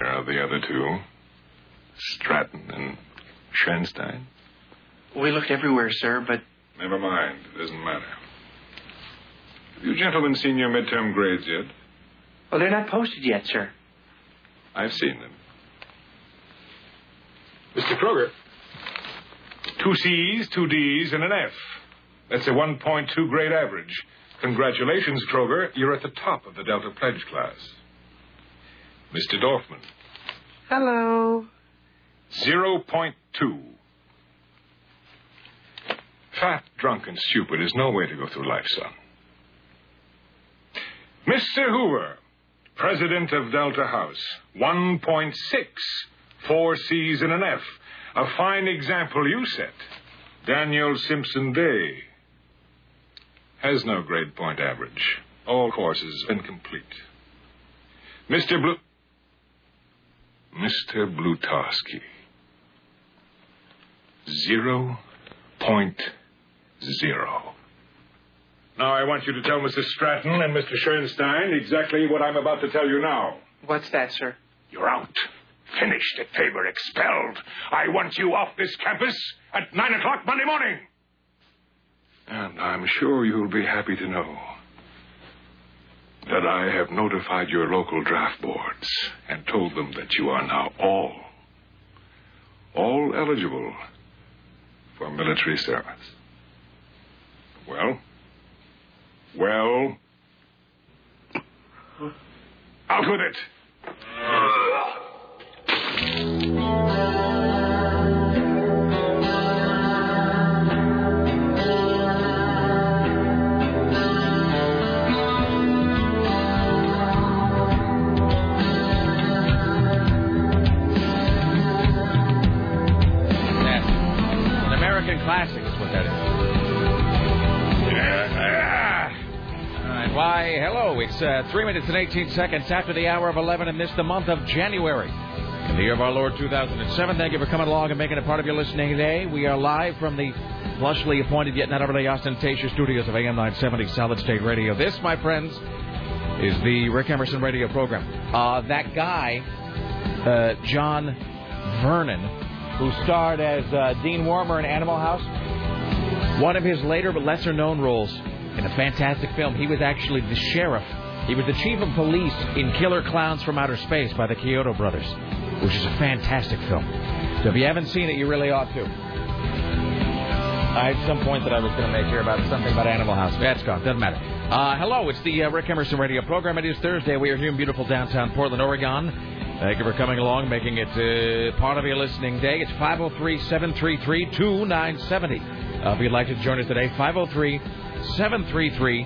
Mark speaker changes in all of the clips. Speaker 1: of the other two Stratton and Schenstein.
Speaker 2: We looked everywhere, sir, but
Speaker 1: Never mind. It doesn't matter. Have you gentlemen seen your midterm grades yet?
Speaker 2: well, they're not posted yet, sir.
Speaker 1: I've seen them.
Speaker 3: Mr. Kroger.
Speaker 1: Two C's, two D's, and an F. That's a 1.2 grade average. Congratulations, Kroger. You're at the top of the Delta Pledge class. Mr. Dorfman,
Speaker 2: Hello.
Speaker 1: 0.2. Fat, drunk, and stupid is no way to go through life, son. Mr. Hoover, president of Delta House, 1.6. Four C's and an F. A fine example you set. Daniel Simpson Day has no grade point average. All courses incomplete. Mr. Blue. Mr. Blutowski. Zero point zero. Now I want you to tell Mr. Stratton and Mr. Schoenstein exactly what I'm about to tell you now.
Speaker 2: What's that, sir?
Speaker 1: You're out. Finished at Faber, expelled. I want you off this campus at nine o'clock Monday morning. And I'm sure you'll be happy to know that I have notified your local draft boards and told them that you are now all, all eligible for military service. Well? Well? Out with it!
Speaker 4: Yes. An American classic is what that is. All right, why, hello. It's uh, 3 minutes and 18 seconds after the hour of 11 in this, the month of January. In the year of our Lord 2007, thank you for coming along and making it part of your listening day. We are live from the lushly appointed yet not overly ostentatious studios of AM 970 Solid State Radio. This, my friends, is the Rick Emerson radio program. Uh, that guy, uh, John Vernon, who starred as uh, Dean Warmer in Animal House, one of his later but lesser known roles in a fantastic film. He was actually the sheriff. He was the chief of police in Killer Clowns from Outer Space by the Kyoto Brothers, which is a fantastic film. So if you haven't seen it, you really ought to. I had some point that I was going to make here about something about Animal House. That's gone. Doesn't matter. Uh, hello, it's the uh, Rick Emerson Radio Program. It is Thursday. We are here in beautiful downtown Portland, Oregon. Thank you for coming along, making it uh, part of your listening day. It's 503 733 2970. oh. Uh, If you'd like to join us today, 503 733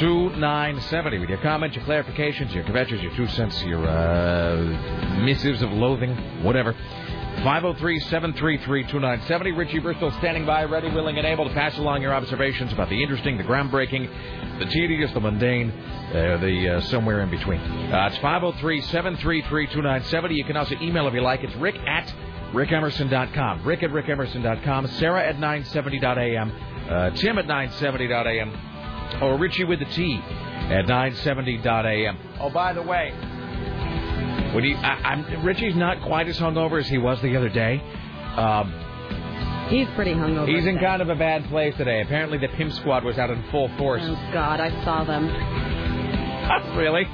Speaker 4: 2970. oh. With your comments, your clarifications, your kvetches, your two cents, your uh, missives of loathing, whatever. 503-733-2970. oh. Richie Bristol standing by, ready, willing, and able to pass along your observations about the interesting, the groundbreaking, the tedious, the mundane, uh, the uh, somewhere in between. Uh, it's 503-733-2970. oh. You can also email if you like. It's rick at rickemerson.com. Rick at rickemerson.com. Sarah at 970.am. Uh, Tim at 970.am. Or Richie with the T at 970.am. Oh, by the way, when he, I, I'm, Richie's not quite as hungover as he was the other day. Um,
Speaker 5: He's pretty hungover.
Speaker 4: he's in
Speaker 5: today.
Speaker 4: kind of a bad place today. Apparently, the pimp squad was out in full force.
Speaker 5: Oh God, I saw them.
Speaker 4: really?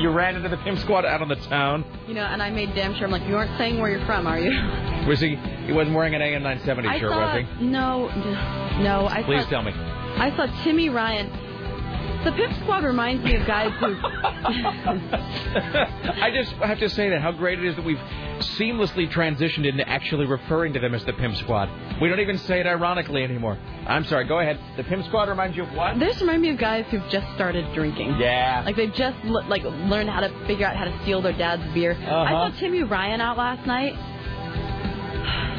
Speaker 4: You ran into the pimp squad out on the town.
Speaker 5: You know, and I made damn sure I'm like, you aren't saying where you're from, are you?
Speaker 4: Was he? He wasn't wearing an AM 970
Speaker 5: I
Speaker 4: shirt,
Speaker 5: saw
Speaker 4: was he?
Speaker 5: no, no. I
Speaker 4: Please
Speaker 5: saw,
Speaker 4: tell me.
Speaker 5: I saw Timmy Ryan. The Pip Squad reminds me of guys who.
Speaker 4: I just have to say that how great it is that we've seamlessly transitioned into actually referring to them as the pimp squad. We don't even say it ironically anymore. I'm sorry. Go ahead. The pimp squad reminds you of what?
Speaker 5: this remind me of guys who've just started drinking.
Speaker 4: Yeah.
Speaker 5: Like they've just le- like learned how to figure out how to steal their dad's beer.
Speaker 4: Uh-huh.
Speaker 5: I saw Timmy Ryan out last night.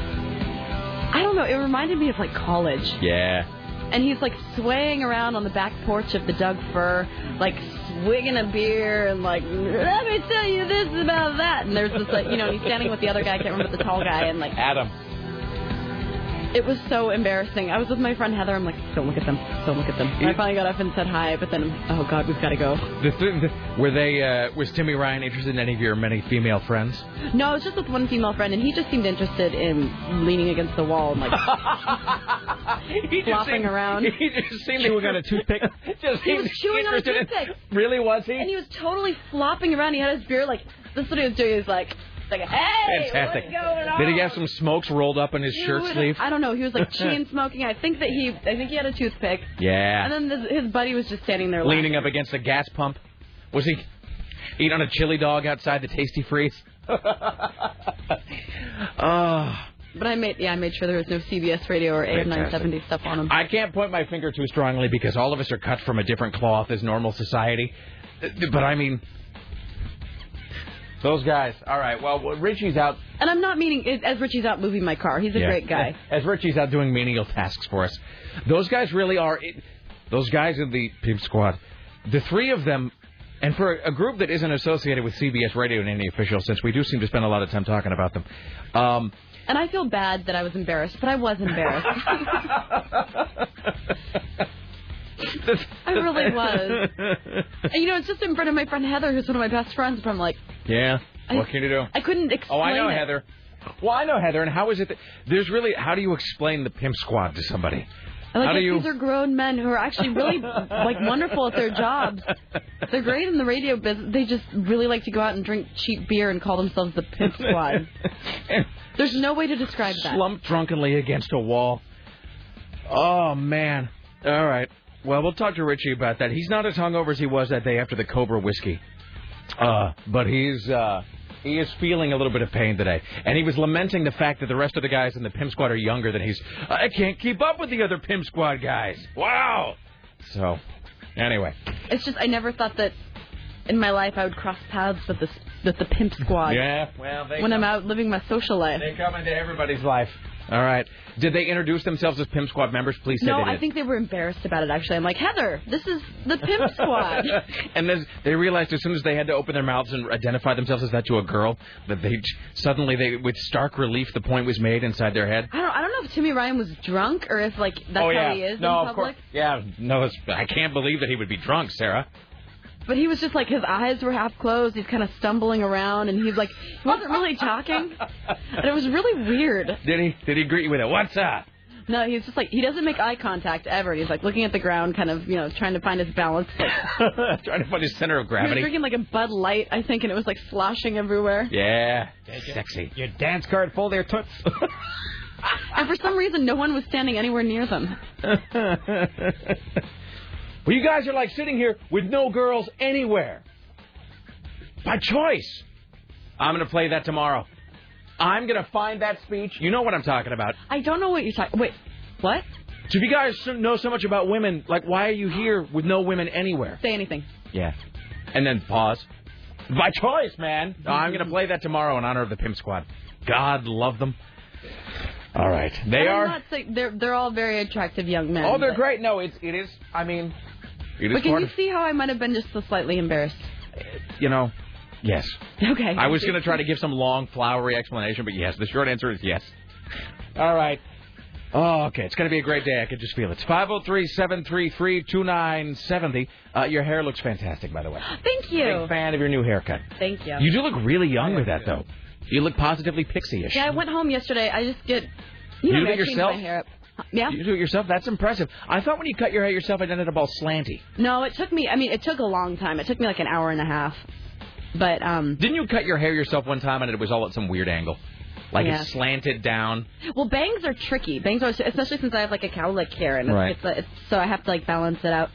Speaker 5: I don't know. It reminded me of like college.
Speaker 4: yeah.
Speaker 5: and he's like swaying around on the back porch of the Doug Fir, like swigging a beer and like, let me tell you this about that. And there's this like, you know, and he's standing with the other guy, I can't remember the tall guy, and like,
Speaker 4: Adam.
Speaker 5: It was so embarrassing. I was with my friend Heather. I'm like, don't look at them. Don't look at them. And I finally got up and said hi, but then, oh God, we've got to go.
Speaker 4: The th- the- were they? Uh, was Timmy Ryan interested in any of your many female friends?
Speaker 5: No, I was just with one female friend, and he just seemed interested in leaning against the wall and like flopping around.
Speaker 6: He just seemed
Speaker 4: Chewing on a toothpick.
Speaker 6: just
Speaker 5: He was
Speaker 6: seemed
Speaker 5: chewing on a
Speaker 6: interested in-
Speaker 5: toothpick.
Speaker 6: Really was he?
Speaker 5: And he was totally flopping around. He had his beer like this. Is what he was doing. He was like, like, hey,
Speaker 4: Fantastic.
Speaker 5: what's going on?
Speaker 4: Did he have some smokes rolled up in his
Speaker 5: He
Speaker 4: shirt
Speaker 5: would-
Speaker 4: sleeve?
Speaker 5: I don't know. He was like chain smoking. I think that he, I think he had a toothpick.
Speaker 4: Yeah.
Speaker 5: And then this, his buddy was just standing there
Speaker 4: Leaning up against a gas pump. Was he eating on a chili dog outside the Tasty Freeze? Ah.
Speaker 5: laughing. But I made, yeah, I made sure there was no CBS radio or AM nine seventy stuff on him.
Speaker 4: I can't point my finger too strongly because all of us are cut from a different cloth as normal society. But I mean, those guys. All right. Well, Richie's out.
Speaker 5: And I'm not meaning it- as Richie's out moving my car. He's a
Speaker 4: Yeah.
Speaker 5: great guy.
Speaker 4: As Richie's out doing menial tasks for us. Those guys really are. It, those guys in the Pimp Squad, the three of them, and for a group that isn't associated with CBS Radio in any official sense, we do seem to spend a lot of time talking about them. Um,
Speaker 5: And I feel bad that I was embarrassed, but I was embarrassed. I really was. And you know, it's just in front of my friend Heather, who's one of my best friends. But I'm like,
Speaker 4: yeah.
Speaker 5: I-
Speaker 4: what can you do?
Speaker 5: I couldn't explain.
Speaker 4: Oh, I know
Speaker 5: it.
Speaker 4: Heather. Well, I know Heather, and how is it that there's really how do you explain the pimp squad to somebody?
Speaker 5: I'm like,
Speaker 4: how do
Speaker 5: "Yes,
Speaker 4: you?
Speaker 5: These are grown men who are actually really like wonderful at their jobs. They're great in the radio business. They just really like to go out and drink cheap beer and call themselves the Pimp Squad. There's no way to describe that.
Speaker 4: Slumped drunkenly against a wall. Oh man. All right. Well, we'll talk to Richie about that. He's not as hungover as he was that day after the Cobra whiskey, uh, but he's uh, he is feeling a little bit of pain today, and he was lamenting the fact that the rest of the guys in the pimp squad are younger than he's. I can't keep up with the other pimp squad guys. Wow. So, anyway.
Speaker 5: It's just I never thought that in my life I would cross paths with the with the Pimp Squad
Speaker 4: Yeah. Well, they
Speaker 5: when I'm out living my social life.
Speaker 4: They come into everybody's life. All right. Did they introduce themselves as Pimp Squad members? Please say
Speaker 5: No,
Speaker 4: they did.
Speaker 5: I think they were embarrassed about it. Actually, I'm like Heather, this is the Pimp Squad.
Speaker 4: and then they realized as soon as they had to open their mouths and identify themselves as that to a girl, that they suddenly they with stark relief the point was made inside their head.
Speaker 5: I don't, I don't know if Timmy Ryan was drunk or if like that's
Speaker 4: oh yeah.
Speaker 5: how he is
Speaker 4: no,
Speaker 5: in
Speaker 4: of course.
Speaker 5: public.
Speaker 4: Yeah. No, it's, I can't believe that he would be drunk, Sarah.
Speaker 5: But he was just like his eyes were half closed. He's kind of stumbling around, and he's like he wasn't really talking, and it was really weird.
Speaker 4: Did he? Did he greet you with a "What's up"?
Speaker 5: No, he's just like he doesn't make eye contact ever. He's like looking at the ground, kind of you know trying to find his balance. Like,
Speaker 4: Trying to find his center of
Speaker 5: he was
Speaker 4: gravity.
Speaker 5: drinking like a Bud Light, I think, and it was like sloshing everywhere.
Speaker 4: yeah. Sexy.
Speaker 7: Your dance card full there, toots.
Speaker 5: And for some reason, no one was standing anywhere near them.
Speaker 4: Well, you guys are like sitting here with no girls anywhere. By choice. I'm going to play that tomorrow. I'm going to find that speech. You know what I'm talking about.
Speaker 5: I don't know what you're talking. Wait, what?
Speaker 4: So if you guys so- know so much about women, like why are you here with no women anywhere?
Speaker 5: Say anything.
Speaker 4: Yeah. And then pause. By choice, man. I'm going to play that tomorrow in honor of the Pimp Squad. God love them. All right. They
Speaker 5: And I'm
Speaker 4: are.
Speaker 5: Not saying, they're they're all very attractive young men.
Speaker 4: oh, they're
Speaker 5: but-
Speaker 4: great. No, it's it is. I mean, it is
Speaker 5: But can
Speaker 4: part
Speaker 5: you
Speaker 4: of-
Speaker 5: see how I might have been just so slightly embarrassed?
Speaker 4: you know. Yes.
Speaker 5: Okay.
Speaker 4: I was going to try to give some long, flowery explanation, but yes, the short answer is yes. All right. Oh, okay. It's going to be a great day. I can just feel it. 503 733 2970. oh. Uh, Your hair looks fantastic, by the way.
Speaker 5: Thank you.
Speaker 4: Big fan of your new haircut.
Speaker 5: Thank you.
Speaker 4: You do look really young with that, though. You look positively pixie ish.
Speaker 5: Yeah, I went home yesterday. I just get. You,
Speaker 4: You
Speaker 5: know,
Speaker 4: did
Speaker 5: me,
Speaker 4: it
Speaker 5: I changed
Speaker 4: yourself?
Speaker 5: My hair up. Yeah.
Speaker 4: You do it yourself? That's impressive. I thought when you cut your hair yourself, it ended up all slanty.
Speaker 5: No, it took me. I mean, it took a long time. It took me like an hour and a half. But um,
Speaker 4: Didn't you cut your hair yourself one time and it was all at some weird angle? Like
Speaker 5: Yeah.
Speaker 4: it slanted down.
Speaker 5: well, bangs are tricky. Bangs are especially since I have like a cowlick hair, and it's,
Speaker 4: Right.
Speaker 5: it's, it's, so I have to like balance it out.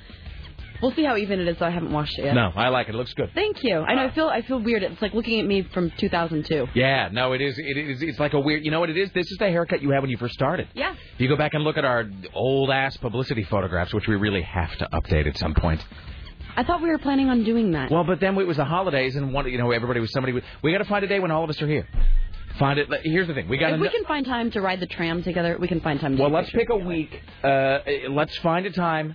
Speaker 5: We'll see how even it is. Though I haven't washed it yet.
Speaker 4: No, I like it. It looks good.
Speaker 5: Thank you. I know. I feel. I feel weird. It's like looking at me from 2002.
Speaker 4: Yeah, no, it is. It is. It's like a weird. You know what it is? This is the haircut you had when you first started.
Speaker 5: Yeah.
Speaker 4: If you go back and look at our old ass publicity photographs, which we really have to update at some point.
Speaker 5: I thought we were planning on doing that.
Speaker 4: Well, but then it was the holidays, and one, you know, everybody was somebody. With, we got to find a day when all of us are here. Find it. Here's the thing. We got
Speaker 5: if
Speaker 4: to.
Speaker 5: we can find time to ride the tram together, we can find time. To
Speaker 4: Well,
Speaker 5: take
Speaker 4: let's
Speaker 5: pictures
Speaker 4: pick a
Speaker 5: together.
Speaker 4: week. Uh, let's find a time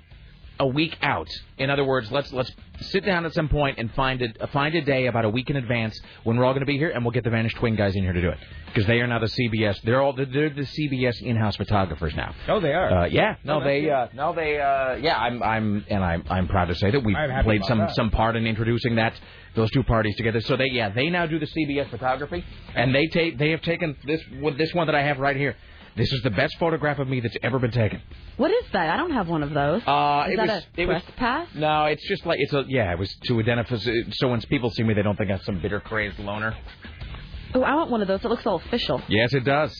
Speaker 4: a week out. In other words, let's let's sit down at some point and find a uh, find a day about a week in advance when we're all going to be here, and we'll get the Vanished Twin guys in here to do it because they are now the CBS. They're all they're the CBS in-house photographers now.
Speaker 3: Oh, they
Speaker 4: Uh, yeah, no, they, uh, no, they, uh, yeah, I'm, I'm, and I'm, I'm proud to say that we
Speaker 3: I'm happy
Speaker 4: played
Speaker 3: about
Speaker 4: some,
Speaker 3: that.
Speaker 4: some part in introducing that, those two parties together. So they, yeah, they now do the CBS photography, and they take, they have taken this, one- this one that I have right here. This is the best photograph of me that's ever been taken.
Speaker 5: What is that? I don't have one of those.
Speaker 4: Uh,
Speaker 5: is
Speaker 4: it
Speaker 5: that
Speaker 4: was-
Speaker 5: a
Speaker 4: it was-
Speaker 5: press pass?
Speaker 4: No, it's just like it's a, yeah, it was to identify. So when people see me, they don't think I'm some bitter crazed loner.
Speaker 5: Oh, I want one of those. It looks all official.
Speaker 4: Yes, it does.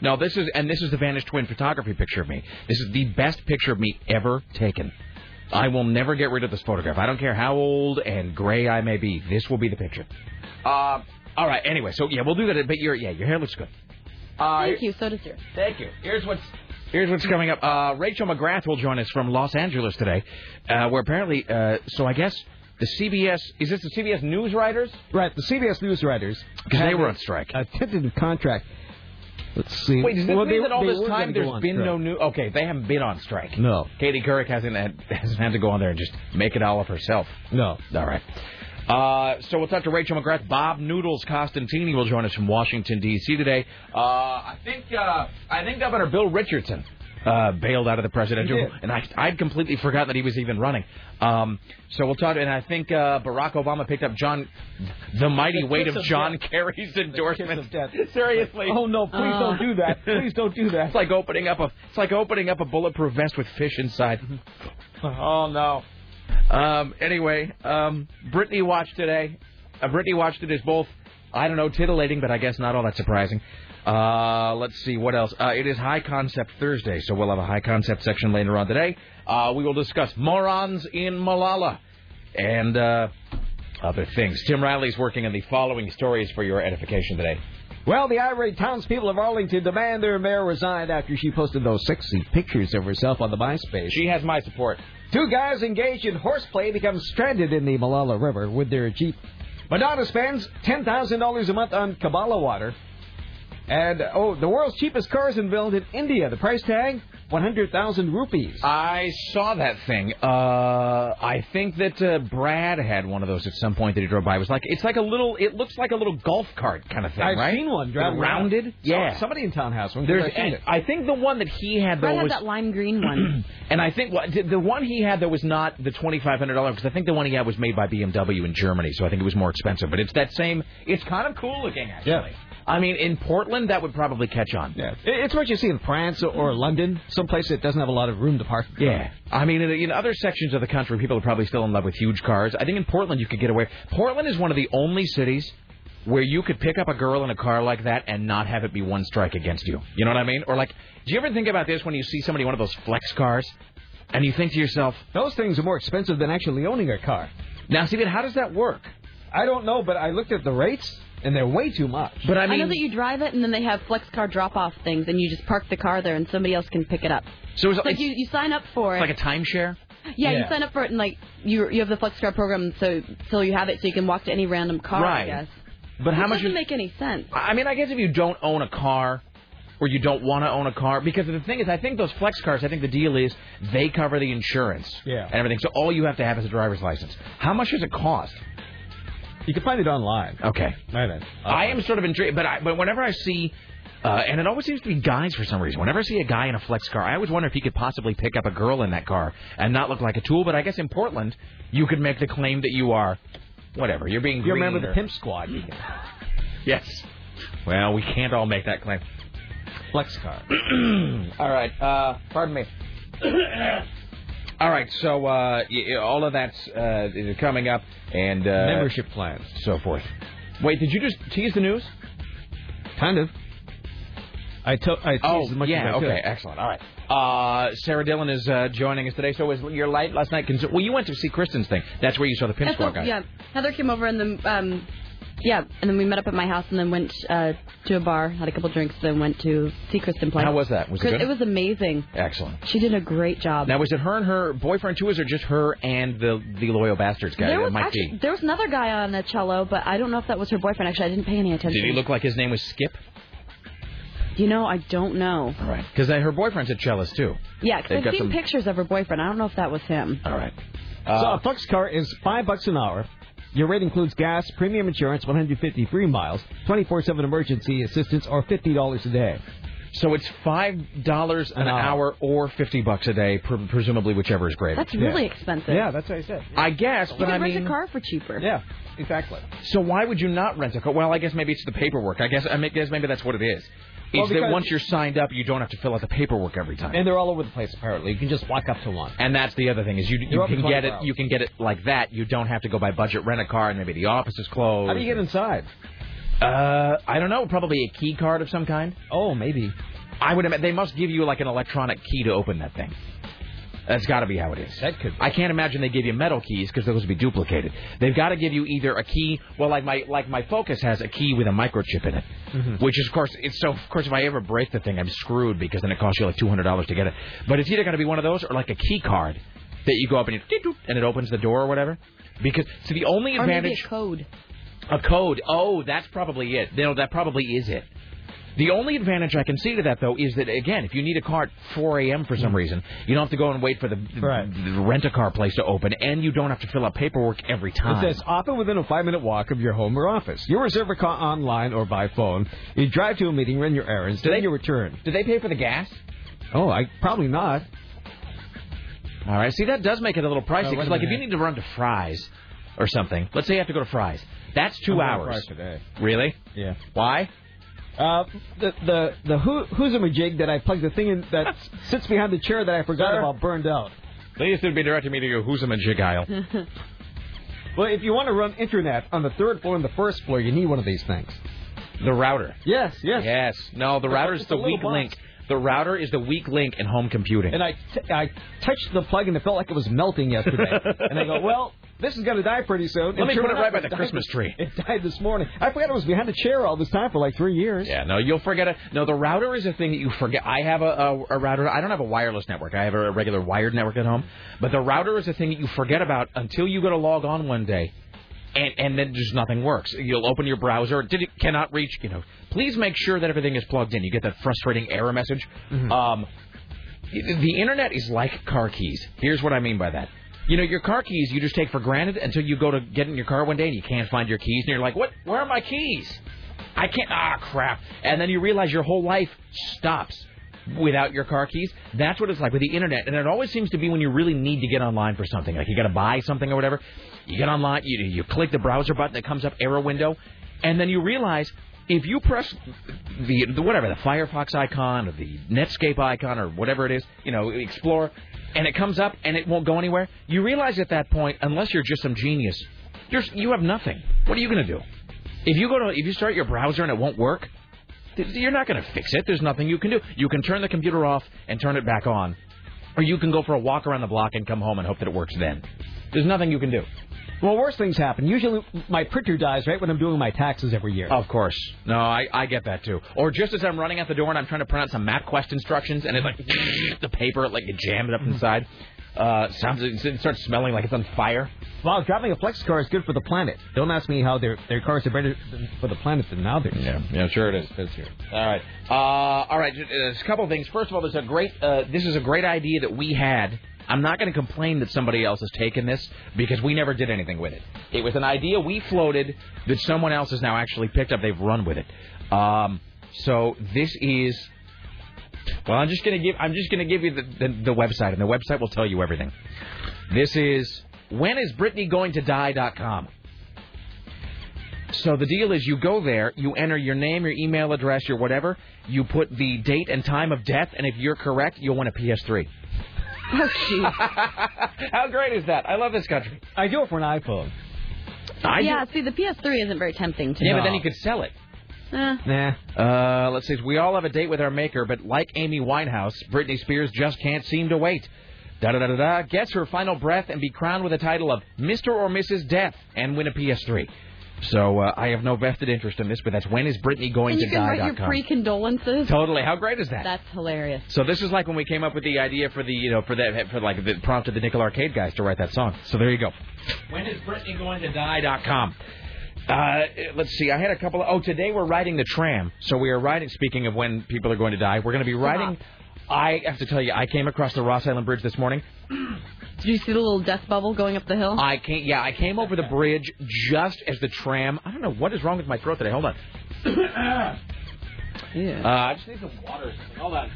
Speaker 4: No, this is and this is the vanished twin photography picture of me. This is the best picture of me ever taken. I will never get rid of this photograph. I don't care how old and gray I may be. This will be the picture. Uh, all right. Anyway, so yeah, we'll do that. But your yeah, your hair looks good.
Speaker 5: Thank you. So does yours.
Speaker 4: Uh, Thank you. Here's what's Here's what's coming up. Uh, Rachel McGrath will join us from Los Angeles today, uh, where apparently, uh, so I guess the CBS is this the CBS news writers?
Speaker 8: Right, the CBS news writers.
Speaker 4: 'Cause they
Speaker 8: had
Speaker 4: were
Speaker 8: a-
Speaker 4: on strike.
Speaker 8: A tentative contract. Let's see.
Speaker 4: Wait, does this
Speaker 8: Well,
Speaker 4: mean
Speaker 8: they-
Speaker 4: that all
Speaker 8: they
Speaker 4: this
Speaker 8: were
Speaker 4: time
Speaker 8: gonna go
Speaker 4: there's
Speaker 8: on
Speaker 4: been
Speaker 8: strike.
Speaker 4: no new? Okay, they haven't been on strike.
Speaker 8: No.
Speaker 4: Katie Couric hasn't had, hasn't had to go on there and just make it all of herself.
Speaker 8: No.
Speaker 4: All right. Uh, so we'll talk to Rachel McGrath. Bob Noodles Costantini will join us from Washington D.C. today. Uh, I think uh, I think Governor Bill Richardson uh, bailed out of the
Speaker 8: He
Speaker 4: presidential,
Speaker 8: did.
Speaker 4: and I I'd completely forgotten that he was even running. Um, so we'll talk, and I think uh, Barack Obama picked up John, the mighty
Speaker 8: The
Speaker 4: weight
Speaker 8: kiss
Speaker 4: of
Speaker 8: of
Speaker 4: John
Speaker 8: death.
Speaker 4: Kerry's
Speaker 8: kiss
Speaker 4: endorsement.
Speaker 8: of death.
Speaker 4: Seriously.
Speaker 8: Oh no! Please
Speaker 5: Uh.
Speaker 8: don't do that. Please don't do that.
Speaker 4: It's like opening up a it's like opening up a bulletproof vest with fish inside.
Speaker 8: Oh no!
Speaker 4: Um, anyway, um, Brittany Watch today. Uh, Brittany watched it is both I don't know titillating, but I guess not all that surprising. Uh, let's see what else. Uh, it is High Concept Thursday, so we'll have a High Concept section later on today. Uh, we will discuss morons in Malala and uh, other things. Tim Riley's working on the following stories for your edification today.
Speaker 8: Well, the irate townspeople of Arlington demand their mayor resign after she posted those sexy pictures of herself on the MySpace.
Speaker 4: She has my support.
Speaker 8: Two guys engaged in horseplay become stranded in the Malala River with their jeep. Madonna spends ten thousand dollars a month on Kabbalah water. And oh, the world's cheapest cars unveiled in India. The price tag: one hundred thousand rupees.
Speaker 4: I saw that thing. Uh, I think that uh, Brad had one of those at some point that he drove by. It was like it's like a little. It looks like a little golf cart kind of thing,
Speaker 8: I've
Speaker 4: right?
Speaker 8: seen one
Speaker 4: They're
Speaker 8: driving around.
Speaker 4: rounded. Yeah.
Speaker 8: Oh, somebody in town has one. 'cause
Speaker 4: There's.
Speaker 8: I've seen
Speaker 4: and
Speaker 8: it.
Speaker 4: I think the one that he had
Speaker 5: I
Speaker 4: though
Speaker 5: had
Speaker 4: was.
Speaker 5: that lime green one.
Speaker 4: And I think what, the one he had that was not the twenty five hundred dollars because I think the one he had was made by BMW in Germany, so I think it was more expensive. But it's that same. It's kind of cool looking actually.
Speaker 8: Yeah.
Speaker 4: I mean, in Portland, that would probably catch on.
Speaker 8: Yeah, It- it's what you see in France or- or London, someplace that doesn't have a lot of room to park.
Speaker 4: Yeah, I mean, in, in other sections of the country, people are probably still in love with huge cars. I think in Portland, you could get away. Portland is one of the only cities where you could pick up a girl in a car like that and not have it be one strike against you. You know what I mean? Or like, do you ever think about this when you see somebody in one of those flex cars, and you think to yourself,
Speaker 8: Those things are more expensive than actually owning a car.
Speaker 4: now, Stephen, how does that work?
Speaker 8: I don't know, but I looked at the rates, and they're way too much.
Speaker 4: But I
Speaker 5: I,
Speaker 4: mean,
Speaker 5: know that you drive it, and then they have flex car drop off things, and you just park the car there, and somebody else can pick it up.
Speaker 4: so it's
Speaker 5: It's
Speaker 4: like,
Speaker 5: like you, you sign up for it.
Speaker 4: it's like a timeshare.
Speaker 5: yeah,
Speaker 8: Yeah.
Speaker 5: you sign up for it, and like you you have the flex car program, so so you have it, so you can walk to any random car.
Speaker 4: Right.
Speaker 5: I guess.
Speaker 4: But how
Speaker 5: it
Speaker 4: much?
Speaker 5: doesn't
Speaker 4: is-
Speaker 5: make any sense.
Speaker 4: I mean, I guess if you don't own a car or you don't want to own a car, because the thing is, I think those flex cars, I think the deal is they cover the insurance
Speaker 8: Yeah.
Speaker 4: and everything. So all you have to have is a driver's license. How much does it cost?
Speaker 8: you can find it online.
Speaker 4: Okay.
Speaker 8: I know.
Speaker 4: I am sort of intrigued, but I, but whenever I see, uh, and it always seems to be guys for some reason. Whenever I see a guy in a flex car, I always wonder if he could possibly pick up a girl in that car and not look like a tool. But I guess in Portland, you could make the claim that you are, whatever, you're being.
Speaker 8: You
Speaker 4: green
Speaker 8: remember
Speaker 4: or-
Speaker 8: the Pimp Squad?
Speaker 4: Yes. Well, we can't all make that claim.
Speaker 8: Flex car.
Speaker 4: All right. Uh, pardon me. Uh, all right. So uh, y- y- all of that's uh, is coming up and uh,
Speaker 8: Membership plans.
Speaker 4: so forth. Wait, did you just tease the news?
Speaker 8: Kind of. I, to- I teased as much
Speaker 4: Oh, yeah.
Speaker 8: as I could.
Speaker 4: okay. Excellent. All right. Uh, Sarah Dillon is uh, joining us today. So was your light last night? Cons- well, you went to see Kristen's thing. That's where you saw the pin
Speaker 5: That's
Speaker 4: squad
Speaker 5: what-
Speaker 4: guy.
Speaker 5: yeah, Heather came over, and then um, yeah, and then we met up at my house, and then went uh, to a bar, had a couple drinks, then went to see Kristen play.
Speaker 4: How was that? Was it
Speaker 5: Chris-
Speaker 4: good?
Speaker 5: It was amazing.
Speaker 4: Excellent.
Speaker 5: She did a great job.
Speaker 4: Now, was it her and her boyfriend too, or is it just her and the the loyal bastards guy,
Speaker 5: there
Speaker 4: uh,
Speaker 5: was
Speaker 4: Mike
Speaker 5: actually,
Speaker 4: D?
Speaker 5: there was another guy on a cello, but I don't know if that was her boyfriend. Actually, I didn't pay any attention.
Speaker 4: Did he look like his name was Skip?
Speaker 5: You know, I don't know.
Speaker 9: All right.
Speaker 4: Because her boyfriend's a cellist, too.
Speaker 5: Yeah, because
Speaker 4: They've
Speaker 5: I've
Speaker 4: got
Speaker 5: seen
Speaker 4: some-
Speaker 5: pictures of her boyfriend. I don't know if that was him.
Speaker 4: All right.
Speaker 8: so
Speaker 4: Uh,
Speaker 8: a Foxcar is five bucks an hour. Your rate includes gas, premium insurance, 150 free miles, 24/7 emergency assistance, or fifty dollars a day.
Speaker 4: So it's five dollars an
Speaker 8: An hour.
Speaker 4: hour or fifty bucks a day, pre- presumably whichever is greater.
Speaker 5: That's really expensive.
Speaker 8: Yeah, that's what I said.
Speaker 4: I guess,
Speaker 5: You
Speaker 4: but I
Speaker 5: can rent
Speaker 4: mean,
Speaker 5: a car for cheaper.
Speaker 8: Yeah, exactly.
Speaker 4: so why would you not rent a car? Well, I guess maybe it's the paperwork. I guess I mean, guess maybe that's what it is.
Speaker 8: Well,
Speaker 4: Is that
Speaker 8: because-
Speaker 4: once you're signed up, you don't have to fill out the paperwork every time.
Speaker 8: And they're all over the place apparently. You can just walk up to one.
Speaker 4: And that's the other thing is you you
Speaker 8: They're open
Speaker 4: can get
Speaker 8: 24
Speaker 4: it
Speaker 8: hours.
Speaker 4: you can get it like that. You don't have to go by budget rent a car and maybe the office is closed.
Speaker 8: How do you get inside?
Speaker 4: Uh, I don't know. Probably a key card of some kind.
Speaker 8: Oh, maybe.
Speaker 4: I would imagine they must give you like an electronic key to open that thing. That's got to be how it is.
Speaker 8: That could be.
Speaker 4: I can't imagine they give you metal keys because those would be duplicated. They've got to give you either a key. Well, like my like my Focus has a key with a microchip in it,
Speaker 8: Mm-hmm.
Speaker 4: which is of course it's so of course if I ever break the thing I'm screwed because then it costs you like two hundred dollars to get it. But it's either going to be one of those or like a key card that you go up and you doot, doot, and it opens the door or whatever. Because so the only
Speaker 5: Or maybe
Speaker 4: advantage
Speaker 5: a code.
Speaker 4: a code. Oh, that's probably it. No, that probably is it. The only advantage I can see to that, though, is that again, if you need a car at 4 a.m. for some reason, you don't have to go and wait for the,
Speaker 8: Mm. Right.
Speaker 4: rent a car place to open, and you don't have to fill out paperwork every
Speaker 8: It
Speaker 4: time.
Speaker 8: says often within a five minute walk of your home or office. You reserve a car online or by phone. You drive to a meeting, run your errands, then
Speaker 4: they-
Speaker 8: you return.
Speaker 4: Do they pay for the gas?
Speaker 8: Oh, I probably not.
Speaker 4: All right. See, that does make it a little pricey.
Speaker 8: Uh, wait
Speaker 4: 'cause,
Speaker 8: a
Speaker 4: like, if you
Speaker 8: minute.
Speaker 4: need to run to Fry's or something, let's say you have to go to Fry's, that's
Speaker 8: I'm
Speaker 4: 2
Speaker 8: on
Speaker 4: hours.
Speaker 8: Fry today.
Speaker 4: Really?
Speaker 8: Yeah.
Speaker 4: Why?
Speaker 8: Uh, the the the who, who's a majig that I plugged the thing in that sits behind the chair that I forgot
Speaker 4: Sir?
Speaker 8: about burned out.
Speaker 4: They used to be directing me to your Hoosam and Jig aisle.
Speaker 8: Well, if you want to run internet on the third floor and the first floor, you need one of these things.
Speaker 4: the router.
Speaker 8: Yes, yes.
Speaker 4: Yes. No, the router is
Speaker 8: It's
Speaker 4: the
Speaker 8: a little
Speaker 4: weak
Speaker 8: box.
Speaker 4: link. The router is the weak link in home computing.
Speaker 8: And I, t- I touched the plug and it felt like it was melting yesterday. and I go, well, this is going to die pretty soon.
Speaker 4: Let me put it right by the
Speaker 8: died-
Speaker 4: Christmas tree.
Speaker 8: It died this morning. I forgot it was behind the chair all this time for like three years.
Speaker 4: yeah, no, you'll forget it. No, the router is a thing that you forget. I have a, a, a router. I don't have a wireless network. I have a regular wired network at home. But the router is a thing that you forget about until you go to log on one day, and and then just nothing works. You'll open your browser. Did it cannot reach? You know, please make sure that everything is plugged in. You get that frustrating error message.
Speaker 8: Mm-hmm.
Speaker 4: Um, the internet is like car keys. Here's what I mean by that. You know, your car keys you just take for granted until you go to get in your car one day and you can't find your keys and you're like, "What? Where are my keys? I can't. Ah, crap!" And then you realize your whole life stops without your car keys. That's what it's like with the internet, and it always seems to be when you really need to get online for something, like you got to buy something or whatever. You get online, you you click the browser button that comes up arrow window, and then you realize if you press the, the whatever the Firefox icon or the Netscape icon or whatever it is, you know, Explorer, and it comes up and it won't go anywhere, you realize at that point, unless you're just some genius, you're you have nothing. What are you going to do? If you go to if you start your browser and it won't work, th- you're not going to fix it. There's nothing you can do. You can turn the computer off and turn it back on, or you can go for a walk around the block and come home and hope that it works then. There's nothing you can do.
Speaker 8: Well, worse things happen. Usually my printer dies right when I'm doing my taxes every year.
Speaker 4: Of course. No, I, I get that too. Or just as I'm running out the door and I'm trying to print out some MapQuest instructions and it like the paper like it jammed
Speaker 8: Mm-hmm.
Speaker 4: up inside. Uh, sounds it starts smelling like it's on fire.
Speaker 8: Wow, driving a flex car is good for the planet. Don't ask me how their their cars are better than- for the planet than now they're.
Speaker 4: yeah, sure it is. It's here. All right, uh, all right. ju- uh, There's a couple of things. First of all, there's a great. Uh, this is a great idea that we had. I'm not going to complain that somebody else has taken this because we never did anything with it. It was an idea we floated that someone else has now actually picked up. They've run with it. Um, so this is. Well, I'm just gonna give. I'm just gonna give you the, the, the website, and the website will tell you everything. This is when is Brittany going to die.com. So the deal is you go there, you enter your name, your email address, your whatever, you put the date and time of death, and if you're correct, you'll win a PS3.
Speaker 5: Oh, jeez.
Speaker 4: How great is that? I love this country.
Speaker 8: I do it for an iPhone.
Speaker 4: I
Speaker 5: yeah,
Speaker 4: do-
Speaker 5: see, the PS3 isn't very tempting to
Speaker 4: yeah,
Speaker 5: me.
Speaker 4: but then you could sell it.
Speaker 5: Eh,
Speaker 8: Nah.
Speaker 4: Uh, let's see. We all have a date with our maker, but like Amy Winehouse, Britney Spears just can't seem to wait. Da da da da da. Gets her final breath and be crowned with the title of Mr. or Mrs. Death and win a PS3. So uh, I have no vested interest in this, but that's when is Britney going
Speaker 5: and
Speaker 4: to
Speaker 5: you can
Speaker 4: die?
Speaker 5: write your
Speaker 4: dot com.
Speaker 5: pre-condolences.
Speaker 4: Totally. How great is that?
Speaker 5: That's hilarious.
Speaker 4: So this is like when we came up with the idea for the you know for that for like the prompted the Nickel Arcade guys to write that song. So there you go. When is Britney going to die.com. Uh, let's see. I had a couple. Of, oh, today we're riding the tram. So we are riding. Speaking of when people are going to die, we're going to be riding. I have to tell you, I came across the Ross Island Bridge this morning.
Speaker 5: Did you see the little death bubble going up the hill?
Speaker 4: I came, yeah, I came over the bridge just as the tram. I don't know what is wrong with my throat today. Hold on. Uh, I just need some water. or something. Hold on.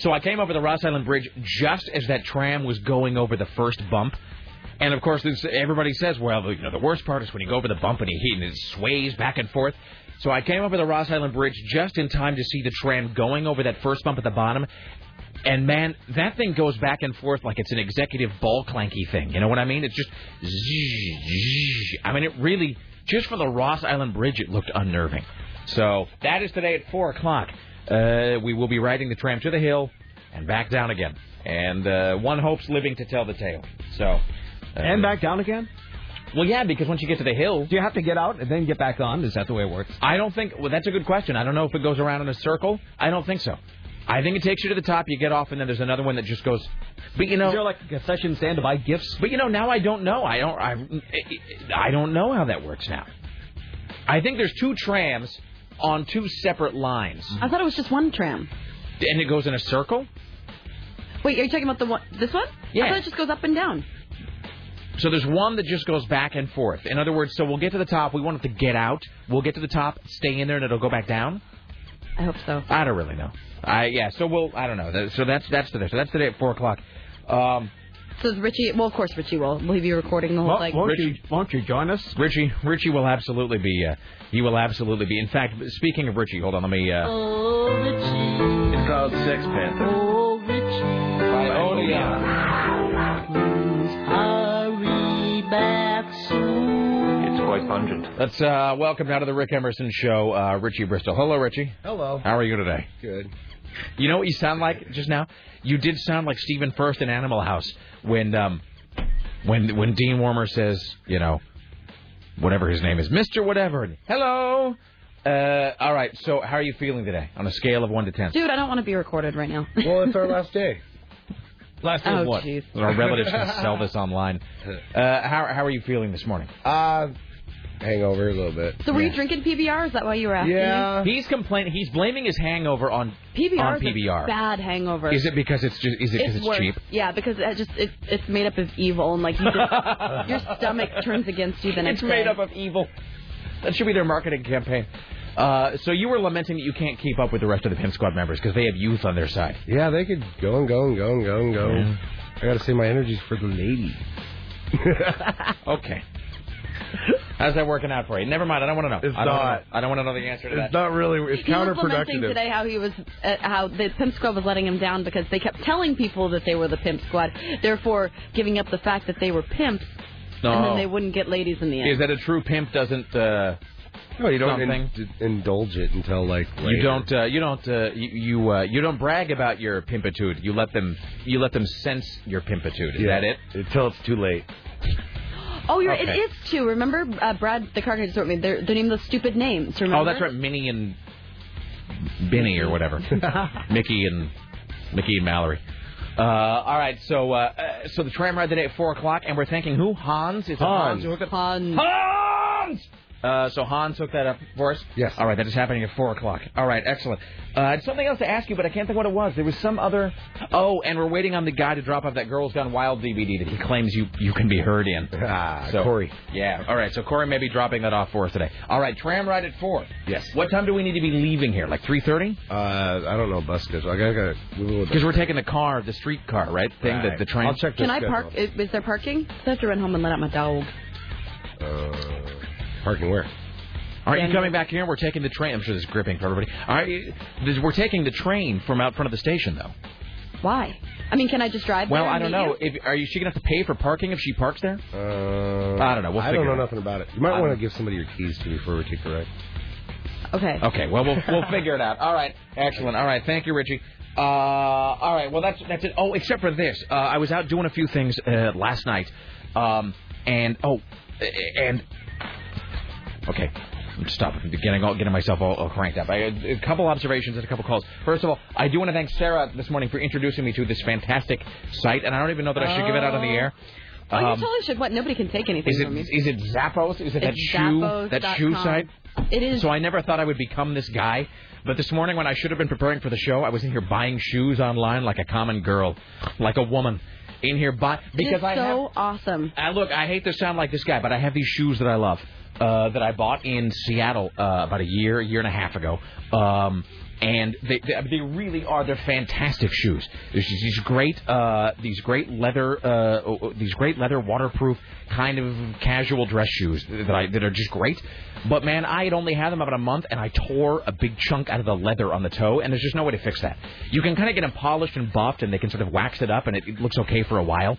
Speaker 4: So I came over the Ross Island Bridge just as that tram was going over the first bump. And of course, this, everybody says, well, you know, the worst part is when you go over the bump and it, and it sways back and forth. So I came over the Ross Island Bridge just in time to see the tram going over that first bump at the bottom. And man, that thing goes back and forth like it's an executive ball clanky thing. You know what I mean? It's just, zzz, zzz. I mean, it really just for the Ross Island Bridge, it looked unnerving. So that is today at four o'clock. Uh, we will be riding the tram to the hill and back down again. And uh, one hopes living to tell the tale. So uh,
Speaker 8: And back down again?
Speaker 4: Well, yeah, because once you get to the hill,
Speaker 8: do you have to get out and then get back on? Is that the way it works?
Speaker 4: I don't think. Well, that's a good question. I don't know if it goes around in a circle. I don't think so. I think it takes you to the top, you get off, and then there's another one that just goes. But you know,
Speaker 8: Is there like a concession stand to buy gifts?
Speaker 4: But you know, now I don't know. I don't. I, I don't know how that works now. I think there's two trams on two separate lines,
Speaker 5: I thought it was just one tram.
Speaker 4: and it goes in a circle.
Speaker 5: Wait, are you talking about the one? This one?
Speaker 4: Yeah.
Speaker 5: I thought it just goes up and down.
Speaker 4: So there's one that just goes back and forth. In other words, so we'll get to the top. We want it to get out. We'll get to the top, stay in there, and it'll go back down.
Speaker 5: I hope so.
Speaker 4: I don't really know. I yeah. So we'll. I don't know. So that's that's today. So that's today at four o'clock. Um,
Speaker 5: So is Richie? Well, of course Richie will. Will he be recording the whole thing?
Speaker 8: won't, you,
Speaker 4: Richie-
Speaker 8: won't you join us?
Speaker 4: Richie, Richie will absolutely be. Uh, he will absolutely be. In fact, speaking of Richie, hold on. Let me. Uh,
Speaker 5: Oh, Richie.
Speaker 10: It's called Sex Panther.
Speaker 5: Oh, Richie. Hurry back soon.
Speaker 10: It's quite pungent.
Speaker 4: Let's uh, welcome now to the Rick Emerson Show, uh, Richie Bristol. Hello, Richie.
Speaker 8: Hello.
Speaker 4: How are you today?
Speaker 10: Good.
Speaker 4: You know what you sound like just now? You did sound like Stephen First in Animal House when um, when when Dean Warmer says, you know, whatever his name is, Mister Whatever. and, Hello. Uh, all right. So, how are you feeling today on a scale of one to ten?
Speaker 5: Dude, I don't want to be recorded right now.
Speaker 10: Well, it's our last day.
Speaker 4: Last
Speaker 5: Oh, jeez.
Speaker 4: Our relatives can sell this online. Uh, how how are you feeling this morning?
Speaker 10: Uh, hangover a little bit.
Speaker 5: So were you drinking PBR? Is that why you were asking?
Speaker 10: Yeah.
Speaker 4: He's complaining. He's blaming his hangover on
Speaker 5: Me? PBR
Speaker 4: on
Speaker 5: is a
Speaker 4: PBR.
Speaker 5: bad hangover.
Speaker 4: Is it because it's just? Is it because it's,
Speaker 5: worse.
Speaker 4: cheap?
Speaker 5: Yeah, because it just it, it's made up of evil and like you just, your stomach turns against you the next
Speaker 4: It's made
Speaker 5: day.
Speaker 4: up of evil. That should be their marketing campaign. Uh, so you were lamenting that you can't keep up with the rest of the Pimp Squad members because they have youth on their side.
Speaker 10: Yeah, they could go and go and go and go and go. I gotta say, my energy's for the lady.
Speaker 4: Okay. How's that working out for you? Never mind. I don't want to know.
Speaker 10: It's
Speaker 4: I don't wanna
Speaker 10: not.
Speaker 4: know. I don't want to know the answer to that.
Speaker 10: It's not really. It's
Speaker 5: He was
Speaker 10: counterproductive.
Speaker 5: lamenting today how he was uh, how the pimp squad was letting him down because they kept telling people that they were the pimp squad, therefore giving up the fact that they were pimps, and
Speaker 4: No.
Speaker 5: then they wouldn't get ladies in the end.
Speaker 4: Oh. Is that a true pimp? Doesn't uh,
Speaker 10: No, you don't
Speaker 4: Something.
Speaker 10: in, d- indulge it until like
Speaker 4: you
Speaker 10: later.
Speaker 4: don't uh, you don't uh, you you, uh, you don't brag about your pimpitude. You let them you let them sense your pimpitude. Is
Speaker 10: Yeah.
Speaker 4: that it?
Speaker 10: Until it's too late.
Speaker 5: oh, you're,
Speaker 4: okay.
Speaker 5: it is too. Remember, uh, Brad, the car guy just wrote me. They're, they're named those stupid names. Remember?
Speaker 4: Oh, that's right, Minnie and Binny or whatever, Mickey and Mickey and Mallory. Uh, all right, so uh, uh, so the tram ride today at four o'clock, and we're thanking who? Hans. Is it Hans. who hooked up-
Speaker 5: Hans.
Speaker 4: Hans. Uh, so Hans hooked that up for us.
Speaker 10: Yes.
Speaker 4: All right, that is happening at four o'clock. All right, excellent. Uh, I had something else to ask you, but I can't think what it was. There was some other. Oh, and we're waiting on the guy to drop off that Girls Gone Wild DVD that he claims you you can be heard in.
Speaker 10: Ah,
Speaker 4: So-
Speaker 10: Corey.
Speaker 4: Yeah. All right. So Corey may be dropping that off for us today. All right. Tram ride at four.
Speaker 10: Yes.
Speaker 4: What time do we need to be leaving here? Like three thirty?
Speaker 10: Uh, I don't know bus schedule. I gotta, gotta move a little bit.
Speaker 4: Because we're taking the car, the street car, right? Thing that
Speaker 10: Right.
Speaker 4: the train.
Speaker 10: I'll check the
Speaker 5: Can I
Speaker 10: schedule.
Speaker 5: park? Is, is there parking? I have to run home and let out my dog.
Speaker 10: Uh, parking where?
Speaker 4: All right, you coming back here? We're taking the train. I'm sure this is gripping for everybody. All right, this- we're taking the train from out front of the station, though.
Speaker 5: Why? I mean, can I just drive?
Speaker 4: Well,
Speaker 5: there
Speaker 4: I don't
Speaker 5: and meet
Speaker 4: know.
Speaker 5: you?
Speaker 4: If are you she gonna have to pay for parking if she parks there?
Speaker 10: Uh,
Speaker 4: I don't know. We'll
Speaker 10: I
Speaker 4: figure
Speaker 10: don't know
Speaker 4: it out.
Speaker 10: nothing about it. You might
Speaker 4: I
Speaker 10: want to
Speaker 4: don't-
Speaker 10: give somebody your keys to before we take the ride.
Speaker 5: Okay.
Speaker 4: Okay, well we'll we'll figure it out. All right, excellent. All right, thank you, Richie. Uh, all right, well that's that's it. Oh, except for this, uh, I was out doing a few things uh, last night, um, and oh, and okay. I'm Stop getting all, getting myself all, all cranked up. I, a couple observations and a couple calls. First of all, I do want to thank Sarah this morning for introducing me to this fantastic site, and I don't even know that I should give it out on the air.
Speaker 5: Oh, you
Speaker 4: Um,
Speaker 5: totally should. What? Nobody can take anything
Speaker 4: Is it
Speaker 5: from you.
Speaker 4: is it Zappos? Is it that
Speaker 5: It's
Speaker 4: shoe
Speaker 5: Zappos
Speaker 4: that
Speaker 5: dot
Speaker 4: shoe
Speaker 5: com.
Speaker 4: site?
Speaker 5: It is.
Speaker 4: So I never thought I would become this guy, but this morning when I should have been preparing for the show, I was in here buying shoes online like a common girl, like a woman, in here buy because
Speaker 5: it's
Speaker 4: I have
Speaker 5: so awesome.
Speaker 4: I Uh, look, I hate to sound like this guy, but I have these shoes that I love uh, that I bought in Seattle uh, about a year, a year and a half ago. Um, and they, they, I mean, they really are they're fantastic shoes. There's just these great uh, these great leather uh, oh, oh, these great leather waterproof kind of casual dress shoes that I that are just great. But man, I had only had them about a month and I tore a big chunk out of the leather on the toe and there's just no way to fix that. You can kind of get them polished and buffed and they can sort of wax it up and it, it looks okay for a while.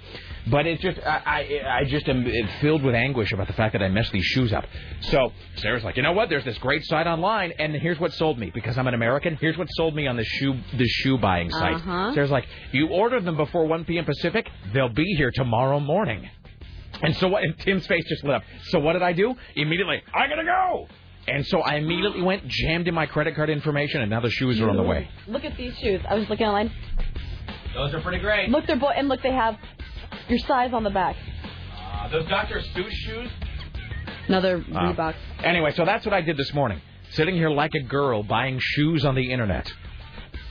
Speaker 4: But it just, I, I, I just am uh, filled with anguish about the fact that I messed these shoes up. So Sarah's like, you know what? There's this great site online, and here's what sold me because I'm an American. Here's what sold me on the shoe, the shoe buying site.
Speaker 5: Uh-huh.
Speaker 4: Sarah's like, you ordered them before 1 p.m. Pacific, they'll be here tomorrow morning. And so what? And Tim's face just lit up. So what did I do? Immediately, I gotta go. And so I immediately went, jammed in my credit card information, and now the shoes are on the way.
Speaker 5: Look at these shoes. I was looking online.
Speaker 4: Those are pretty great.
Speaker 5: Look, they're boy, and look, they have your size on the back.
Speaker 4: Uh, those Dr. Seuss shoes.
Speaker 5: Another
Speaker 4: Wow.
Speaker 5: Reebok.
Speaker 4: Ah. Anyway, so that's what I did this morning, sitting here like a girl buying shoes on the internet.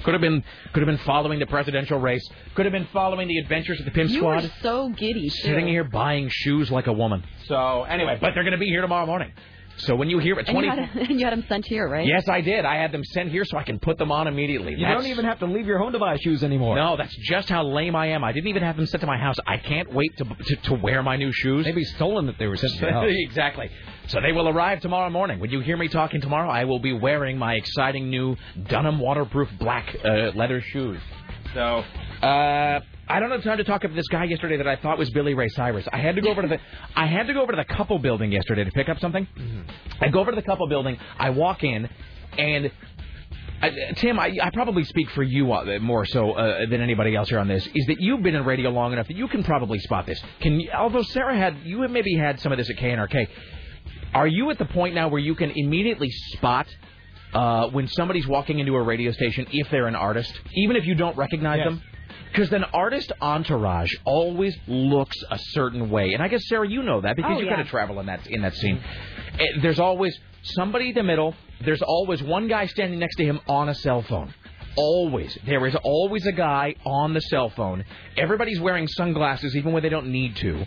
Speaker 4: Could have been, could have been following the presidential race. Could have been following the adventures of the Pimp
Speaker 5: You
Speaker 4: Squad.
Speaker 5: are so giddy. too.
Speaker 4: Sitting here buying shoes like a woman. So anyway, but they're going to be here tomorrow morning. So when you hear at
Speaker 5: And you,
Speaker 4: 20,
Speaker 5: had, and you had them sent here, right?
Speaker 4: yes, I did. I had them sent here so I can put them on immediately.
Speaker 8: You
Speaker 4: That's-
Speaker 8: don't even have to leave your home to buy shoes anymore.
Speaker 4: No, that's just how lame I am. I didn't even have them sent to my house. I can't wait to to, to wear my new shoes.
Speaker 8: Maybe stolen that they were sent to your house.
Speaker 4: exactly. So they will arrive tomorrow morning. When you hear me talking tomorrow, I will be wearing my exciting new Dunham waterproof black uh, leather shoes. So. Uh, I don't have time to talk about this guy yesterday that I thought was Billy Ray Cyrus. I had to go over to the I had to go over to the couple building yesterday to pick up something. I go over to the couple building. I walk in, and I, Tim, I, I probably speak for you uh, more so uh, than anybody else here on this. Is that you've been in radio long enough that you can probably spot this? Can you- although Sarah had you have maybe had some of this at KNRK. Are you at the point now where you can immediately spot uh, when somebody's walking into a radio station if they're an artist, even if you don't recognize
Speaker 8: Yes.
Speaker 4: them? Because an artist entourage always looks a certain way, and I guess Sarah, you know that because
Speaker 5: Oh,
Speaker 4: you
Speaker 5: yeah.
Speaker 4: kind of travel in that in that scene. Eh, There's always somebody in the middle. There's always one guy standing next to him on a cell phone. Always, there is always a guy on the cell phone. Everybody's wearing sunglasses, even when they don't need to.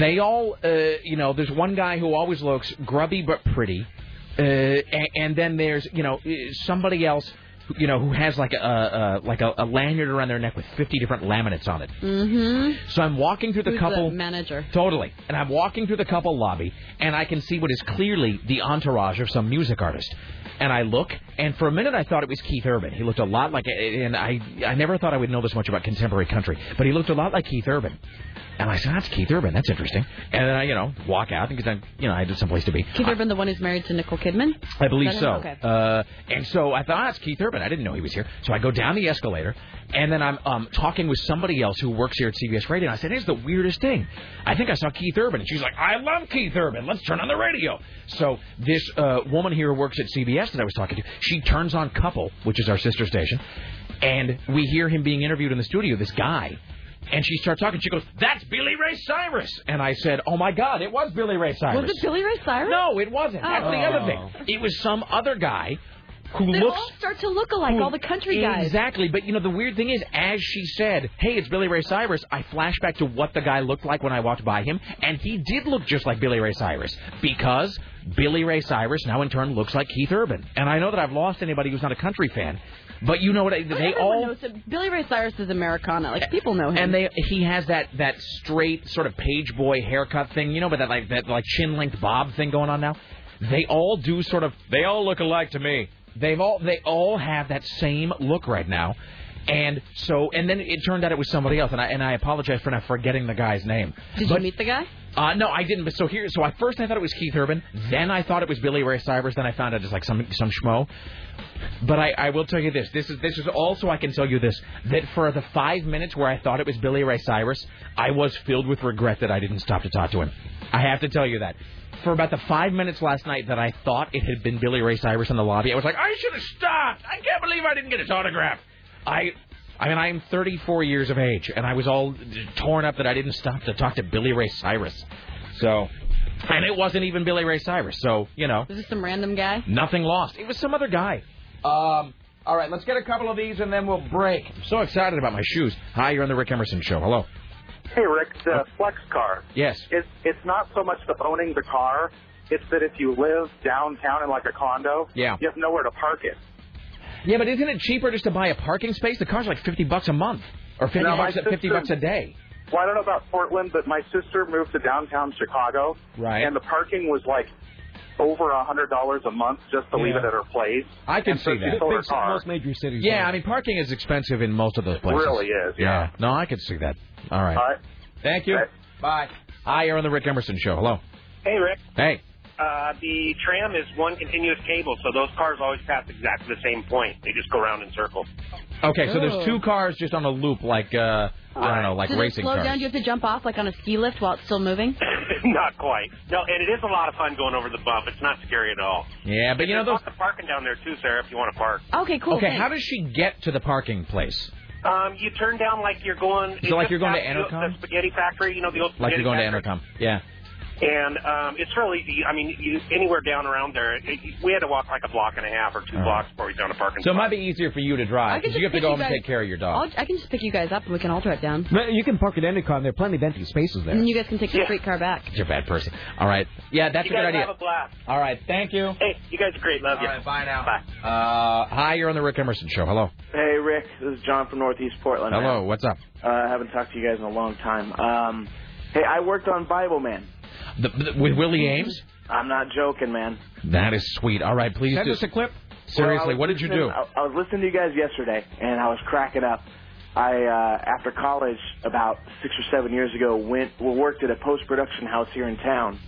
Speaker 4: They all, uh, you know, there's one guy who always looks grubby but pretty, uh, and, and then there's, you know, eh, somebody else. who- You know who has like a uh, like a, a lanyard around their neck with fifty different laminates on it.
Speaker 5: Mm-hmm.
Speaker 4: So I'm walking through the
Speaker 5: Who's
Speaker 4: couple.
Speaker 5: the manager?
Speaker 4: Totally. And I'm walking through the couple lobby, and I can see what is clearly the entourage of some music artist. And I look, and for a minute I thought it was Keith Urban. He looked a lot like, and I, I never thought I would know this much about contemporary country, but he looked a lot like Keith Urban. And I said, that's Keith Urban. That's interesting. And then I, you know, walk out because I, you know, I had someplace to be.
Speaker 5: Keith Urban, the one who's married to Nicole Kidman.
Speaker 4: I believe
Speaker 5: Is that
Speaker 4: so.
Speaker 5: him? Okay.
Speaker 4: Uh, and so I thought, ah, it's Keith Urban. I didn't know he was here. So I go down the escalator, and then I'm um, talking with somebody else who works here at CBS Radio. And I said, here's the weirdest thing. I think I saw Keith Urban. And she's like, I love Keith Urban. Let's turn on the radio. So this uh, woman here who works at CBS that I was talking to, she turns on Couple, which is our sister station, and we hear him being interviewed in the studio, this guy. And she starts talking. She goes, "That's Billy Ray Cyrus." And I said, "Oh my God, it was Billy Ray Cyrus."
Speaker 5: Was it Billy Ray Cyrus?
Speaker 4: No, it wasn't. That's the other thing. It was some other guy who
Speaker 5: They
Speaker 4: looks.
Speaker 5: Oh. all start to look alike. all the country guys.
Speaker 4: Exactly, but you know the weird thing is, as she said, "Hey, it's Billy Ray Cyrus." I flash back to what the guy looked like when I walked by him, and he did look just like Billy Ray Cyrus because Billy Ray Cyrus now in turn looks like Keith Urban. And I know that I've lost anybody who's not a country fan, but you know what? I-
Speaker 5: But
Speaker 4: They
Speaker 5: Oh, everyone
Speaker 4: all
Speaker 5: knows that Billy Ray Cyrus is Americana. Like people know him.
Speaker 4: and they he has that that straight sort of page boy haircut thing, you know, but that like that like chin length bob thing going on now. They all do sort of they all look alike to me. They've all they all have that same look right now. And so and then it turned out it was somebody else and I and I apologize for not forgetting the guy's name.
Speaker 5: Did
Speaker 4: but,
Speaker 5: you meet the guy?
Speaker 4: uh, no, I didn't. But so here, so I first I thought it was Keith Urban. Then I thought it was Billy Ray Cyrus. Then I found out it's like some some schmo. But I, I will tell you this. This is this is also I can tell you this that for the five minutes where I thought it was Billy Ray Cyrus, I was filled with regret that I didn't stop to talk to him. I have to tell you that. For about the five minutes last night that I thought it had "Ah!" been Billy Ray Cyrus in the lobby, I was like, I should have stopped. I can't believe I didn't get his autograph. I I mean, I'm 34 years of age, and I was all torn up that I didn't stop to talk to Billy Ray Cyrus. So, and it wasn't even Billy Ray Cyrus. So, you know,
Speaker 5: Is this some random guy?
Speaker 4: nothing lost. It was some other guy. Um, all right, let's get a couple of these, and then we'll break. I'm so excited about my shoes. Hi, you're on the Rick Emerson Show. Hello.
Speaker 11: Hey, Rick, the flex car.
Speaker 4: Yes.
Speaker 11: It's it's not so much the owning the car. It's that if you live downtown in like a condo,
Speaker 4: Yeah.
Speaker 11: you have nowhere to park it.
Speaker 4: Yeah, but isn't it cheaper just to buy a parking space? The car's like 50 bucks a month, or 50
Speaker 11: No, my
Speaker 4: bucks, 50
Speaker 11: sister-
Speaker 4: bucks a day.
Speaker 11: Well, I don't know about Portland, but my sister moved to downtown Chicago,
Speaker 4: Right.
Speaker 11: And the parking was like over a hundred dollars a month just to leave
Speaker 4: Yeah.
Speaker 11: it at her place.
Speaker 4: I can
Speaker 11: and so
Speaker 4: see
Speaker 11: she
Speaker 4: that.
Speaker 11: sold her
Speaker 8: Big-
Speaker 11: car.
Speaker 8: most major cities.
Speaker 4: Yeah, I mean, parking is expensive in most of those places.
Speaker 11: really is, yeah.
Speaker 4: No, I could see that. All right.
Speaker 11: All right.
Speaker 4: Thank you.
Speaker 11: Okay.
Speaker 4: Bye. Hi, you're on the Rick Emerson Show. Hello.
Speaker 12: Hey, Rick.
Speaker 4: Hey.
Speaker 12: Uh, the tram is one continuous cable, so those cars always pass exactly the same point. They just go round in circles.
Speaker 4: Okay, so there's
Speaker 5: Oh.
Speaker 4: two cars just on a loop, like uh, I don't know, like
Speaker 5: Does it
Speaker 4: racing
Speaker 5: slow
Speaker 4: cars.
Speaker 5: down? Do you have to jump off like on a ski lift while it's still moving?
Speaker 12: Not quite. No, and it is a lot of fun going over the bump. It's not scary at all.
Speaker 4: Yeah, but you know
Speaker 12: There's
Speaker 4: those.
Speaker 12: lots of parking down there too, Sarah. If you want to park,
Speaker 5: Okay, cool.
Speaker 4: Okay,
Speaker 5: thanks.
Speaker 4: how does she get to the parking place?
Speaker 12: um, you turn down like you're going. it's
Speaker 4: like
Speaker 12: just
Speaker 4: you're going to
Speaker 12: past the-
Speaker 4: Entercom?
Speaker 12: The spaghetti factory, you know the old.
Speaker 4: Like
Speaker 12: spaghetti
Speaker 4: you're going to
Speaker 12: factory.
Speaker 4: Entercom. Yeah.
Speaker 12: And um, it's real easy. I mean, you, anywhere down around there, it, we had to walk like a block and a half or two blocks before we found a parking
Speaker 4: So it
Speaker 12: spot.
Speaker 4: might be easier for you to
Speaker 5: I
Speaker 4: drive
Speaker 5: can
Speaker 4: because
Speaker 5: just
Speaker 4: you have to
Speaker 5: pick
Speaker 4: go
Speaker 5: you
Speaker 4: home and
Speaker 5: guys-
Speaker 4: take care of your
Speaker 5: I'll,
Speaker 4: dog.
Speaker 5: I can just pick you guys up and we can all drive down.
Speaker 8: But You can park at Endicott. There are plenty of empty spaces there.
Speaker 5: And you guys can take the streetcar back.
Speaker 4: You're a bad person. All right. Yeah, that's
Speaker 12: you
Speaker 4: a good
Speaker 12: guys
Speaker 4: idea.
Speaker 12: have a blast.
Speaker 4: All right. Thank you. All
Speaker 12: Hey, you guys are great. Love you.
Speaker 4: right. Bye now.
Speaker 12: Bye.
Speaker 4: Uh, hi, you're on the Rick Emerson Show. Hello.
Speaker 2: Hey, Rick. This is John from Northeast Portland.
Speaker 4: Hello. What's up?
Speaker 2: Uh, I haven't talked to you guys in a long time. Um, hey, I worked on Bible Man.
Speaker 4: The, the- with Willie
Speaker 5: Mm-hmm.
Speaker 4: Ames.
Speaker 2: I'm not joking, man.
Speaker 4: That is sweet. All right, please
Speaker 8: Send
Speaker 4: do.
Speaker 8: us a clip.
Speaker 4: Seriously,
Speaker 2: Well, I was
Speaker 4: what did you do?
Speaker 2: listening- I, I was listening to you guys yesterday, and I was cracking up. I, uh, after college, about six or seven years ago, went well, worked at a post production house here in town,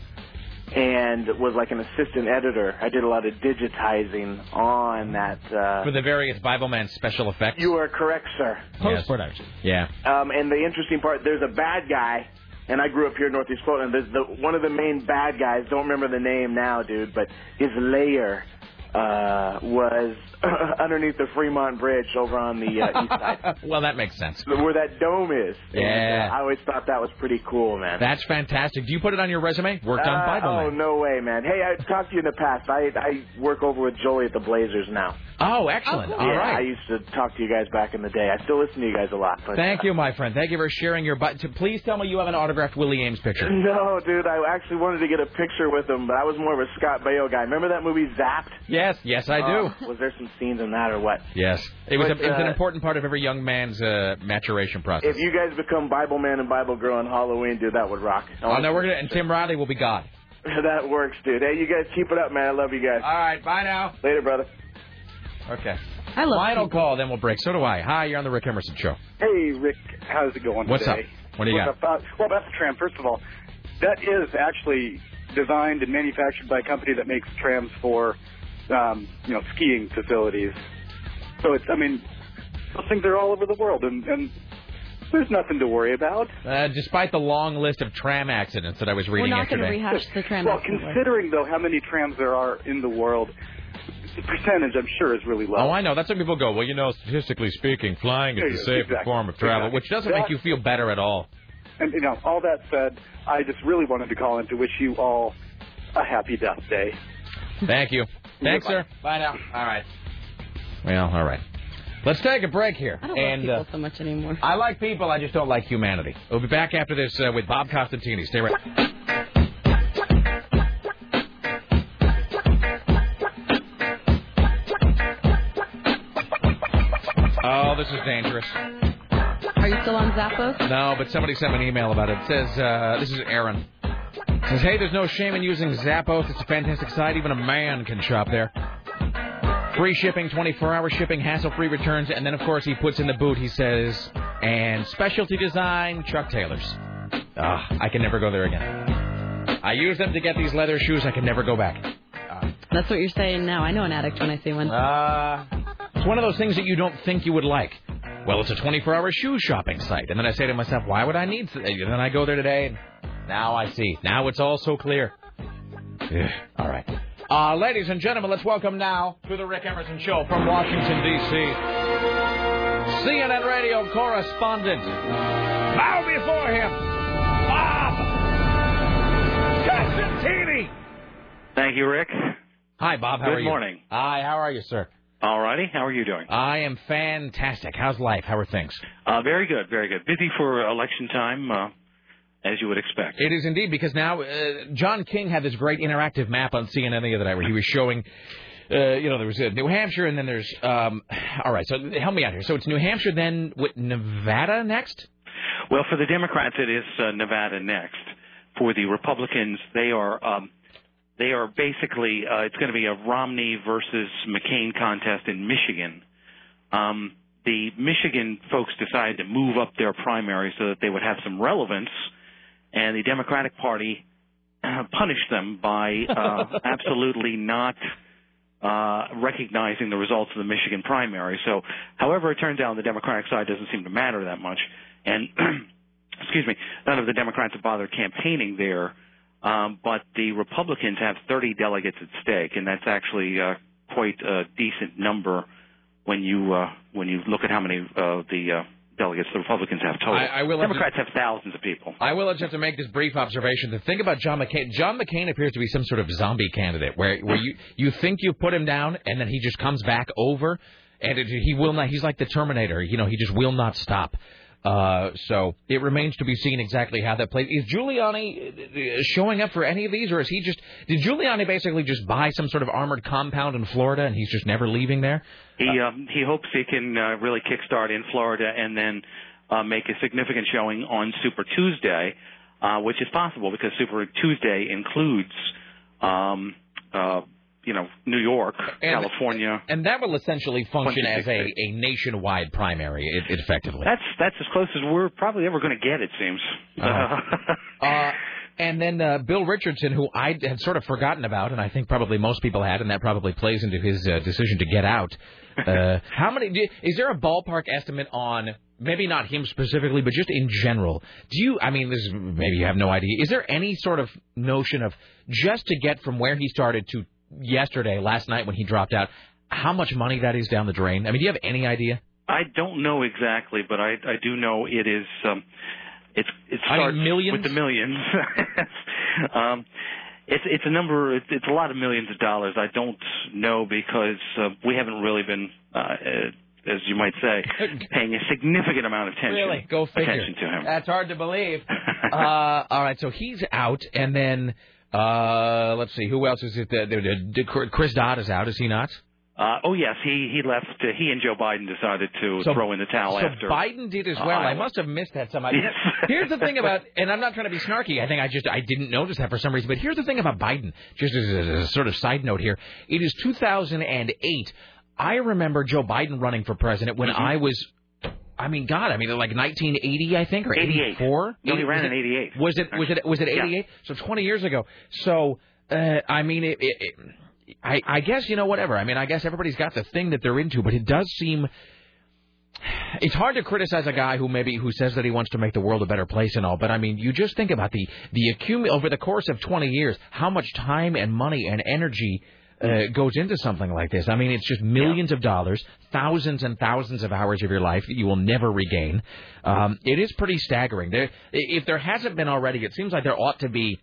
Speaker 2: and was like an assistant editor. I did a lot of digitizing on that. Uh,
Speaker 4: For the various Bible Man special effects.
Speaker 2: you are correct, sir.
Speaker 8: Post production.
Speaker 4: Yeah.
Speaker 2: Um, and the interesting part, there's a bad guy, and I grew up here in Northeast Portland. There's the, one of the main bad guys. Don't remember the name now, dude, but his lair uh, was underneath the Fremont Bridge over on the uh, east side,
Speaker 4: well, that makes sense.
Speaker 2: where that dome is. And,
Speaker 4: Yeah.
Speaker 2: uh, I always thought that was pretty cool, man.
Speaker 4: That's fantastic. Do you put it on your resume? Worked on
Speaker 2: Uh,
Speaker 4: Bible
Speaker 2: oh
Speaker 4: Man.
Speaker 2: no way, man! Hey, I talked to you in the past. I I work over with Jolie at the Blazers now.
Speaker 4: Oh, excellent. All
Speaker 2: yeah, I
Speaker 4: right.
Speaker 2: used to talk to you guys back in the day. I still listen to you guys a lot. But
Speaker 4: Thank you, my friend. Thank you for sharing your. But to please tell me you have an autographed Willie Ames picture.
Speaker 2: No, dude, I actually wanted to get a picture with him, but I was more of a Scott Baio guy. Remember that movie Zapped?
Speaker 4: Yes, yes, I do.
Speaker 2: Uh, was there some scenes in that or what?
Speaker 4: yes, it was. A,
Speaker 2: But,
Speaker 4: it was an
Speaker 2: uh,
Speaker 4: important part of every young man's uh, maturation process.
Speaker 2: If you guys become Bible Man and Bible Girl on Halloween, dude, that would rock.
Speaker 4: oh no, we're gonna. And Tim Riley will be God.
Speaker 2: that works, dude. Hey, you guys keep it up, man. I love you guys.
Speaker 4: All right. Bye now.
Speaker 2: Later, brother.
Speaker 4: Okay.
Speaker 5: I love
Speaker 4: Final
Speaker 5: people.
Speaker 4: call, then we'll break. So do I. Hi, you're on the Rick Emerson Show.
Speaker 11: Hey, Rick, how's it going
Speaker 4: What's
Speaker 11: today?
Speaker 4: up? What do you
Speaker 11: What's up? Uh, well, about the tram, first of all, that is actually designed and manufactured by a company that makes trams for, um, you know, skiing facilities. So it's, I mean, those things are all over the world, and, and there's nothing to worry about.
Speaker 4: Uh, despite the long list of tram accidents that I was
Speaker 5: We're
Speaker 4: reading
Speaker 5: not going to
Speaker 4: yesterday.
Speaker 5: rehash the trend.
Speaker 11: well, considering though how many trams there are in the world, the percentage I'm sure is really low.
Speaker 4: Oh, I know. That's what people go. Well, you know, statistically speaking, flying
Speaker 11: There
Speaker 4: is
Speaker 11: you
Speaker 4: the
Speaker 11: go.
Speaker 4: safer
Speaker 11: Exactly.
Speaker 4: form of travel,
Speaker 11: Exactly.
Speaker 4: which doesn't make you feel better at all.
Speaker 11: And you know, all that said, I just really wanted to call in to wish you all a happy death day.
Speaker 4: Thank you. Thanks,
Speaker 11: Goodbye.
Speaker 4: sir. Bye now. All right. Well, all right. Let's take a break here.
Speaker 5: I don't
Speaker 4: and
Speaker 5: love
Speaker 4: uh,
Speaker 5: people so much anymore.
Speaker 4: I like people, I just don't like humanity. We'll be back after this uh, with Bob Costantini. Stay right. Oh, this is dangerous.
Speaker 5: Are you still on Zappos?
Speaker 4: No, but somebody sent me an email about it. It says, uh, this is Aaron. It says, hey, there's no shame in using Zappos. It's a fantastic site. Even a man can shop there. Free shipping, 24 hour shipping, hassle free returns. And then, of course, he puts in the boot, he says, and specialty design, Chuck Taylor's. Ah, I can never go there again. I use them to get these leather shoes. I can never go back.
Speaker 5: That's what you're saying now. I know an addict when I see one.
Speaker 4: Uh, it's one of those things that you don't think you would like. Well, it's a 24-hour shoe shopping site, and then I say to myself, why would I need? To? And then I go there today, and now I see. Now it's all so clear. Ugh, all right. Uh, ladies and gentlemen, let's welcome now to the Rick Emerson Show from Washington D.C. CNN radio correspondent. Bow before him, Bob Costantini.
Speaker 13: Thank you, Rick.
Speaker 4: Hi, Bob. How
Speaker 13: Good
Speaker 4: are you?
Speaker 13: morning.
Speaker 4: Hi, how are you, sir?
Speaker 13: All righty. How are you doing?
Speaker 4: I am fantastic. How's life? How are things?
Speaker 13: Uh, very good, very good. Busy for election time, uh, as you would expect.
Speaker 4: It is indeed because now uh, John King had this great interactive map on CNN the other night where he was showing. Uh, you know, there was uh, New Hampshire, and then there's. Um, all right, so help me out here. So it's New Hampshire, then with Nevada next.
Speaker 13: Well, for the Democrats, it is uh, Nevada next. For the Republicans, they are um, they are basically uh, it's going to be a Romney versus McCain contest in Michigan. Um, the Michigan folks decided to move up their primary so that they would have some relevance, and the Democratic Party uh, punished them by uh, absolutely not uh, recognizing the results of the Michigan primary. So, however it turns out, on the Democratic side doesn't seem to matter that much. And excuse me, none of the Democrats have bothered campaigning there. Um, but the Republicans have 30 delegates at stake, and that's actually uh, quite a decent number when you uh, when you look at how many uh, the uh, delegates the Republicans have total.
Speaker 4: I- I will have to-
Speaker 13: Democrats have thousands of people.
Speaker 4: I will just have to make this brief observation. The thing about John McCain, John McCain appears to be some sort of zombie candidate where where you you think you put him down and then he just comes back over, and it, he will not. He's like the Terminator. You know, he just will not stop. Uh, so it remains to be seen exactly how that plays. Is Giuliani uh, showing up for any of these, or is he just? Did Giuliani basically just buy some sort of armored compound in Florida and he's just never leaving there?
Speaker 13: He um, he hopes he can uh, really kickstart in Florida and then uh, make a significant showing on Super Tuesday, uh, which is possible because Super Tuesday includes, um, uh, you know, New York,
Speaker 4: And-
Speaker 13: California.
Speaker 4: And that will essentially function as a,
Speaker 13: 26
Speaker 4: a nationwide primary, it, it effectively.
Speaker 13: That's that's as close as we're probably ever going to get, it seems.
Speaker 4: Uh, and then uh, Bill Richardson, who I had sort of forgotten about, and I think probably most people had, and that probably plays into his uh, decision to get out. Uh, how many? Do, is there a ballpark estimate on maybe not him specifically, but just in general? Do you? I mean, this is, maybe you have no idea. Is there any sort of notion of just to get from where he started to yesterday, last night when he dropped out? How much money that is down the drain? I mean, do you have any idea?
Speaker 13: I don't know exactly, but I I do know it is um it's it
Speaker 4: I mean,
Speaker 13: starts
Speaker 4: millions?
Speaker 13: with the millions. um it's it's a number it's, it's a lot of millions of dollars. I don't know because uh, we haven't really been uh, uh, as you might say paying a significant amount of attention
Speaker 4: Really? Go figure.
Speaker 13: attention to him.
Speaker 4: That's hard to believe. uh, all right, so he's out, and then uh, let's see, who else is it? The, the, the, Chris Dodd is out, is he not?
Speaker 13: Uh, oh yes, he he left. Uh, he and Joe Biden decided to
Speaker 4: So-
Speaker 13: throw in the towel
Speaker 4: so
Speaker 13: after
Speaker 4: Biden did as well. I
Speaker 13: Iowa.
Speaker 4: must have missed that somehow.
Speaker 13: Yes.
Speaker 4: here's the thing about, and I'm not trying to be snarky. I think I just I didn't notice that for some reason. But here's the thing about Biden. Just as a, as a sort of side note here, it is 2008. I remember Joe Biden running for president
Speaker 13: Mm-hmm.
Speaker 4: when I was. I mean, God, I mean, like 1980, I think, or
Speaker 13: 88.
Speaker 4: 84.
Speaker 13: No, he ran
Speaker 4: Was
Speaker 13: in
Speaker 4: it-
Speaker 13: 88.
Speaker 4: Was it was it was it
Speaker 13: Yeah.
Speaker 4: 88? So 20 years ago. So uh, I mean, it, it, it, I I guess you know whatever. I mean, I guess everybody's got the thing that they're into, but it does seem it's hard to criticize a guy who maybe who says that he wants to make the world a better place and all, but I mean, you just think about the the accumul over the course of 20 years, how much time and money and energy uh, goes into something like this. I mean, it's just millions of dollars, thousands and thousands of hours of your life that you will never regain. Um, it is pretty staggering. There, if there hasn't been already, it seems like there ought to be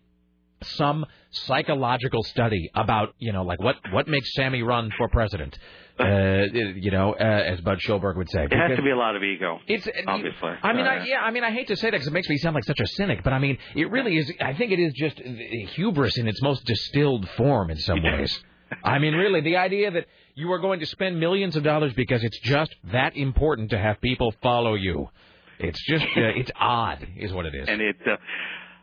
Speaker 4: some psychological study about you know like what what makes Sammy run for president. Uh, you know, uh, as Bud Schulberg would say,
Speaker 13: it has to be a lot of ego.
Speaker 4: It's
Speaker 13: obviously.
Speaker 4: I mean,
Speaker 13: Uh,
Speaker 4: I, yeah, I mean, I hate to say that because it makes me sound like such a cynic, but I mean, it really is. I think it is just uh, hubris in its most distilled form in some ways. I mean, really, the idea that you are going to spend millions of dollars because it's just that important to have people follow you. It's just, uh, it's odd, is what it is.
Speaker 13: And it,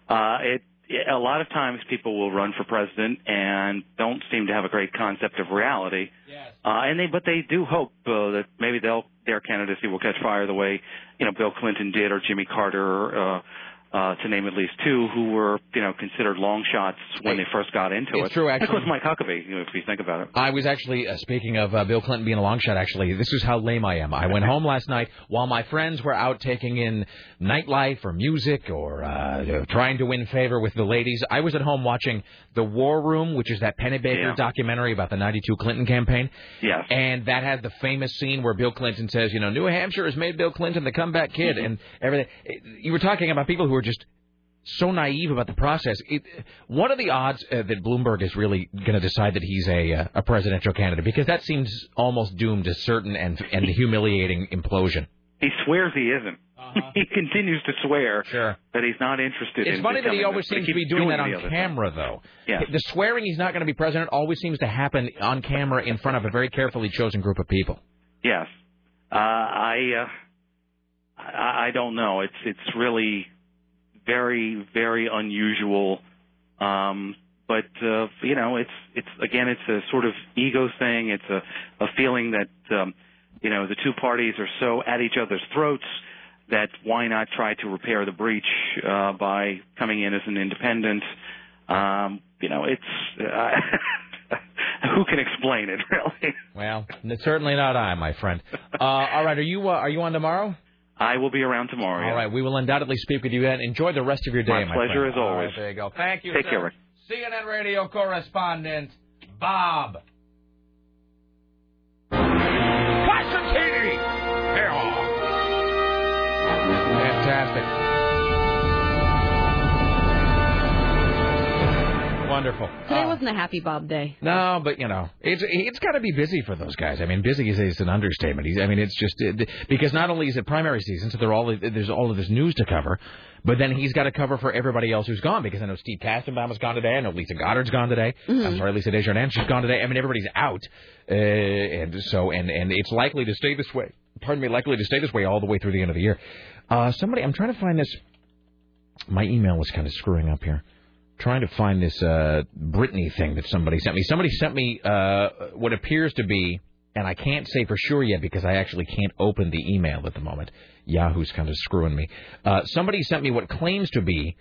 Speaker 13: uh, uh, it, a lot of times people will run for president and don't seem to have a great concept of reality. Yes. Uh, and they, but they do hope uh, that maybe they'll their candidacy will catch fire the way you know Bill Clinton did or Jimmy Carter or uh, uh, to name at least two, who were you know considered long shots when they first got into it.
Speaker 4: it's true,
Speaker 13: And Of course,
Speaker 4: actually.
Speaker 13: Mike Huckabee, you know, if you think about it.
Speaker 4: I was actually uh, speaking of uh, Bill Clinton being a long shot. Actually, this is how lame I am. I went home last night while my friends were out taking in nightlife or music or uh, you know, trying to win favor with the ladies. I was at home watching The War Room, which is that Penny Baker
Speaker 13: Yeah.
Speaker 4: documentary about the '92 Clinton campaign.
Speaker 13: Yes.
Speaker 4: And that had the famous scene where Bill Clinton says, "You know, New Hampshire has made Bill Clinton the comeback kid," and everything. You were talking about people who are just so naive about the process. It, what are the odds uh, that Bloomberg is really going to decide that he's a uh, a presidential candidate? Because that seems almost doomed to certain and and humiliating implosion.
Speaker 13: He swears he isn't. he continues to swear that he's not interested in
Speaker 4: Uh-huh. It's funny that
Speaker 13: becoming
Speaker 4: he always
Speaker 13: this, but
Speaker 4: seems to be
Speaker 13: keeps
Speaker 4: doing that
Speaker 13: the
Speaker 4: on
Speaker 13: other thing.
Speaker 4: camera, though.
Speaker 13: Yeah.
Speaker 4: The swearing he's not going to be president always seems to happen on camera in front of a very carefully chosen group of people.
Speaker 13: Yes. Uh, I, uh, I I don't know. It's it's really very very unusual. Um, but uh, you know, it's it's again, it's a sort of ego thing. It's a a feeling that um, you know the two parties are so at each other's throats that why not try to repair the breach uh, by coming in as an independent. Um, you know, it's uh, who can explain it really.
Speaker 4: Well, n- certainly not I, my friend. Uh, all right, are you uh, are you on tomorrow?
Speaker 13: I will be around tomorrow.
Speaker 4: All
Speaker 13: yeah.
Speaker 4: right, we will undoubtedly speak with you then. Enjoy the rest of your day, my,
Speaker 13: My pleasure
Speaker 4: friend.
Speaker 13: as
Speaker 4: All right,
Speaker 13: always.
Speaker 4: there you go. Thank you.
Speaker 13: Take
Speaker 4: sir.
Speaker 13: care, Rick.
Speaker 4: CNN radio correspondent Bob.
Speaker 1: Constantini! Here
Speaker 4: Fantastic. Wonderful.
Speaker 5: Today wasn't a happy Bob day.
Speaker 4: No, but you know, it's it's got to be busy for those guys. I mean, busy is, is an understatement. He's, I mean, it's just it, because not only is it primary season, so there are all there's all of this news to cover, but then he's got to cover for everybody else who's gone because I know Steve Kastenbaum is gone today. I know Lisa Goddard's gone today. I'm sorry, Lisa Desjardins, she's gone today. I mean, everybody's out, uh, and so and and it's likely to stay this way. Pardon me, likely to stay this way all the way through the end of the year. Uh, somebody, I'm trying to find this. My email was kind of screwing up here trying to find this uh, Britney thing that somebody sent me. Somebody sent me uh, what appears to be, and I can't say for sure yet because I actually can't open the email at the moment. Yahoo's kind of screwing me. Uh, somebody sent me what claims to be,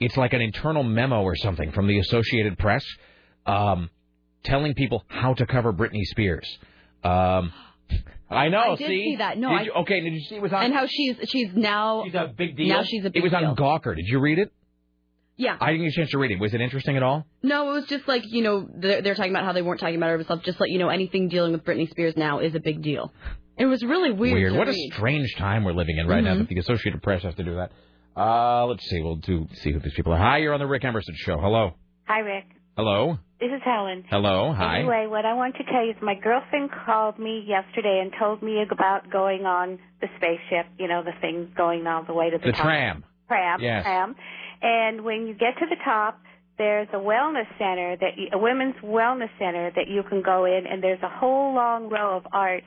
Speaker 4: it's like an internal memo or something from the Associated Press, um, telling people how to cover Britney Spears. Um, I know.
Speaker 5: I did
Speaker 4: see?
Speaker 5: see that. No,
Speaker 4: Did
Speaker 5: I-
Speaker 4: you- okay. Did you see it was on?
Speaker 5: And how she's she's now she's
Speaker 4: a big
Speaker 5: Now she's a
Speaker 4: It
Speaker 5: big
Speaker 4: was
Speaker 5: deal.
Speaker 4: on Gawker. Did you read it?
Speaker 5: yeah.
Speaker 4: I didn't get a chance to read it. Was it interesting at all?
Speaker 5: No, it was just like you know they're, they're talking about how they weren't talking about her herself. Just like you know anything dealing with Britney Spears now is a big deal. It was really weird. to
Speaker 4: What
Speaker 5: read.
Speaker 4: a strange time we're living in right now
Speaker 5: Mhm.
Speaker 4: that the Associated Press has to do that. Uh, let's see. We'll do see who these people are. Hi, you're on the Rick Emerson show. Hello.
Speaker 14: Hi, Rick.
Speaker 4: Hello.
Speaker 14: This is Helen.
Speaker 4: Hello. Hi.
Speaker 14: Anyway, what I want to tell you is my girlfriend called me yesterday and told me about going on the spaceship, you know, the thing going all the way to the,
Speaker 15: The
Speaker 14: top.
Speaker 15: tram.
Speaker 14: Tram.
Speaker 15: Yes.
Speaker 14: Tram. And when you get to the top, there's a wellness center that you, a women's wellness center that you can go in and there's a whole long row of art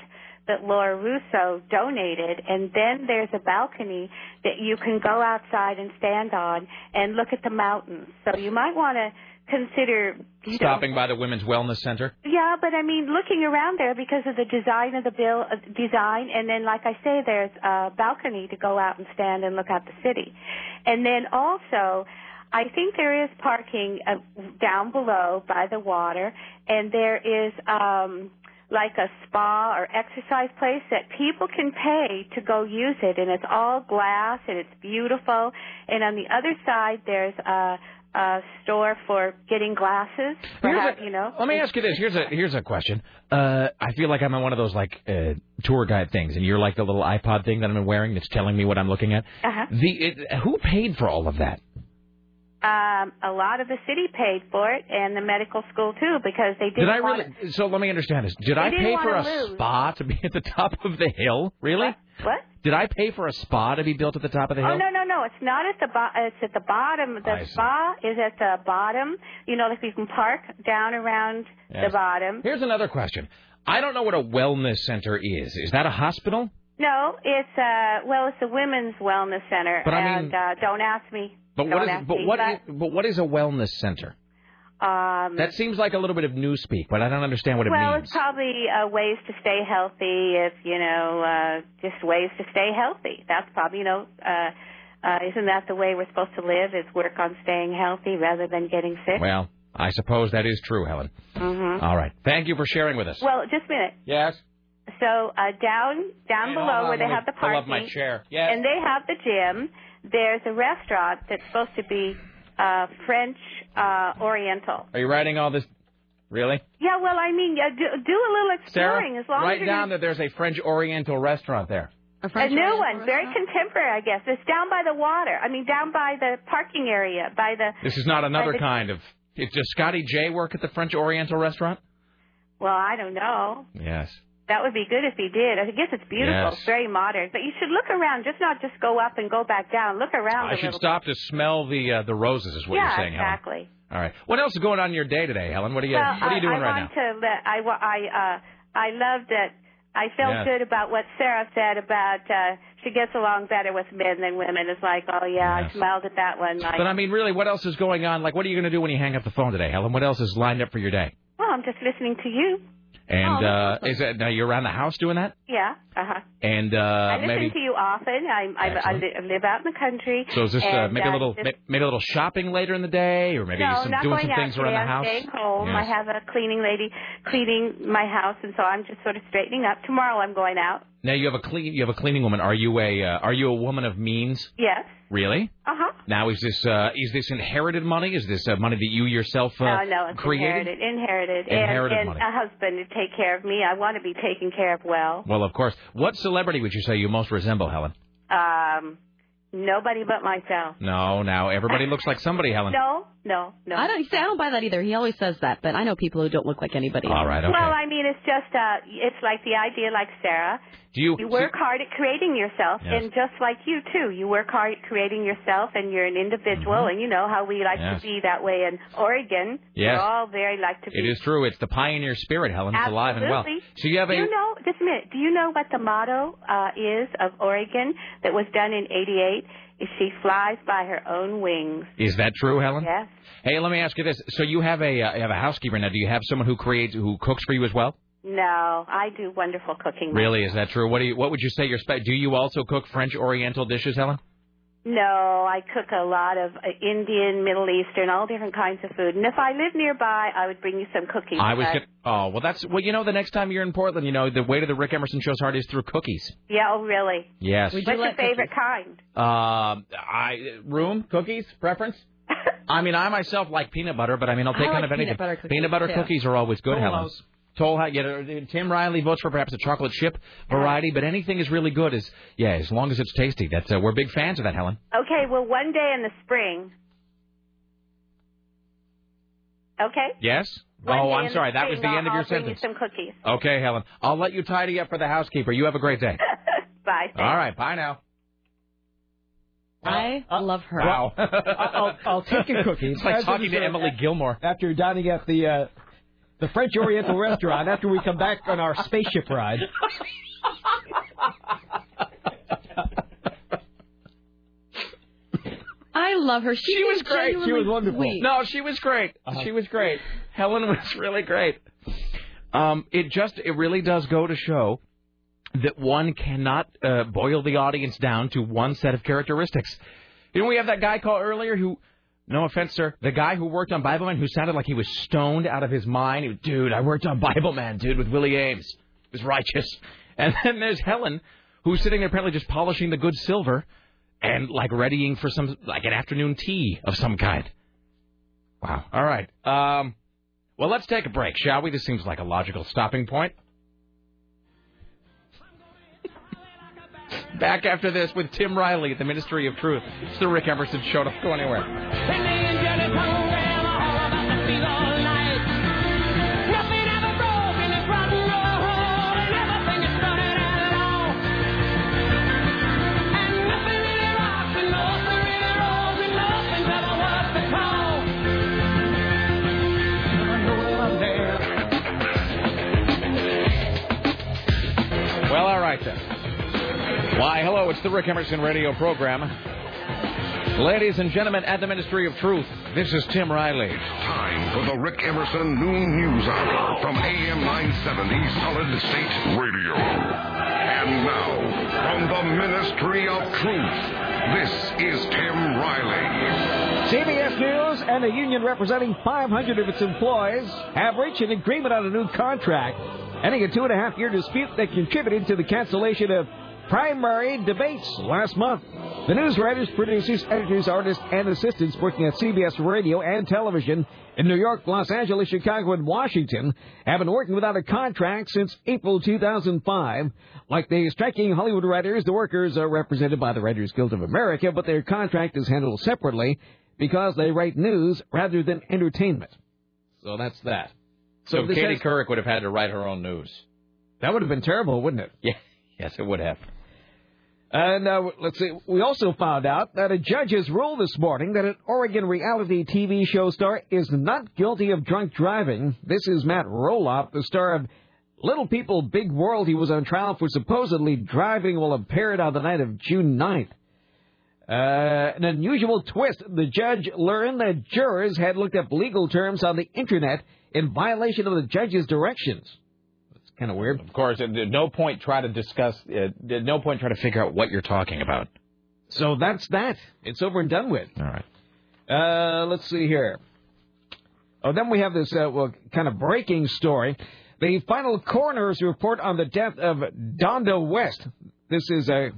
Speaker 14: that Laura Russo donated and then there's a balcony that you can go outside and stand on and look at the mountains. So you might want to consider you know,
Speaker 4: Stopping by the Women's Wellness Center.
Speaker 14: yeah, but I mean, looking around there because of the design of the bill, uh, design, and then, like I say, there's a balcony to go out and stand and look out the city. And then also, I think there is parking uh, down below by the water, and there is um, like a spa or exercise place that people can pay to go use it, and it's all glass and it's beautiful. And on the other side, there's a, a store for getting glasses. For
Speaker 4: Here's
Speaker 14: how,
Speaker 4: a-
Speaker 14: you know,
Speaker 4: Let me ask you this. Here's a here's a question. Uh, I feel like I'm on one of those like uh, tour guide things, and you're like the little iPod thing that I'm wearing that's telling me what I'm looking at.
Speaker 14: Uh-huh.
Speaker 4: The it, who paid for all of that?
Speaker 14: Um, a lot of the city paid for it, and the medical school too, because they didn't
Speaker 4: Did I
Speaker 14: want.
Speaker 4: really? So let me understand this. Did
Speaker 14: They
Speaker 4: I
Speaker 14: didn't
Speaker 4: pay for a
Speaker 14: wanna lose.
Speaker 4: spa to be at the top of the hill? Really?
Speaker 14: What?
Speaker 4: Did I pay for a spa to be built at the top of the hill?
Speaker 14: Oh no no no! It's not at the bo- it's at the bottom.
Speaker 4: I
Speaker 14: The
Speaker 4: see.
Speaker 14: spa is at the bottom. You know, like you can park down around
Speaker 4: Yes.
Speaker 14: the bottom.
Speaker 4: Here's another question. I don't know what a wellness center is. Is that a hospital?
Speaker 14: No, it's uh well, it's a women's wellness center.
Speaker 4: But I mean-
Speaker 14: and uh, don't ask me.
Speaker 4: But
Speaker 14: don't
Speaker 4: what is
Speaker 14: ask
Speaker 4: but
Speaker 14: me,
Speaker 4: what is, but what is a wellness center?
Speaker 14: um,
Speaker 4: That seems like a little bit of newspeak, but I don't understand what it
Speaker 14: well,
Speaker 4: means.
Speaker 14: it's probably uh, ways to stay healthy. If you know, uh, just ways to stay healthy. That's probably you know, uh, Uh, isn't that the way we're supposed to live? Is work on staying healthy rather than getting sick?
Speaker 4: Well, I suppose that is true, Helen.
Speaker 14: Mhm.
Speaker 4: All right. Thank you for sharing with us.
Speaker 14: Well, just a minute.
Speaker 4: Yes.
Speaker 14: So uh, down down
Speaker 4: Hey, hold
Speaker 14: below
Speaker 4: on,
Speaker 14: where they
Speaker 4: let me
Speaker 14: have the
Speaker 4: pull
Speaker 14: parking,
Speaker 4: up my chair. Yes.
Speaker 14: and they have the gym. There's a restaurant that's supposed to be uh, French uh, Oriental.
Speaker 4: Are you writing all this? Really?
Speaker 14: Yeah, well, I mean, uh, do, do a little exploring
Speaker 4: Sarah,
Speaker 14: as long as
Speaker 4: write
Speaker 14: you're
Speaker 4: down
Speaker 14: gonna-
Speaker 4: that there's a French Oriental restaurant there.
Speaker 5: a,
Speaker 14: new one, very contemporary, I guess. It's down by the water. I mean, down by the parking area, by the.
Speaker 4: This is not another
Speaker 14: by the-
Speaker 4: kind of. It, does Scotty J work at the French Oriental restaurant?
Speaker 14: Well, I don't know.
Speaker 4: Yes.
Speaker 14: That would be good if he did. I guess it's beautiful,
Speaker 4: Yes.
Speaker 14: it's very modern. But you should look around, just not just go up and go back down. Look around
Speaker 4: I
Speaker 14: a
Speaker 4: should
Speaker 14: little.
Speaker 4: stop to smell the uh, the roses, is what
Speaker 14: yeah,
Speaker 4: you're saying,
Speaker 14: exactly.
Speaker 4: Helen. All right. What else is going on in your day today, Helen? What are you
Speaker 14: well,
Speaker 4: What are you
Speaker 14: I,
Speaker 4: doing
Speaker 14: I
Speaker 4: right now?
Speaker 14: want To let, I, wa- I, uh, I love that. I felt
Speaker 4: Yes.
Speaker 14: good about what Sarah said about uh, she gets along better with men than women. It's like, oh yeah,
Speaker 4: Yes.
Speaker 14: I smiled at that one. Like,
Speaker 4: But I mean, really, what else is going on? Like, what are you going to do when you hang up the phone today, Helen? What else is lined up for your day?
Speaker 14: well, I'm just listening to you.
Speaker 4: And
Speaker 14: Oh,
Speaker 4: uh, is that now you're around the house doing that?
Speaker 14: Yeah. Uh huh.
Speaker 4: And uh,
Speaker 14: I listen
Speaker 4: maybe
Speaker 14: to you often. I'm, I'm, I
Speaker 4: Excellent.
Speaker 14: li- I live out in the country.
Speaker 4: so is this uh,
Speaker 14: and,
Speaker 4: maybe a little
Speaker 14: this-
Speaker 4: may- maybe a little shopping later in the day, or maybe
Speaker 14: no,
Speaker 4: some,
Speaker 14: not
Speaker 4: doing
Speaker 14: going
Speaker 4: some
Speaker 14: out
Speaker 4: things
Speaker 14: today.
Speaker 4: around the
Speaker 14: I'm
Speaker 4: house.
Speaker 14: Staying home. I
Speaker 4: Yes.
Speaker 14: have a cleaning lady cleaning my house, and so I'm just sort of straightening up. Tomorrow I'm going out.
Speaker 4: Now you have a clean you have a cleaning woman. Are you a uh, are you a woman of means?
Speaker 14: Yes.
Speaker 4: Really?
Speaker 14: Uh huh.
Speaker 4: Now is this uh, is this inherited money? Is this uh, money that you yourself uh,
Speaker 14: no, no, it's
Speaker 4: created?
Speaker 14: inherited. Inherited.
Speaker 4: Inherited
Speaker 14: and,
Speaker 4: money.
Speaker 14: and a husband to take care of me. I want to be taken care of well.
Speaker 4: Well, of course. What celebrity would you say you most resemble, Helen?
Speaker 14: Um, nobody but myself.
Speaker 4: No, now everybody looks like somebody, Helen.
Speaker 14: No, no, no.
Speaker 5: I don't. See, I don't buy that either. He always says that, but I know people who don't look like anybody.
Speaker 4: All right, okay.
Speaker 14: Well, I mean, it's just uh, it's like the idea, like Sarah.
Speaker 4: Do you,
Speaker 14: You work hard at creating yourself,
Speaker 4: Yes.
Speaker 14: and just like you too, you work hard at creating yourself, and you're an individual, and you know how we like
Speaker 4: Mm-hmm. Yes.
Speaker 14: to be that way in Oregon.
Speaker 4: Yes.
Speaker 14: We're all very like to be.
Speaker 4: It is true. It's the pioneer spirit, Helen. It's alive and well.
Speaker 14: Absolutely.
Speaker 4: So you have a.
Speaker 14: Do you know, just a minute, do you know what the motto uh, is of Oregon that was done in 88? Is she flies by her own wings.
Speaker 4: Is that true, Helen?
Speaker 14: Yes.
Speaker 4: Hey, let me ask you this. So you have a uh, you have a housekeeper now. Do you have someone who creates who cooks for you as well?
Speaker 14: No, I do wonderful cooking.
Speaker 4: Really, is that true? What do you what would you say your spe- do you also cook French Oriental dishes, Helen?
Speaker 14: No, I cook a lot of uh, Indian, Middle Eastern, all different kinds of food. And if I lived nearby, I would bring you some cookies.
Speaker 4: I was
Speaker 14: but-
Speaker 4: gonna, oh well that's well you know the next time you're in Portland you know the way to the Rick Emerson show's heart is through cookies.
Speaker 14: Yeah, oh really?
Speaker 4: Yes.
Speaker 14: What's your favorite kind?
Speaker 4: Um, I room cookies preference. I mean, I myself like peanut butter, but I mean, I'll
Speaker 3: I
Speaker 4: take
Speaker 3: like
Speaker 4: kind of
Speaker 3: peanut
Speaker 4: anything.
Speaker 3: butter cookies,
Speaker 4: peanut butter
Speaker 3: too.
Speaker 4: cookies are always good, Helen.
Speaker 3: Tolos.
Speaker 4: Toll, you know, Tim Riley votes for perhaps a chocolate chip variety, but anything is really good. Is yeah, as long as it's tasty. That's uh, we're big fans of that, Helen.
Speaker 14: Okay, well, one day in the spring. Okay.
Speaker 4: Yes.
Speaker 14: One
Speaker 4: oh,
Speaker 14: day
Speaker 4: I'm
Speaker 14: in
Speaker 4: sorry. That was
Speaker 14: spring,
Speaker 4: the
Speaker 14: I'll-
Speaker 4: end of your
Speaker 14: I'll bring
Speaker 4: sentence.
Speaker 14: You some cookies.
Speaker 4: Okay, Helen. I'll let you tidy up for the housekeeper. You have a great day.
Speaker 14: Bye.
Speaker 4: All right. Bye now.
Speaker 5: I love her.
Speaker 4: Wow.
Speaker 8: I'll, I'll take a cookie.
Speaker 4: It's like talking to Emily Gilmore.
Speaker 8: After dining at the uh, the French Oriental restaurant, after we come back on our spaceship ride.
Speaker 5: I love her. She,
Speaker 4: She was
Speaker 5: is
Speaker 4: great. She was
Speaker 5: genuinely
Speaker 4: wonderful.
Speaker 5: sweet.
Speaker 4: No, she was great. She was great.
Speaker 8: Uh-huh.
Speaker 4: Helen was really great. Um, it just it really does go to show that one cannot uh, boil the audience down to one set of characteristics. You know, we have that guy call earlier who, no offense, sir, the guy who worked on Bibleman who sounded like he was stoned out of his mind. He was, dude, I worked on Bibleman, dude, with Willie Ames. It was righteous. And then there's Helen, who's sitting there apparently just polishing the good silver and like readying for some like an afternoon tea of some kind. Wow. All right. Um, well, let's take a break, shall we? This seems like a logical stopping point. Back after this with Tim Riley at the Ministry of Truth. It's the Rick Emerson Show. Don't go anywhere. Well, all right then. Why, hello, it's the Rick Emerson radio program. Ladies and gentlemen, at the Ministry of Truth, this is Tim Riley.
Speaker 15: Time for the Rick Emerson Noon News Hour from AM 970 Solid State Radio. And now, from the Ministry of Truth, This is Tim Riley.
Speaker 8: CBS News and a union representing 500 of its employees have reached an agreement on a new contract, ending a two and a half year dispute that contributed to the cancellation of primary debates last month. The news writers, producers, editors, artists, and assistants working at CBS Radio and television in New York, Los Angeles, Chicago, and Washington have been working without a contract since April 2005. Like the striking Hollywood writers, the workers are represented by the Writers Guild of America, but their contract is handled separately because they write news rather than entertainment. So that's that.
Speaker 4: So,
Speaker 8: So this
Speaker 4: Katie
Speaker 8: has-
Speaker 4: Couric would have had to write her own news.
Speaker 8: That would have been terrible, wouldn't it?
Speaker 4: Yeah. Yes, it would have.
Speaker 8: And uh, let's see, we also found out that a judge has ruled this morning that an Oregon reality TV show star is not guilty of drunk driving. This is Matt Roloff, the star of Little People, Big World. He was on trial for supposedly driving while impaired on the night of June 9th. Uh, an unusual twist. The judge learned that jurors had looked up legal terms on the internet in violation of the judge's directions. It's kind of weird.
Speaker 4: Of course, at at no point try to discuss. Uh, at no point try to figure out what you're talking about.
Speaker 8: So that's that. It's over and done with.
Speaker 4: All right.
Speaker 8: Uh, let's see here. Oh, then we have this uh, well, kind of breaking story. The final coroner's report on the death of Donda West. This is a,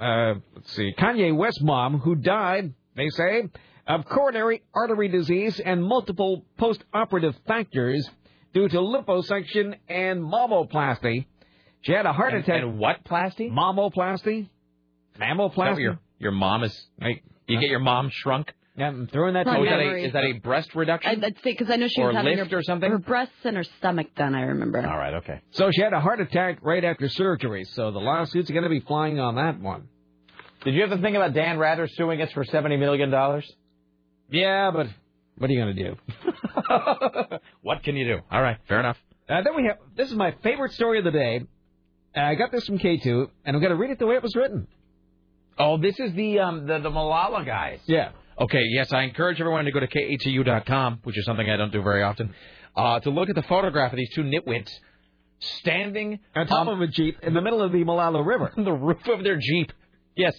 Speaker 8: uh, let's see, Kanye West mom who died, they say, of coronary artery disease and multiple post operative factors due to liposuction and mammoplasty. She had a heart
Speaker 4: And-
Speaker 8: attack.
Speaker 4: and what plasty?
Speaker 8: Mammoplasty?
Speaker 4: Is that what
Speaker 8: Mammoplasty?
Speaker 4: your your mom is. You get your mom shrunk.
Speaker 8: Yeah, I'm throwing that.
Speaker 4: Oh,
Speaker 5: From
Speaker 4: is that
Speaker 5: memory.
Speaker 4: a is that a breast reduction?
Speaker 5: I'd, I'd say because I know she
Speaker 4: Or
Speaker 5: was having
Speaker 4: lift
Speaker 5: her,
Speaker 4: or something?
Speaker 5: her breasts and her stomach done. I remember.
Speaker 4: All right. Okay.
Speaker 8: So she had a heart attack right after surgery, so the lawsuits are going to be flying on that one.
Speaker 4: Did you ever think about Dan Rather suing us for seventy million dollars?
Speaker 8: Yeah, but what are you going to do?
Speaker 4: What can you do? All right. Fair enough.
Speaker 8: Uh, then we have this is my favorite story of the day. Uh, I got this from K2, and I'm going to read it the way it was written.
Speaker 4: Oh, this is the um the, the Malala guys.
Speaker 8: Yeah.
Speaker 4: Okay, yes, I encourage everyone to go to KHEU.com, which is something I don't do very often, uh, to look at the photograph of these two nitwits standing
Speaker 8: on top of a jeep in the middle of the Malala River.
Speaker 4: on Um, the roof of their jeep. Yes,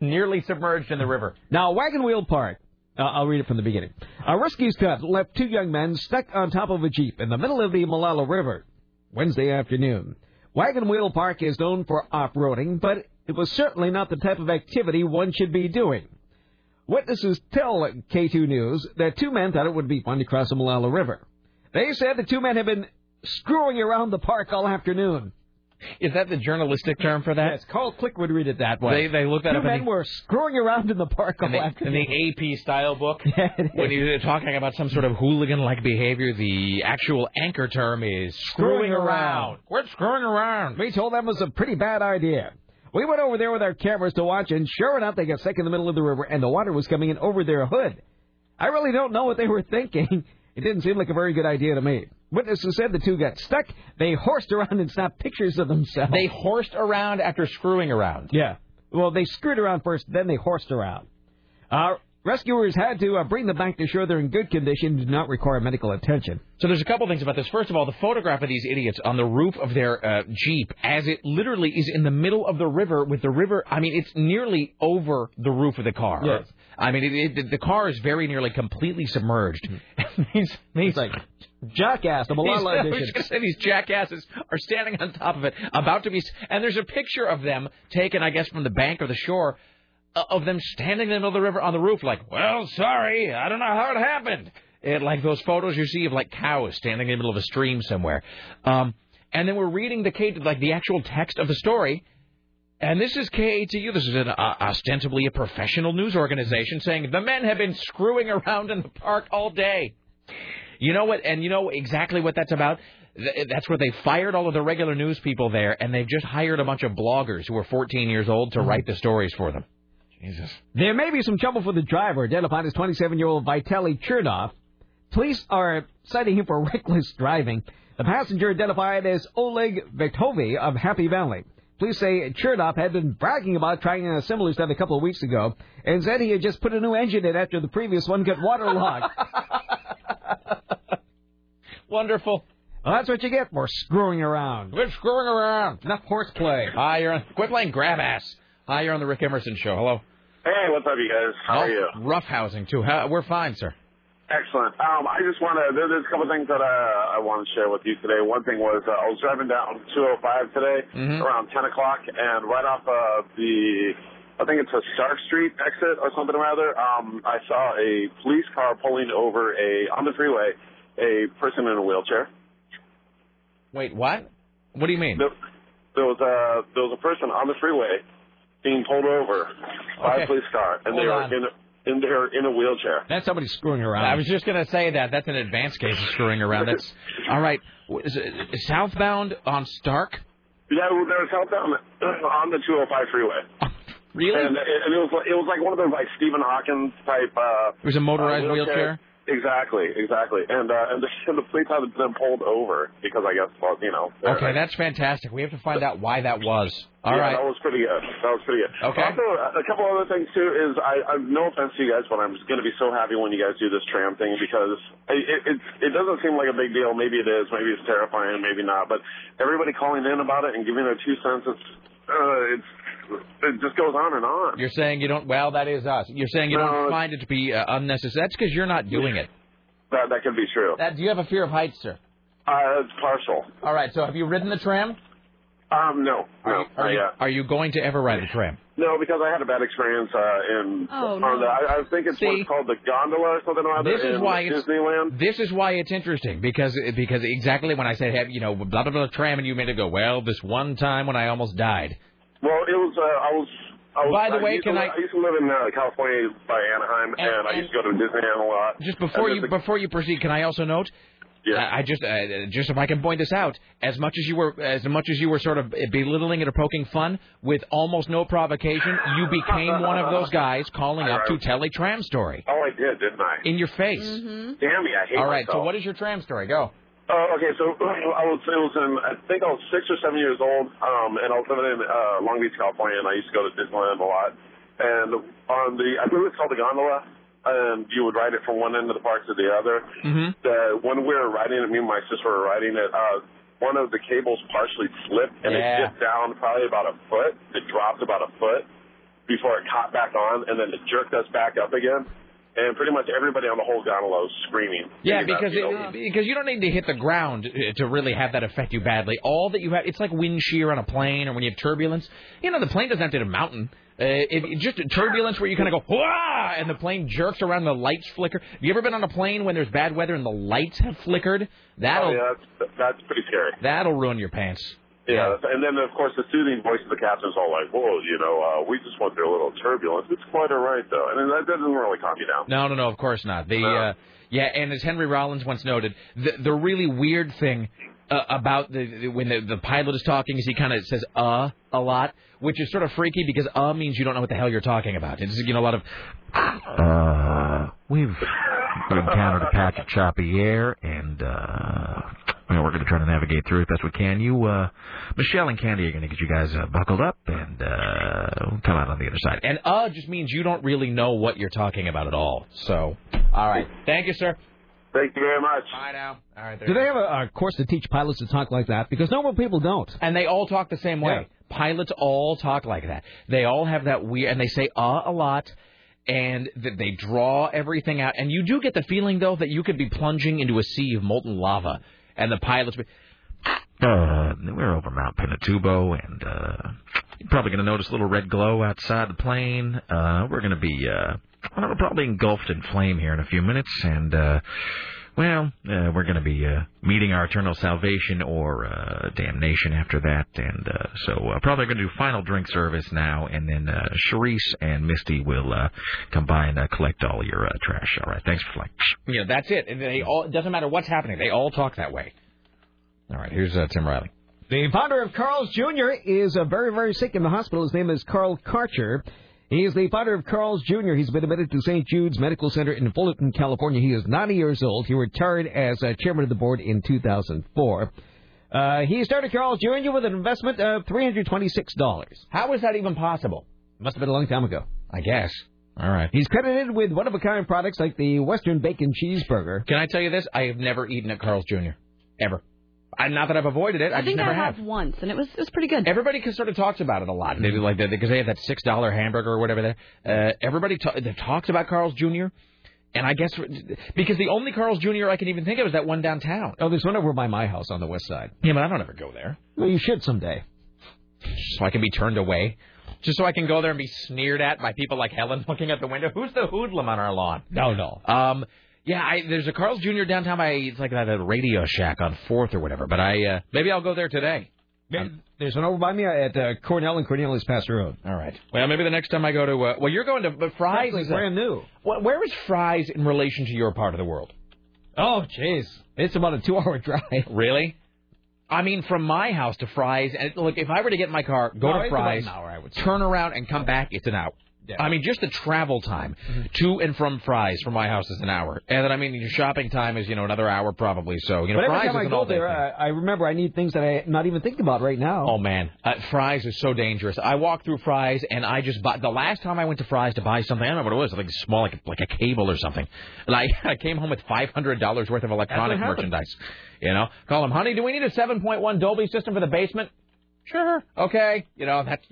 Speaker 4: nearly submerged in the river.
Speaker 8: Now, Wagon Wheel Park. Uh, I'll read it from the beginning. A rescue squad left two young men stuck on top of a jeep in the middle of the Malala River Wednesday afternoon. Wagon Wheel Park is known for off-roading, but it was certainly not the type of activity one should be doing. Witnesses tell K2 News that two men thought it would be fun to cross the Malala River. They said the two men had been screwing around the park all afternoon.
Speaker 4: Is that the journalistic term for that?
Speaker 8: Yes, Carl Click would read it that way.
Speaker 4: They- they looked that
Speaker 8: two
Speaker 4: up in
Speaker 8: men
Speaker 4: the-
Speaker 8: were screwing around in the park all
Speaker 4: In the, in
Speaker 8: afternoon.
Speaker 4: the AP style book, when you're talking about some sort of hooligan-like behavior, the actual anchor term is screwing around. We're screwing around.
Speaker 8: We told them it was a pretty bad idea. We went over there with our cameras to watch, and sure enough, they got stuck in the middle of the river, and the water was coming in over their hood. I really don't know what they were thinking. It didn't seem like a very good idea to me. Witnesses said the two got stuck. They horsed around and snapped pictures of themselves.
Speaker 4: They horsed around after screwing around.
Speaker 8: Yeah. Well, they screwed around first, then they horsed around. Uh, rescuers had to uh, bring them back to shore. They're in good condition, did not require medical attention.
Speaker 4: So there's a couple things about this. First of all, the photograph of these idiots on the roof of their uh, jeep, as it literally is in the middle of the river, with the river. I mean, it's nearly over the roof of the car.
Speaker 8: Yes.
Speaker 4: I mean, it, it, the car is very nearly completely submerged. these, these,
Speaker 8: Mm-hmm. like Jackass, the
Speaker 4: these,
Speaker 8: Malala
Speaker 4: I was
Speaker 8: edition.
Speaker 4: just gonna say, these jackasses are standing on top of it, about to be. s- And there's a picture of them taken, I guess, from the bank or the shore, uh, of them standing in the middle of the river on the roof, like, well, sorry, I don't know how it happened. It, like those photos you see of like cows standing in the middle of a stream somewhere. Um, and then we're reading the K, like the actual text of the story. And this is KATU. This is an, uh, ostensibly a professional news organization saying the men have been screwing around in the park all day. You know what? And you know exactly what that's about. Th- That's where they fired all of the regular news people there, and they've just hired a bunch of bloggers who are 14 years old to write the stories for them. Jesus.
Speaker 8: There may be some trouble for the driver, identified as 27-year-old Vitaly Chernov. Police are citing him for reckless driving. The passenger identified as Oleg Vektovy of Happy Valley. Police say Chernov had been bragging about trying a similar stunt a couple of weeks ago and said he had just put a new engine in after the previous one got waterlogged.
Speaker 4: Wonderful.
Speaker 8: well, that's what you get for screwing around.
Speaker 4: Quit screwing around.
Speaker 8: Enough horseplay.
Speaker 4: Hi, you're on. Quit playing grab ass. Hi, you're on the Rick Emerson show. Hello.
Speaker 16: Hey, what's up, you guys? How are you?
Speaker 4: Rough housing too. How, we're fine, sir.
Speaker 16: Excellent. Um, I just want to. There, there's a couple things that uh, I want to share with you today. One thing was uh, I was driving down 205 today
Speaker 17: Mhm.
Speaker 4: Mm-hmm.
Speaker 16: around 10 o'clock, and right off of the, I think it's a Stark Street exit or something or other. Um, I saw a police car pulling over a on the freeway, a person in a wheelchair.
Speaker 4: Wait, what? What do you mean?
Speaker 16: There was a there was a person on the freeway being pulled over by
Speaker 4: Okay.
Speaker 16: a police car, and they
Speaker 4: Hold
Speaker 16: were
Speaker 4: on.
Speaker 16: in a, in they were in a wheelchair.
Speaker 4: That's somebody screwing around. I was just going to say that. That's an advanced case of screwing around. That's all right. W- Is it southbound on Stark?
Speaker 16: Yeah, well, there was help down on the 205 freeway.
Speaker 4: Really?
Speaker 16: And, and it was like- it was like one of those like Stephen Hawkins type. Uh,
Speaker 4: It was a motorized
Speaker 16: uh,
Speaker 4: wheelchair?
Speaker 16: Exactly, exactly. And uh, and the, and the police had them pulled over because I guess well you know. they're-
Speaker 4: Okay, that's fantastic. We have to find out why that was. All
Speaker 16: yeah,
Speaker 4: right.
Speaker 16: that was pretty good. That was pretty good.
Speaker 4: Okay.
Speaker 16: Also, a couple other things too is I, I no offense to you guys, but I'm going to be so happy when you guys do this tram thing because it, it it's it doesn't seem like a big deal. Maybe it is. Maybe it's terrifying. Maybe not. But everybody calling in about it and giving their two cents, it's uh, it's it just goes on and on.
Speaker 4: You're saying you don't. Well, that is us. You're saying you
Speaker 16: No.
Speaker 4: don't find it to be uh, unnecessary. That's because you're not doing it.
Speaker 16: That that could be true.
Speaker 4: That, Uh, do you have a fear of heights, sir?
Speaker 16: Uh, it's partial.
Speaker 4: All right. So have you ridden the tram?
Speaker 16: Um, no, no,
Speaker 4: Are
Speaker 16: not
Speaker 4: you,
Speaker 16: yet.
Speaker 4: are you going to ever ride the tram?
Speaker 16: No, because I had a bad experience uh, in.
Speaker 4: Oh,
Speaker 16: on
Speaker 4: no.
Speaker 16: the, I, I think it's what's called the gondola or something or other.
Speaker 4: This is
Speaker 16: in
Speaker 4: why it's
Speaker 16: Disneyland.
Speaker 4: this is why it's interesting because because exactly when I said hey, you know blah blah blah tram and you made it go well this one time when I almost died.
Speaker 16: Well, it was. Uh, I was. I was.
Speaker 4: By the
Speaker 16: I
Speaker 4: way,
Speaker 16: used
Speaker 4: can
Speaker 16: to,
Speaker 4: I-
Speaker 16: I used to live in uh, California by Anaheim, and, I used to go to Disneyland a lot.
Speaker 4: Just before
Speaker 16: And
Speaker 4: you
Speaker 16: it's
Speaker 4: before you proceed, can I also note? Yeah. I I just uh, just if I can point this out, as much as you were as much as you were sort of belittling it or poking fun with almost no provocation, you became one of those guys calling up to tell a tram story
Speaker 16: a- oh, I did, didn't I?
Speaker 4: in your face.
Speaker 16: Damn you! I hate
Speaker 4: All right, so
Speaker 16: myself.
Speaker 4: what is your tram story? Go.
Speaker 16: Uh, okay, so I was, it was in, I think I was six or seven years old, um, and I was living in uh, Long Beach, California, and I used to go to Disneyland a lot. And on the, I believe it's called the gondola, and you would ride it from one end of the park to the other.
Speaker 17: Mm-hmm.
Speaker 16: The, when we were riding it, me and my sister were riding it, uh, one of the cables partially slipped, and
Speaker 17: Yeah.
Speaker 16: it dipped down probably about a foot. It dropped about a foot before it caught back on, and then it jerked us back up again. And pretty much everybody on the whole gondola was screaming.
Speaker 4: Yeah,
Speaker 16: Thinking about,
Speaker 4: because
Speaker 16: you know,
Speaker 4: it, because you don't need to hit the ground uh, to really have that affect you badly. All that you have, it's like wind shear on a plane, or when you have turbulence. You know, the plane doesn't have to hit a mountain. Uh, it, it just turbulence where you kind of go, Wah! and the plane jerks around, the lights flicker. Have you ever been on a plane when there's bad weather and the lights have flickered? That'll
Speaker 16: Oh, yeah, that's, that's pretty scary.
Speaker 4: that'll ruin your pants.
Speaker 16: Yeah, and then of course the soothing voice of the captain's all like, "Whoa, you know, uh, we just went through a little turbulence. It's quite all right though," and then that doesn't really calm you down.
Speaker 4: No, no, no. Of course not. The uh, yeah, and as Henry Rollins once noted, the the really weird thing uh, about the, the when the, the pilot is talking is he kind of says "uh" a lot, which is sort of freaky because "uh" means you don't know what the hell you're talking about. It's you know a lot of
Speaker 18: Uh, we've encountered a patch of choppy air, and uh, you know, we're going to try to navigate through it best we can. You, uh, Michelle and Candy are going to get you guys uh, buckled up, and uh, we'll come out on the other side.
Speaker 4: and "uh" just means you don't really know what you're talking about at all. So, all right, thank you, sir.
Speaker 16: Thank you very much.
Speaker 4: Bye now. All right. there
Speaker 8: Do
Speaker 4: you
Speaker 8: they have a, a course to teach pilots to talk like that? Because normal people don't.
Speaker 4: And they all talk the same way. Pilots all talk like that. They all have that weird, and they say "uh" a lot, and th- they draw everything out. And you do get the feeling though that you could be plunging into a sea of molten lava, and the pilots. Be-
Speaker 18: Uh, we're over Mount Pinatubo, and uh, you're probably going to notice a little red glow outside the plane. Uh, we're going to be, uh, well, we're probably engulfed in flame here in a few minutes, and uh, well, uh, we're going to be uh, meeting our eternal salvation or uh, damnation after that, and uh, so uh, probably going to do final drink service now, and then uh, Charisse and Misty will uh, come by and uh, collect all your uh, trash. All right, thanks for flying.
Speaker 4: you know, that's it. And they all. It doesn't matter what's happening. They all talk that way. All right. Here's uh, Tim Riley.
Speaker 8: The founder of Carl's Jr. is uh, very, very sick in the hospital. His name is Carl Karcher. He is the founder of Carl's Jr. He's been admitted to St. Jude's Medical Center in Fullerton, California. He is 90 years old. He retired as uh, chairman of the board in 2004. Uh, he started Carl's Jr. with an investment of $326.
Speaker 4: How is that even possible?
Speaker 8: Must have been a long time ago.
Speaker 4: I guess. All right.
Speaker 8: He's credited with one of a kind products like the Western Bacon Cheeseburger.
Speaker 4: Can I tell you this? I have never eaten at Carl's Jr. Ever. I- I, not that I've avoided it. I,
Speaker 5: I think
Speaker 4: just
Speaker 5: I
Speaker 4: never have.
Speaker 5: have once, and it was it was pretty good.
Speaker 4: Everybody can sort of talks about it a lot. They do like because they have that six dollar hamburger or whatever. There, uh, everybody ta- that talks about Carl's Jr. And I guess because the only Carl's Jr. I can even think of is that one downtown.
Speaker 8: Oh, there's one over by my house on the west side.
Speaker 4: Yeah, but I don't ever go there.
Speaker 8: Well, you should someday.
Speaker 4: So I can be turned away. Just so I can go there and be sneered at by people like Helen looking out the window. Who's the hoodlum on our lawn?
Speaker 8: No, no.
Speaker 4: Um, yeah, I, there's a Carl's Jr. downtown by it's like that uh, Radio Shack on Fourth or whatever. But I uh, maybe I'll go there today. Um,
Speaker 8: There's one over by me at uh, Cornell and Cornelius Pass Road.
Speaker 4: All right. Well, maybe the next time I go to uh, well, you're going to but Fry's
Speaker 8: Frankly,
Speaker 4: is a-
Speaker 8: brand new.
Speaker 4: Wh- Where is Fry's in relation to your part of the world?
Speaker 8: Oh, jeez, it's about a two-hour drive.
Speaker 4: Really? I mean, from my house to Fry's, and look, if I were to get in my car, go
Speaker 8: No,
Speaker 4: to
Speaker 8: it's about
Speaker 4: Fry's,
Speaker 8: an hour, I would say.
Speaker 4: turn around and come back, it's an hour. I mean, just the travel time
Speaker 8: Mm-hmm.
Speaker 4: to and from Fry's from my house is an hour, and then I mean your shopping time is you know another hour probably. So you know
Speaker 8: but every
Speaker 4: Fry's
Speaker 8: time
Speaker 4: is
Speaker 8: I
Speaker 4: an
Speaker 8: go
Speaker 4: all-day
Speaker 8: there,
Speaker 4: thing.
Speaker 8: I, I remember I need things that I'm not even thinking about right now.
Speaker 4: Oh man, uh, Fry's is so dangerous. I walk through Fry's and I just bought. The last time I went to Fry's to buy something, I don't know what it was. I think small, like like a cable or something. And I, I came home with five hundred dollars worth of electronic
Speaker 19: happened.
Speaker 4: merchandise. You know, call them, honey. Do we need a seven point one Dolby system for the basement? Sure. Okay. You know that's.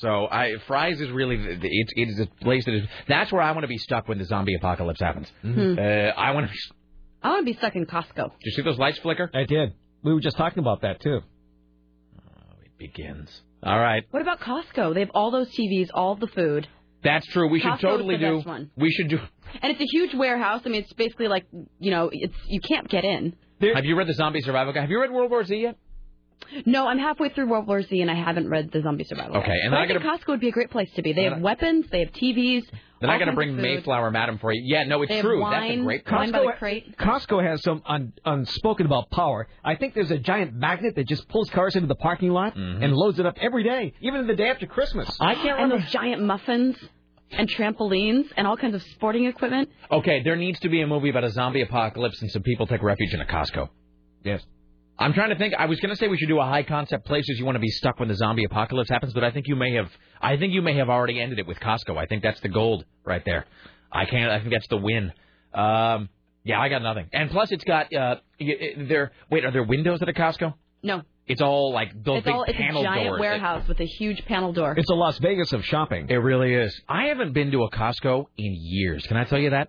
Speaker 4: So I Fry's is really the- the- it's it's a place that is that's where I want to be stuck when the zombie apocalypse happens.
Speaker 5: Mhm.
Speaker 4: Uh, I want to. Be,
Speaker 5: I want to be stuck in Costco.
Speaker 4: did you see those lights flicker?
Speaker 8: I did. We were just talking about that too.
Speaker 4: Oh, It begins. All right.
Speaker 5: What about Costco? They have all those TVs, all the food,
Speaker 4: That's true. We should
Speaker 5: Costco's
Speaker 4: totally
Speaker 5: the
Speaker 4: do.
Speaker 5: best one.
Speaker 4: We should do.
Speaker 5: and it's a huge warehouse. I mean, it's basically like you know, it's you can't get in.
Speaker 4: Have you read the Zombie Survival Guide? Have you read World War Z yet?
Speaker 5: No, I'm halfway through World War Z and I haven't read the Zombie Survival.
Speaker 4: Okay,
Speaker 5: Guide.
Speaker 4: and
Speaker 5: But
Speaker 4: I
Speaker 5: I think Costco would be a great place to be. They have weapons, they have TVs.
Speaker 4: Then I
Speaker 5: all
Speaker 4: got to
Speaker 5: kinds of
Speaker 4: bring
Speaker 5: food.
Speaker 4: Mayflower Madam for you. Yeah, no, it's
Speaker 5: They have
Speaker 4: true. That's a
Speaker 5: wine,
Speaker 4: great
Speaker 5: wine by the crate.
Speaker 8: Costco has some un- unspoken about power. I think there's a giant magnet that just pulls cars into the parking lot and loads it up every day, even the day after Christmas.
Speaker 4: Mm-hmm. I can't
Speaker 5: And those giant muffins and trampolines and all kinds of sporting equipment.
Speaker 4: Okay, there needs to be a movie about a zombie apocalypse and some people take refuge in a Costco.
Speaker 8: Yes.
Speaker 4: I'm trying to think. I was going to say we should do a high concept places you want to be stuck when the zombie apocalypse happens, but I think you may have. I think you may have already ended it with Costco. I think that's the gold right there. I can't. I think that's the win. Um, yeah, I got nothing. And plus, it's got uh, y- y- there. Wait, are there windows at a Costco?
Speaker 5: No,
Speaker 4: It's all like those
Speaker 5: it's
Speaker 4: big
Speaker 5: all it's a
Speaker 4: panel
Speaker 5: giant
Speaker 4: doors.
Speaker 5: warehouse with a huge panel door.
Speaker 8: It's a Las Vegas of shopping.
Speaker 4: It really is. I haven't been to a Costco in years. Can I tell you that?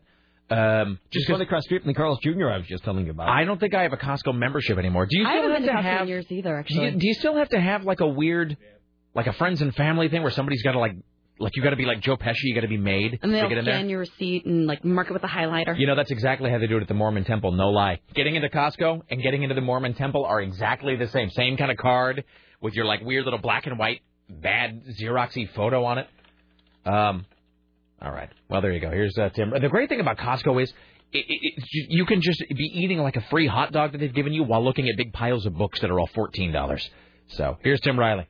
Speaker 4: Um, just
Speaker 8: Just one across the street from the Carl's Jr. I was just telling you about.
Speaker 4: I don't think I have a Costco membership anymore. Do you
Speaker 5: I
Speaker 4: still have
Speaker 5: haven't been
Speaker 4: to
Speaker 5: to Costco
Speaker 4: have?
Speaker 5: in years either,
Speaker 4: do, you,
Speaker 5: actually.
Speaker 4: do you still have to have like a weird, like a friends and family thing where somebody's got to like, like you got to be like Joe Pesci, you got to be made
Speaker 5: and
Speaker 4: to
Speaker 5: they'll
Speaker 4: get in
Speaker 5: scan
Speaker 4: there.
Speaker 5: your receipt and like mark it with a highlighter.
Speaker 4: You know that's exactly how they do it at the Mormon Temple. No lie. Getting into Costco and getting into the Mormon Temple are exactly the same. Same kind of card with your like weird little black and white bad Xeroxy photo on it. Um, all right. Well, there you go. Here's uh, Tim. The great thing about Costco is it, it, it, you can just be eating like a free hot dog that they've given you while looking at big piles of books that are all fourteen dollars. So here's Tim Riley.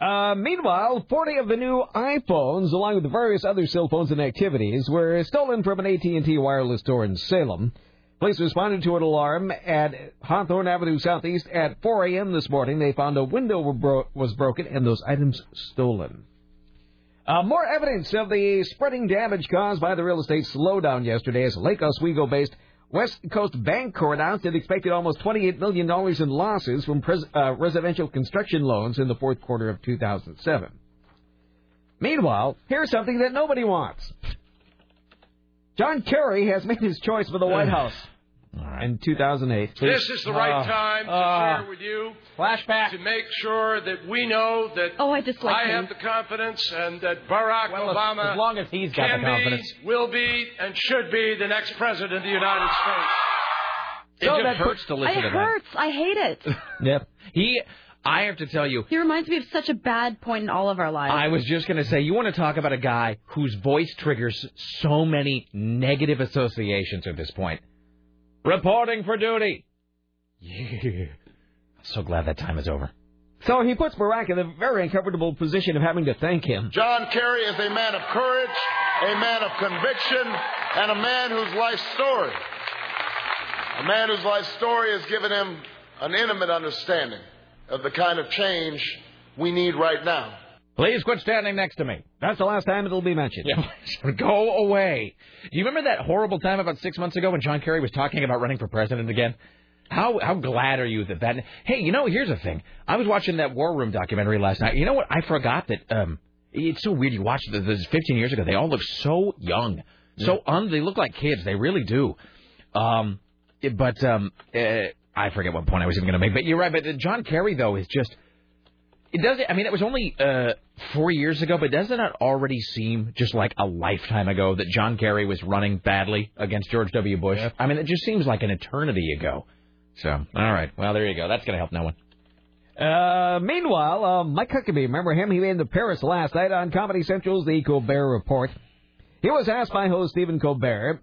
Speaker 8: Uh, meanwhile, 40 of the new iPhones, along with various other cell phones and activities, were stolen from an AT&T wireless store in Salem. Police responded to an alarm at Hawthorne Avenue Southeast at 4 a.m. this morning. They found a window were bro- was broken and those items stolen. Uh, more evidence of the spreading damage caused by the real estate slowdown yesterday as Lake Oswego-based West Coast Bancorp announced it expected almost $28 million in losses from pres- uh, residential construction loans in the fourth quarter of 2007. Meanwhile, here's something that nobody wants. John Kerry has made his choice for the White House in 2008.
Speaker 12: This is the right
Speaker 8: Uh,
Speaker 12: time to
Speaker 8: uh,
Speaker 12: share with you
Speaker 8: flashback
Speaker 12: to make sure that we know that
Speaker 5: oh, I dislike him.
Speaker 12: have the confidence and that Barack Obama,
Speaker 4: as long as he's got
Speaker 12: can
Speaker 4: the confidence.
Speaker 12: be, will be, and should be the next president of the United States.
Speaker 4: it just hurts to listen
Speaker 5: Oh, it
Speaker 4: to that.
Speaker 5: hurts. I hate it.
Speaker 8: Yep.
Speaker 4: He, I have to tell you,
Speaker 5: He reminds me of such a bad point in all of our lives.
Speaker 4: I was just going to say, you want to talk about a guy whose voice triggers so many negative associations at this point. Reporting for duty. Yeah. So glad that time is over.
Speaker 8: So he puts Barack in the very uncomfortable position of having to thank him.
Speaker 20: John Kerry is a man of courage, a man of conviction, and a man whose life story, a man whose life story has given him an intimate understanding of the kind of change we need right now.
Speaker 4: Please quit standing next to me.
Speaker 8: That's the last time it'll be mentioned.
Speaker 4: Yeah. Go away. Do you remember that horrible time about six months ago when John Kerry was talking about running for president again? How how glad are you that that? Hey, you know, here's the thing. I was watching that War Room documentary last night. You know what? I forgot that. Um, it's so weird. You watch this this 15 years ago. They all look so young, so un. They look like kids. They really do. Um, it- but um, uh, I forget what point I was even going to make. But you're right. But uh, John Kerry though is just. It doesn't. I mean, it was only uh, four years ago, but doesn't it already seem just like a lifetime ago that John Kerry was running badly against George W. Bush? I mean, it just seems like an eternity ago. So, all right. Well, there you go. That's going to help no one.
Speaker 8: Uh, meanwhile, uh, Mike Huckabee, remember him? He made the Paris last night on Comedy Central's The Colbert Report. He was asked by host Stephen Colbert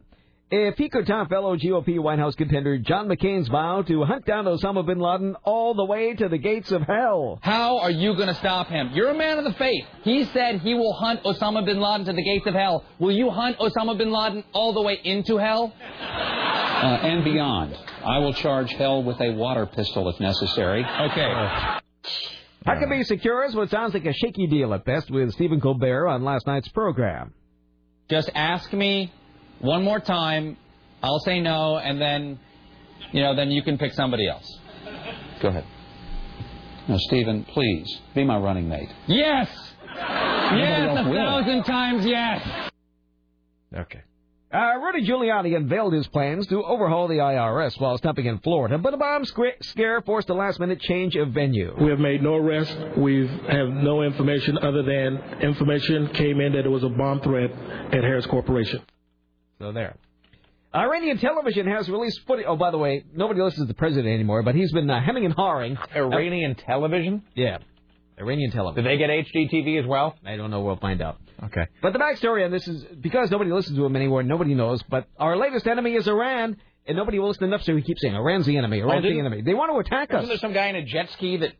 Speaker 8: if he could top fellow GOP White House contender John McCain's vow to hunt down Osama bin Laden all the way to the gates of hell.
Speaker 21: How are you going to stop him? You're a man of the faith. He said he will hunt Osama bin Laden to the gates of hell. Will you hunt Osama bin Laden all the way into hell?
Speaker 22: uh, and beyond. I will charge hell with a water pistol if necessary. Okay.
Speaker 8: Huckabee secures what sounds like a shaky deal at best with Stephen Colbert on last night's program.
Speaker 21: Just ask me one more time. I'll say no, and then, you know, then you can pick somebody else.
Speaker 22: Go ahead. Now, Stephen, please be my running mate.
Speaker 21: Yes!
Speaker 22: Nobody
Speaker 21: Yes,
Speaker 22: else
Speaker 21: a
Speaker 22: will.
Speaker 21: thousand times yes!
Speaker 4: Okay.
Speaker 8: Uh, Rudy Giuliani unveiled his plans to overhaul the IRS while stumping in Florida, but a bomb squ- scare forced a last-minute change of venue.
Speaker 23: We have made no arrests. We have no information other than information came in that it was a bomb threat at Harris Corporation.
Speaker 8: So there. Iranian television has released footage. Oh, by the way, nobody listens to the president anymore, but he's been uh, hemming and hawing.
Speaker 4: Iranian television?
Speaker 8: Yeah. Iranian television.
Speaker 4: Did they get HGTV as well?
Speaker 8: I don't know. We'll find out.
Speaker 4: Okay.
Speaker 8: But the backstory on this is because nobody listens to him anymore, nobody knows. But our latest enemy is Iran, and nobody will listen enough, so we keep saying Iran's the enemy, Iran's the
Speaker 4: didn't-
Speaker 8: enemy. They want to attack us.
Speaker 4: Wasn't there some guy in a jet ski that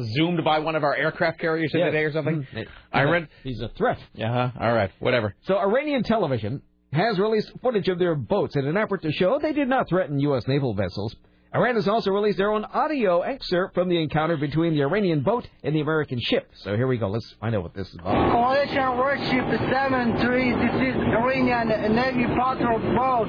Speaker 4: zoomed by one of our aircraft carriers the
Speaker 8: Yes.
Speaker 4: other day or something? Mm. I read.
Speaker 8: He's a threat.
Speaker 4: Yeah. huh. All right. Whatever.
Speaker 8: So Iranian television has released footage of their boats in an effort to show they did not threaten U.S. naval vessels. Iran has also released their own audio excerpt from the encounter between the Iranian boat and the American ship. So here we go. Let's find out what this is about.
Speaker 12: Coalition Warship 73, this is Iranian Navy patrol boat.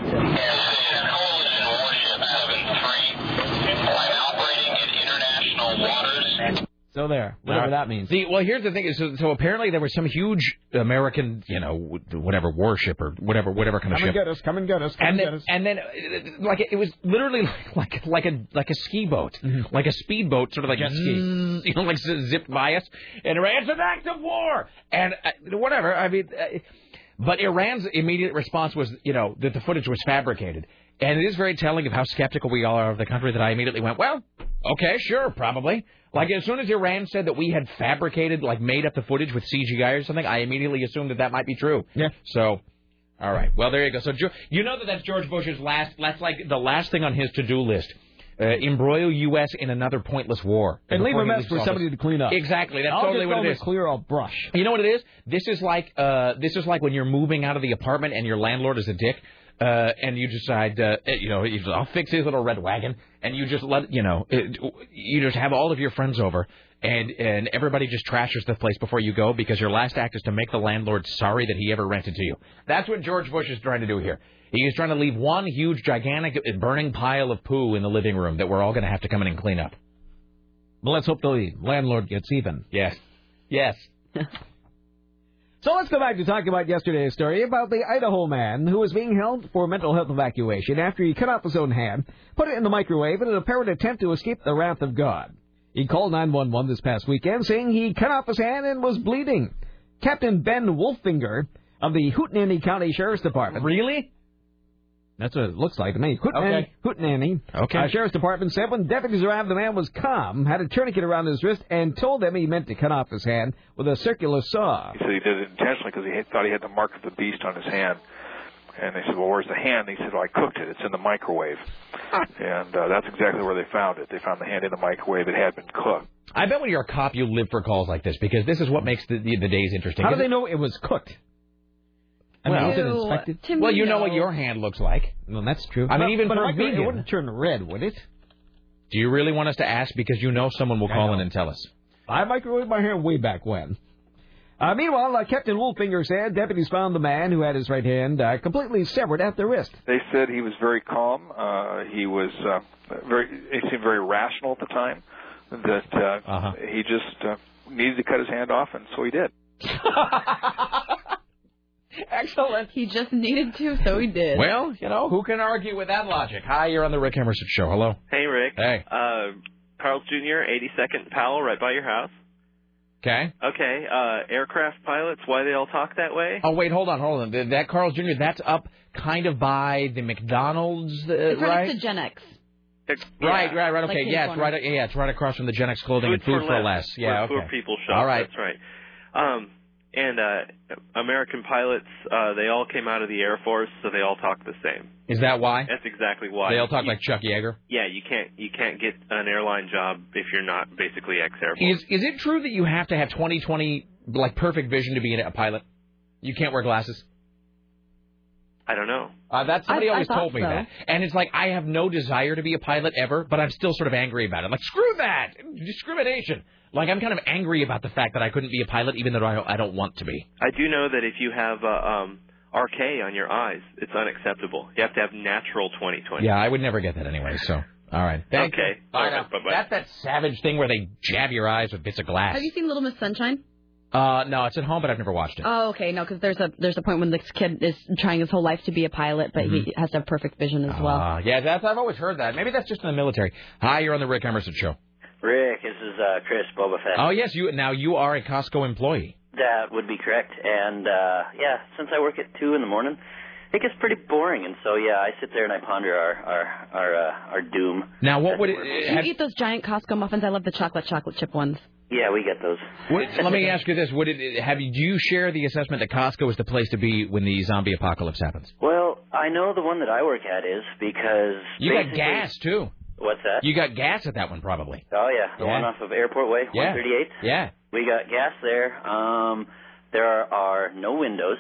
Speaker 8: So there. Whatever that means.
Speaker 4: See, well, here's the thing: is so, so apparently there was some huge American, you know, whatever warship or whatever, whatever kind of ship.
Speaker 8: us. Come and get us.
Speaker 4: and then, and then, uh, like it was literally like like a like a ski boat,
Speaker 8: Mm-hmm.
Speaker 4: like a speedboat, sort of like
Speaker 24: Jet ski.
Speaker 4: zzz, you know, like z- zipped by us. And Iran, it's an act of war, and uh, whatever. I mean, uh, but Iran's immediate response was, you know, that the footage was fabricated, and it is very telling of how skeptical we all are of the country. That I immediately went, well, okay, sure, probably. Like as soon as Iran said that we had fabricated, like made up the footage with CGI or something, I immediately assumed that that might be true. Yeah. So. All right. Well, there you go. So Ge- you know that that's George Bush's last. That's like the last thing on his to-do list. Uh, embroil U.S. in another pointless war
Speaker 8: And leave a
Speaker 4: Before he
Speaker 8: mess
Speaker 4: leaves
Speaker 8: for
Speaker 4: office.
Speaker 8: somebody to clean up.
Speaker 4: Exactly. That's
Speaker 8: I'll
Speaker 4: totally
Speaker 8: just
Speaker 4: what
Speaker 8: go
Speaker 4: it
Speaker 8: with
Speaker 4: is.
Speaker 8: Clear a brush.
Speaker 4: You know what it is? This is like uh, this is like when you're moving out of the apartment and your landlord is a dick, uh, and you decide, uh, you know, you just, I'll fix his little red wagon, and you just let, you know, it, you just have all of your friends over, and and everybody just trashes the place before you go because your last act is to make the landlord sorry that he ever rented to you. That's what George Bush is trying to do here. He is trying to leave one huge, gigantic, burning pile of poo in the living room that we're all going to have to come in and clean up.
Speaker 8: Well, let's hope the landlord gets even.
Speaker 4: Yes. Yes.
Speaker 8: So let's go back to talking about yesterday's story about the Idaho man who was being held for mental health evacuation after he cut off his own hand, put it in the microwave in an apparent attempt to escape the wrath of God. He called 911 this past weekend saying he cut off his hand and was bleeding. Captain Ben Wolfinger of the Hootenanny County Sheriff's Department.
Speaker 4: Really?
Speaker 8: That's what it looks like to me. Hootenanny,
Speaker 4: Okay.
Speaker 8: Hootenanny.
Speaker 4: Okay.
Speaker 8: Uh, Sheriff's Department said when deputies arrived, the man was calm, had a tourniquet around his wrist, and told them he meant to cut off his hand with a circular saw.
Speaker 25: He said he did it intentionally because he had, thought he had the mark of the beast on his hand. And they said, "Well, where's the hand?" And he said, "Well, I cooked it. It's in the microwave." and uh, that's exactly where they found it. They found the hand in the microwave. It had been cooked.
Speaker 4: I bet when you're a cop, you live for calls like this because this is what makes the the, the days interesting.
Speaker 8: How do they know it was cooked? I mean,
Speaker 4: well,
Speaker 8: was it inspected? To me,
Speaker 4: well, you know what
Speaker 8: no.
Speaker 4: your hand looks like.
Speaker 8: Well, that's true.
Speaker 4: I mean, even
Speaker 8: but
Speaker 4: for
Speaker 8: a
Speaker 4: a
Speaker 8: microwave,
Speaker 4: vegan.
Speaker 8: it wouldn't turn red, would it?
Speaker 4: Do you really want us to ask because you know someone will call in and tell us?
Speaker 8: I microwaved my hair way back when. Uh, meanwhile, uh, Captain Wolfinger said deputies found the man who had his right hand uh, completely severed at the wrist.
Speaker 25: They said he was very calm. Uh, he was uh, very. He seemed very rational at the time. That uh, he just uh, needed to cut his hand off, and so he did.
Speaker 5: Excellent. He just needed to, so he did.
Speaker 4: Well, you know, who can argue with that logic? Hi, you're on the Rick Emerson Show. Hello.
Speaker 10: Hey, Rick.
Speaker 4: Hey.
Speaker 10: Uh, Carl's Jr., 82nd and Powell, right by your house.
Speaker 4: Okay.
Speaker 10: Okay. Uh, aircraft pilots, why they all talk that way?
Speaker 4: Oh wait, hold on, hold on. Th- That Carl's Jr. That's up kind of by the McDonald's, uh,
Speaker 5: It's
Speaker 4: right?
Speaker 5: right next to Gen X.
Speaker 4: Right, right, right.
Speaker 5: Like
Speaker 4: Okay,
Speaker 5: kitty
Speaker 4: yeah, it's
Speaker 5: corner.
Speaker 4: right. Yeah, it's right across from the Gen X clothing and food for less. Yeah,
Speaker 10: Where
Speaker 4: okay.
Speaker 10: Poor people shop.
Speaker 4: All right.
Speaker 10: That's right. Um, and uh, American pilots, uh, they all came out of the Air Force, so they all talk the same.
Speaker 4: Is that why?
Speaker 10: That's exactly why.
Speaker 4: They all talk
Speaker 10: You-
Speaker 4: like Chuck Yeager.
Speaker 10: Yeah, you can't you can't get an airline job if you're not basically ex Air Force.
Speaker 4: Is is it true that you have to have 20/20 like perfect vision to be a pilot? You can't wear glasses.
Speaker 10: I don't know.
Speaker 4: Uh, that's somebody
Speaker 10: I- I
Speaker 4: always
Speaker 10: thought
Speaker 4: told me
Speaker 10: so.
Speaker 4: that, and it's like I have no desire to be a pilot ever, but I'm still sort of angry about it. Like screw that discrimination. Like I'm kind of angry about the fact that I couldn't be a pilot, even though I, I don't want to be.
Speaker 10: I do know that if you have uh, um, RK on your eyes, it's unacceptable. You have to have natural 2020.
Speaker 4: Yeah, I would never get that anyway. So all right, thank you.
Speaker 10: okay. All right, bye-bye.
Speaker 4: That's that savage thing where they jab your eyes with bits of glass.
Speaker 5: Have you seen Little Miss Sunshine?
Speaker 4: Uh, no, it's at home, but I've never watched it.
Speaker 5: Oh, okay, no, because there's a there's a point when this kid is trying his whole life to be a pilot, but he has to have perfect vision as well.
Speaker 4: Uh, Mm-hmm. yeah, that's I've always heard that. Maybe that's just in the military. Hi, you're on the Rick Emerson show.
Speaker 26: Rick, this is uh, Chris Boba Fett.
Speaker 4: Oh yes, you now you are a Costco employee.
Speaker 26: That would be correct. And uh, yeah, since I work at two in the morning, it gets pretty boring. And so yeah, I sit there and I ponder our our our uh, our doom.
Speaker 4: Now, what would
Speaker 5: Do
Speaker 4: it?
Speaker 5: you eat those giant Costco muffins? I love the chocolate chocolate chip ones.
Speaker 26: Yeah, we get those.
Speaker 4: What, let me ask you this: Would it have you? Do you share the assessment that Costco is the place to be when the zombie apocalypse happens?
Speaker 26: Well, I know the one that I work at is because
Speaker 4: You got
Speaker 26: basically-
Speaker 4: gas too.
Speaker 26: What's that?
Speaker 4: You got gas at that one probably.
Speaker 26: Oh yeah, the
Speaker 4: Yeah.
Speaker 26: one off of Airport Way,
Speaker 4: Yeah.
Speaker 26: 138.
Speaker 4: Yeah.
Speaker 26: We got gas there. Um, there are no windows.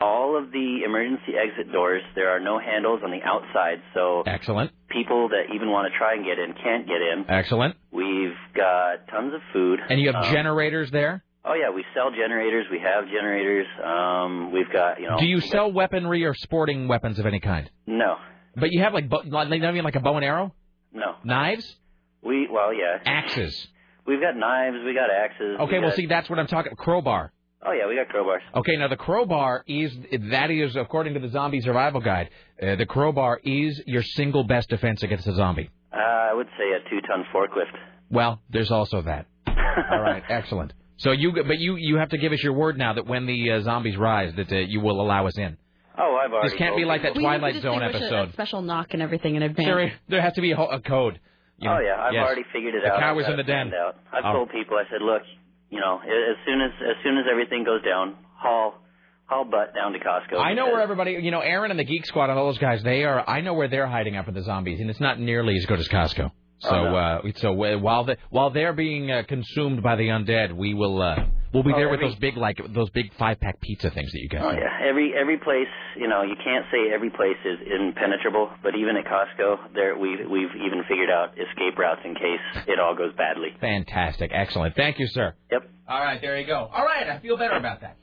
Speaker 26: All of the emergency exit doors, there are no handles on the outside, so
Speaker 4: Excellent.
Speaker 26: people that even want to try and get in can't get in.
Speaker 4: Excellent.
Speaker 26: We've got tons of food.
Speaker 4: And you have
Speaker 5: Uh-huh.
Speaker 26: Um,
Speaker 4: generators there.
Speaker 26: Oh yeah, we sell generators. We have generators. Um, we've got you know.
Speaker 4: Do you sell weaponry or sporting weapons of any kind?
Speaker 26: No,
Speaker 4: But you have like, bo- like I mean, like a bow and arrow,
Speaker 26: no.
Speaker 4: knives,
Speaker 26: We well yeah.
Speaker 4: axes.
Speaker 26: We've got knives. We got axes.
Speaker 5: Uh,
Speaker 4: Okay,
Speaker 26: we
Speaker 4: well,
Speaker 26: got-
Speaker 4: see, that's what I'm talking. Crowbar.
Speaker 26: Oh yeah, we got crowbars.
Speaker 4: Okay, now the crowbar is that is according to the zombie survival guide, uh, the crowbar is your single best defense against a zombie.
Speaker 26: Uh, I would say a two-ton forklift.
Speaker 4: Well, there's also that. All right, excellent. So you but you you have to give us your word now that when the uh, zombies rise that uh, you will allow us in.
Speaker 26: Oh, I've already.
Speaker 4: This can't be
Speaker 26: told
Speaker 4: like that
Speaker 26: people.
Speaker 5: We
Speaker 4: Twilight
Speaker 5: need to
Speaker 4: Zone
Speaker 5: distinguish a- A
Speaker 4: episode.
Speaker 5: special knock and everything in advance.
Speaker 4: There, there has to be a, ho- a code. you know?
Speaker 26: Oh yeah, I've
Speaker 4: Yes.
Speaker 26: already figured it
Speaker 4: The
Speaker 26: out.
Speaker 4: cow
Speaker 26: I've
Speaker 4: was
Speaker 26: got
Speaker 4: in the
Speaker 26: it
Speaker 4: den.
Speaker 26: planned Out. I've
Speaker 4: Oh.
Speaker 26: told people. I said, look, you know, a- as soon as as soon as everything goes down, haul haul butt down to Costco.
Speaker 4: I know
Speaker 26: because-
Speaker 4: where everybody, you know, Aaron and the Geek Squad and all those guys, they are. I know where they're hiding out for the zombies, and it's not nearly as good as Costco. So,
Speaker 26: Oh, no.
Speaker 4: uh, so uh, while the, while they're being uh, consumed by the undead, we will uh, we'll be
Speaker 26: Oh,
Speaker 4: there with
Speaker 26: every-
Speaker 4: those big like those big five pack pizza things that you get.
Speaker 26: Oh yeah, every every place. You know, you can't say every place is impenetrable, but even at Costco, there we've we've even figured out escape routes in case it all goes badly.
Speaker 4: Fantastic, excellent. Thank you, sir.
Speaker 26: Yep.
Speaker 4: All right, there you go. All right, I feel better about that.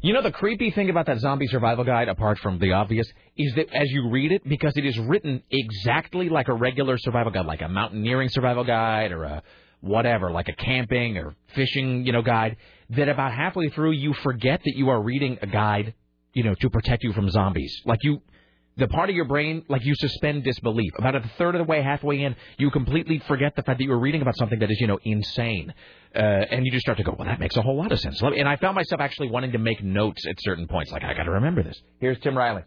Speaker 4: You know the creepy thing about that zombie survival guide, apart from the obvious, is that as you read it, because it is written exactly like a regular survival guide, like a mountaineering survival guide or a whatever, like a camping or fishing, you know, guide, that about halfway through you forget that you are reading a guide, you know, to protect you from zombies. Like you the part of your brain, like you suspend disbelief. About a third of the way, halfway in, you completely forget the fact that you were reading about something that is, you know, insane. Uh, and you just start to go, well, that makes a whole lot of sense. Let me- And I found myself actually wanting to make notes at certain points. Like, I got to remember this. Here's Tim Riley.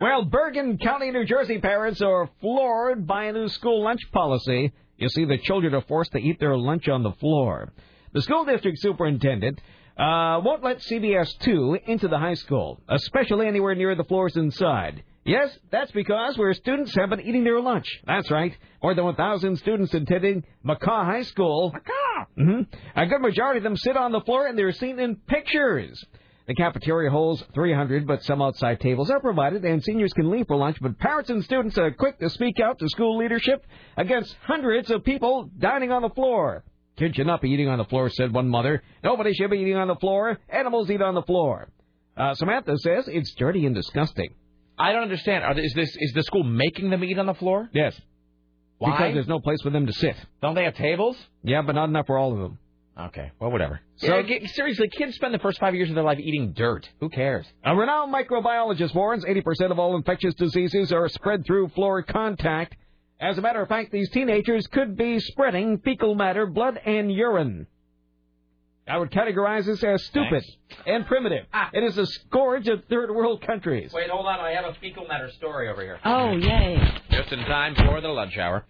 Speaker 8: Well, Bergen County, New Jersey parents are floored by a new school lunch policy. You see, the children are forced to eat their lunch on the floor. The school district superintendent uh, won't let CBS 2 into the high school, especially anywhere near the floors inside. Yes, that's because where students have been eating their lunch. That's right. More than 1,000 students attending Macaw High School. Macaw! hmm A good majority of them sit on the floor and they're seen in pictures. The cafeteria holds 300, but some outside tables are provided, and seniors can leave for lunch. But parents and students are quick to speak out to school leadership against hundreds of people dining on the floor. Kids should not be eating on the floor, said one mother. Nobody should be eating on the floor. Animals eat on the floor. Uh, Samantha says it's dirty and disgusting.
Speaker 3: I don't understand. Are, is this is the school making them eat on the floor?
Speaker 8: Yes.
Speaker 3: Why?
Speaker 8: Because there's no place for them to sit.
Speaker 3: Don't they have tables?
Speaker 8: Yeah, but not enough for all of them.
Speaker 3: Okay. Well, whatever.
Speaker 8: So-
Speaker 3: Yeah, g- seriously, kids spend the first five years of their life eating dirt. Who cares?
Speaker 8: A renowned microbiologist warns 80% of all infectious diseases are spread through floor contact. As a matter of fact, these teenagers could be spreading fecal matter, blood, and urine. I would categorize this as stupid and primitive. It is a scourge of third world countries.
Speaker 4: Ah. Wait, hold on. I have a fecal matter story over here.
Speaker 5: Oh, yay.
Speaker 4: Just in time for the lunch hour.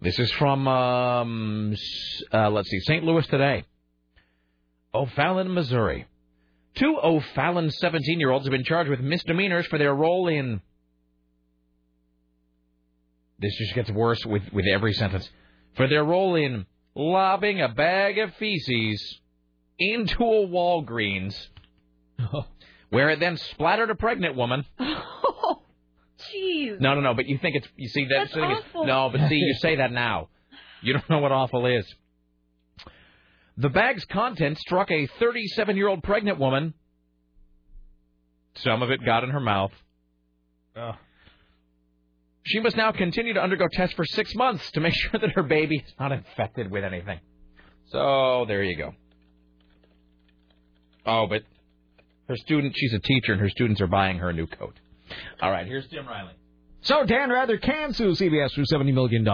Speaker 4: This is from, um, s- uh, let's see, St. Louis today. O'Fallon, Missouri. Two O'Fallon 17 year olds have been charged with misdemeanors for their role in. This just gets worse with, with every sentence. For their role in lobbing a bag of feces into a Walgreens, where it then splattered a pregnant woman.
Speaker 5: Jeez.
Speaker 4: No, no, no. But you think it's you see that
Speaker 5: That's
Speaker 4: the thing is-
Speaker 5: awful.
Speaker 4: no, but see you say that now. You don't know what awful is. The bag's contents struck a 37-year-old pregnant woman. Some of it got in her mouth. She must now continue to undergo tests for six months to make sure that her baby is not infected with anything. So there you go. Oh, but her student, she's a teacher, and her students are buying her a new coat. All right, here's Jim Riley.
Speaker 8: So Dan Rather can sue CBS for $70 million.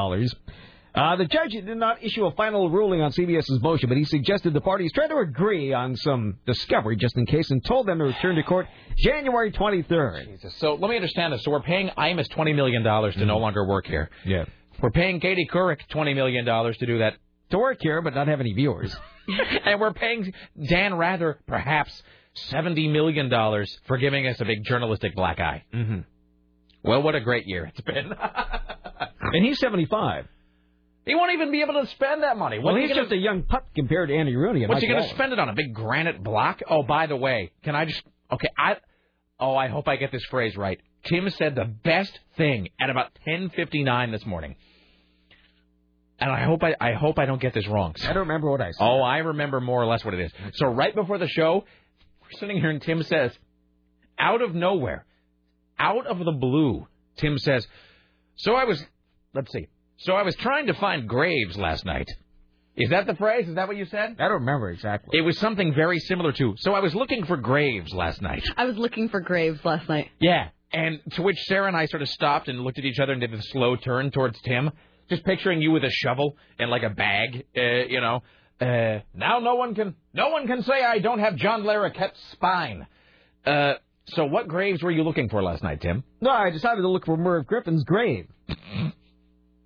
Speaker 8: Uh, the judge did not issue a final ruling on CBS's motion, but he suggested the parties try to agree on some discovery just in case and told them to return to court January 23rd.
Speaker 4: So let me understand this. So we're paying Imus twenty million dollars to no longer work here.
Speaker 8: Mm. Yeah.
Speaker 4: We're paying Katie Couric twenty million dollars to do that.
Speaker 8: To work here, but not have any viewers.
Speaker 4: and we're paying Dan Rather perhaps seventy million dollars for giving us a big journalistic black eye.
Speaker 8: Mm-hmm.
Speaker 4: Well, what a great year it's been.
Speaker 8: And he's 75.
Speaker 4: he won't even be able to spend that money.
Speaker 8: well,
Speaker 4: What's he
Speaker 8: he's
Speaker 4: gonna-
Speaker 8: just a young pup compared to Andy Rooney. and
Speaker 4: What's he
Speaker 8: Mike
Speaker 4: going to spend it on? A big granite block? Oh, by the way, can I just? Okay, I. Oh, I hope I get this phrase right. Tim said the best thing at about 10:59 this morning, and I hope I, I hope I don't get this wrong. I
Speaker 8: don't remember what I said.
Speaker 4: Oh, I remember more or less what it is. So right before the show, we're sitting here, and Tim says, out of nowhere, out of the blue, Tim says, "So I was, let's see, so I was trying to find graves last night." Is that the phrase? Is that what you said?
Speaker 8: I don't remember exactly.
Speaker 4: It was something very similar to. So I was looking for graves last night.
Speaker 5: I was looking for graves last night.
Speaker 4: Yeah. And to which Sarah and I sort of stopped and looked at each other and did the slow turn towards Tim, just picturing you with a shovel and like a bag, uh, you know. Uh, now no one can no one can say I don't have John Larroquette's spine. Uh, so what graves were you looking for last night, Tim?
Speaker 8: No, I decided to look for Merv Griffin's grave.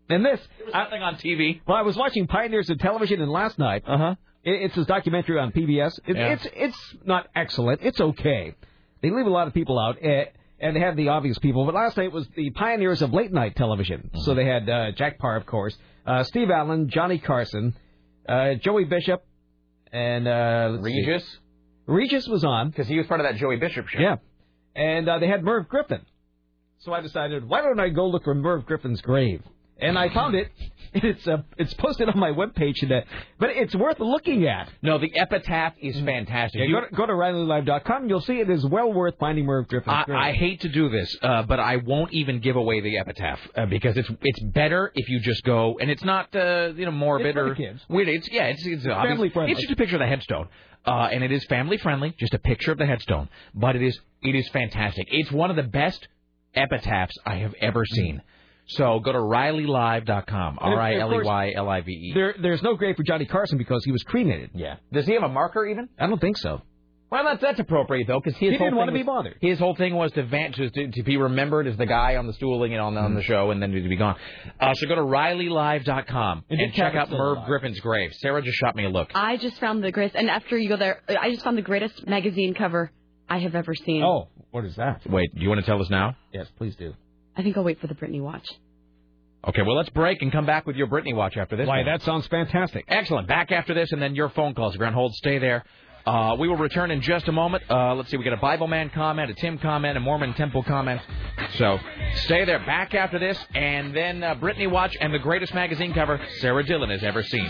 Speaker 8: and this.
Speaker 4: Nothing on TV.
Speaker 8: Well, I was watching Pioneers of Television, and last night,
Speaker 4: uh huh,
Speaker 8: it's his documentary on PBS. It,
Speaker 4: Yeah.
Speaker 8: It's it's not excellent. It's okay. They leave a lot of people out, eh, and they have the obvious people. But last night was the pioneers of late night television.
Speaker 4: Mm-hmm.
Speaker 8: So they had uh, Jack Parr, of course, uh, Steve Allen, Johnny Carson, uh, Joey Bishop, and uh, let's see.
Speaker 4: Regis?
Speaker 8: Regis was on
Speaker 4: because he was part of that Joey Bishop show.
Speaker 8: Yeah, and uh, they had Merv Griffin. So I decided, why don't I go look for Merv Griffin's grave? And I found it. It's uh, it's posted on my webpage, and, uh, but it's worth looking at. Mm.
Speaker 4: No, the epitaph is fantastic.
Speaker 8: Yeah,
Speaker 4: You-
Speaker 8: go, to, go to RileyLive.com. You'll see it is well worth finding Merv Griffin's
Speaker 4: I,
Speaker 8: grave.
Speaker 4: I hate to do this, uh, but I won't even give away the epitaph uh, because it's it's better if you just go and it's not uh, you know morbid
Speaker 8: It's for the
Speaker 4: or
Speaker 8: kids.
Speaker 4: weird. It's yeah, it's it's, obvious.
Speaker 8: family friendly.
Speaker 4: It's just a picture of the headstone, uh, and it is family friendly, just a picture of the headstone. But it is it is fantastic. It's one of the best epitaphs I have ever seen. So go to RileyLive.com.
Speaker 8: And
Speaker 4: R
Speaker 8: of-
Speaker 4: i
Speaker 8: of
Speaker 4: l e
Speaker 8: course-
Speaker 4: y l i v e.
Speaker 8: There, there's no grave for Johnny Carson because he was cremated.
Speaker 4: Yeah. Does he have a marker even?
Speaker 8: I don't think so.
Speaker 4: Well, that's that's appropriate though, because his
Speaker 8: He
Speaker 4: whole
Speaker 8: didn't
Speaker 4: thing
Speaker 8: wanna
Speaker 4: was-
Speaker 8: be bothered.
Speaker 4: His whole thing was to van- to, to, to be remembered as the guy on the stooling and on on
Speaker 8: Mm.
Speaker 4: the show, and then to be gone. Uh, so go to RileyLive.com and,
Speaker 5: Dick
Speaker 4: check
Speaker 5: Cabot's
Speaker 4: out
Speaker 5: still
Speaker 4: Merv
Speaker 5: alive.
Speaker 4: Griffin's grave. Sarah just shot me a look.
Speaker 5: I just found the greatest, and after you go there, I just found the greatest magazine cover I have ever seen.
Speaker 8: Oh, what is that?
Speaker 4: Wait, do you want to tell us now?
Speaker 8: Yes, please do.
Speaker 5: I think I'll wait for the Britney watch.
Speaker 4: Okay, well let's break and come back with your Britney watch after this.
Speaker 8: Why,
Speaker 4: one.
Speaker 8: that sounds fantastic.
Speaker 4: Excellent. Back after this, and then your phone calls. Grant Hold, stay there. Uh, we will return in just a moment. Uh, let's see, we got a Bible man comment, a Tim comment, a Mormon temple comment. So stay there. Back after this, and then uh, Brittany Watch and the greatest magazine cover Sarah Dillon has ever seen.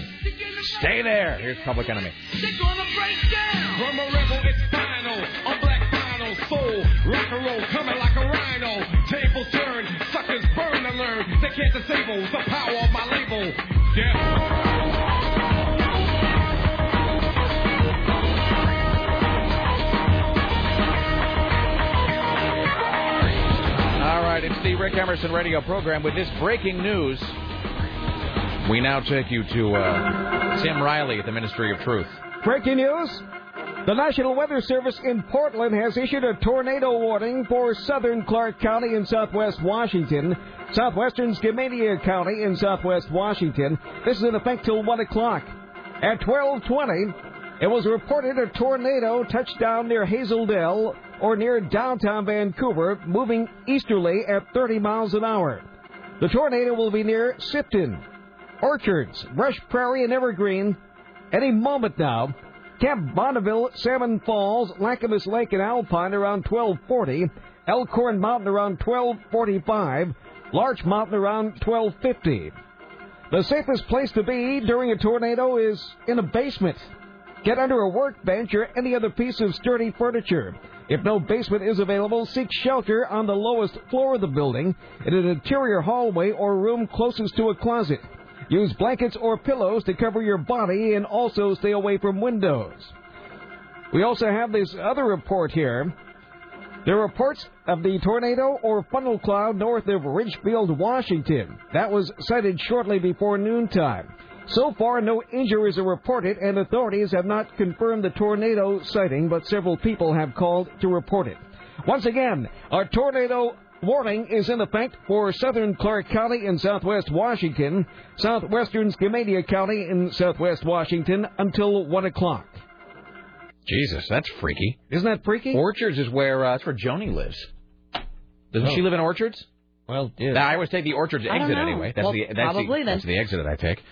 Speaker 4: Stay there. Here's Public Enemy.
Speaker 2: They're gonna break down. From a rebel, it's final. On black vinyl, soul, rock and roll, coming like a rhino. Tables turn, suckers burn to learn. They can't disable the power of my label. Yeah.
Speaker 4: All right, it's the Rick Emerson radio program. With this breaking news, we now take you to uh, Tim Riley at the Ministry of Truth.
Speaker 8: Breaking news The National Weather Service in Portland has issued a tornado warning for southern Clark County in southwest Washington, southwestern Skamania County in southwest Washington. This is in effect till 1 o'clock. At 1220, it was reported a tornado touched down near Hazeldale or near downtown Vancouver, moving easterly at 30 miles an hour. The tornado will be near Sifton, Orchards, Brush Prairie, and Evergreen any moment now. Camp Bonneville, Salmon Falls, Lacamas Lake, and Alpine around 1240, Elkhorn Mountain around 1245, Larch Mountain around 1250. The safest place to be during a tornado is in a basement. Get under a workbench or any other piece of sturdy furniture. If no basement is available, seek shelter on the lowest floor of the building, in an interior hallway or room closest to a closet. Use blankets or pillows to cover your body and also stay away from windows. We also have this other report here. There are reports of the tornado or funnel cloud north of Ridgefield, Washington. That was sighted shortly before noontime. So far, no injuries are reported, and authorities have not confirmed the tornado sighting, but several people have called to report it. Once again, a tornado warning is in effect for southern Clark County in southwest Washington, southwestern Skamania County in southwest Washington until 1 o'clock.
Speaker 4: Jesus, that's freaky.
Speaker 8: Isn't that freaky?
Speaker 4: Orchards is where uh, that's where Joni lives.
Speaker 8: Oh.
Speaker 4: Doesn't she live in Orchards?
Speaker 8: Well, yeah.
Speaker 4: I always take the Orchards
Speaker 5: I don't
Speaker 4: exit
Speaker 5: know.
Speaker 4: anyway. That's
Speaker 5: Well,
Speaker 4: the that's
Speaker 5: probably
Speaker 4: the,
Speaker 5: then.
Speaker 4: that's the exit that I take.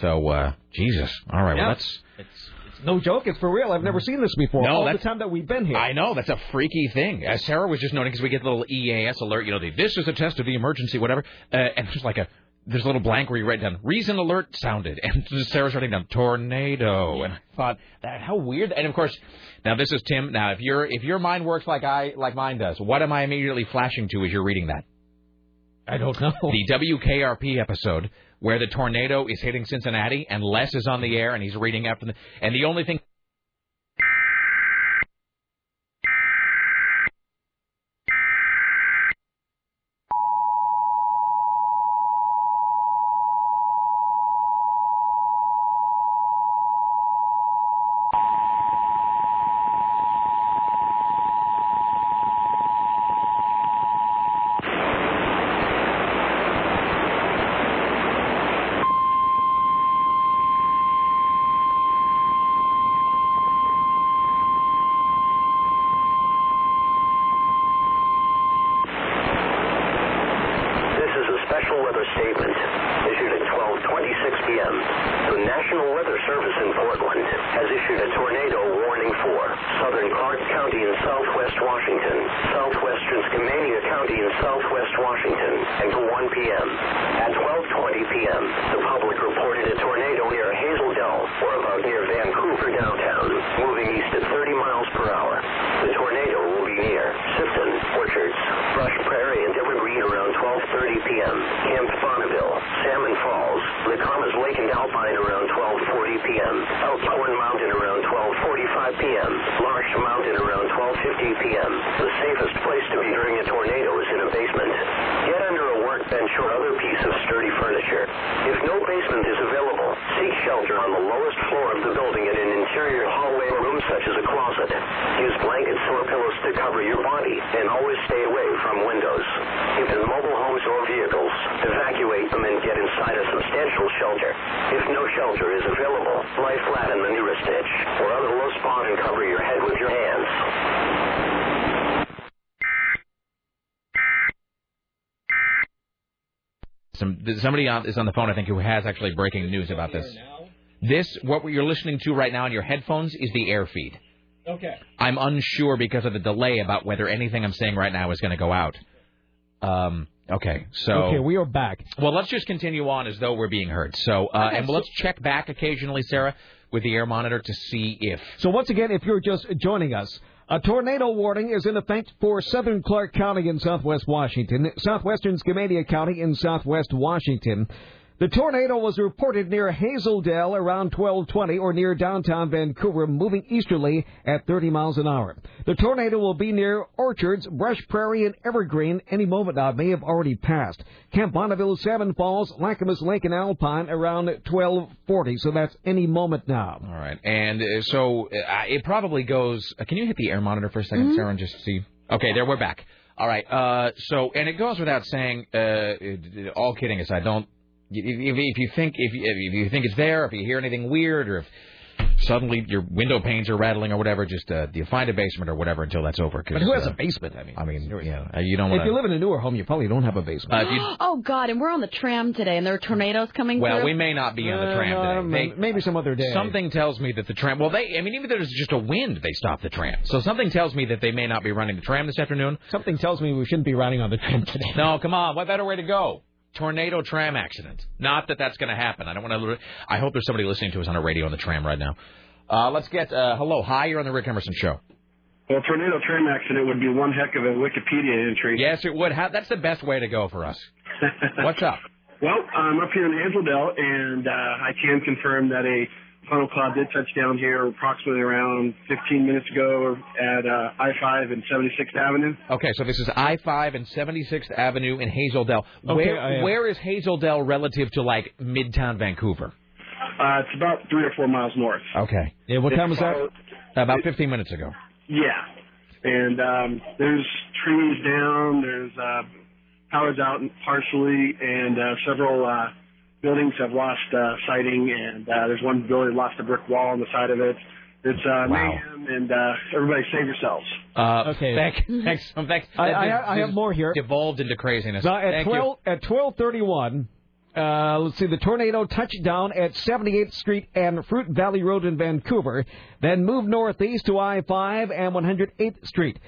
Speaker 4: So uh, Jesus, all right, well
Speaker 8: Yeah.
Speaker 4: that's
Speaker 8: It's, it's no joke. It's for real. I've never seen this before.
Speaker 4: Mm. No,
Speaker 8: All the
Speaker 4: that's-
Speaker 8: time that we've been here.
Speaker 4: I know that's a freaky thing. As Sarah was just noting, because we get the little EAS alert, you know, the, this is a test of the emergency, whatever, uh, and there's like a there's a little blank where you write down reason alert sounded, and Sarah's writing down tornado, and I thought that how weird. And of course, now this is Tim. Now if your if your mind works like I like mine does, what am I immediately flashing to as you're reading that?
Speaker 8: I don't know.
Speaker 4: The WKRP episode where the tornado is hitting Cincinnati and Les is on the air and he's reading after the and the only thing
Speaker 27: This is a special weather statement issued at 12:26 p.m. The National Weather Service in Portland has issued a tornado warning for southern Clark County in southwest Washington, southwestern Skamania County in southwest Washington until 1 p.m. At 12:20 p.m., the public reported a tornado near Hazeldale or about near Vancouver downtown, moving east at 30 miles per hour. The tornado will be near Sifton, Orchards, Brush Prairie, and Evergreen around 12:30 p.m. Camp Bonneville, Salmon Falls, Lacamas Lake and Alpine around 12:40 p.m. Elkhorn Mountain around 12:45 p.m. Larch Mountain around 12:50 p.m. The safest place to be during a tornado is in a basement. Get under a workbench or other piece of sturdy furniture. If no basement is available, seek shelter on the lowest floor of the building in an interior hallway or room such as a closet. Use blankets or pillows to cover your body and always stay away from windows. If in mobile homes or vehicles, evacuate them and get inside a substantial shelter. If no shelter is available, lie flat in the nearest ditch or other low spot and cover your head with your hands.
Speaker 4: some somebody on, is on the phone I think who has actually breaking news about this. This what you're listening to right now in your headphones is the air feed.
Speaker 2: Okay.
Speaker 4: I'm unsure because of the delay about whether anything I'm saying right now is going to go out. Um, okay, so
Speaker 8: okay, we are back.
Speaker 4: well, let's just continue on as though we're being heard. So, uh, and let's check back occasionally, Sarah, with the air monitor to see if
Speaker 8: So once again, if you're just joining us, a tornado warning is in effect for southern Clark County in southwest Washington, southwestern Skamania County in southwest Washington. The tornado was reported near Hazeldale around 1220 or near downtown Vancouver, moving easterly at 30 miles an hour. The tornado will be near Orchards, Brush Prairie, and Evergreen any moment now. It may have already passed. Camp Bonneville, Salmon Falls, Lacamas Lake, and Alpine around 1240, so that's any moment now.
Speaker 4: All right, and uh, so uh, it probably goes. Uh, can you hit the air monitor for a 2nd Sarah, and just see? Okay, there we're back. All right. Uh, so, and it goes without saying. Uh, it- all kidding aside, don't. If, if if you think if you, if you think it's there, if you hear anything weird, or if suddenly your window panes are rattling or whatever, just uh, you find a basement or whatever until that's over. 'cause,
Speaker 8: But who has
Speaker 4: uh,
Speaker 8: a basement? I mean,
Speaker 4: I mean, yeah, uh, you don't want
Speaker 8: if you live in a newer home, you probably don't have a basement.
Speaker 4: if Uh, you-
Speaker 5: oh God! And we're on the tram today, and there are tornadoes coming
Speaker 4: Well,
Speaker 5: through.
Speaker 4: we may not be on the
Speaker 8: Uh, no, I
Speaker 4: tram
Speaker 8: don't
Speaker 4: today. They-
Speaker 8: know. maybe some other day.
Speaker 4: Something tells me that the tram. Well, they. I mean, even if there's just a wind, they stop the tram. So something tells me that they may not be running the tram this afternoon.
Speaker 8: Something tells me we shouldn't be riding on the tram today.
Speaker 4: No, come on. What better way to go? Tornado tram accident. Not that that's going to happen. I don't want to. I hope there's somebody listening to us on a radio on the tram right now. Uh, let's get uh, hello. Hi, you're on the Rick Emerson show.
Speaker 28: Well, tornado tram accident would be one heck of a Wikipedia entry.
Speaker 4: Yes, it would. How, that's the best way to go for us. What's up?
Speaker 28: Well, I'm up here in Hazeldale, and uh, I can confirm that a funnel cloud did touch down here approximately around 15 minutes ago at uh, I-5 and 76th Avenue.
Speaker 4: Okay, so this is I-5 and 76th Avenue in Hazeldale.
Speaker 28: Okay,
Speaker 4: where
Speaker 28: I am-
Speaker 4: where is Hazeldale relative to like Midtown Vancouver?
Speaker 28: Uh, it's about three or four miles north.
Speaker 4: Okay.
Speaker 8: Yeah,
Speaker 28: what time was that?
Speaker 4: About 15 minutes ago.
Speaker 28: Yeah, and um, there's trees down, there's uh, power's out partially, and uh, several uh, buildings have lost uh, siding, and uh, there's one building lost a brick wall on the side of it. It's uh, mayhem, and uh, everybody save yourselves.
Speaker 4: Uh,
Speaker 8: Okay.
Speaker 4: Thank, thanks. Thanks.
Speaker 8: I-
Speaker 4: That-
Speaker 8: I-
Speaker 4: this-
Speaker 8: I have
Speaker 4: this
Speaker 8: more here.
Speaker 4: Devolved into craziness.
Speaker 8: Now, at
Speaker 4: Thank you.
Speaker 8: twelve at twelve thirty one, uh, let's see, the tornado touched down at 78th Street and Fruit Valley Road in Vancouver, then moved northeast to I five and 108th Street.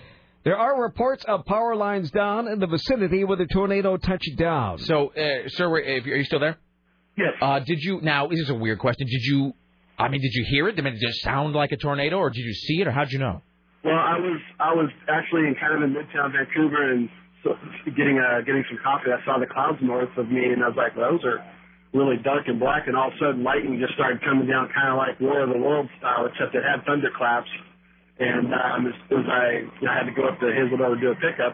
Speaker 8: There are reports of power lines down in the vicinity where the tornado touched down.
Speaker 4: So, uh, sir, if you- are you still there?
Speaker 28: Yes.
Speaker 4: Uh, did you now? This is a weird question. Did you? I mean, did you hear it? I mean, did it sound like a tornado, or did you see it, or how'd you know?
Speaker 28: Well, I was I was actually in kind of in Midtown Vancouver and so, getting uh, getting some coffee. I saw the clouds north of me, and I was like, those are really dark and black. And all of a sudden, lightning just started coming down, kind of like War of the Worlds style, except it had thunderclaps. And um, as, as I, you know, I had to go up to Hazeldale to do a pickup,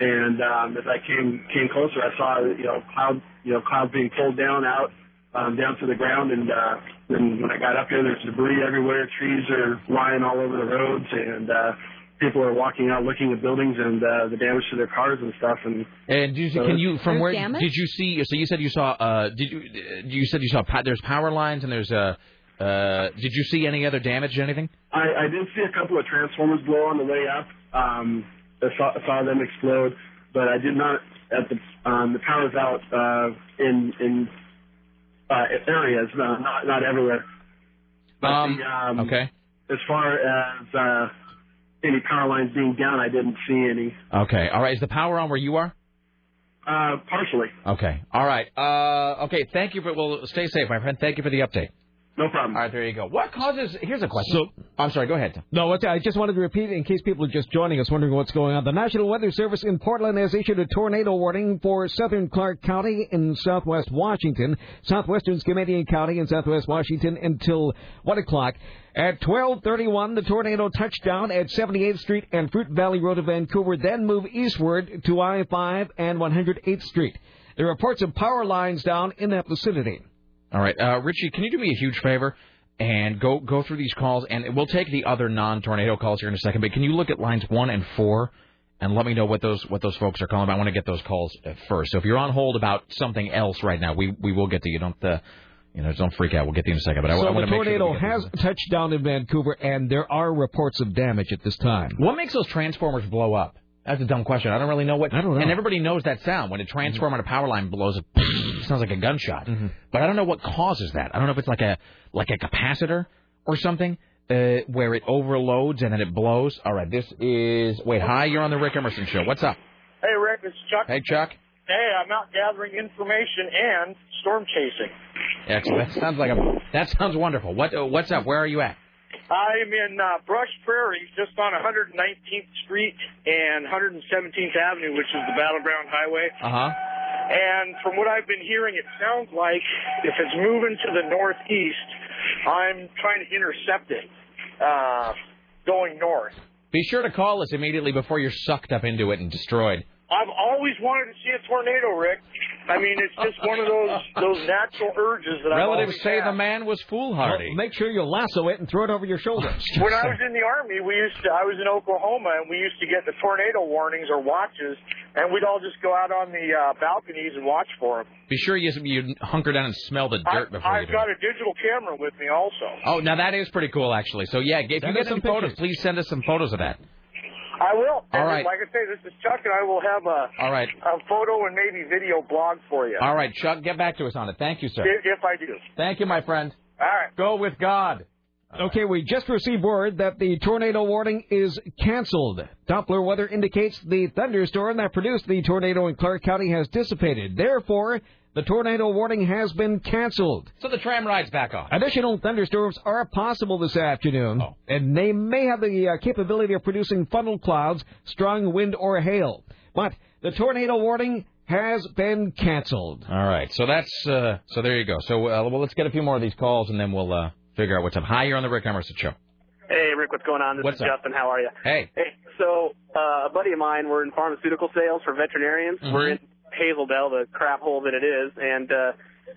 Speaker 28: and um, as I came came closer, I saw you know cloud you know clouds being pulled down out um, down to the ground, and uh, and when I got up there, there's debris everywhere. Trees are lying all over the roads, and uh, people are walking out looking at buildings and uh, the damage to their cars and stuff. And
Speaker 4: And did you,
Speaker 28: Uh,
Speaker 4: can you from
Speaker 28: There's
Speaker 4: where
Speaker 28: damage?
Speaker 4: did you see? So you said you saw. Uh, did you? uh, You said you saw. pa- There's power lines, and there's Uh, uh, did you see any other damage? Anything?
Speaker 28: I, I did see a couple of transformers blow on the way up. Um, I saw, I saw them explode, but I did not at the um, the power's out uh, in in uh, areas, no, not not everywhere. But the, um,
Speaker 4: Okay.
Speaker 28: As far as uh, any power lines being down, I didn't see any.
Speaker 4: Okay. All right. Is the power on where you are?
Speaker 28: Uh, partially,
Speaker 4: Okay. All right. Uh, okay. Thank you for. Well, stay safe, my friend. Thank you for the update.
Speaker 28: No problem.
Speaker 4: All right. There you go. What causes? Here's a question. I'm sorry. Go ahead. Tom.
Speaker 8: No, what I just wanted to repeat in case people are just joining us wondering what's going on. The National Weather Service in Portland has issued a tornado warning for southern Clark County in southwest Washington, southwestern Skamania County in southwest Washington until 1 o'clock. At 1231, the tornado touched down at 78th Street and Fruit Valley Road in Vancouver, then moved eastward to I-5 and 108th Street. There are reports of power lines down in that vicinity.
Speaker 4: All right, uh, Richie, can you do me a huge favor and go go through these calls? And we'll take the other non-tornado calls here in a second. But can you look at lines one and four and let me know what those what those folks are calling? about? I want to get those calls uh, first. So if you're on hold about something else right now, we we will get to you. Don't uh, you know? Don't freak out. We'll get to you in a second. But I,
Speaker 8: so
Speaker 4: I want
Speaker 8: the
Speaker 4: to make sure. that
Speaker 8: tornado
Speaker 4: we get-
Speaker 8: has touched down in Vancouver, and there are reports of damage at this time.
Speaker 4: What makes those transformers blow up? That's a dumb question. I don't really know what. I don't know. And everybody knows that sound when a transformer on a power line blows. up, It sounds like a Mm-hmm. gunshot. But I don't know what causes that. I don't know if it's like a like a capacitor or something. uh, where it overloads and then it blows. All right, this is. Wait, hi, you're on the Rick Emerson show. What's up?
Speaker 17: Hey, Rick, it's Chuck.
Speaker 4: Hey, Chuck.
Speaker 17: Hey, I'm out gathering information and storm chasing.
Speaker 4: Excellent. That sounds like a. That sounds wonderful. What uh, What's up? Where are you at?
Speaker 17: I'm in uh, Brush Prairie, just on 119th Street and 117th Avenue, which is the battleground highway.
Speaker 4: Uh huh.
Speaker 17: And from what I've been hearing, it sounds like if it's moving to the northeast, I'm trying to intercept it uh, going north.
Speaker 4: Be sure to call us immediately before you're sucked up into it and destroyed.
Speaker 17: I've always wanted to see a tornado, Rick. I mean, it's just one of those those natural urges that
Speaker 4: Relatives
Speaker 17: I've always
Speaker 4: say
Speaker 17: had.
Speaker 4: the man was foolhardy.
Speaker 8: Well, make sure you lasso it and throw it over your shoulder.
Speaker 17: When I was in the army, we used to. I was in Oklahoma, and we used to get the tornado warnings or watches, and we'd all just go out on the uh, balconies and watch for them.
Speaker 4: Be sure you you hunker down and smell the dirt before you
Speaker 17: I've
Speaker 4: do
Speaker 17: got
Speaker 4: it.
Speaker 17: a digital camera with me, also.
Speaker 4: Oh, now that is pretty cool, actually. So yeah, if you
Speaker 17: Send
Speaker 4: get
Speaker 17: us
Speaker 4: some
Speaker 17: some
Speaker 4: photos, please send us some photos of that.
Speaker 17: I will.
Speaker 4: All
Speaker 17: And
Speaker 4: right.
Speaker 17: Like I say, this is Chuck, and I will have a
Speaker 4: All right,
Speaker 17: a photo and maybe video blog for you.
Speaker 4: all right, Chuck, get back to us on it. Thank you, sir.
Speaker 17: If, if I do.
Speaker 4: Thank you, my friend.
Speaker 17: All right.
Speaker 4: Go with God.
Speaker 8: Okay, we just received word that the tornado warning is canceled. Doppler weather indicates the thunderstorm that produced the tornado in Clark County has dissipated. Therefore, the tornado warning has been canceled.
Speaker 4: So the tram ride's back on.
Speaker 8: Additional thunderstorms are possible this afternoon,
Speaker 4: Oh.
Speaker 8: and they may have the uh, capability of producing funnel clouds, strong wind, or hail. But the tornado warning has been canceled.
Speaker 4: All right, so that's uh, so there you go. So uh, well, let's get a few more of these calls and then we'll uh, figure out what's up. Hi, you're on the Rick Emerson show.
Speaker 29: Hey, Rick, what's going on? This
Speaker 4: What's
Speaker 29: is
Speaker 4: up?
Speaker 29: Justin. How are you?
Speaker 4: Hey.
Speaker 29: Hey, so uh, a buddy of mine, we're in pharmaceutical sales for veterinarians.
Speaker 4: Mm-hmm.
Speaker 29: We're in Hazeldale, the crap hole that it is, and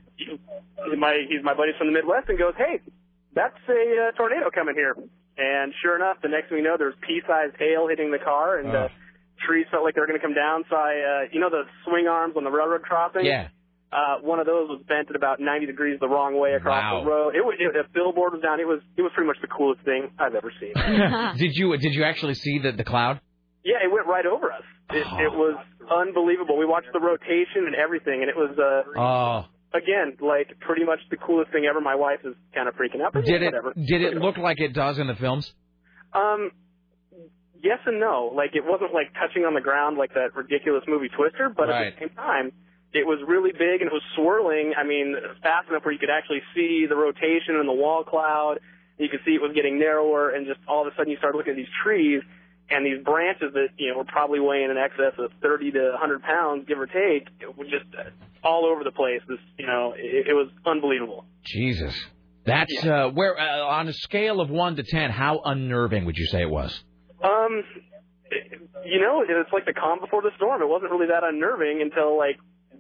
Speaker 29: uh, my he's my buddy from the Midwest, and goes, "Hey, that's a uh, tornado coming here." And sure enough, the next thing you know, there's pea-sized hail hitting the car, and uh,
Speaker 12: Ugh.
Speaker 29: trees felt like they were going to come down. So I, uh, you know, the swing arms on the railroad crossing.
Speaker 12: Yeah.
Speaker 29: Uh, one of those was bent at about 90 degrees the wrong way across
Speaker 4: Wow.
Speaker 29: the road. It was it, a billboard was down. It was it was pretty much the coolest thing I've ever seen.
Speaker 4: did you did you actually see the the cloud?
Speaker 29: Yeah, it went right over us. It,
Speaker 4: Oh.
Speaker 29: it was unbelievable. We watched the rotation and everything, and it was uh,
Speaker 4: Oh,
Speaker 29: again like pretty much the coolest thing ever. My wife is kind of freaking out. But
Speaker 4: Oh, did it
Speaker 29: Whatever.
Speaker 4: did it look like it does in the films?
Speaker 29: Um, yes and no. Like it wasn't like touching on the ground like that ridiculous movie Twister, but
Speaker 4: Right.
Speaker 29: at the same time, it was really big and it was swirling. I mean, fast enough where you could actually see the rotation and the wall cloud. You could see it was getting narrower, and just all of a sudden you started looking at these trees and these branches that you know were probably weighing in excess of 30 to 100 pounds, give or take, it was just uh, all over the place. This, you know, it, it was unbelievable.
Speaker 4: Jesus, that's uh, where uh, on a scale of one to ten, how unnerving would you say it was?
Speaker 29: Um, you know, it's like the calm before the storm. It wasn't really that unnerving until like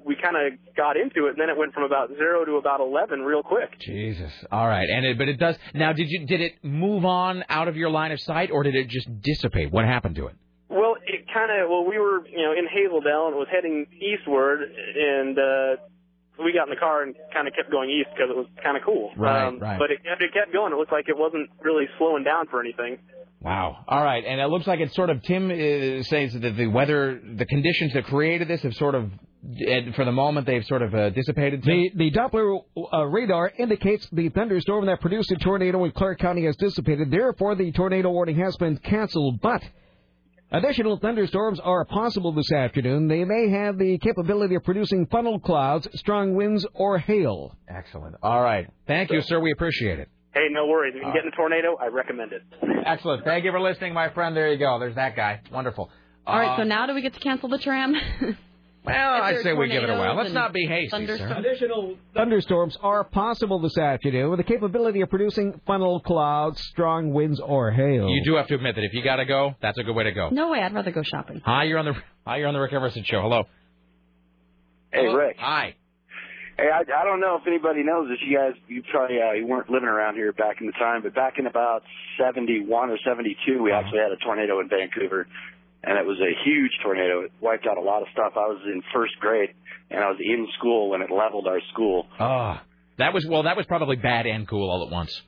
Speaker 29: we kind of got into it, and then it went from about zero to about eleven real quick.
Speaker 4: Jesus. All right, and it, but it does now. Did you did it move on out of your line of sight, or did it just dissipate? What happened to it?
Speaker 29: Well, it kind of well, we were you know in Hazeldale and it was heading eastward, and uh, we got in the car and kind of kept going east because it was kind of cool.
Speaker 4: Right,
Speaker 29: um,
Speaker 4: right.
Speaker 29: But it, it kept going. It looked like it wasn't really slowing down for anything.
Speaker 4: Wow. All right, and it looks like it's sort of Tim uh, says that the weather, the conditions that created this have sort of, and for the moment, they've sort of uh, dissipated. Tim?
Speaker 8: The, the Doppler uh, radar indicates the thunderstorm that produced the tornado in Clark County has dissipated. Therefore, the tornado warning has been canceled. But additional thunderstorms are possible this afternoon. They may have the capability of producing funnel clouds, strong winds, or hail.
Speaker 4: Excellent. All right. Thank you, sir. We appreciate it.
Speaker 29: Hey, no worries.
Speaker 4: Uh.
Speaker 29: If you can get in a tornado, I recommend it.
Speaker 4: Excellent. Thank you for listening, my friend. There you go. There's that guy. Wonderful.
Speaker 5: All right,
Speaker 4: Uh,
Speaker 5: so now do we get to cancel the tram?
Speaker 4: well, I
Speaker 5: there's
Speaker 4: say we give it a while.
Speaker 5: tornadoes
Speaker 4: Let's
Speaker 5: and
Speaker 4: not be hasty, sir.
Speaker 5: thunderstorms.
Speaker 8: Additional thunderstorms are possible this afternoon with the capability of producing funnel clouds, strong winds, or hail.
Speaker 4: You do have to admit that if you gotta go, that's a good way to go.
Speaker 5: no way, I'd rather go shopping.
Speaker 4: Hi, you're on the Hi, you're on the Rick Emerson show. Hello.
Speaker 27: Hey, Rick.
Speaker 4: Hi.
Speaker 27: Hey, I, I don't know if anybody knows this. You guys, you probably uh, you weren't living around here back in the time, but back in about '71 or '72, we actually had a tornado in Vancouver, and it was a huge tornado. It wiped out a lot of stuff. I was in first grade, and I was in school when it leveled our school.
Speaker 4: Ah, that was well. That was probably bad and cool all at once.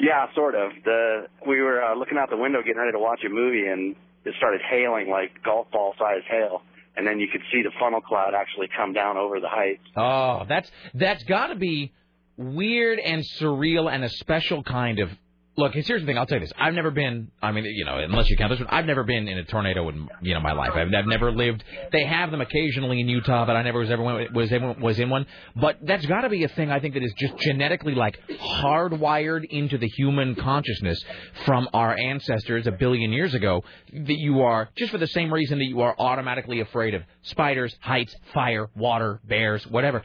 Speaker 27: Yeah, sort of. The we were uh, looking out the window, getting ready to watch a movie, and it started hailing like golf ball sized hail, and then you could see the funnel cloud actually come down over the heights.
Speaker 4: Oh, that's that's got to be weird and surreal and a special kind of Look, here's the thing. I'll tell you this. I've never been. I mean, you know, unless you count this one, I've never been in a tornado in you know my life. I've, I've never lived. They have them occasionally in Utah, but I never was ever was ever, was in one. But that's got to be a thing. I think that is just genetically like hardwired into the human consciousness from our ancestors a billion years ago. That you are just for the same reason that you are automatically afraid of spiders, heights, fire, water, bears, whatever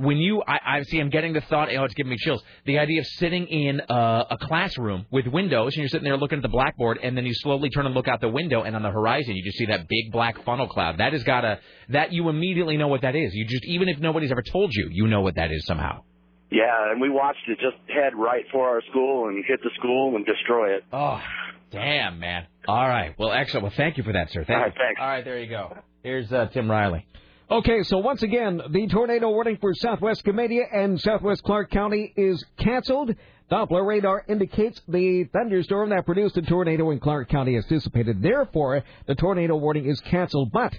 Speaker 4: when you I, I see I'm getting the thought oh it's giving me chills the idea of sitting in uh, a, a classroom with windows and you're sitting there looking at the blackboard and then you slowly turn and look out the window and on the horizon you just see that big black funnel cloud that has got a that you immediately know what that is you just even if nobody's ever told you you know what that is somehow
Speaker 29: Yeah, and we watched it just head right for our school and hit the school and destroy it.
Speaker 4: Oh, damn man all right well excellent well thank you for that sir thank
Speaker 29: All right,
Speaker 4: you.
Speaker 29: thanks.
Speaker 4: all right there you go here's uh, Tim Riley
Speaker 8: Okay, so once again, the tornado warning for southwest Comedia and southwest Clark County is canceled. Doppler radar indicates the thunderstorm that produced the tornado in Clark County is dissipated. Therefore, the tornado warning is canceled, but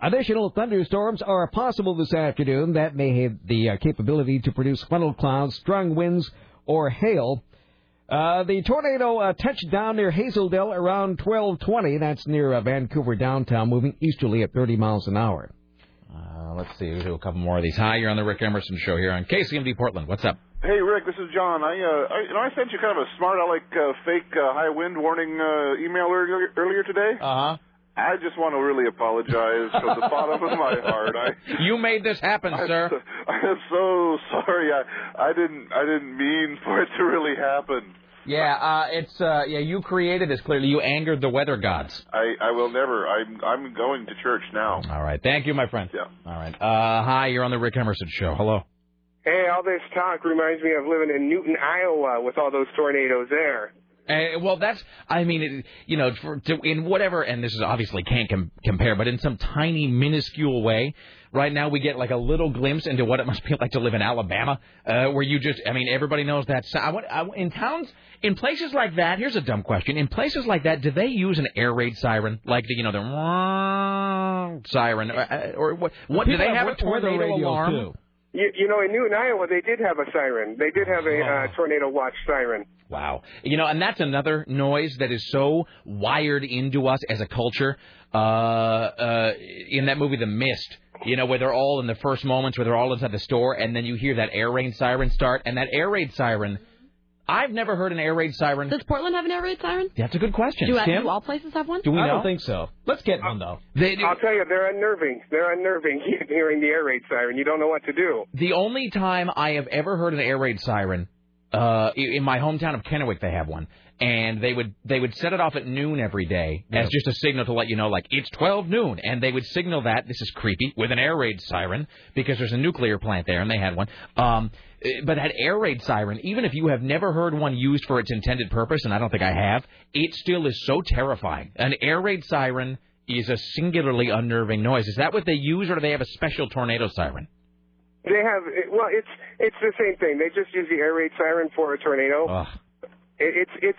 Speaker 8: additional thunderstorms are possible this afternoon that may have the uh, capability to produce funnel clouds, strong winds, or hail. Uh, the tornado uh, touched down near Hazeldale around 1220. That's near uh, Vancouver downtown, moving easterly at 30 miles an hour.
Speaker 4: uh, let's see we'll do a couple more of these hi you're on the Rick Emerson show here on KCMD Portland what's up
Speaker 14: Hey Rick, this is John. I, uh, I you know I sent you kind of a smart aleck uh, fake uh, high wind warning uh, email earlier, earlier today.
Speaker 4: Uh huh.
Speaker 14: I just want to really apologize from the bottom of my heart. I
Speaker 4: you made this happen sir
Speaker 14: I am so sorry. I I didn't I didn't mean for it to really happen.
Speaker 4: Yeah, uh, it's uh, yeah. You created this clearly. You angered the weather gods.
Speaker 14: I I will never. I'm I'm going to church now.
Speaker 4: All right, thank you, my friend.
Speaker 14: Yeah.
Speaker 4: All right. Uh, hi, you're on the Rick Emerson show. Hello.
Speaker 15: Hey, all this talk reminds me of living in Newton, Iowa, with all those tornadoes there.
Speaker 4: Uh, well, that's I mean, it, you know, for, to, in whatever, and this is obviously can't com- compare, but in some tiny, minuscule way, right now we get like a little glimpse into what it must be like to live in Alabama, uh, where you just, I mean, everybody knows that. So I, want- I, in towns, in places like that, here's a dumb question: in places like that, do they use an air raid siren, like the you know the siren, or, or what? What do
Speaker 15: People
Speaker 4: they
Speaker 15: have
Speaker 4: have a
Speaker 15: wea- weather
Speaker 4: tornado
Speaker 15: radios,
Speaker 4: alarm?
Speaker 15: too. You, you know, in Newton, Iowa, they did have a siren. They did have a uh, tornado watch siren.
Speaker 4: Wow. You know, and that's another noise that is so wired into us as a culture. Uh, uh, in that movie, The Mist, you know, where they're all in the first moments where they're all inside the store, and then you hear that air raid siren start, and that air raid siren. I've never heard an air raid siren.
Speaker 5: Does Portland have an air raid siren?
Speaker 4: That's a good question.
Speaker 5: Do,
Speaker 4: Tim?
Speaker 5: do all places have one?
Speaker 4: Do we know?
Speaker 8: so. Let's get one though.
Speaker 15: I'll tell you, they're unnerving. They're unnerving hearing the air raid siren. You don't know what to do.
Speaker 4: The only time I have ever heard an air raid siren, uh, i- in my hometown of Kennewick, they have one, and they would they would set it off at noon every day as just a signal to let you know, like it's twelve noon, and they would signal that this is creepy with an air raid siren because there's a nuclear plant there, and they had one. Um, eh, but that air raid siren, even if you have never heard one used for its intended purpose, and I don't think I have, it still is so terrifying. An air raid siren is a singularly unnerving noise. Is that what they use, or do they have a special tornado siren?
Speaker 15: They have well, it's it's the same thing. They just use the air raid siren for a tornado.
Speaker 4: Ugh.
Speaker 15: It, it's it's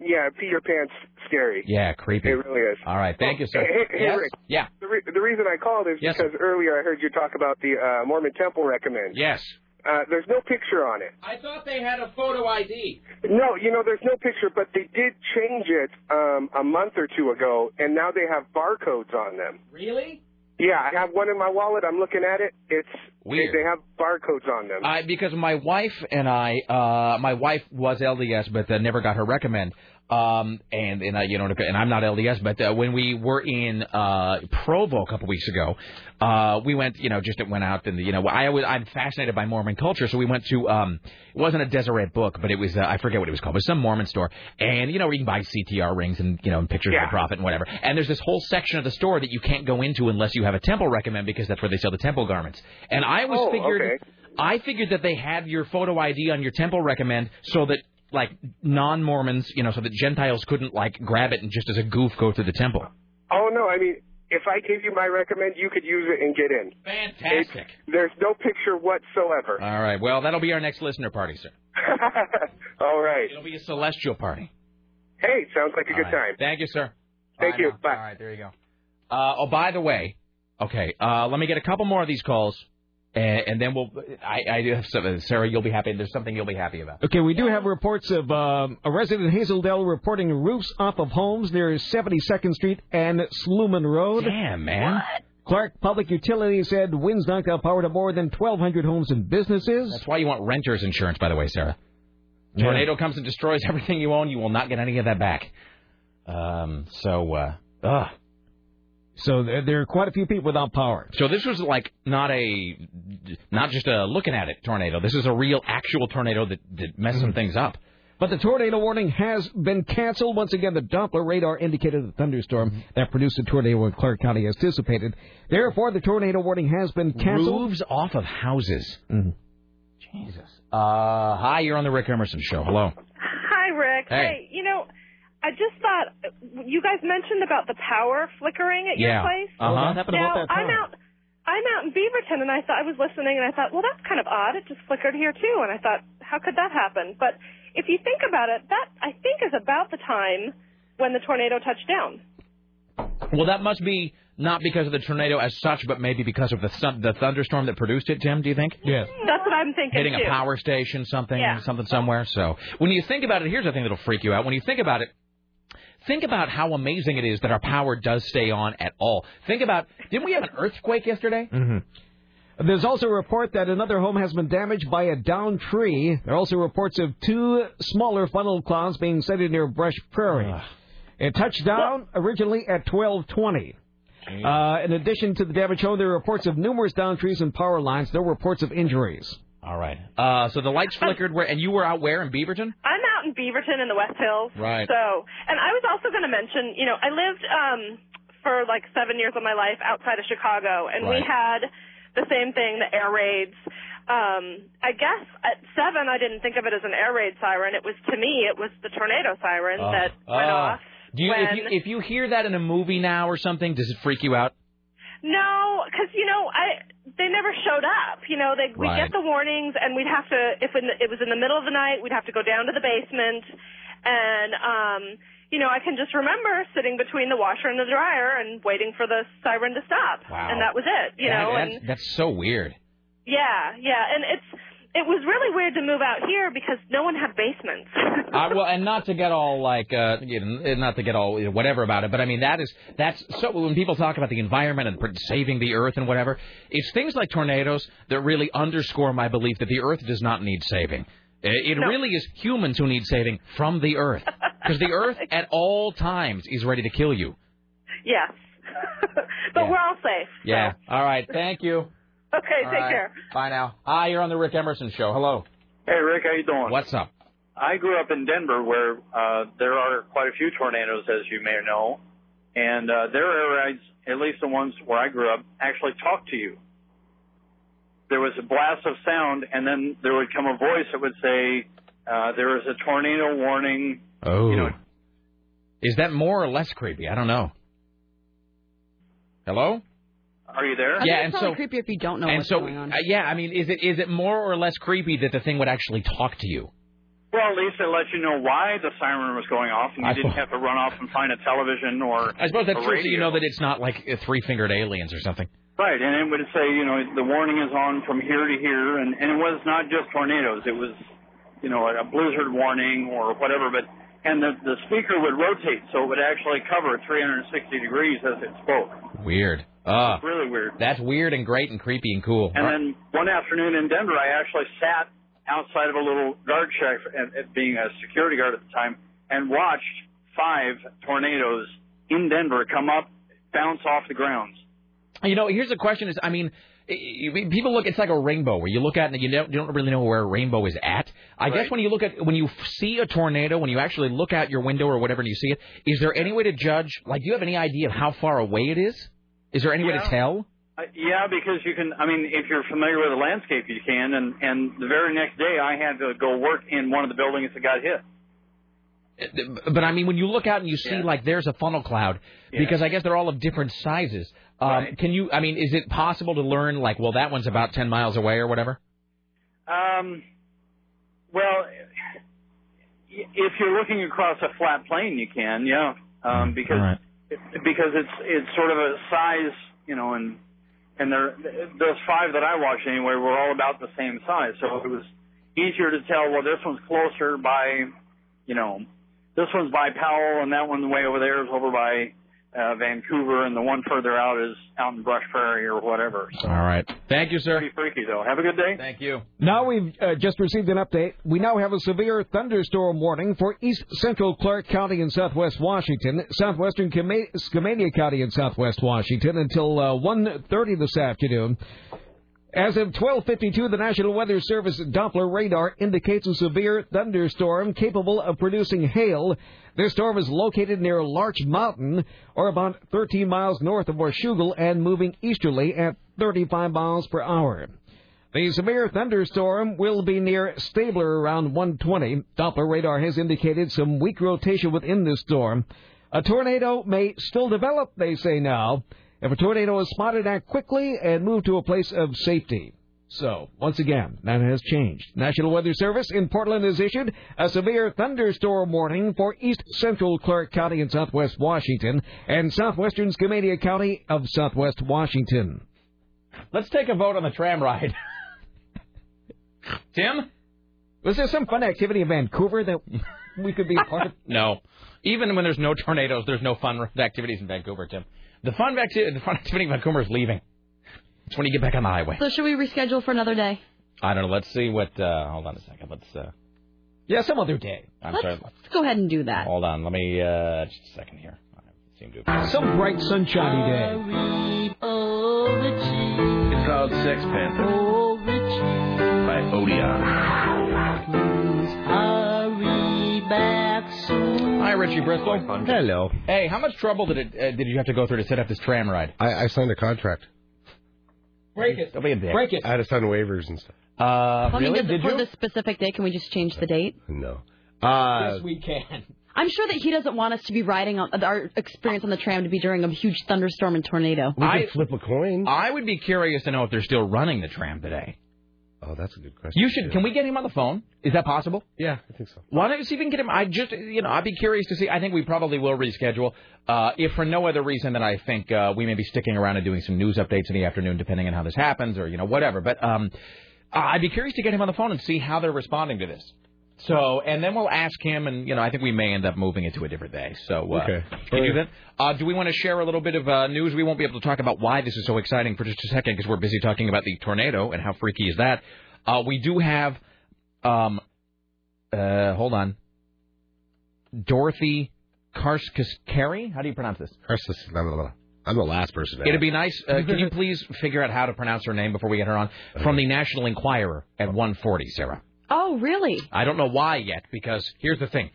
Speaker 15: yeah, pee your pants scary.
Speaker 4: Yeah, creepy.
Speaker 15: It really is.
Speaker 4: All right, thank you, sir.
Speaker 15: Hey, hey, hey,
Speaker 4: yes?
Speaker 15: Rick.
Speaker 4: Yeah.
Speaker 15: The, re- the reason I called is
Speaker 4: Yes,
Speaker 15: because earlier I heard you talk about the uh, Mormon temple recommend.
Speaker 4: Yes.
Speaker 15: Uh, there's no picture on it.
Speaker 12: I thought they had a photo ID.
Speaker 15: No, you know, there's no picture, but they did change it um, a month or two ago, and now they have barcodes on them.
Speaker 12: Really?
Speaker 15: Yeah, I have one in my wallet. I'm looking at it. It's
Speaker 4: Weird.
Speaker 15: They, they have barcodes on them.
Speaker 4: I, because my wife and I, uh, my wife was LDS, but uh, never got her recommend. Um, and and I, you know, and I'm not LDS, but uh, when we were in uh, Provo a couple weeks ago, uh, we went, you know, just it went out and you know, I always I'm fascinated by Mormon culture, so we went to um, it wasn't a Deseret book, but it was uh, I forget what it was called, but some Mormon store, and you know, you can buy CTR rings and you know, and pictures of the prophet and whatever. And there's this whole section of the store that you can't go into unless you have a temple recommend because that's where they sell the temple garments. And I always
Speaker 15: Oh,
Speaker 4: figured.
Speaker 15: okay.
Speaker 4: I figured that they had your photo ID on your temple recommend so that like non-Mormons, you know, so that Gentiles couldn't like grab it and just as a goof go to the temple.
Speaker 15: Oh no, I mean, if I gave you my recommend, you could use it and get in.
Speaker 4: Fantastic.
Speaker 15: there's no picture whatsoever.
Speaker 4: All right. Well, that'll be our next listener party, sir.
Speaker 15: All right.
Speaker 4: It'll be a celestial party.
Speaker 15: Hey, sounds like a good time.
Speaker 4: Thank you, sir.
Speaker 15: Thank
Speaker 4: Bye
Speaker 15: you.
Speaker 4: now.
Speaker 15: Bye.
Speaker 4: All right, there you go. Uh, oh, by the way, okay, uh, let me get a couple more of these calls, and, and then we'll. I, I do have something, Sarah. You'll be happy. There's something you'll be happy about.
Speaker 8: Okay, we do have reports of um, a resident in Hazeldale reporting roofs off of homes near 72nd Street and Sluman Road.
Speaker 4: Damn, man.
Speaker 8: Clark Public Utilities said winds knocked out power to more than 1,200 homes and businesses.
Speaker 4: That's why you want renters insurance, by the way, Sarah. Tornado comes and destroys everything you own. You will not get any of that back. Um, so, uh, ugh.
Speaker 8: So there, there are quite a few people without power.
Speaker 4: So this was like not a, not just a looking at it tornado. This is a real, actual tornado that, that messed
Speaker 8: Mm-hmm.
Speaker 4: some things up.
Speaker 8: But the tornado warning has been canceled. Once again, the Doppler radar indicated a thunderstorm that produced the tornado in Clark County anticipated. Therefore, the tornado warning has been canceled.
Speaker 4: Roofs off of houses.
Speaker 8: Mm-hmm.
Speaker 4: Jesus. Uh, hi, you're on the Rick Emerson Show. Hello.
Speaker 30: Hi, Rick.
Speaker 4: Hey.
Speaker 30: you know, I just thought you guys mentioned about the power flickering at
Speaker 4: Yeah.
Speaker 30: your place.
Speaker 4: Uh-huh. Well, that happened
Speaker 30: now,
Speaker 4: about that
Speaker 30: I'm
Speaker 4: time.
Speaker 30: out. I'm out in Beaverton, and I thought I was listening, and I thought, well, that's kind of odd. It just flickered here too, and I thought, how could that happen? But if you think about it, that I think is about the time when the tornado touched down.
Speaker 4: Well, that must be not because of the tornado as such, but maybe because of the sun, the thunderstorm that produced it. Tim, do you think? Yes.
Speaker 30: That's what I'm thinking
Speaker 4: hitting
Speaker 30: too.
Speaker 4: a power station, something,
Speaker 30: Yeah.
Speaker 4: something somewhere. So when you think about it, here's the thing that'll freak you out. When you think about it, think about how amazing it is that our power does stay on at all. Think about didn't we have an earthquake yesterday?
Speaker 8: There's also a report that another home has been damaged by a downed tree. There are also reports of two smaller funnel clouds being sighted near Brush Prairie.
Speaker 4: Ah.
Speaker 8: It touched down originally at 1220. Uh, in addition to the damage home, there are reports of numerous downed trees and power lines. No reports of injuries.
Speaker 4: All right. Uh, so the lights flickered where, and you were out where in Beaverton?
Speaker 30: I'm out in Beaverton in the West Hills.
Speaker 4: Right.
Speaker 30: So, and I was also going to mention, you know, I lived um for like 7 years of my life outside of Chicago and we
Speaker 14: Right.
Speaker 30: had the same thing, the air raids. Um I guess at 7 I didn't think of it as an air raid siren. It was to me it was the tornado siren
Speaker 4: Oh.
Speaker 30: that went
Speaker 4: Oh.
Speaker 30: off.
Speaker 4: Do you, if you
Speaker 30: when-
Speaker 4: if you hear that in a movie now or something, does it freak you out?
Speaker 30: No, because you know, I they never showed up. You know, they we
Speaker 4: Right.
Speaker 30: get the warnings, and we'd have to if in it was in the middle of the night, we'd have to go down to the basement, and um, you know, I can just remember sitting between the washer and the dryer and waiting for the siren to stop,
Speaker 4: Wow.
Speaker 30: and that was it. You
Speaker 4: That-
Speaker 30: know,
Speaker 4: that-
Speaker 30: and
Speaker 4: that's so weird.
Speaker 30: yeah, yeah, and it's it was really weird to move out here because no one had basements.
Speaker 4: I, well, and not to get all like, uh, you know, not to get all you know, whatever about it, but I mean that is that's so. When people talk about the environment and pr- saving the earth and whatever, it's things like tornadoes that really underscore my belief that the earth does not need saving. It, it really is humans who need saving from the earth, because the earth at all times is ready to kill you.
Speaker 30: yes, but we're all safe.
Speaker 4: Yeah. All right. Thank you.
Speaker 30: Okay,
Speaker 4: All
Speaker 30: take
Speaker 4: right.
Speaker 30: care.
Speaker 4: Bye now. Hi, you're on the Rick Emerson Show. Hello.
Speaker 22: Hey Rick, how you doing?
Speaker 4: What's up?
Speaker 22: I grew up in Denver, where uh, there are quite a few tornadoes, as you may know, and uh, their air raids, at least the ones where I grew up, actually talked to you. There was a blast of sound, and then there would come a voice that would say, uh, "There is a tornado warning."
Speaker 4: Oh. is that more or less creepy? I don't know. Hello.
Speaker 22: Are you there?
Speaker 31: I think
Speaker 4: Yeah,
Speaker 31: it's
Speaker 4: and
Speaker 31: probably
Speaker 4: so-
Speaker 31: creepy if you don't know
Speaker 4: and
Speaker 31: what's
Speaker 4: so,
Speaker 31: going on.
Speaker 4: uh, yeah, I mean, is it is it more or less creepy that the thing would actually talk to you?
Speaker 22: Well, at least it lets you know why the siren was going off, and you
Speaker 4: I
Speaker 22: didn't
Speaker 4: thought-
Speaker 22: have to run off and find a television or
Speaker 4: I suppose that's
Speaker 22: a
Speaker 4: true, so you
Speaker 22: radio.
Speaker 4: know that it's not like three fingered aliens or something.
Speaker 22: Right, and it would say, you know, the warning is on from here to here, and, and it was not just tornadoes. It was, you know, a blizzard warning or whatever, but, and the, the speaker would rotate, so it would actually cover 360 degrees as it spoke.
Speaker 4: Weird. Ah,
Speaker 22: Really weird.
Speaker 4: that's weird and great and creepy and cool.
Speaker 22: And then one afternoon in Denver, I actually sat outside of a little guard shack, and, and being a security guard at the time, and watched five tornadoes in Denver come up, bounce off the grounds.
Speaker 4: You know, here's the question: Is I mean, i- i- people look. It's like a rainbow where you look at it and you don't, you don't really know where a rainbow is at. I guess when you look at when you f- see a tornado, when you actually look out your window or whatever and you see it, is there any way to judge? Like, do you have any idea of how far away it is? Is there any way to
Speaker 22: Yeah.
Speaker 4: tell?
Speaker 22: Uh, yeah, because you can. I mean, if you're familiar with the landscape, you can. And and the very next day, I had to go work in one of the buildings that got hit.
Speaker 4: Uh, But I mean, when you look out and you see like there's a funnel cloud, because I guess they're all of different sizes. Um, Can you? I mean, is it possible to learn like, well, that one's about ten miles away or whatever?
Speaker 22: Um, well, y- if you're looking across a flat plane, you can. Yeah, um, because
Speaker 4: All right.
Speaker 22: because it's it's sort of a size, you know, and and they're those five that I watched anyway were all about the same size, so it was easier to tell. Well, this one's closer by, you know, this one's by Powell, and that one way over there is over by uh, Vancouver, and the one further out is out in Brush Prairie or whatever. So
Speaker 4: All right.
Speaker 32: Thank you, sir.
Speaker 22: pretty freaky though. Have a good day.
Speaker 4: Thank you.
Speaker 8: Now we've uh, just received an update. We now have a severe thunderstorm warning for east central Clark County in southwest Washington, southwestern Kama- Skamania County in southwest Washington until uh, 1.30 this afternoon. As of 12:52, the National Weather Service Doppler radar indicates a severe thunderstorm capable of producing hail. This storm is located near Larch Mountain, or about 13 miles north of Washougal, and moving easterly at 35 miles per hour. The severe thunderstorm will be near Stabler around 120. Doppler radar has indicated some weak rotation within this storm. A tornado may still develop, they say now. If a tornado is spotted, act quickly and move to a place of safety. So, once again, that has changed. National Weather Service in Portland has issued a severe thunderstorm warning for east central Clark County in southwest Washington and southwestern Skamania County of southwest Washington.
Speaker 4: Let's take a vote on the tram ride. Tim?
Speaker 8: Was there some fun activity in Vancouver that we could be a part of?
Speaker 4: No. Even when there's no tornadoes, there's no fun activities in Vancouver, Tim. The fun, acti- the fun activity in Vancouver is leaving. It's when you get back on the highway.
Speaker 5: So should we reschedule for another day?
Speaker 4: I don't know. Let's see what. Uh, hold on a second. Let's. Uh,
Speaker 8: yeah, some other day.
Speaker 4: I'm
Speaker 5: Let's-
Speaker 4: sorry.
Speaker 5: Let's go ahead and do that.
Speaker 4: Hold on. Let me. Uh, just a second here. I seem to have.
Speaker 8: Some bright sunshiny day.
Speaker 12: Oh, It's called Sex Panther
Speaker 8: Oh,
Speaker 12: by Odeon.
Speaker 4: Hi, Richie Bristol.
Speaker 15: Hello.
Speaker 4: Hey, how much trouble did it uh, did you have to go through to set up this tram ride?
Speaker 15: I, I signed a contract.
Speaker 8: Break it.
Speaker 4: Don't be a dick.
Speaker 8: Break it.
Speaker 15: I had to sign waivers and stuff.
Speaker 4: Uh,
Speaker 5: Well, I mean, does- for this specific day, can we just change the date?
Speaker 15: No. Uh,
Speaker 8: yes, we can.
Speaker 5: I'm sure that he doesn't want us to be riding on our experience on the tram to be during a huge thunderstorm and tornado.
Speaker 15: flip a coin.
Speaker 4: I would be curious to know if they're still running the tram today.
Speaker 15: Oh, that's a good question.
Speaker 4: You should. Can we get him on the phone? Is that possible?
Speaker 15: Yeah, I think so.
Speaker 4: Why don't you see if we can get him? I just, you know, I'd be curious to see. I think we probably will reschedule, uh, if for no other reason than I think uh, we may be sticking around and doing some news updates in the afternoon, depending on how this happens, or you know, whatever. But um, I'd be curious to get him on the phone and see how they're responding to this. So, and then we'll ask him, and you know, I think we may end up moving it to a different day. So, uh,
Speaker 15: Okay.
Speaker 4: can you do that? Uh, do we want to share a little bit of uh, news? We won't be able to talk about why this is so exciting for just a second because we're busy talking about the tornado and how freaky is that. Uh, we do have, um, uh, hold on, Dorothy Karskis Carey. How do you pronounce this?
Speaker 15: Karskis. I'm the last person. to
Speaker 4: It'd
Speaker 15: ask.
Speaker 4: be nice. Uh, can you please figure out how to pronounce her name before we get her on? From the National Enquirer at 1:40, Sarah.
Speaker 5: Oh, really?
Speaker 4: I don't know why yet because here's the thing.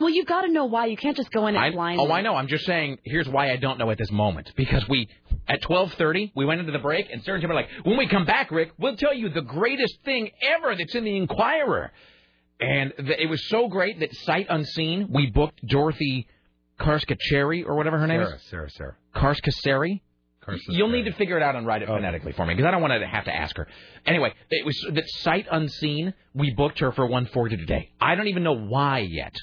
Speaker 5: Well, you've got to know why. You can't just go in
Speaker 4: I,
Speaker 5: and blindly.
Speaker 4: oh, I know. I'm just saying. Here's why I don't know at this moment because we at 12:30 we went into the break and Sarah and Tim were like, when we come back, Rick, we'll tell you the greatest thing ever that's in the Enquirer. And th- it was so great that sight unseen, we booked Dorothy Karskacheri or whatever her name
Speaker 15: Sarah, Sarah,
Speaker 4: is.
Speaker 15: Sarah.
Speaker 4: Karskacheri. You'll need to figure it out and write it phonetically for me because I don't want to have to ask her. Anyway, it was that sight unseen. We booked her for 140 today. I don't even know why yet.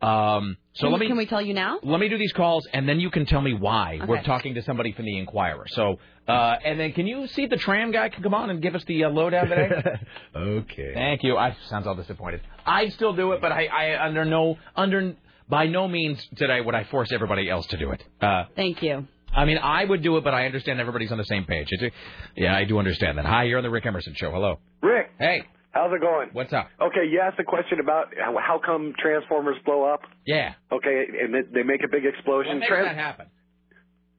Speaker 4: Um, so
Speaker 5: Can-
Speaker 4: let me
Speaker 5: Can we tell you now?
Speaker 4: let me do these calls, and then you can tell me why
Speaker 5: Okay.
Speaker 4: we're talking to somebody from the Inquirer. So, uh, and then can you see if the tram guy can come on and give us the uh, lowdown today?
Speaker 15: okay.
Speaker 4: Thank you. I sounds all disappointed. I'd still do it, but I, I under no under by no means today would I force everybody else to do it. Uh,
Speaker 5: Thank you.
Speaker 4: I mean, I would do it, but I understand everybody's on the same page. It's- yeah, I do understand that. Hi, you're on the Rick Emerson show. Hello.
Speaker 11: Rick,
Speaker 4: Hey,
Speaker 11: how's it going?
Speaker 4: what's up?
Speaker 11: Okay, you asked a question about how how come transformers blow up.
Speaker 4: Yeah.
Speaker 11: Okay, and they- they make a big explosion.
Speaker 4: What makes
Speaker 11: Trans-
Speaker 4: that happen?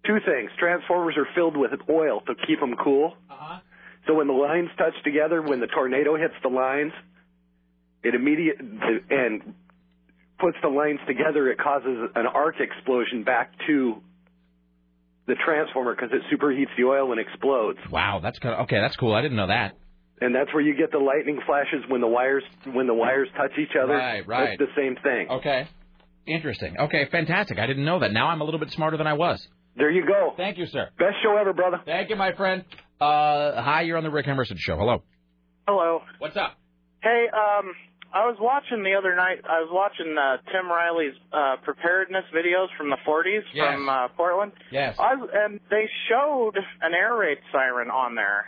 Speaker 11: two things: transformers are filled with oil to keep them cool.
Speaker 4: Uh-huh.
Speaker 11: So when the lines touch together, when the tornado hits the lines, it immediate the- and puts the lines together. It causes an arc explosion back to the transformer because it superheats the oil and explodes.
Speaker 4: Wow, that's kind of okay. That's cool. I didn't know that.
Speaker 11: And that's where you get the lightning flashes when the wires when the wires touch each other.
Speaker 4: Right, right.
Speaker 11: It's the same thing.
Speaker 4: Okay. Interesting. Okay, fantastic. I didn't know that. Now I'm a little bit smarter than I was.
Speaker 11: There you go.
Speaker 4: Thank you, sir.
Speaker 11: Best show ever, brother.
Speaker 4: Thank you, my friend. Uh, hi, you're on the Rick Emerson show. Hello.
Speaker 33: Hello.
Speaker 4: What's up?
Speaker 33: Hey, um,
Speaker 34: I was watching the other night. I was watching uh, Tim Riley's uh, preparedness videos from the 40s
Speaker 10: Yes.
Speaker 34: from uh, Portland.
Speaker 10: Yes.
Speaker 34: I was, and they showed an air raid siren on there.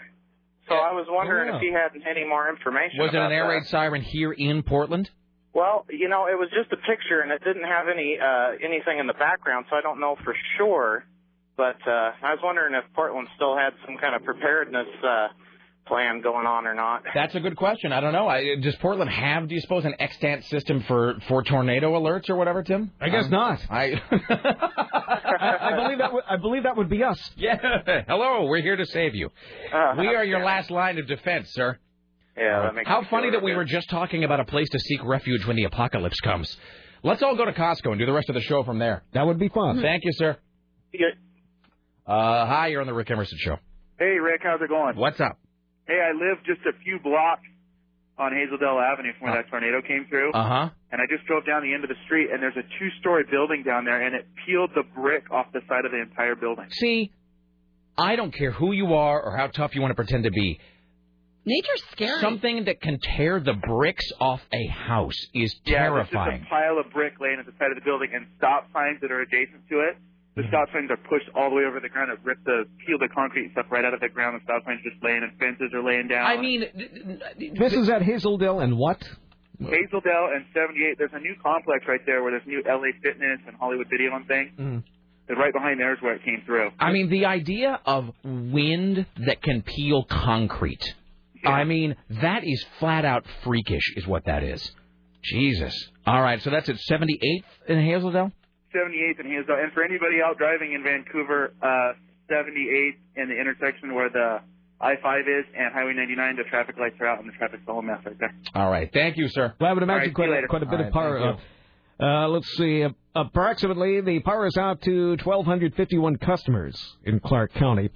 Speaker 34: So I was wondering
Speaker 4: Oh, yeah.
Speaker 34: if he had any more information.
Speaker 4: Was it
Speaker 34: about
Speaker 4: an air
Speaker 34: that.
Speaker 4: raid siren here in Portland?
Speaker 34: Well, you know, it was just a picture, and it didn't have any uh, anything in the background, so I don't know for sure. But uh, I was wondering if Portland still had some kind of preparedness uh, plan going on or not.
Speaker 4: That's a good question. I don't know. I, does Portland have, do you suppose, an extant system for, for tornado alerts or whatever, Tim? I guess
Speaker 8: not.
Speaker 4: I
Speaker 8: I believe that would, I believe that would be us.
Speaker 4: yeah. Hello, we're here to save you.
Speaker 11: Uh,
Speaker 4: we are your last line of defense, sir.
Speaker 34: Yeah,
Speaker 4: that makes How funny that we were just talking about a place to seek refuge when the apocalypse comes. Let's all go to Costco and do the rest of the show from there.
Speaker 8: That would be fun.
Speaker 4: Thank you, sir.
Speaker 11: Yeah.
Speaker 4: Uh, hi, you're on the Rick Emerson show.
Speaker 11: Hey, Rick, how's it going?
Speaker 4: What's up?
Speaker 11: Hey, I live just a few blocks on Hazeldale Avenue from where that tornado came through.
Speaker 4: Uh huh.
Speaker 11: And I just drove down the end of the street, and there's a two-story building down there, and it peeled the brick off the side of the entire building.
Speaker 4: See, I don't care who you are or how tough you want to pretend to be.
Speaker 35: Nature's scary.
Speaker 4: Something that can tear the bricks off a house is
Speaker 11: Yeah, there's just
Speaker 4: terrifying.
Speaker 11: a pile of brick laying at the side of the building, and stop signs that are adjacent to it. The stop signs are pushed all the way over the ground. It ripped the peel the concrete and stuff right out of the ground. The stop signs are just laying, and fences are laying down.
Speaker 4: I mean,
Speaker 8: This is at Hazeldale and what?
Speaker 11: Hazeldale and 78. There's a new complex right there where there's new LA Fitness and Hollywood Video and thing.
Speaker 8: Mm.
Speaker 11: And right behind there is where it came through.
Speaker 4: I mean, the idea of wind that can peel concrete. I mean, that is flat out freakish, is what that is. Jesus. All right, so that's at 78th in Hazeldale?
Speaker 11: 78th and Hazeldale. And for anybody out driving in Vancouver, uh, 78th and the intersection where the I-5 is and Highway 99, the traffic lights are out and the traffic's a whole mess right there.
Speaker 4: All right, thank you, sir.
Speaker 8: Well, I would
Speaker 11: All right,
Speaker 8: imagine
Speaker 11: see
Speaker 8: quite,
Speaker 11: you
Speaker 8: a,
Speaker 11: later.
Speaker 8: quite a bit
Speaker 11: All
Speaker 8: of
Speaker 11: right,
Speaker 8: power.
Speaker 11: thank
Speaker 8: Uh, uh, let's see. Uh, approximately, the power is out to 1,251 customers in Clark County.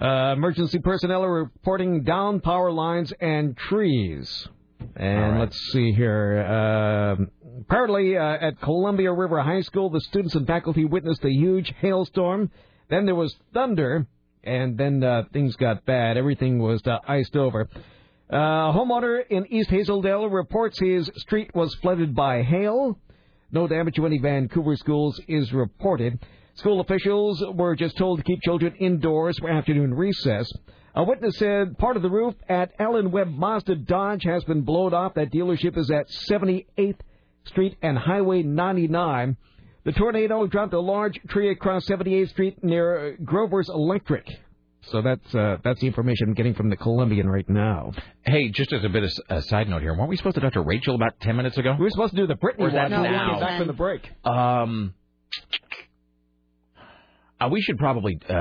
Speaker 8: Uh, emergency personnel are reporting down power lines and trees. And let's see here. Um apparently, uh, at Columbia River High School, the students and faculty witnessed a huge hailstorm. Then there was thunder, and then uh, things got bad. Everything was uh, iced over. Uh, a homeowner in East Hazeldale reports his street was flooded by hail. No damage to any Vancouver schools is reported. School officials were just told to keep children indoors for afternoon recess. A witness said part of the roof at Allen Webb Mazda Dodge has been blown off. That dealership is at 78th Street and Highway 99. The tornado dropped a large tree across 78th Street near uh, Grover's Electric. So that's uh, that's the information I'm getting from the Colombian right now.
Speaker 4: Hey, just as a bit of a side note here, weren't we supposed to talk to Rachel about 10 minutes ago? We
Speaker 8: were supposed to do the Britney
Speaker 4: Or is that
Speaker 8: one when we
Speaker 4: now?
Speaker 8: came back from the break.
Speaker 4: Um, uh, we should probably, uh,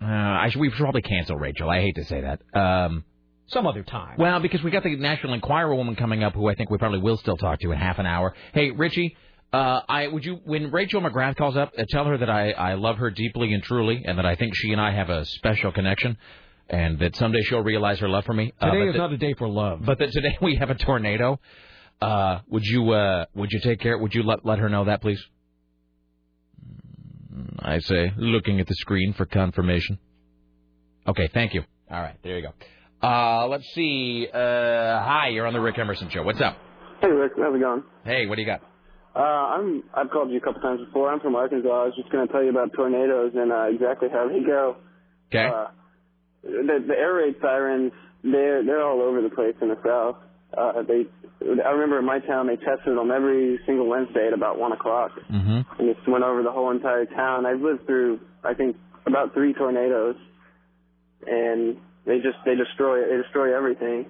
Speaker 4: uh, I should, we should probably cancel Rachel. I hate to say that. Um,
Speaker 8: Some other time.
Speaker 4: Well, because we got the National Enquirer woman coming up, who I think we probably will still talk to in half an hour. Hey, Richie, uh, I would you when Rachel McGrath calls up, uh, tell her that I I love her deeply and truly, and that I think she and I have a special connection, and that someday she'll realize her love for me. Uh,
Speaker 8: Today
Speaker 4: but
Speaker 8: is
Speaker 4: that-
Speaker 8: not a day for love.
Speaker 4: but that today we have a tornado. Uh, would you uh, would you take care? Would you let let her know that, please? Mm, I say, looking at the screen for confirmation. Okay, thank you. All right, there you go. Uh, let's see. Uh, hi, you're on the Rick Emerson show. What's up?
Speaker 36: Hey Rick, how's it going?
Speaker 4: Hey, what do you got?
Speaker 36: Uh, I'm I've called you a couple times before. I'm from Arkansas. I was just going to tell you about tornadoes and uh, exactly how they go.
Speaker 4: Okay.
Speaker 36: Uh, the, the air raid sirens they're they're all over the place in the south. Uh, they I remember in my town they tested them every single Wednesday at about one o'clock
Speaker 10: Mm-hmm.
Speaker 36: and just went over the whole entire town. I've lived through I think about three tornadoes and they just they destroy they destroy everything.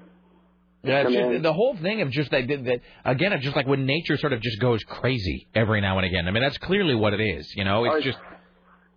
Speaker 4: Yeah, Uh, it's
Speaker 36: Come
Speaker 4: just-
Speaker 36: in.
Speaker 4: the whole thing of just that, that, that again, it's just like when nature sort of just goes crazy every now and again. I mean, that's clearly what it is. You know,
Speaker 36: Oh,
Speaker 4: it's just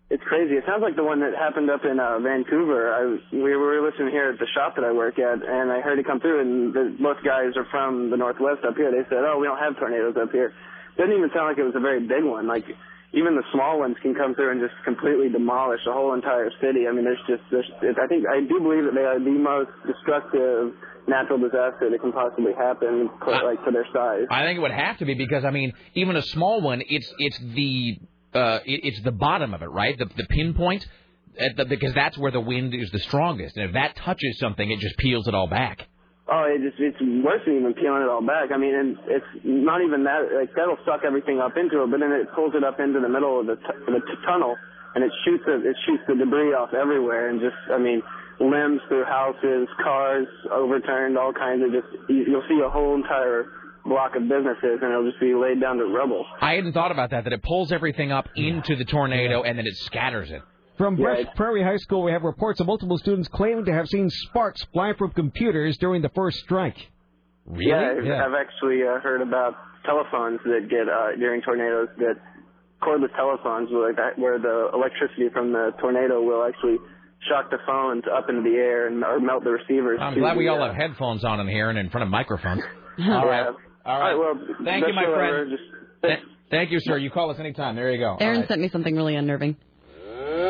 Speaker 36: It's crazy. It sounds like the one that happened up in uh, Vancouver. I was, we were listening here at the shop that I work at, and I heard it come through. And the, both guys are from the northwest up here. They said, "Oh, we don't have tornadoes up here." Doesn't even sound like it was a very big one. Like even the small ones can come through and just completely demolish a whole entire city. I mean, there's just there's, it, I think I do believe that they are the most destructive natural disaster that can possibly happen, like for their size.
Speaker 4: I think it would have to be because I mean, even a small one, it's it's the uh, it, it's the bottom of it, right? The the pinpoint, at the, because that's where the wind is the strongest, and if that touches something, it just peels it all back.
Speaker 36: Oh, it just it's worse than even peeling it all back. I mean, and it's not even that. Like that'll suck everything up into it, but then it pulls it up into the middle of the t- the t- tunnel, and it shoots it it shoots the debris off everywhere, and just I mean limbs through houses, cars overturned, all kinds of just you, you'll see a whole entire block of businesses, and it'll just be laid down to rubble.
Speaker 4: I hadn't thought about that, that it pulls everything up into the tornado and then it scatters it.
Speaker 8: From Brush Prairie High School, we have reports of multiple students claiming to have seen sparks fly from computers during the first strike. Really?
Speaker 36: Yeah, I've- I've actually uh, heard about telephones that get uh, during tornadoes that cordless telephones where that where the electricity from the tornado will actually shock the phones up into the air and or melt the receivers.
Speaker 4: I'm
Speaker 36: to
Speaker 4: glad
Speaker 36: the,
Speaker 4: we all
Speaker 36: uh,
Speaker 4: have headphones on in here and in front of microphones.
Speaker 36: yeah.
Speaker 4: All right.
Speaker 36: All right. Well,
Speaker 4: Thank you,
Speaker 36: that's
Speaker 4: my
Speaker 36: what I
Speaker 4: friend.
Speaker 36: was
Speaker 4: Th- Thank you, sir. You call us anytime. There you go. All
Speaker 5: Aaron
Speaker 4: right.
Speaker 5: sent me something really unnerving.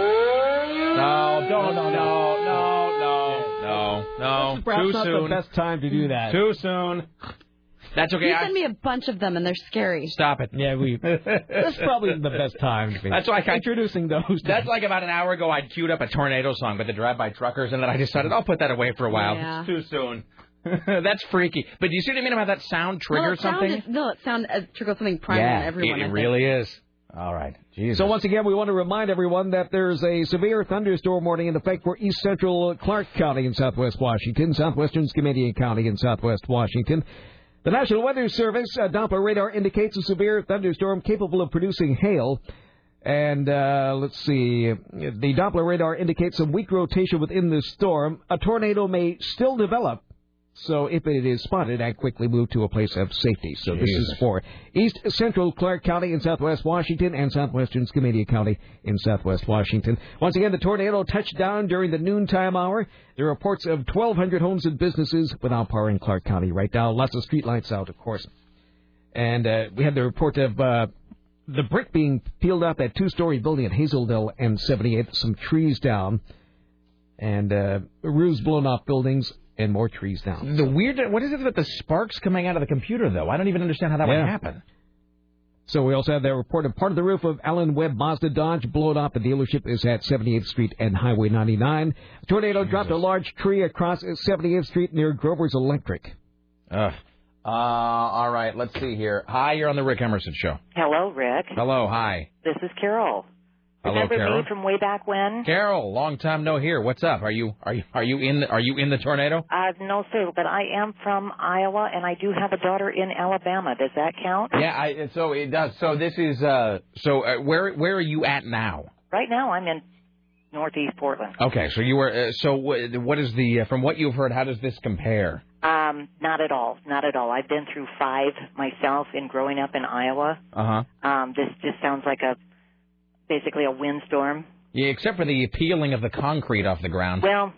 Speaker 4: No, don't, no, no, no, no, no, no.
Speaker 5: This is perhaps
Speaker 4: Too
Speaker 5: not the
Speaker 4: soon.
Speaker 5: best
Speaker 8: time to do that.
Speaker 4: Too soon. That's okay.
Speaker 5: You
Speaker 4: I-
Speaker 5: send me a bunch of them, and they're scary.
Speaker 4: Stop it.
Speaker 8: Yeah, we. That's probably the best time. To be
Speaker 4: That's why I
Speaker 8: introducing those.
Speaker 4: That's like about an hour ago. I'd queued up a tornado song by the drive-by truckers, and then I decided I'll put that away for a while.
Speaker 5: Yeah.
Speaker 4: It's too soon. That's freaky. But do you see what I mean about that sound
Speaker 5: well,
Speaker 4: trigger
Speaker 5: it sounded-
Speaker 4: something?
Speaker 5: no, it sounded uh, triggered something primal in everyone.
Speaker 4: it,
Speaker 5: I think.
Speaker 4: really is. All right.
Speaker 8: So once again, we want to remind everyone that there's a severe thunderstorm warning in effect for east central Clark County in southwest Washington, southwestern Skamania County in southwest Washington. The National Weather Service uh, Doppler radar indicates a severe thunderstorm capable of producing hail. And uh, let's see, the Doppler radar indicates some weak rotation within this storm. A tornado may still develop, so if it is spotted, I quickly move to a place of safety. So this is
Speaker 4: Jesus.
Speaker 8: for East Central Clark County in Southwest Washington and Southwestern Skamania County in Southwest Washington. Once again, the tornado touched down during the noontime hour. There are reports of 1,200 homes and businesses without power in Clark County right now. Lots of streetlights out, of course. And uh, we had the report of uh, the brick being peeled off that two-story building at Hazeldale and 78. Some trees down, and uh, roofs blown off buildings, and more trees down.
Speaker 4: The weird. What is it about the sparks coming out of the computer though? I don't even understand how that
Speaker 8: Yeah.
Speaker 4: would happen.
Speaker 8: So we also have that report of part of the roof of Allen Webb Mazda Dodge blown off. The dealership is at 78th Street and Highway 99. A tornado dropped a large tree across 78th Street near Grover's Electric.
Speaker 4: Ugh. Uh, all right. Let's see here. Hi, you're on the Rick Emerson show.
Speaker 10: Hello, Rick.
Speaker 4: Hello. Hi.
Speaker 10: This is Carol.
Speaker 4: Hello,
Speaker 10: Remember
Speaker 4: Carol.
Speaker 10: me from way back when?
Speaker 4: Carol, long time no here. What's up? Are you are you are you in the, are you in the tornado?
Speaker 10: Uh, no, sir, but I am from Iowa, and I do have a daughter in Alabama. Does that count?
Speaker 4: Yeah, I, so it does. So this is uh, so uh, where where are you at now?
Speaker 10: Right now, I'm in Northeast Portland.
Speaker 4: Okay, so you were uh, so wh- what is the uh, from what you've heard? How does this compare?
Speaker 10: Um, not at all. Not at all. I've been through five myself in growing up in Iowa.
Speaker 4: Uh huh.
Speaker 10: Um, this just sounds like a basically a windstorm.
Speaker 4: Yeah, except for the peeling of the concrete off the ground.
Speaker 10: Well,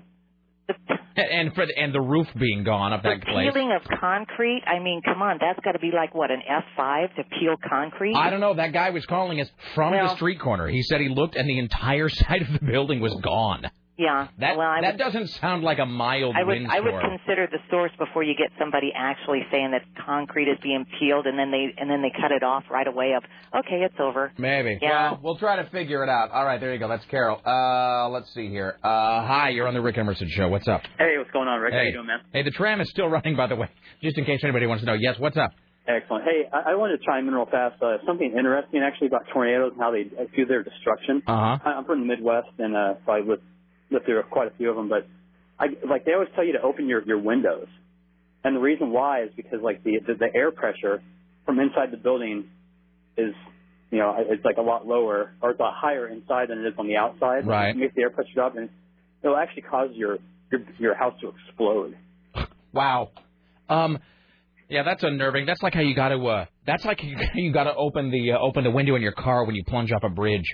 Speaker 4: and for the, and the roof being gone up that place.
Speaker 10: Peeling of concrete. I mean, come on, that's got to be like what an F5 to peel concrete.
Speaker 4: I don't know. That guy was calling us from the
Speaker 10: Well-
Speaker 4: street corner. He said he looked and the entire side of the building was gone.
Speaker 10: Yeah.
Speaker 4: That
Speaker 10: well, I
Speaker 4: that
Speaker 10: would,
Speaker 4: doesn't sound like a mild
Speaker 10: I would I
Speaker 4: windstorm.
Speaker 10: would consider the source before you get somebody actually saying that concrete is being peeled and then they and then they cut it off right away of okay it's over.
Speaker 4: Maybe.
Speaker 10: Yeah.
Speaker 4: Well, we'll try to figure it out. All right, there you go. That's Carol. Uh, let's see here. Uh, hi, you're on the Rick Emerson show. What's up?
Speaker 22: Hey, what's going on, Rick? How
Speaker 4: Hey.
Speaker 22: you doing, man?
Speaker 4: Hey, the tram is still running, by the way, just in case anybody wants to know. Yes, what's up?
Speaker 22: Excellent. Hey, I, I wanted to chime in real fast. Uh, something interesting actually about tornadoes and how they do their destruction.
Speaker 4: Uh-huh.
Speaker 22: I, I'm from the Midwest, and uh, so I lived, lived through quite a few of them. But I, like they always tell you to open your your windows, and the reason why is because like the the, the air pressure from inside the building is you know it's like a lot lower or it's a lot higher inside than it is on the outside.
Speaker 4: Right.
Speaker 22: It makes the air pressure drop, and it'll actually cause your your, your house to explode.
Speaker 4: Wow. Um, yeah, that's unnerving. That's like how you got to. Uh, that's like you, you got to open the uh, open the window in your car when you plunge off a bridge.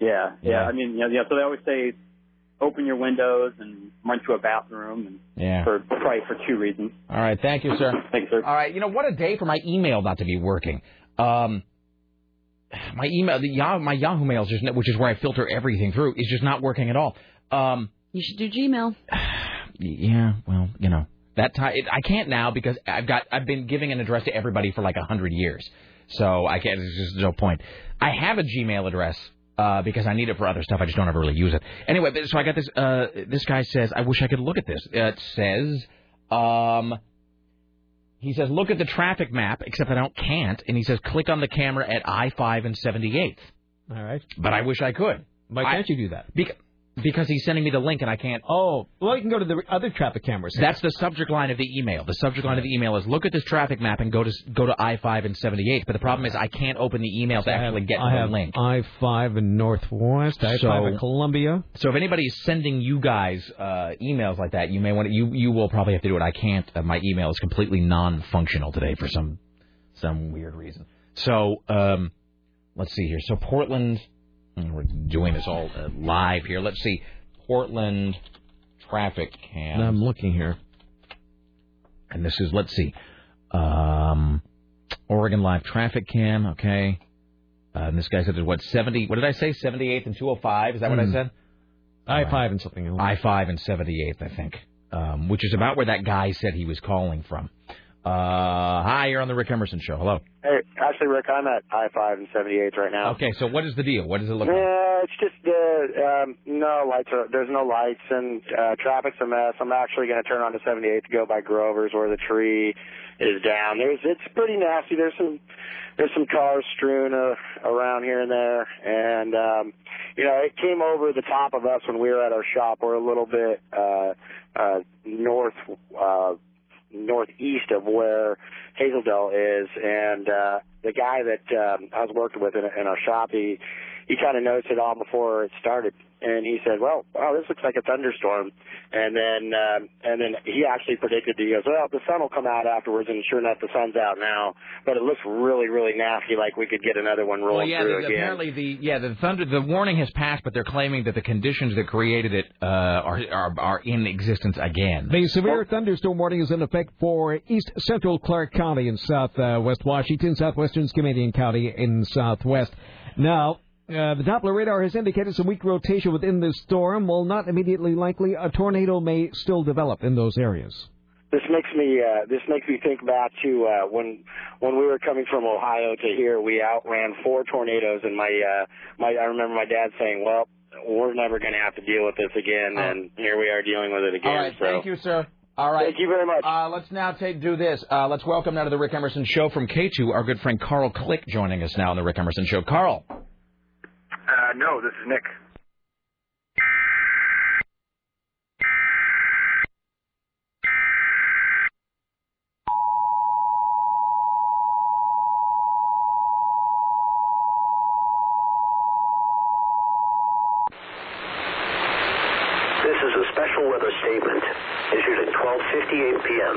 Speaker 22: Yeah,
Speaker 4: Yeah.
Speaker 22: yeah. I mean, yeah, yeah. So they always say, open your windows and run to a bathroom, and
Speaker 4: Yeah.
Speaker 22: for probably for two reasons.
Speaker 4: All right. Thank you, sir.
Speaker 22: Thanks, sir.
Speaker 4: All right. You know what a day for my email not to be working. Um, my email, the Yahoo, my Yahoo mail, is just which is where I filter everything through, is just not working at all. Um,
Speaker 5: You should do Gmail.
Speaker 4: yeah. Well, you know that time it, I can't now because I've got I've been giving an address to everybody for like a hundred years, so I can't. There's just no point. I have a Gmail address. Uh, because I need it for other stuff, I just don't ever really use it. Anyway, but- so I got this. Uh, this guy says, "I wish I could look at this." Uh, it says, Um, he says, look at the traffic map, except I don't can't. And he says, click on the camera at I five and seventy eighth.
Speaker 8: All right.
Speaker 4: But I wish I could.
Speaker 8: Why can't you do that?
Speaker 4: Because because he's sending me the link and I can't.
Speaker 8: Oh, well, you can go to the other traffic cameras.
Speaker 4: That's the subject line of the email. The subject line of the email is look at this traffic map and go to go to I five and seventy eighth. But the problem is I can't open the email to actually get
Speaker 8: I
Speaker 4: the
Speaker 8: have
Speaker 4: link.
Speaker 8: I five in Northwest. I five in Columbia.
Speaker 4: So if anybody's sending you guys uh, emails like that, you may want to, you you will probably have to do it. I can't. Uh, my email is completely non-functional today for some some weird reason. So um, let's see here. So Portland, and we're doing this all uh, live here. Let's see Portland traffic cam.
Speaker 8: I'm looking here.
Speaker 4: And this is let's see, um, Oregon live traffic cam. Okay. Uh, and this guy said there's what seventy? What did I say? Seventy eighth and two hundred five. Is that what I
Speaker 8: Hmm.
Speaker 4: said?
Speaker 8: I five and something else.
Speaker 4: I five and seventy eighth, I think, um, which is about where that guy said he was calling from. Uh, hi, you're on the Rick Emerson show. Hello.
Speaker 27: Hey, actually, Rick, I'm at I five and seventy eight right now.
Speaker 4: Okay, so what is the deal? What does it look like?
Speaker 27: Oh. Yeah, it's just uh, um, no lights. Are, there's no lights, and uh, traffic's a mess. I'm actually going to turn onto 78 to go by Grover's, where the tree is down. There's it's pretty nasty. There's some there's some cars strewn uh, around here and there, and um, you know it came over the top of us when we were at our shop. We're a little bit uh, uh, north uh, northeast of where Hazeldale is, and uh, the guy that um, I was working with in, in our shop, he he kind of noticed it all before it started, and he said, "Well, wow, this looks like a thunderstorm." And then, um, and then he actually predicted. He goes, "Well, the sun will come out afterwards," and sure enough, the sun's out now. But it looks really, really nasty. Like we could get another one rolling
Speaker 4: Well, yeah,
Speaker 27: through
Speaker 4: the,
Speaker 27: again.
Speaker 4: apparently the yeah the thunder the warning has passed, but they're claiming that the conditions that created it uh, are, are are in existence again.
Speaker 8: The severe thunderstorm warning is in effect for east central Clark County in southwest Washington, southwestern Skamanian County in southwest. Now, uh, the Doppler radar has indicated some weak rotation within this storm. While not immediately likely, a tornado may still develop in those areas.
Speaker 27: This makes me uh, this makes me think back to uh, when when we were coming from Ohio to here, we outran four tornadoes, and my uh, my I remember my dad saying, "Well, we're never going to have to deal with this again," and here we are dealing with it again.
Speaker 4: Oh. All right,
Speaker 27: so.
Speaker 4: thank you, sir. All right.
Speaker 27: Thank you very much.
Speaker 4: Uh, let's now take, do this. Uh, let's welcome now to the Rick Emerson Show from K2, our good friend Carl Click joining us now on the Rick Emerson Show. Carl.
Speaker 37: Uh, no, this is Nick.
Speaker 38: This is a special weather statement issued at 12:58 p.m.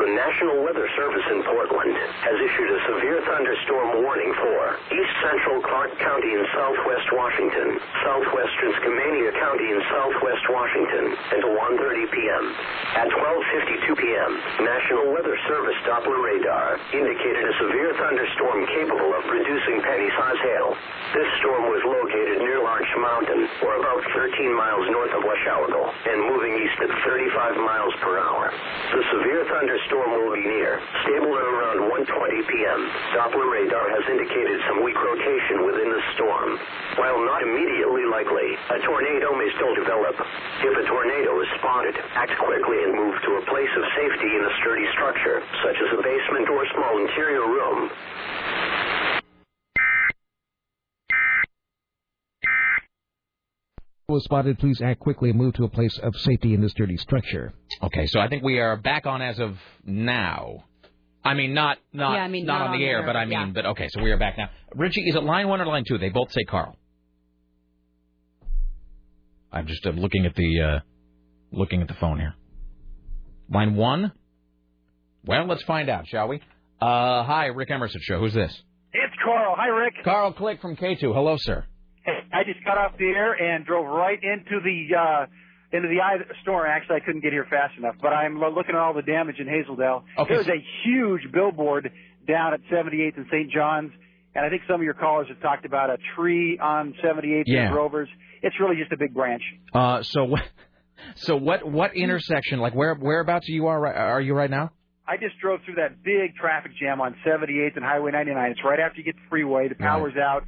Speaker 38: The National Weather Service in Portland has issued a severe thunderstorm warning for East Central Clark County in Southwest Washington, Southwestern Skamania County in Southwest Washington until 1:30 p.m. At 12:52 p.m., National Weather Service Doppler radar indicated a severe thunderstorm capable of producing penny-size hail. This storm was located near Larch Mountain, or about 13 miles north of Washoutdale, and moving east at 35 miles per hour. The severe thunderstorm will be near, stable at around 1:20 p.m. Doppler radar has indicated some weak rotation within the storm. While not immediately likely, a tornado may still develop. If a tornado is spotted, act quickly and move to a place of safety in a sturdy structure, such as a basement or small interior room.
Speaker 8: Was spotted. Please act quickly and move to a place of safety in this dirty structure.
Speaker 4: Okay, so I think we are back on as of now. I mean, not not
Speaker 39: Yeah, I mean,
Speaker 4: not,
Speaker 39: not
Speaker 4: on,
Speaker 39: on
Speaker 4: the
Speaker 39: the
Speaker 4: air,
Speaker 39: air,
Speaker 4: but I mean,
Speaker 39: yeah.
Speaker 4: but okay, so we are back now. Richie, is it line one or line two? They both say Carl. I'm just I'm looking at the uh, looking at the phone here. Line one. Well, let's find out, shall we? Uh, hi, Rick Emerson show. Who's this?
Speaker 40: It's Carl. Hi, Rick.
Speaker 4: Carl Click from K2. Hello, sir.
Speaker 40: Hey, I just got off the air and drove right into the uh, into the eye of the storm. Actually, I couldn't get here fast enough, but I'm lo- looking at all the damage in Hazeldale.
Speaker 4: Okay.
Speaker 40: There's a huge billboard down at 78th and St. John's, and I think some of your callers have talked about a tree on 78th
Speaker 4: Yeah.
Speaker 40: and Rovers. It's really just a big branch.
Speaker 4: Uh, so what? So what? What intersection? Like where? Whereabouts you are? ri- Are you right now?
Speaker 40: I just drove through that big traffic jam on 78th and Highway 99. It's right after you get the freeway. The power's out.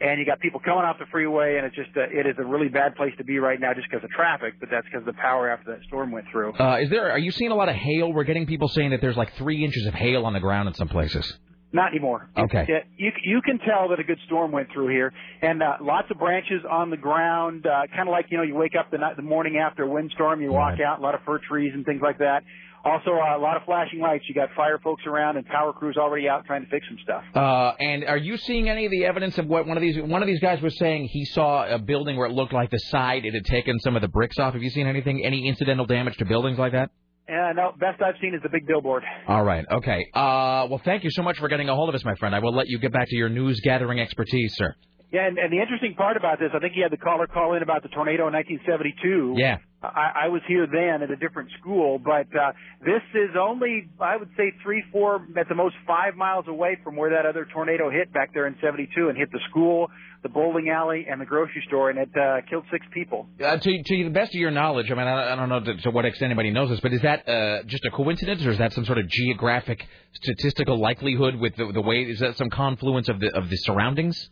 Speaker 40: and you got people coming off the freeway, and it's just a, it is a really bad place to be right now just because of traffic. But that's because the power after that storm went through.
Speaker 4: Uh, is there? Are you seeing a lot of hail? We're getting people saying that there's like three inches of hail on the ground in some places.
Speaker 40: Not anymore.
Speaker 4: Okay.
Speaker 40: Yeah, you you can tell that a good storm went through here, and uh, lots of branches on the ground, uh, kind of like you know you wake up the night, the morning after a windstorm, you walk out, a lot of fir trees and things like that. Also, uh, a lot of flashing lights. You got fire folks around and power crews already out trying to fix some stuff.
Speaker 4: Uh, and are you seeing any of the evidence of what one of these one of these guys was saying? He saw a building where it looked like the side it had taken some of the bricks off. Have you seen anything? Any incidental damage to buildings like that?
Speaker 40: Yeah, no, best I've seen is the big billboard.
Speaker 4: All right. Okay. Uh, well, thank you so much for getting a hold of us, my friend. I will let you get back to your news gathering expertise, sir.
Speaker 40: Yeah, and, and the interesting part about this, I think you had the caller call in about the tornado in 1972.
Speaker 4: Yeah.
Speaker 40: I, I was here then at a different school, but uh, this is only, I would say, three, four, at the most, five miles away from where that other tornado hit back there in '72 and hit the school, the bowling alley, and the grocery store, and it uh, killed six people.
Speaker 4: Uh, to, to the best of your knowledge, I mean, I, I don't know to, to what extent anybody knows this, but is that uh, just a coincidence, or is that some sort of geographic statistical likelihood with the, the way? Is that some confluence of the of the surroundings?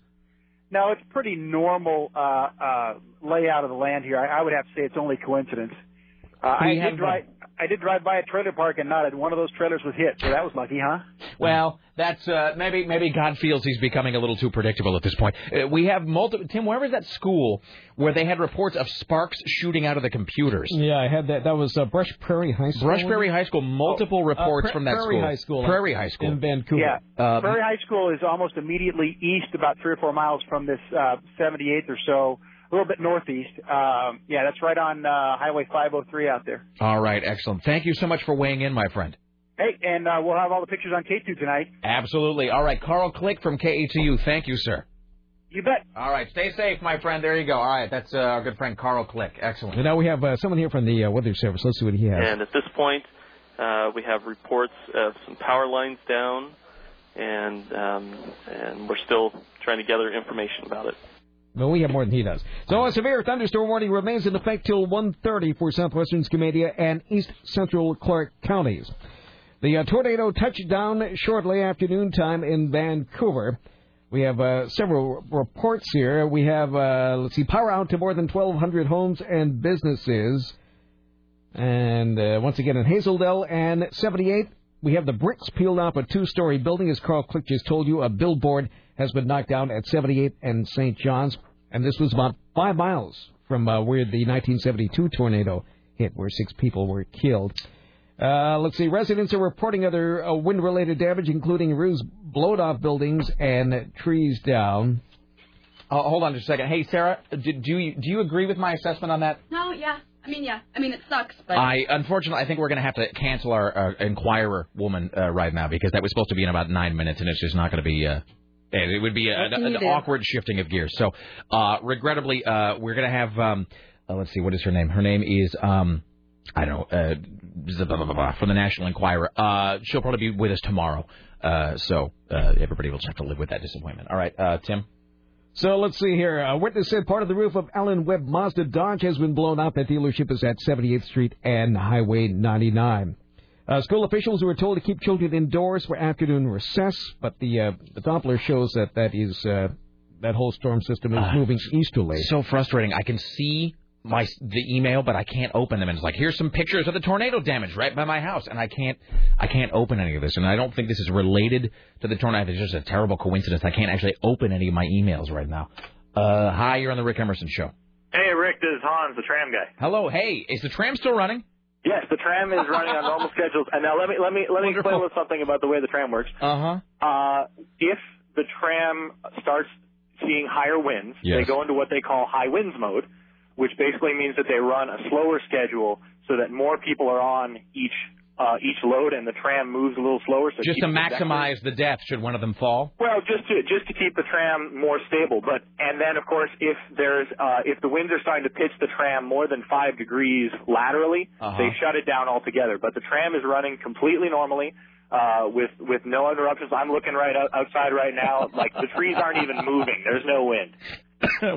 Speaker 40: No, it's pretty normal uh, uh, layout of the land here. I, I would have to say it's only coincidence. Uh,
Speaker 4: We
Speaker 40: I
Speaker 4: have
Speaker 40: did drive. I did drive by a trailer park, and not one of those trailers was hit. So that was lucky, huh?
Speaker 4: Well, that's uh, maybe maybe God feels he's becoming a little too predictable at this point. Uh, we have multiple Tim. Where was that school where they had reports of sparks shooting out of the computers?
Speaker 8: Yeah, I had that. That was uh, Brush Prairie High School.
Speaker 4: Brush Prairie High School, multiple
Speaker 8: Oh, uh,
Speaker 4: reports
Speaker 8: Pra-
Speaker 4: from that
Speaker 8: Prairie
Speaker 4: school.
Speaker 8: High School.
Speaker 4: Prairie High School
Speaker 8: in Vancouver.
Speaker 40: Yeah,
Speaker 4: Uh,
Speaker 40: Prairie High School is almost immediately east, about three or four miles from this uh, 78th or so, a little bit northeast. Um, yeah, that's right on uh, Highway 503 out there.
Speaker 4: All right, excellent. Thank you so much for weighing in, my friend.
Speaker 40: Hey, and uh, we'll have all the pictures on K2 tonight.
Speaker 4: Absolutely. All right, Carl Click from KETU. Thank you, sir.
Speaker 40: You bet.
Speaker 4: All right, stay safe, my friend. There you go. All right, that's uh, our good friend Carl Click. Excellent.
Speaker 8: And now we have uh, someone here from the uh, Weather Service. Let's see what he has.
Speaker 1: And at this point, uh, we have reports
Speaker 41: uh,
Speaker 1: of some power lines down, and um, and we're still trying to gather information about it.
Speaker 8: Well, we have more than he does. So a severe thunderstorm warning remains in effect till 1.30 for southwestern Skamania and east central Clark counties. The uh, tornado touched down shortly after noontime in Vancouver. We have uh, several reports here. We have, uh, let's see, power out to more than 1,200 homes and businesses. And uh, once again in Hazeldale and 78, we have the bricks peeled off a two-story building. As Carl Click just told you, a billboard has been knocked down at 78 and St. John's. And this was about five miles from uh, where the 1972 tornado hit, where six people were killed. Uh, let's see. Residents are reporting other uh, wind-related damage, including roofs blowed off buildings and trees down.
Speaker 4: Uh, hold on just a second. Hey, Sarah, do, do you do you agree with my assessment on that?
Speaker 5: No, yeah. I mean, yeah. I mean, it sucks, but
Speaker 4: I unfortunately I think we're going to have to cancel our uh, inquirer woman uh, right now because that was supposed to be in about nine minutes and it's just not going to be. Uh, it it would be a,
Speaker 3: What can
Speaker 4: an
Speaker 3: you do?
Speaker 4: awkward shifting of gears. So, uh, regrettably, uh, we're going to have. Um, uh, let's see, what is her name? Her name is. Um, I don't know, uh, blah, blah, blah, blah, from the National Enquirer. Uh, she'll probably be with us tomorrow. Uh, so uh, everybody will just have to live with that disappointment. All right, uh, Tim.
Speaker 8: So let's see here. A witness said part of the roof of Allen Webb Mazda Dodge has been blown up. That dealership is at 78th Street and Highway 99. Uh, school officials were told to keep children indoors for afternoon recess, but the uh, the Doppler shows that that is uh, that whole storm system is moving easterly.
Speaker 4: Ah, So frustrating. I can see my the email, but I can't open them. And it's like, here's some pictures of the tornado damage right by my house, and I can't I can't open any of this. And I don't think this is related to the tornado. It's just a terrible coincidence. I can't actually open any of my emails right now. Uh, hi, you're on the Rick Emerson show.
Speaker 42: Hey, Rick, this is Hans, the tram guy.
Speaker 4: Hello, hey, is the tram still running?
Speaker 42: Yes, the tram is running on normal schedules. And now let me let me let me explain a little something about the way the tram works.
Speaker 4: Uh
Speaker 42: Uh, if the tram starts seeing higher winds,
Speaker 4: Yes.
Speaker 42: they go into what they call high winds mode, which basically means that they run a slower schedule so that more people are on each uh, each load, and the tram moves a little slower. So it
Speaker 4: Just to
Speaker 42: keeps the deck moving.
Speaker 4: maximize the depth, should one of them fall?
Speaker 42: Well, just to just to keep the tram more stable, but and then of course if there's uh, if the winds are starting to pitch the tram more than five degrees laterally,
Speaker 4: Uh-huh.
Speaker 42: they shut it down altogether. But the tram is running completely normally uh, with with no interruptions. I'm looking right out, outside right now, like the trees aren't even moving. There's no wind.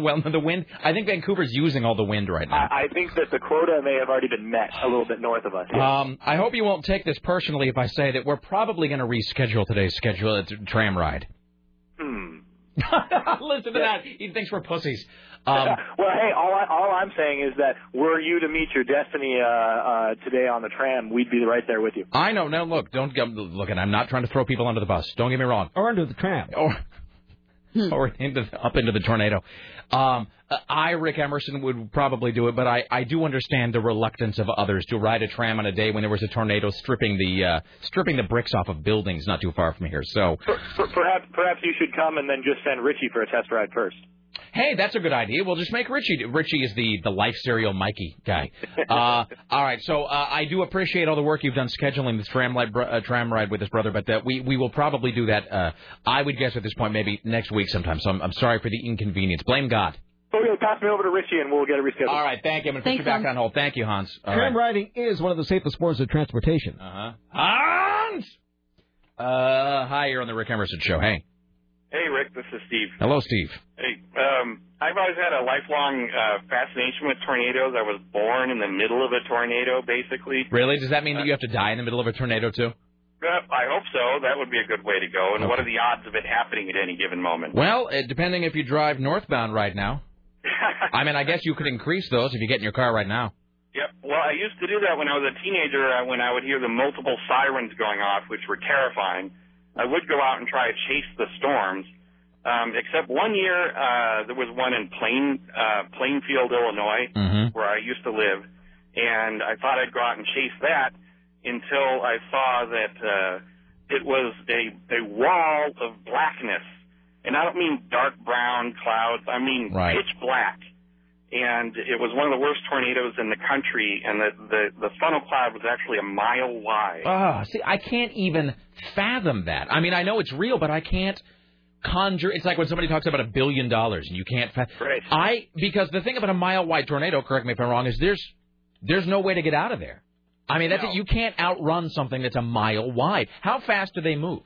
Speaker 4: well, the wind. I think Vancouver's using all the wind right now.
Speaker 42: I, I think that the quota may have already been met a little bit north of us.
Speaker 43: Ah,
Speaker 4: Um, I hope you won't take this personally if I say that we're probably going to reschedule today's schedule at tram ride.
Speaker 42: Hmm.
Speaker 43: Listen to that. He thinks we're pussies.
Speaker 4: Um,
Speaker 42: well, hey, all I, all I'm saying is that were you to meet your destiny uh, uh, today on the tram, we'd be right there with you.
Speaker 4: I know. Now look, don't get- look, and I'm not trying to throw people under the bus. Don't get me wrong.
Speaker 8: Or under the tram.
Speaker 4: Or or into up into the tornado. Um, I, Rick Emerson, would probably do it, but I, I do understand the reluctance of others to ride a tram on a day when there was a tornado stripping the uh, stripping the bricks off of buildings not too far from here. So,
Speaker 42: Per- Perhaps perhaps you should come and then just send Richie for a test ride first.
Speaker 4: hey, that's a good idea. We'll just make Richie. do- Richie is the the life serial Mikey guy. Uh, all right, so uh, I do appreciate all the work you've done scheduling this tram, li- br- uh, tram ride with his brother, but that we we will probably do that. Uh, I would guess at this point maybe next week sometime. So I'm, I'm sorry for the inconvenience. Blame God.
Speaker 42: Okay, pass me over to Richie and we'll get it rescheduled. All
Speaker 4: right, thank you. I'm going to put you back on hold. Thank you, Hans. All right.
Speaker 8: Tram riding is one of the safest forms of transportation.
Speaker 4: Uh-huh. Hans! Uh, hi, you're on the Rick Emerson Show. Hey.
Speaker 11: Hey, Rick, this is Steve.
Speaker 4: Hello, Steve.
Speaker 11: Hey, um, I've always had a lifelong uh, fascination with tornadoes. I was born in the middle of a tornado, basically.
Speaker 4: Really? Does that mean that you have to die in the middle of a tornado, too?
Speaker 11: Uh, I hope so. That would be a good way to go. And what are the odds of it happening at any given moment?
Speaker 4: Well, it, depending if you drive northbound right now. I mean, I guess you could increase those if you get in your car right now.
Speaker 11: Yep. Well, I used to do that when I was a teenager. Uh, when I would hear the multiple sirens going off, which were terrifying, I would go out and try to chase the storms. Um, except one year, uh, there was one in Plain uh, Plainfield, Illinois,
Speaker 4: Mm-hmm.
Speaker 11: where I used to live, and I thought I'd go out and chase that until I saw that uh, it was a a wall of blackness, and I don't mean dark brown clouds. I mean
Speaker 38: Right.
Speaker 11: pitch black and it was one of the worst tornadoes in the country, and the the, the funnel cloud was actually a mile wide.
Speaker 4: Ah, see, I can't even fathom that. I mean, I know it's real, but I can't conjure. It's like when somebody talks about a billion dollars and you can't. Fa-
Speaker 11: right.
Speaker 4: I because the thing about a mile wide tornado, correct me if I'm wrong, is there's there's no way to get out of there. I mean, that's it. you can't outrun something that's a mile wide. How fast do they move?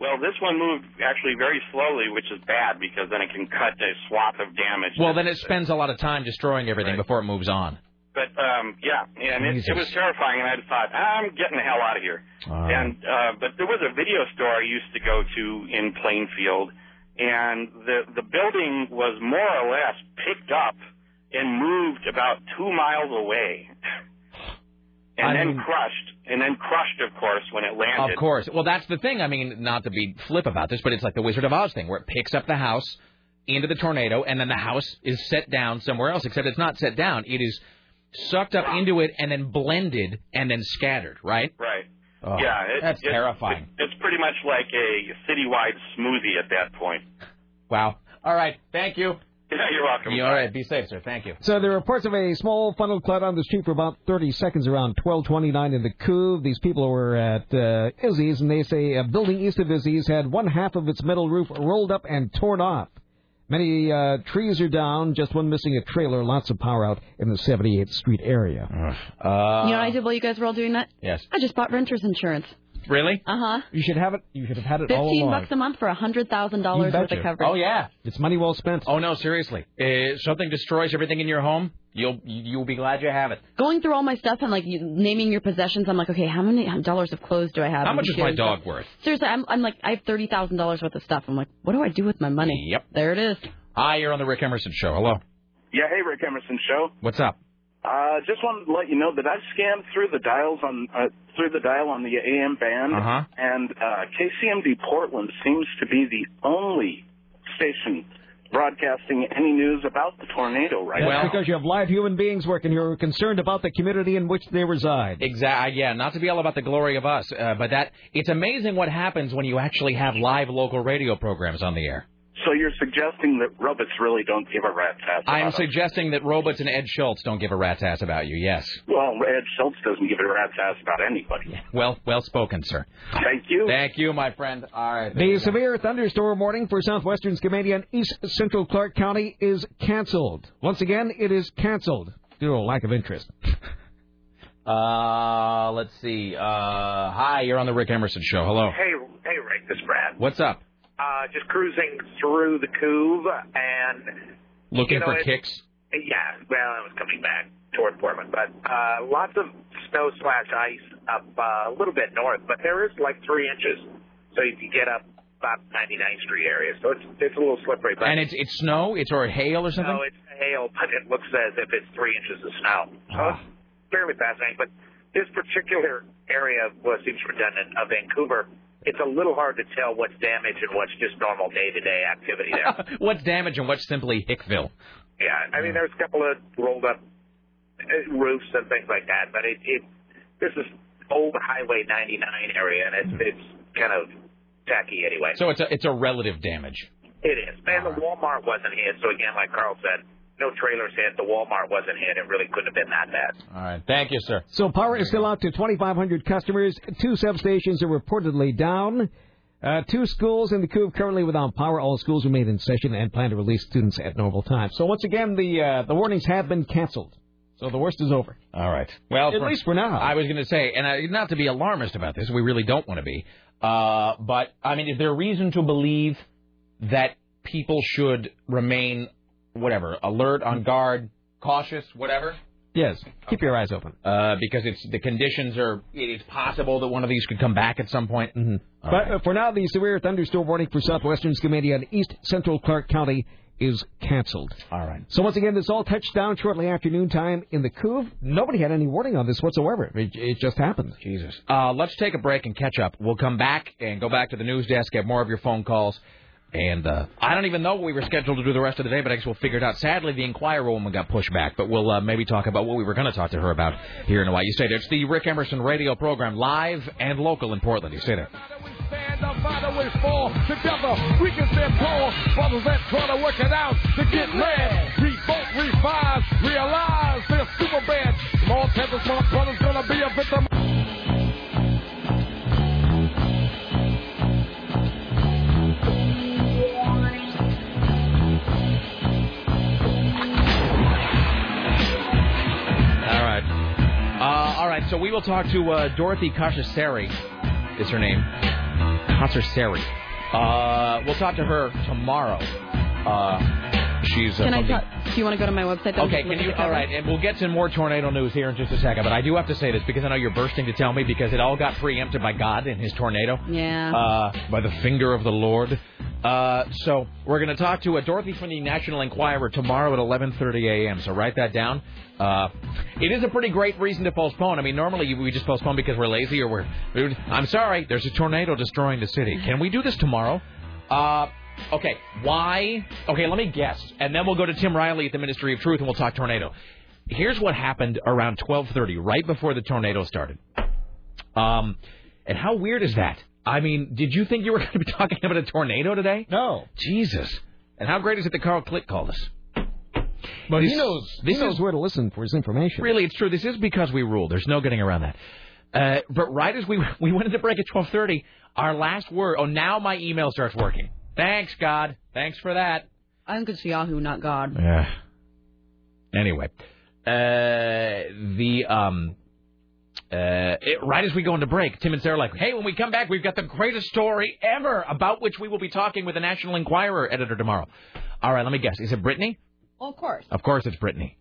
Speaker 11: Well, this one moved actually very slowly, which is bad because then it can cut a swath of damage.
Speaker 4: Well, then it spends a lot of time destroying everything before it moves on.
Speaker 11: But um, yeah, and it, it
Speaker 4: Jesus. Uh-huh.
Speaker 11: was terrifying, and I thought "Ah, I'm getting the hell out of here. And uh, but there was a video store I used to go to in Plainfield, and the the building was more or less picked up and moved about two miles away, and
Speaker 4: I
Speaker 11: then
Speaker 4: mean-
Speaker 11: crushed, and then crushed, of course, when it
Speaker 4: Of
Speaker 11: landed.
Speaker 4: course. Well, that's the thing. I mean, not to be flip about this, but it's like the Wizard of Oz thing where it picks up the house into the tornado and then the house is set down somewhere else, except it's not set down. It is sucked up into it and then blended and then scattered, right?
Speaker 11: Right.
Speaker 4: Oh,
Speaker 11: yeah, it,
Speaker 4: that's
Speaker 11: it-
Speaker 4: terrifying.
Speaker 11: it- it's pretty much like a citywide smoothie at that point.
Speaker 4: Wow. All right. Thank you.
Speaker 11: Yeah, you're welcome.
Speaker 4: All right. Be safe, sir. Thank you.
Speaker 8: So there are reports of a small funnel cloud on the street for about 30 seconds around 12:29 in the Couve. These people were at uh, Izzy's, and they say a building east of Izzy's had one half of its metal roof rolled up and torn off. Many uh, trees are down, just one missing a trailer. Lots of power out in the 78th Street area.
Speaker 5: you know
Speaker 4: uh,
Speaker 5: what I did while you guys were all doing that?
Speaker 4: Yes.
Speaker 5: I just bought renter's insurance.
Speaker 4: Really?
Speaker 5: Uh huh.
Speaker 8: You should have it. You should have had it all
Speaker 5: Fifteen
Speaker 8: along.
Speaker 5: bucks a month for a hundred thousand dollars
Speaker 8: You
Speaker 5: worth of
Speaker 8: betcha.
Speaker 5: coverage.
Speaker 4: Oh yeah,
Speaker 8: it's money well spent.
Speaker 4: Oh no, seriously. If something destroys everything in your home, you'll you'll be glad you have it.
Speaker 5: Going through all my stuff and like you- naming your possessions, I'm like, okay, how many dollars of clothes do I have?
Speaker 4: How
Speaker 5: and
Speaker 4: much is
Speaker 5: shoes
Speaker 4: my
Speaker 5: and
Speaker 4: dog
Speaker 5: stuff?
Speaker 4: worth?
Speaker 5: Seriously, I'm, I'm like, I have thirty thousand dollars worth of stuff. I'm like, what do I do with my money?
Speaker 4: Yep.
Speaker 5: There it is.
Speaker 4: Hi, you're on the Rick Emerson Show. Hello.
Speaker 44: Yeah, hey, Rick Emerson Show.
Speaker 4: What's up?
Speaker 44: Uh, just wanted to let you know that I've scanned through the dials on uh, through the dial on the AM band,
Speaker 4: Uh-huh.
Speaker 44: and uh, KCMD Portland seems to be the only station broadcasting any news about the tornado right
Speaker 8: That's
Speaker 44: now.
Speaker 8: because you have live human beings working here who are concerned about the community in which they reside.
Speaker 4: Exactly. uh, Yeah. Not to be all about the glory of us, uh, but that it's amazing what happens when you actually have live local radio programs on the air.
Speaker 44: So you're suggesting that robots really don't give a rat's ass.
Speaker 4: I'm
Speaker 44: about it.
Speaker 4: suggesting that robots and Ed Schultz don't give a rat's ass about you. Yes.
Speaker 44: Well, Ed Schultz doesn't give a rat's ass about anybody.
Speaker 4: Well, well spoken, sir.
Speaker 44: Thank you.
Speaker 4: Thank you, my friend. All right.
Speaker 8: The severe thunderstorm warning for southwestern Skamania and east central Clark County is canceled. Once again, it is canceled due to a lack of interest.
Speaker 4: Uh, let's see. Uh, hi, you're on the Rick Emerson Show. Hello.
Speaker 45: Hey, hey, Rick, this is Brad.
Speaker 4: What's up?
Speaker 45: Uh, just cruising through the Couve and
Speaker 4: Looking
Speaker 45: You know,
Speaker 4: for
Speaker 45: it-
Speaker 4: kicks?
Speaker 45: yeah, well, I was coming back toward Portland, but uh, lots of snow slash ice up uh, a little bit north, but there is like three inches, so you can get up
Speaker 11: about 99th Street area, so it's it's a little slippery. But
Speaker 4: And it's it's snow, it's or hail or something.
Speaker 11: No, it's hail, but it looks as if it's three inches of snow. So it's fairly fascinating. But this particular area well, it seems redundant of Vancouver. It's a little hard to tell what's damage and what's just normal day-to-day activity there.
Speaker 4: what's damage and what's simply Hickville?
Speaker 11: yeah, I mean, there's a couple of rolled-up uh, roofs and things like that, but it, it this is old Highway 99 area, and it's it's kind of tacky anyway.
Speaker 4: So it's a it's a relative damage.
Speaker 11: It is. Man, the Walmart wasn't hit. So again, like Carl said, no trailers hit. The Walmart wasn't hit. It really couldn't have been that bad.
Speaker 4: All right, thank you, sir.
Speaker 8: So power is still out to 2,500 customers. Two substations are reportedly down. Uh, two schools in the Cube currently without power. All schools remain in session and plan to release students at normal time. So once again, the uh, the warnings have been canceled. So the worst is over.
Speaker 4: All right. Well,
Speaker 8: At least for now.
Speaker 4: I was going to say, and I, not to be alarmist about this, we really don't want to be. Uh, but I mean, is there reason to believe that people should remain, whatever, alert, on guard, cautious, whatever?
Speaker 8: Yes. Keep your eyes open.
Speaker 4: Uh, because it's the conditions are. It is possible that one of these could come back at some point. Mm-hmm.
Speaker 8: But uh, for now, the severe thunderstorm warning for southwestern Skamania and east central Clark County is canceled.
Speaker 4: All right.
Speaker 8: So once again, this all touched down shortly after noon time in the Couve. Nobody had any warning on this whatsoever. It, it just happened.
Speaker 4: Jesus. Uh, let's take a break and catch up. We'll come back and go back to the news desk, get more of your phone calls. And uh, I don't even know what we were scheduled to do the rest of the day, but I guess we'll figure it out. Sadly, the Inquirer woman got pushed back, but we'll uh, maybe talk about what we were going to talk to her about here in a while. You stay there. It's the Rick Emerson radio program, live and local in Portland. You stay there.
Speaker 12: stand up, find a way for. Together, we can stand tall. Brothers that try to work it out to get mad. Revolt, revise, realize they're super bad. Small temper, smart brother's gonna be a victim.
Speaker 4: All right. Uh, all right. So we will talk to uh, Dorothy Kashaseri. Is her name Kashaseri? Uh, we'll talk to her tomorrow. Uh, she's. Uh,
Speaker 5: Can I
Speaker 4: from the-
Speaker 5: talk? Do you want to go to my website? That I'm
Speaker 4: Okay,
Speaker 5: just
Speaker 4: can
Speaker 5: looking
Speaker 4: you?
Speaker 5: at
Speaker 4: All right, and we'll get to more tornado news here in just a second. But I do have to say this because I know you're bursting to tell me because it all got preempted by God in His tornado.
Speaker 5: Yeah.
Speaker 4: Uh, by the finger of the Lord. Uh, so we're going to talk to uh, Dorothy from the National Enquirer tomorrow at 11:30 a.m. So write that down. Uh, it is a pretty great reason to postpone. I mean, normally we just postpone because we're lazy or we're. rude. I'm sorry, there's a tornado destroying the city. Can we do this tomorrow? Uh, okay, why? Okay, let me guess, and then we'll go to Tim Riley at the Ministry of Truth and we'll talk tornado. Here's what happened around 12:30, right before the tornado started. Um, and how weird is that? I mean, did you think you were going to be talking about a tornado today?
Speaker 8: No.
Speaker 4: Jesus. And how great is it that Carl Click called us?
Speaker 8: But he
Speaker 4: This-
Speaker 8: knows.
Speaker 4: This
Speaker 8: he knows
Speaker 4: is
Speaker 8: where to listen for his information.
Speaker 4: Really, it's true. This is because we rule. There's no getting around that. Uh, but right as we we went into break at 12:30, our last word. Oh, now my email starts working. Thanks, God. Thanks for that.
Speaker 5: I think it's Yahoo, not God.
Speaker 4: Yeah. Anyway, uh, the um, uh, it, right as we go into break, Tim and Sarah are like, hey, when we come back, we've got the greatest story ever about which we will be talking with the National Enquirer editor tomorrow. All right, let me guess. Is it Brittany?
Speaker 5: Well, of course.
Speaker 4: Of course, it's Brittany.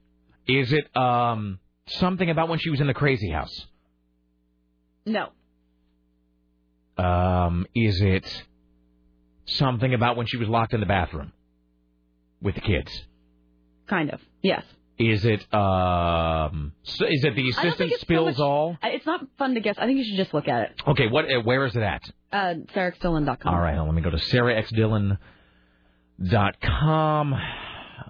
Speaker 4: Is it um something about when she was in the crazy house?
Speaker 5: No.
Speaker 4: Um, is it something about when she was locked in the bathroom with the kids?
Speaker 5: Kind of. Yes.
Speaker 4: Is it um s- is it the
Speaker 5: I don't think
Speaker 4: assistant
Speaker 5: it's so
Speaker 4: spills
Speaker 5: much-
Speaker 4: all?
Speaker 5: I- It's not fun to guess. I think you should just look at it.
Speaker 4: Okay, what uh, where is it at?
Speaker 5: Uh, SarahXdillon.com.
Speaker 4: All right, well, let me go to sarahxdillon.com. Uh,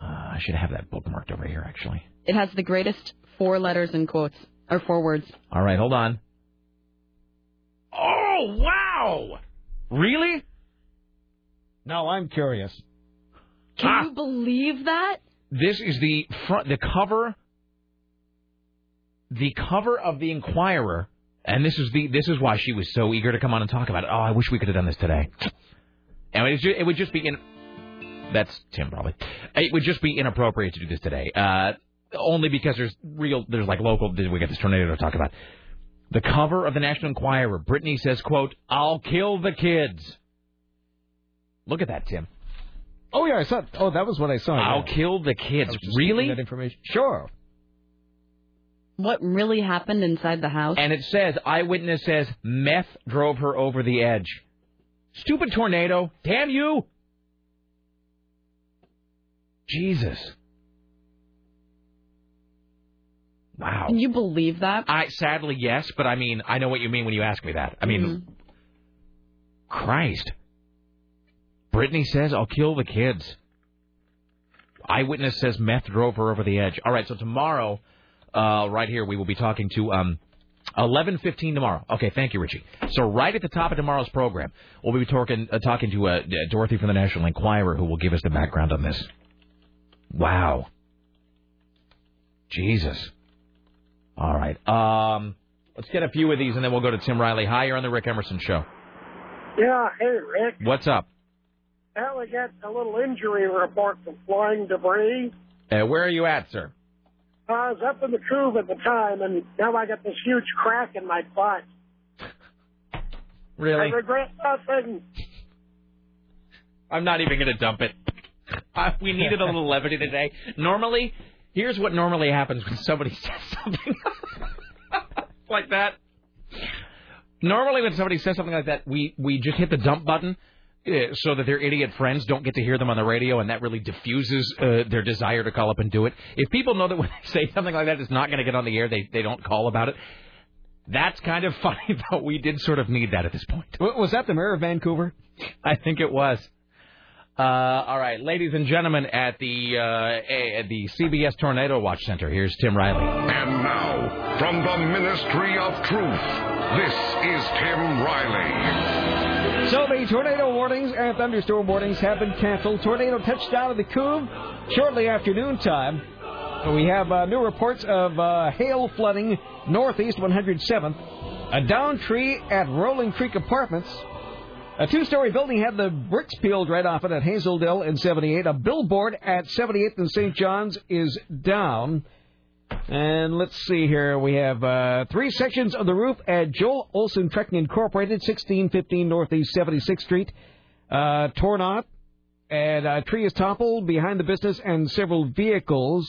Speaker 4: I should have that bookmarked over here actually.
Speaker 5: It has the greatest four letters in quotes or four words.
Speaker 4: All right, hold on. Oh wow! Really?
Speaker 8: Now I'm curious.
Speaker 5: Can
Speaker 4: Ah!
Speaker 5: you believe that?
Speaker 4: This is the front, the cover, the cover of the Inquirer, and this is the this is why she was so eager to come on and talk about it. Oh, I wish we could have done this today. And it, it would just be in. That's Tim probably. It would just be inappropriate to do this today, uh, only because there's real there's like local. We got this tornado to talk about. The cover of the National Enquirer. Brittany says, "quote I'll kill the kids." Look at that, Tim.
Speaker 8: Oh yeah, I saw. Oh, that was what I saw.
Speaker 4: I'll
Speaker 8: yeah.
Speaker 4: kill the kids. Really? That
Speaker 8: information. Sure.
Speaker 5: What really happened inside the house?
Speaker 4: And it says eyewitness says meth drove her over the edge.
Speaker 3: Stupid tornado. Damn you. Jesus. Wow.
Speaker 5: Can you believe that?
Speaker 4: I sadly yes, but I mean I know what you mean when you ask me that. I mean,
Speaker 5: Mm-hmm.
Speaker 4: Christ. Brittany says I'll kill the kids. Eyewitness says meth drove her over the edge. All right, so tomorrow, uh, right here we will be talking to um, eleven fifteen tomorrow. Okay, thank you, Richie. So right at the top of tomorrow's program, we'll be talking uh, talking to uh, Dorothy from the National Enquirer, who will give us the background on this. Wow. Jesus. All right. Um, let's get a few of these, and then we'll go to Tim Riley. Hi, you're on the Rick Emerson Show.
Speaker 15: Yeah, hey Rick.
Speaker 4: What's up?
Speaker 15: Now we get a little injury report from flying debris.
Speaker 4: Uh, where are you at, sir?
Speaker 15: I was up in the cove at the time, and now I got this huge crack in my butt.
Speaker 4: Really?
Speaker 15: I regret nothing.
Speaker 4: I'm not even going to dump it. Uh, we needed a little levity today. Normally, here's what normally happens when somebody says something like that. Normally, when somebody says something like that, we, we just hit the dump button uh, so that their idiot friends don't get to hear them on the radio, and that really diffuses uh, their desire to call up and do it. If people know that when they say something like that, it's not going to get on the air, they, they don't call about it. That's kind of funny, though. We did sort of need that at this point.
Speaker 8: Was that the mayor of Vancouver?
Speaker 4: I think it was. Uh, all right, ladies and gentlemen, at the uh, eh, at the CBS Tornado Watch Center, here's Tim Riley.
Speaker 16: And now, from the Ministry of Truth, this is Tim Riley.
Speaker 8: So the tornado warnings and thunderstorm warnings have been canceled. Tornado touched down in the Cove shortly after noontime. We have uh, new reports of uh, hail flooding northeast 107th, a downed tree at Rolling Creek Apartments. A two-story building had the bricks peeled right off it at Hazeldale and 78. A billboard at 78th and St. John's is down. And let's see here. We have uh, three sections of the roof at Joel Olson Trekking Incorporated, 1615 Northeast 76th Street, uh, torn off. And a tree is toppled behind the business and several vehicles.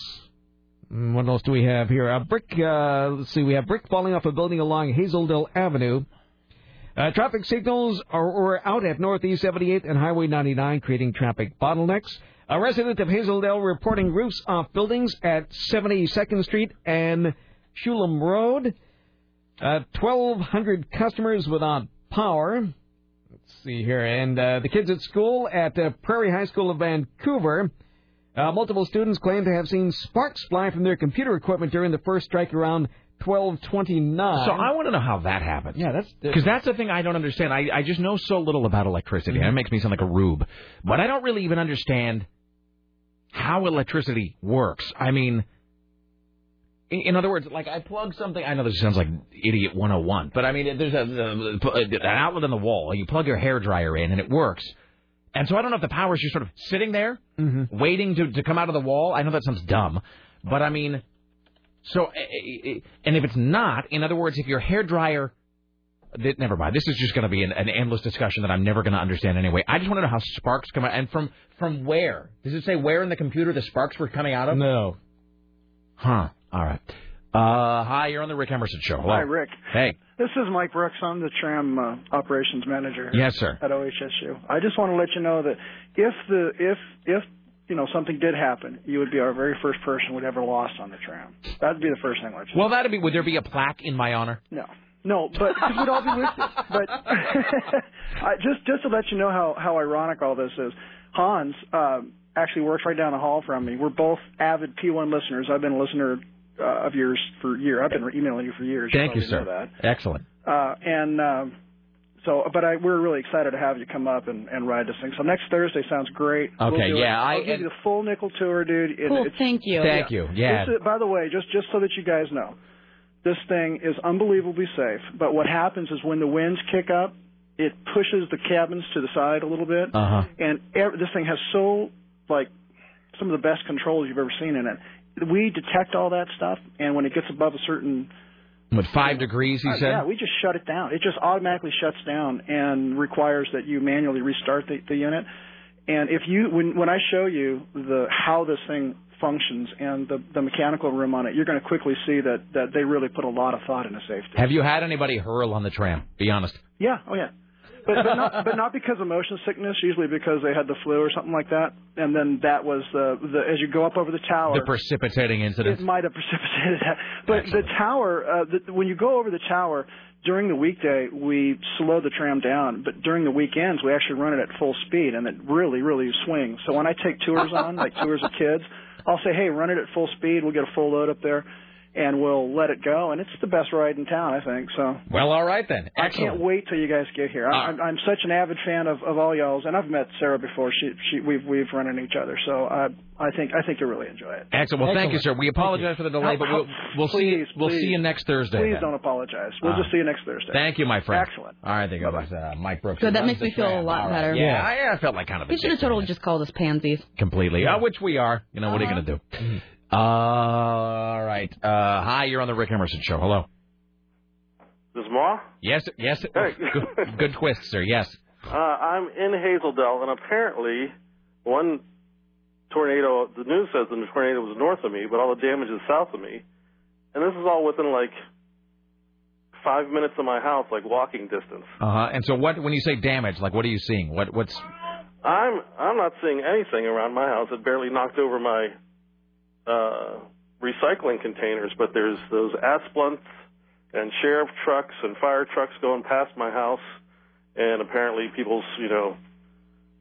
Speaker 8: Mm, What else do we have here? A brick, uh, let's see, we have brick falling off a building along Hazeldale Avenue. Uh, traffic signals are, were out at Northeast 78th and Highway 99, creating traffic bottlenecks. A resident of Hazeldale reporting roofs off buildings at 72nd Street and Shulam Road. Uh, 1,200 customers without power. Let's see here. And uh, the kids at school at uh, Prairie High School of Vancouver. Uh, multiple students claim to have seen sparks fly from their computer equipment during the first strike around 1229.
Speaker 4: So I want to know how that happens.
Speaker 8: Yeah, that's
Speaker 4: Because that's the thing I don't understand. I, I just know so little about electricity. That makes me sound like a rube. But I don't really even understand how electricity works. I mean, in, in other words, like I plug something. I know this sounds like idiot 101, but I mean, there's a, a, an outlet in uh, the wall. You plug your hair dryer in, and it works. And so I don't know if the power is just sort of sitting there, waiting to, to come out of the wall. I know that sounds dumb, but I mean, so eh, eh, eh, and if it's not, in other words, if your hair dryer that, never mind. This is just going to be an, an endless discussion that I'm never going to understand anyway. I just want to know how sparks come out and from from where. Does it say where in the computer the sparks were coming out of?
Speaker 8: No.
Speaker 4: Huh. All right. Uh, hi, you're on the Rick Emerson show. Hello.
Speaker 18: Hi, Rick.
Speaker 4: Hey.
Speaker 18: This is Mike Brooks. I'm the tram uh, operations manager.
Speaker 4: Yes, sir.
Speaker 18: At OHSU. I just want to let you know that if the if if you know something did happen, you would be our very first person we'd ever lost on the tram. That'd be the first thing. I'd say.
Speaker 4: Well, that'd be. Would there be a plaque in my honor?
Speaker 18: No. No, but because we'd all be with you. But I, just just to let you know how how ironic all this is, Hans um, actually works right down the hall from me. We're both avid P1 listeners. I've been a listener uh, of yours for a year. I've been emailing you for years.
Speaker 4: Thank you,
Speaker 18: probably know
Speaker 4: sir. Excellent.
Speaker 18: That. Uh, and um, so, but I, we're really excited to have you come up and, and ride this thing. So next Thursday sounds great. We'll
Speaker 4: Okay,
Speaker 18: do it.
Speaker 4: yeah, I-
Speaker 18: I'll give you the full nickel tour, dude. It-
Speaker 5: Cool,
Speaker 18: it's-
Speaker 5: thank you. Thank you, yeah.
Speaker 18: This is- by the way, just just so that you guys know, this thing is unbelievably safe. But what happens is when the winds kick up, it pushes the cabins to the side a little bit,
Speaker 4: Uh huh.
Speaker 18: and ev- this thing has so like some of the best controls you've ever seen in it. We detect all that stuff, and when it gets above a certain
Speaker 4: With five degrees, he
Speaker 18: uh,
Speaker 4: said.
Speaker 18: Yeah, we just shut it down. It just automatically shuts down and requires that you manually restart the, the unit. And if you when when I show you the how this thing functions and the the mechanical room on it, you're going to quickly see that that they really put a lot of thought into safety.
Speaker 4: Have you had anybody hurl on the tram? Be honest.
Speaker 18: Yeah, oh yeah. but, but not but not because of motion sickness. Usually because they had the flu or something like that, and then that was the the as you go up over the tower.
Speaker 4: The precipitating incident.
Speaker 18: It might have precipitated that. But the tower, uh, the, when you go over the tower during the weekday, we slow the tram down. But during the weekends, we actually run it at full speed, and it really, really swings. So when I take tours on, like tours of kids, I'll say, "Hey, run it at full speed. We'll get a full load up there, and we'll let it go." And it's the best ride in town, I think. So.
Speaker 4: Well, all right then.
Speaker 18: I can't wait till you guys get here. I'm, I'm, I'm such an avid fan of, of all y'all's, and I've met Sarah before. She, she, we've we've run into each other, so I, I think I think you'll really enjoy it.
Speaker 4: Excellent. Well, thank you, sir. We apologize for the delay, but we'll we'll see
Speaker 18: Please,
Speaker 4: we'll see you
Speaker 18: please.
Speaker 4: next Thursday.
Speaker 18: Please
Speaker 4: then.
Speaker 18: don't apologize. We'll
Speaker 4: Ah.
Speaker 18: just see you next Thursday.
Speaker 4: Thank you, my friend.
Speaker 18: Excellent.
Speaker 4: All right, there goes uh, Mike Brooks.
Speaker 5: Good,
Speaker 4: He
Speaker 5: that
Speaker 4: runs
Speaker 5: makes
Speaker 4: the
Speaker 5: me feel a
Speaker 4: tram.
Speaker 5: lot
Speaker 4: All
Speaker 5: better.
Speaker 4: Yeah, I, I felt like kind of a
Speaker 5: We should have totally just called us pansies.
Speaker 4: completely, uh, which we are. You know, what are you going to
Speaker 5: Uh-huh.
Speaker 4: do? Uh, all right. Uh, hi, you're on the Rick Emerson show. Hello.
Speaker 41: This is Ma.
Speaker 4: Yes, yes.
Speaker 41: Hey.
Speaker 4: Good, good twist, sir. Yes.
Speaker 41: Uh, I'm in Hazeldell, and apparently, one tornado. The news says the tornado was north of me, but all the damage is south of me. And this is all within like five minutes of my house, like walking distance.
Speaker 4: Uh huh. And so, what when you say damage, like what are you seeing? What what's
Speaker 41: I'm I'm not seeing anything around my house. It barely knocked over my uh, recycling containers, but there's those asplunts and sheriff trucks and fire trucks going past my house, and apparently people's you know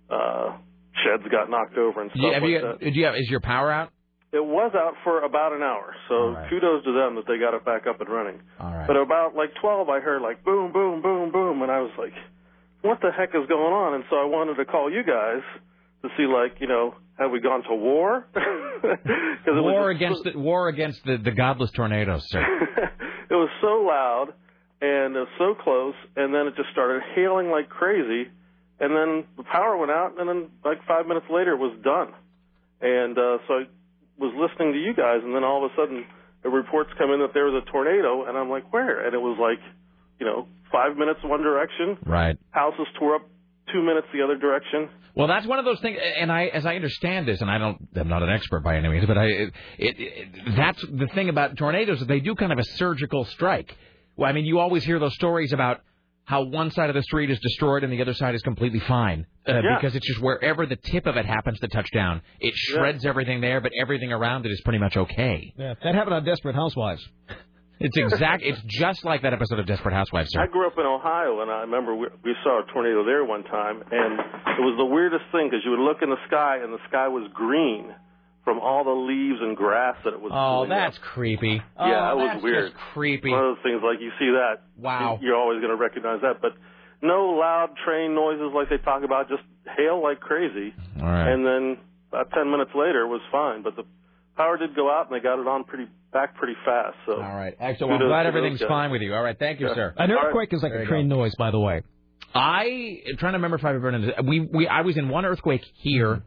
Speaker 41: uh, sheds got knocked over and stuff
Speaker 4: you, have
Speaker 41: like
Speaker 4: you,
Speaker 41: that.
Speaker 4: do you have is your power out?
Speaker 41: It was out for about an hour, so kudos to them that they got it back up and running.
Speaker 4: All right.
Speaker 41: But about like 12, I heard like boom, boom, boom, boom, and I was like, what the heck is going on? And so I wanted to call you guys to see like, you know, have we gone to war? Because it
Speaker 4: War
Speaker 41: was just-
Speaker 4: against the war against the, the godless tornadoes, sir.
Speaker 41: it was so loud and it was so close, and then it just started hailing like crazy, and then the power went out, and then like five minutes later it was done, and uh, so I was listening to you guys, and then all of a sudden the reports come in that there was a tornado, and I'm like, where? And it was like, you know, five minutes one direction,
Speaker 4: right.
Speaker 41: houses tore up two minutes the other direction.
Speaker 4: Well, that's one of those things, and I, as I understand this, and I don't, I'm not an expert by any means, but I, it, it, it, that's the thing about tornadoes is they do kind of a surgical strike. Well, I mean, you always hear those stories about how one side of the street is destroyed and the other side is completely fine uh,
Speaker 46: Yeah.
Speaker 4: because it's just wherever the tip of it happens to touch down, it shreds everything there, but everything around it is pretty much okay.
Speaker 8: Yeah, that happened on Desperate Housewives.
Speaker 4: It's exact. it's just like that episode of Desperate Housewives, sir.
Speaker 41: I grew up in Ohio, and I remember we, we saw a tornado there one time, and it was the weirdest thing because you would look in the sky, and the sky was green from all the leaves and grass that it was.
Speaker 4: Oh,
Speaker 41: pulling up.
Speaker 4: that's creepy.
Speaker 41: yeah,
Speaker 4: oh,
Speaker 41: that was
Speaker 4: that's
Speaker 41: weird.
Speaker 4: just creepy.
Speaker 41: One of those things like you see that.
Speaker 4: Wow.
Speaker 41: You're always going to recognize that, but no loud train noises like they talk about. Just hail like crazy,
Speaker 4: All right.
Speaker 41: and then about ten minutes later it was fine. But the power did go out, and they got it on pretty back pretty fast. So
Speaker 4: all right, excellent. I'm glad everything's fine with you. All right, thank you, sir.
Speaker 8: An earthquake is like
Speaker 4: There
Speaker 8: a
Speaker 4: you
Speaker 8: crane noise, by the way.
Speaker 4: I am trying to remember if I've ever been in. We we I was in one earthquake here a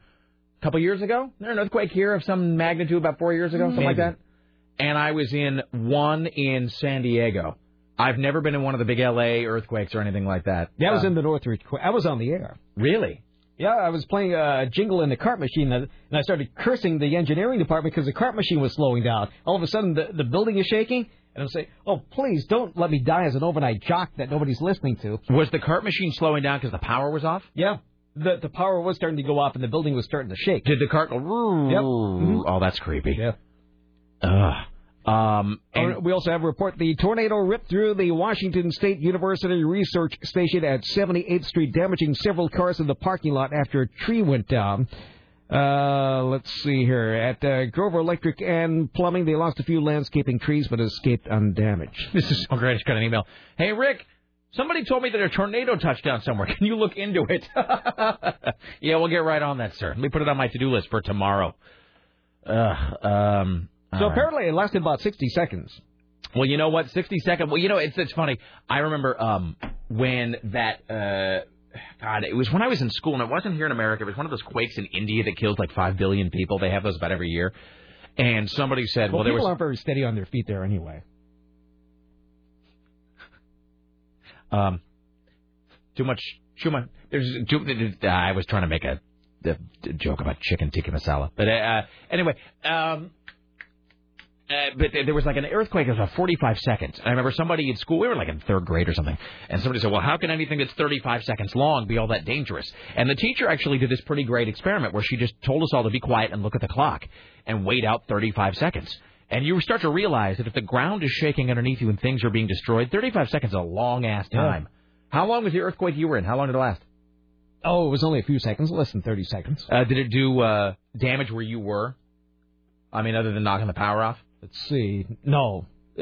Speaker 4: couple years ago. There an earthquake here of some magnitude about four years ago, something like
Speaker 8: Maybe.
Speaker 4: that.
Speaker 8: Mm-hmm.
Speaker 4: And I was in one in San Diego. I've never been in one of the big L.A. earthquakes or anything like that. Um,
Speaker 8: That was in the Northridge. Qu- I was on the air.
Speaker 4: Really?
Speaker 8: Yeah, I was playing uh, Jingle in the Cart Machine, and and I started cursing the engineering department because the cart machine was slowing down. All of a sudden, the, the building is shaking, and I'm saying, oh, please don't let me die as an overnight jock that nobody's listening to.
Speaker 4: Was the cart machine slowing down because the power was off?
Speaker 8: Yeah. The, the power was starting to go off, and the building was starting to shake.
Speaker 4: Did the cart go? Yep.
Speaker 8: Mm-hmm.
Speaker 4: Oh, that's creepy. Yeah. Ugh. Um, and-
Speaker 8: we also have a report the tornado ripped through the Washington State University Research Station at 78th Street, damaging several cars in the parking lot after a tree went down. Uh, let's see here. At uh, Grover Electric and Plumbing, they lost a few landscaping trees but escaped undamaged.
Speaker 4: This is oh great! I just got an email. Hey Rick, somebody told me that a tornado touched down somewhere. Can you look into it? yeah, we'll get right on that, sir. Let me put it on my to-do list for tomorrow. Uh, um,
Speaker 8: So
Speaker 4: all right.
Speaker 8: apparently it lasted about 60 seconds.
Speaker 4: Well, you know what? 60 second. Well, you know, it's it's funny. I remember um when that uh God, it was when I was in school, and it wasn't here in America. It was one of those quakes in India that kills like five billion people. They have those about every year. And somebody said,
Speaker 8: Well,
Speaker 4: "Well, there
Speaker 8: people
Speaker 4: was."
Speaker 8: aren't very steady on their feet there anyway.
Speaker 4: Um, too much, too much. There's too. Uh, I was trying to make a, a joke about chicken tikka masala, but uh, anyway, um, Uh, but there was like an earthquake. It was about 45 seconds. I remember somebody at school, we were like in third grade or something, and somebody said, Well, how can anything that's 35 seconds long be all that dangerous? And the teacher actually did this pretty great experiment where she just told us all to be quiet and look at the clock and wait out 35 seconds. And you start to realize that if the ground is shaking underneath you and things are being destroyed, 35 seconds is a long ass time. How long was the earthquake you were in? How long did it last?
Speaker 8: Oh, it was only a few seconds, less than 30 seconds.
Speaker 4: Uh, did it do uh, damage where you were? I mean, other than knocking the power off?
Speaker 8: Let's see. No.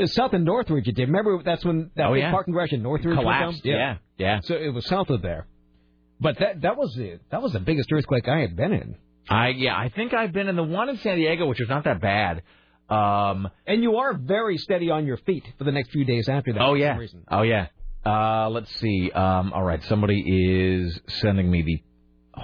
Speaker 8: Uh, South and Northridge, it did. Remember that's when that
Speaker 4: Oh,
Speaker 8: big
Speaker 4: yeah.
Speaker 8: parking crash in Northridge went
Speaker 4: Collapsed,
Speaker 8: down?
Speaker 4: yeah, yeah.
Speaker 8: So it was south of there. But that that was the that was the biggest earthquake I had been in.
Speaker 4: I yeah, I think I've been in the one in San Diego, which was not that bad. Um,
Speaker 8: and you are very steady on your feet for the next few days after that.
Speaker 4: Oh
Speaker 8: for
Speaker 4: yeah.
Speaker 8: some reason.
Speaker 4: Oh yeah. Uh, let's see. Um, all right, somebody is sending me the.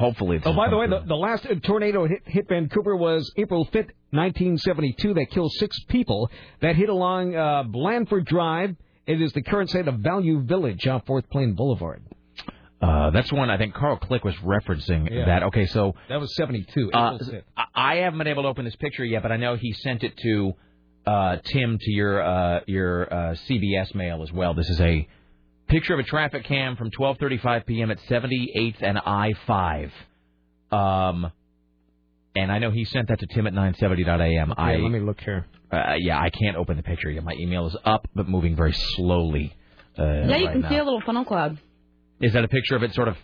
Speaker 4: Hopefully, it's
Speaker 8: Oh, by the way, the, the last tornado hit, hit Vancouver was April 5th, 1972. That killed six people. That hit along uh, Blandford Drive. It is the current site of Value Village on Fourth Plain Boulevard.
Speaker 4: Uh, that's one I think Carl Click was referencing
Speaker 8: Yeah.
Speaker 4: that. Okay, so
Speaker 8: That was 72.
Speaker 4: uh,
Speaker 8: April 5th.
Speaker 4: I- I haven't been able to open this picture yet, but I know he sent it to uh, Tim to your uh, your uh, CBS mail as well. This is a picture of a traffic cam from 12:35 p.m. at 78th and I-5. Um, and I know he sent that to Tim at 970.am.
Speaker 8: Yeah,
Speaker 4: I
Speaker 8: let me look here.
Speaker 4: uh, yeah, I can't open the picture yet. My email is up, but moving very slowly. Uh,
Speaker 5: yeah, you
Speaker 4: right
Speaker 5: can
Speaker 4: now.
Speaker 5: see a little funnel cloud.
Speaker 4: Is that a picture of it? Sort of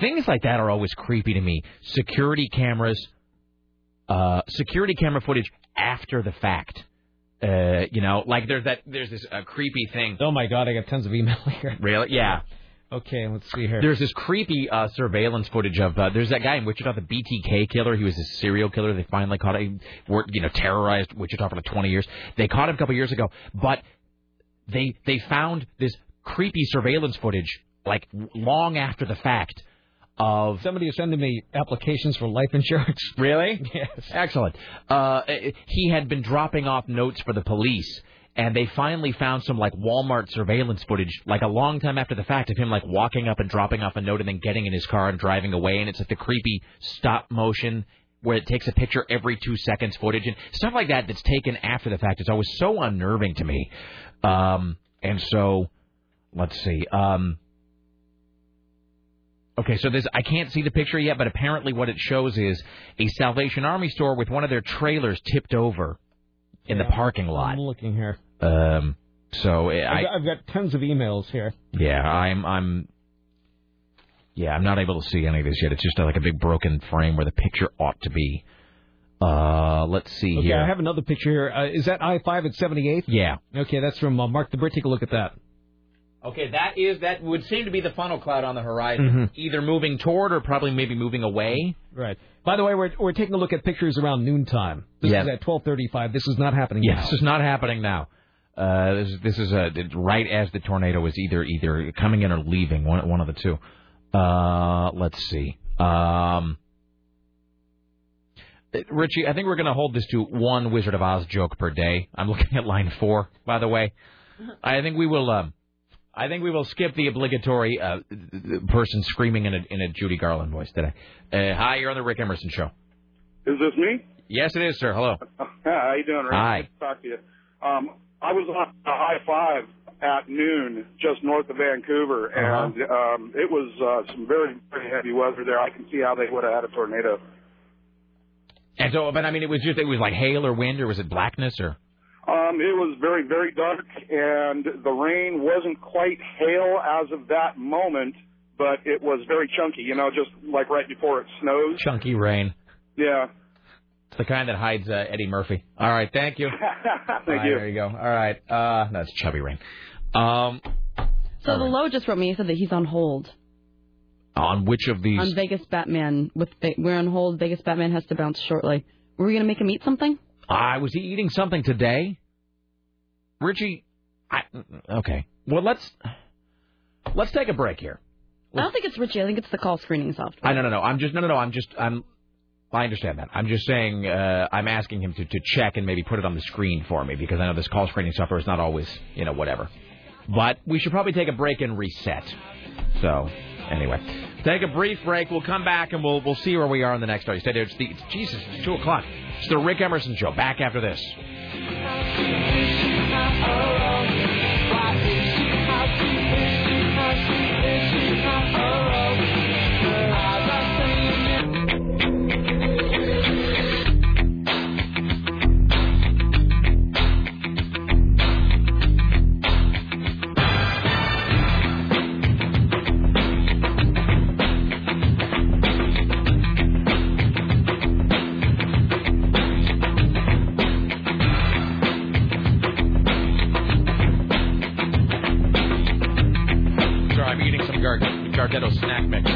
Speaker 4: things like that are always creepy to me. Security cameras, uh, security camera footage after the fact. Uh, you know, like there's that there's this uh, creepy thing.
Speaker 8: Oh my god, I got tons of email here.
Speaker 4: Really? Yeah.
Speaker 8: Okay, let's see here.
Speaker 4: There's this creepy uh, surveillance footage of uh, there's that guy in Wichita, the BTK killer. He was a serial killer. They finally caught him. Worked, you know, terrorized Wichita for like 20 years. They caught him a couple years ago, but they they found this creepy surveillance footage like long after the fact of
Speaker 8: somebody is sending me applications for life insurance.
Speaker 4: Really?
Speaker 8: Yes.
Speaker 4: Excellent. Uh, he had been dropping off notes for the police, and they finally found some like Walmart surveillance footage, like a long time after the fact, of him like walking up and dropping off a note, and then getting in his car and driving away. And it's like the creepy stop motion where it takes a picture every two seconds footage and stuff like that that's taken after the fact. It's always so unnerving to me. Um, and so, let's see. Um, Okay, so this I can't see the picture yet, but apparently what it shows is a Salvation Army store with one of their trailers tipped over in the parking lot.
Speaker 8: I'm looking here.
Speaker 4: Um, so I,
Speaker 8: I've, got, I've got tons of emails here.
Speaker 4: yeah, I'm I'm yeah, I'm not able to see any of this yet. It's just uh, like a big broken frame where the picture ought to be. Uh, let's see
Speaker 8: Okay, I
Speaker 4: here.
Speaker 8: have another picture here. Uh, is that I five at seventy eighth?
Speaker 4: Yeah.
Speaker 8: Okay, that's from uh, Mark the Brit. Take a look at that.
Speaker 4: Okay, that is that would seem to be the funnel cloud on the horizon,
Speaker 8: Mhm.
Speaker 4: either moving toward or probably maybe moving away.
Speaker 8: Right. By the way, we're we're taking a look at pictures around noontime. This
Speaker 4: Yeah.
Speaker 8: is at twelve thirty five. This is not happening.
Speaker 4: Yeah,
Speaker 8: now.
Speaker 4: this is not happening now. Uh, this, this is uh right as the tornado is either either coming in or leaving, one one of the two. Uh, let's see. Um, Richie, I think we're going to hold this to one Wizard of Oz joke per day. I'm looking at line four, by the way. I think we will. Um, I think we will skip the obligatory uh, person screaming in a in a Judy Garland voice today. Uh, hi, you're on the Rick Emerson show.
Speaker 17: Is this me?
Speaker 4: Yes, it is, sir. Hello.
Speaker 17: Hi, how you doing, Rick?
Speaker 4: Hi.
Speaker 17: Good to talk to you. Um, I was on the high five at noon, just north of Vancouver, and um, it was uh, some very, very heavy weather there. I can see how they would have had a tornado.
Speaker 4: And so, but I mean, it was just it was like hail or wind or was it blackness or?
Speaker 17: Um, it was very, very dark, and the rain wasn't quite hail as of that moment, but it was very chunky. You know, just like right before it snows.
Speaker 4: Chunky rain.
Speaker 17: Yeah.
Speaker 4: It's the kind that hides uh, Eddie Murphy. All right, thank you.
Speaker 17: Thank
Speaker 4: All right,
Speaker 17: you.
Speaker 4: There you go. All right, uh, no, it's chubby rain. Um,
Speaker 5: So the low just wrote me. He said that he's on hold
Speaker 4: on which of these?
Speaker 5: on Vegas Batman. With Ve- we're on hold. Vegas Batman has to bounce shortly. Were we gonna make him eat something?
Speaker 4: I was he eating something today? Richie, I okay. Well, let's let's take a break here.
Speaker 5: I don't think it's Richie. I think it's the call screening software.
Speaker 4: I no no no. I'm just no no no. I'm just I'm. I understand that. I'm just saying uh, I'm asking him to, to check and maybe put it on the screen for me because I know this call screening software is not always you know whatever. But we should probably take a break and reset. So anyway, take a brief break. We'll come back and we'll we'll see where we are in the next hour. You said it's the it's, Jesus, it's two o'clock. It's the Rick Emerson show. Back after this.
Speaker 2: Thank you.
Speaker 4: Sorry, I'm eating some Gar- Gardetto snack mix.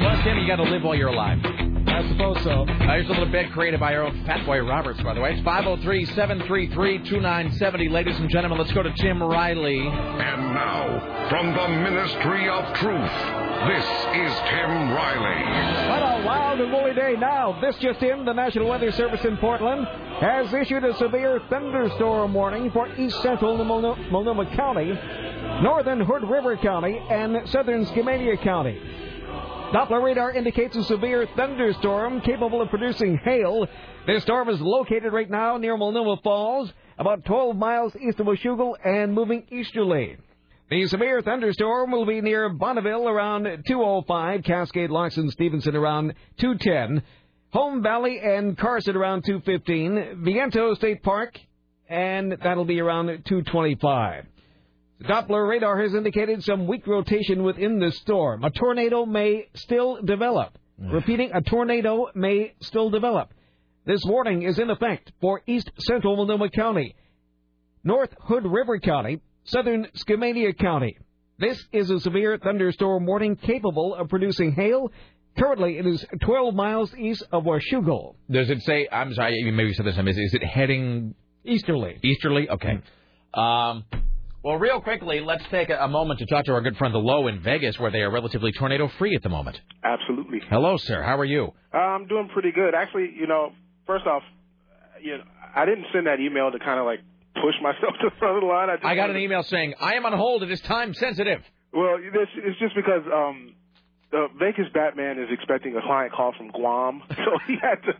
Speaker 4: Well, Tim, you got to live while you're alive. I suppose so. Uh, here's a little bit created by our own Fat Boy Roberts, by the way. It's 503 733 2970. Ladies and gentlemen, let's go to Tim Riley.
Speaker 16: And now, from the Ministry of Truth, this is Tim Riley.
Speaker 8: What a wild and woolly day now. This just in, the National Weather Service in Portland has issued a severe thunderstorm warning for east central Mono- Multnomah County, northern Hood River County, and southern Skamania County. Doppler radar indicates a severe thunderstorm capable of producing hail. This storm is located right now near Multnomah Falls, about 12 miles east of Oshugal and moving easterly. The severe thunderstorm will be near Bonneville around 205, Cascade, Locks, and Stevenson around 210, Home Valley and Carson around 215, Viento State Park, and that'll be around 225. Doppler radar has indicated some weak rotation within this storm. A tornado may still develop. Repeating, a tornado may still develop. This warning is in effect for east central Multnomah County, north Hood River County, southern Skamania County. This is a severe thunderstorm warning capable of producing hail. Currently, it is 12 miles east of Washugal.
Speaker 4: Does it say? I'm sorry, you maybe said this. I missed. it. Is it heading
Speaker 8: easterly?
Speaker 4: Easterly. Okay. Um, well, real quickly, let's take a, a moment to talk to our good friend the Low in Vegas, where they are relatively tornado free at the moment.
Speaker 23: Absolutely.
Speaker 4: Hello, sir. How are you?
Speaker 23: Uh, I'm doing pretty good. Actually, you know, first off, you know, I didn't send that email to kind of like push myself to the front of the line. I, just
Speaker 4: I got an e email saying I am on hold. It is time sensitive.
Speaker 23: Well, this it's just because um the Vegas Batman is expecting a client call from Guam, so he had to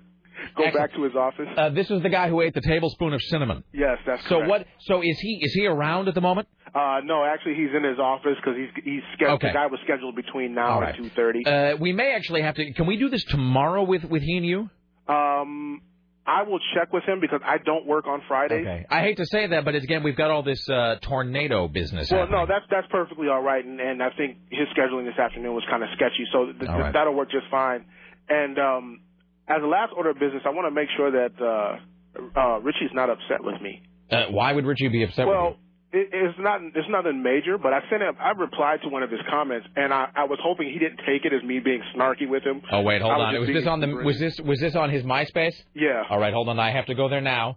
Speaker 23: go back to his office.
Speaker 4: Uh, this is the guy who ate the tablespoon of cinnamon.
Speaker 23: Yes, that's
Speaker 4: So
Speaker 23: correct.
Speaker 4: what? So is he is he around at the moment?
Speaker 23: Uh, no, actually, he's in his office because he's he's scheduled.
Speaker 4: Okay.
Speaker 23: The guy was scheduled between now
Speaker 4: All right.
Speaker 23: and two thirty.
Speaker 4: Uh, we may actually have to. Can we do this tomorrow with with he and you?
Speaker 23: Um, I will check with him because I don't work on Fridays.
Speaker 4: Okay. I hate to say that, but it's, again, we've got all this uh, tornado business.
Speaker 23: Well,
Speaker 4: happening.
Speaker 23: no, that's that's perfectly all right, and, and I think his scheduling this afternoon was kind of sketchy, so th- th-
Speaker 4: All right.
Speaker 23: that'll work just fine. And um, as a last order of business, I want to make sure that uh, uh, Richie's not upset with me.
Speaker 4: Uh, why would Richie be upset?
Speaker 23: well, it, it's not it's nothing major, but I sent him. I replied to one of his comments, and I, I was hoping he didn't take it as me being snarky with him.
Speaker 4: with you? Oh wait, hold
Speaker 23: I
Speaker 4: on.
Speaker 23: just
Speaker 4: Was
Speaker 23: being
Speaker 4: this on the
Speaker 23: super-
Speaker 4: was this was this on his MySpace?
Speaker 23: Yeah.
Speaker 4: All right, hold on. I have to go there now,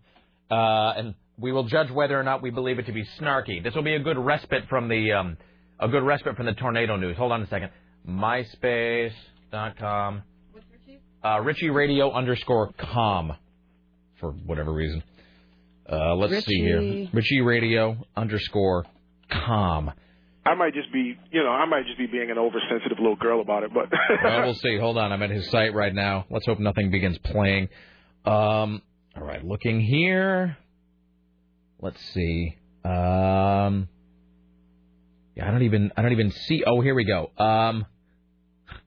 Speaker 4: uh, and we will judge whether or not we believe it to be snarky. This will be a good respite from the um, a good respite from the tornado news. Hold on a second. MySpace.com. Uh, Richie Radio underscore com, for whatever reason. Uh, let's see here.
Speaker 23: Richie.
Speaker 4: Richie Radio underscore com.
Speaker 23: I might just be, you know, I might just be being an oversensitive little girl about it, but
Speaker 4: well, we'll see. Hold on. I'm at his site right now. Let's hope nothing begins playing. Um, all right, looking here. Let's see. Um, yeah, I don't even I don't even see. Oh, here we go. Um,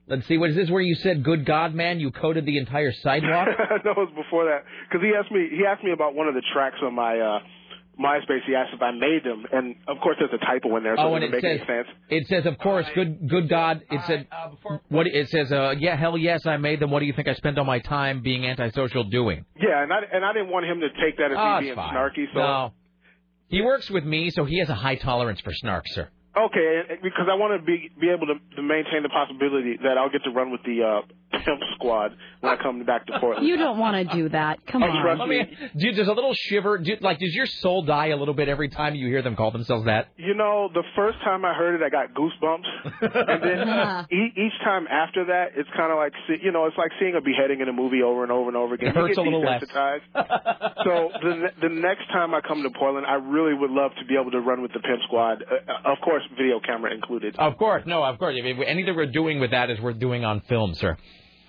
Speaker 4: let's see. What is this? Where you said, "Good God, man, you coated the entire sidewalk."
Speaker 23: no, it was before that because he asked me he asked me about one of the tracks on my uh, MySpace. He asked if I made them, and of course there's a typo in there, so
Speaker 4: oh,
Speaker 23: it
Speaker 4: and
Speaker 23: doesn't
Speaker 4: it says
Speaker 23: make any sense.
Speaker 4: it says, of course, good good God. It said what it says. Uh, yeah, hell yes, I made them. What do you think I spend all my time being antisocial doing?
Speaker 23: Yeah, and I and I didn't want him to take that as
Speaker 4: Oh, it's
Speaker 23: me being
Speaker 4: fine.
Speaker 23: snarky. So
Speaker 4: No. He works with me, so he has a high tolerance for snark, sir.
Speaker 23: okay, and- because I want to be be able to, to maintain the possibility that I'll get to run with the uh, pimp squad when I come back to Portland.
Speaker 5: You don't want to do that. Come
Speaker 23: Oh,
Speaker 5: on.
Speaker 23: trust
Speaker 4: Let me, dude, there's a little shiver. Do, like, does your soul die a little bit every time you hear them call themselves that?
Speaker 23: You know, the first time I heard it, I got goosebumps, and then e- each time after that, it's kind of like see- you know, it's like seeing a beheading in a movie over and over and over again.
Speaker 4: It hurts a
Speaker 23: you get
Speaker 4: little less.
Speaker 23: desensitized. so the ne- the next time I come to Portland, I really would love to be able to run with the pimp squad, uh, uh, of course, video camera included.
Speaker 4: Of course, no, of course. I mean, anything we're doing with that is we're doing on film, sir.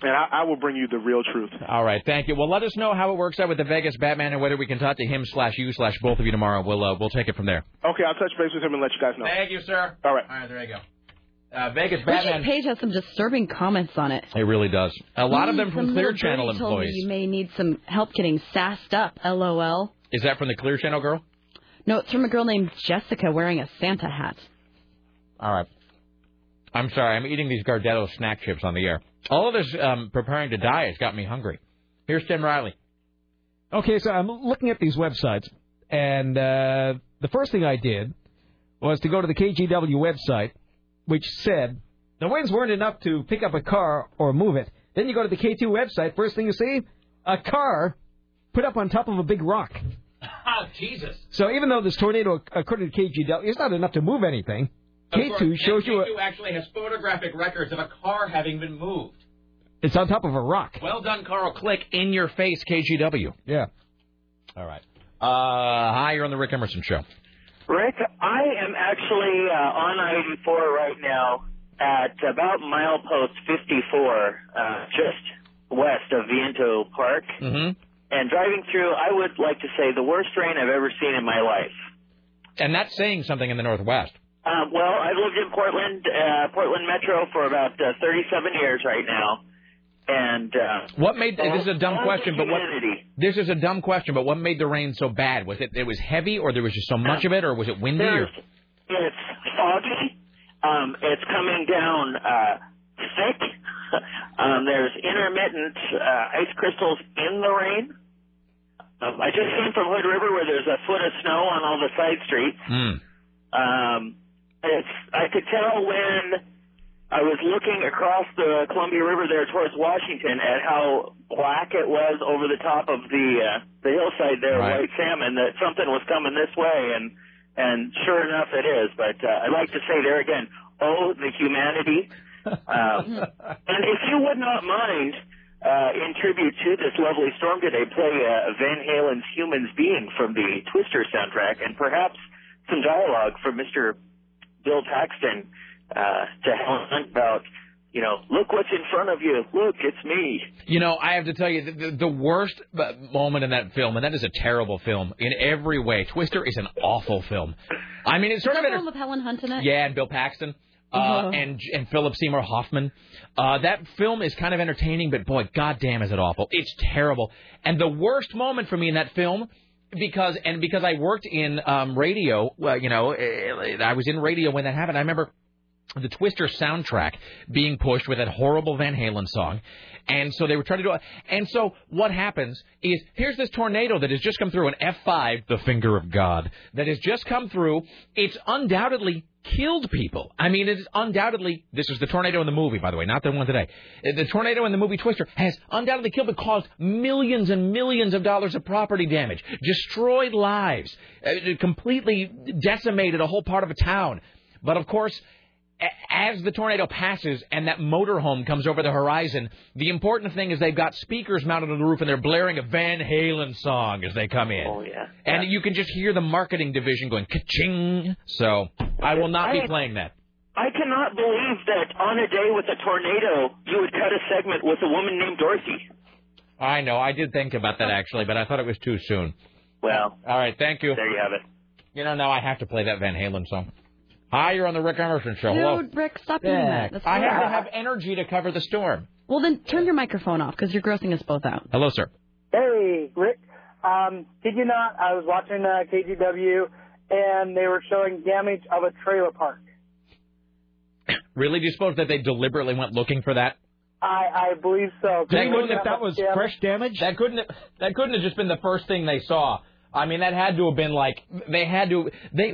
Speaker 23: And I, I will bring you the real truth.
Speaker 4: All right, thank you. Well, let us know how it works out with the Vegas Batman and whether we can talk to him slash you slash both of you tomorrow. We'll uh, we'll take it from there.
Speaker 23: Okay, I'll touch base with him and let you guys know.
Speaker 4: Thank you, sir.
Speaker 23: All right.
Speaker 4: All right, there you go. Uh, Vegas
Speaker 5: Richard
Speaker 4: Batman.
Speaker 5: Page has some disturbing comments on it.
Speaker 4: It really does. A lot of them
Speaker 5: Some
Speaker 4: from Clear
Speaker 5: little
Speaker 4: Channel
Speaker 5: birdie told me
Speaker 4: employees.
Speaker 5: You may need some help getting sassed up. LOL.
Speaker 4: Is that from the Clear Channel girl?
Speaker 5: No, it's from a girl named Jessica wearing a Santa hat.
Speaker 4: All right. I'm sorry. I'm eating these Gardetto snack chips on the air. All of this um, preparing to die has got me hungry. Here's Tim Riley.
Speaker 8: Okay, so I'm looking at these websites, and uh, the first thing I did was to go to the KGW website, which said the winds weren't enough to pick up a car or move it. Then you go to the K2 website, first thing you see, a car put up on top of a big rock.
Speaker 4: Jesus.
Speaker 8: So even though this tornado, according to KGW, is not enough to move anything, K2 shows you a,
Speaker 4: actually has photographic records of a car having been moved.
Speaker 8: it's on top of a rock.
Speaker 4: Well done, Carl. Click in your face, KGW.
Speaker 8: Yeah.
Speaker 4: All right. Uh, hi, you're on the Rick Emerson show.
Speaker 10: Rick, I am actually uh, on I-84 right now at about milepost 54, uh, just west of Viento Park.
Speaker 4: Mm-hmm.
Speaker 10: And driving through, I would like to say the worst rain I've ever seen in my life.
Speaker 4: And that's saying something in the Northwest.
Speaker 10: Uh, well, I've lived in Portland, uh, Portland Metro for about uh, 37 years right now. And uh,
Speaker 4: What made this is a dumb
Speaker 10: all the
Speaker 4: question, but what
Speaker 10: humidity.
Speaker 4: this is a dumb question, but what made the rain so bad? Was it it was heavy, or there was just so much of it, or was it windy? Or,
Speaker 10: It's foggy. Um, it's coming down uh, thick. Um, there's intermittent uh, ice crystals in the rain. Um, I just came from Hood River where there's a foot of snow on all the side streets.
Speaker 4: Hmm.
Speaker 10: Um, it's I could tell when I was looking across the Columbia River there towards Washington at how black it was over the top of the uh, the hillside there,
Speaker 4: Right.
Speaker 10: white salmon, that something was coming this way, and and sure enough it is. But uh, I'd like to say there again, oh the humanity. Um, and if you would not mind, uh, in tribute to this lovely storm today, play uh, Van Halen's Humans Being from the Twister soundtrack and perhaps some dialogue from Mr. Bill Paxton uh, to Helen Hunt about, you know, look what's in front of you. Look, it's me.
Speaker 4: You know, I have to tell you, the, the, the worst uh, moment in that film, and that is a terrible film in every way. Twister is an awful film. I mean, it's sort
Speaker 5: Is
Speaker 4: of
Speaker 5: that the
Speaker 4: an
Speaker 5: one with Helen Hunt in it?
Speaker 4: Yeah, and Bill Paxton. Uh,
Speaker 5: Uh-huh.
Speaker 4: And and Philip Seymour Hoffman. Uh, that film is kind of entertaining, but boy, goddamn, is it awful! It's terrible. And the worst moment for me in that film, because and because I worked in um, radio, well, you know, eh, I was in radio when that happened. I remember the Twister soundtrack being pushed with that horrible Van Halen song. And so they were trying to do it. And so what happens is here's this tornado that has just come through, an F5, the finger of God, that has just come through. It's undoubtedly killed people. I mean, it's undoubtedly, this is the tornado in the movie, by the way, not the one today. The tornado in the movie Twister has undoubtedly killed, but caused millions and millions of dollars of property damage, destroyed lives, uh, completely decimated a whole part of a town. But of course, a- as the tornado passes and that motorhome comes over the horizon, the important thing is they've got speakers mounted on the roof and they're blaring a Van Halen song as they come in. Oh
Speaker 10: yeah.
Speaker 4: And you can just hear the marketing division going ka-ching. So I will not be playing that.
Speaker 10: I cannot believe that on a day with a tornado, you would cut a segment with a woman named Dorothy.
Speaker 4: I know. I did think about that actually, but I thought it was too soon.
Speaker 10: Well.
Speaker 4: All right. Thank you.
Speaker 10: There you have it.
Speaker 4: You know, now I have to play that Van Halen song. Hi, you're on the Rick Emerson show. Hello.
Speaker 5: Dude, Rick, stop doing that. That's
Speaker 4: I have to
Speaker 5: horrible.
Speaker 4: have energy to cover the storm.
Speaker 5: Well, then turn your microphone off because you're grossing us both out.
Speaker 4: Hello, sir.
Speaker 11: Hey, Rick. Um, did you not? I was watching uh, KGW, and they were showing damage of a trailer park.
Speaker 4: Really? Do you suppose that they deliberately went looking for that?
Speaker 11: I, I believe so. Yeah.
Speaker 4: damage? That couldn't have, that couldn't have just been the first thing they saw. I mean, that had to have been like they had to they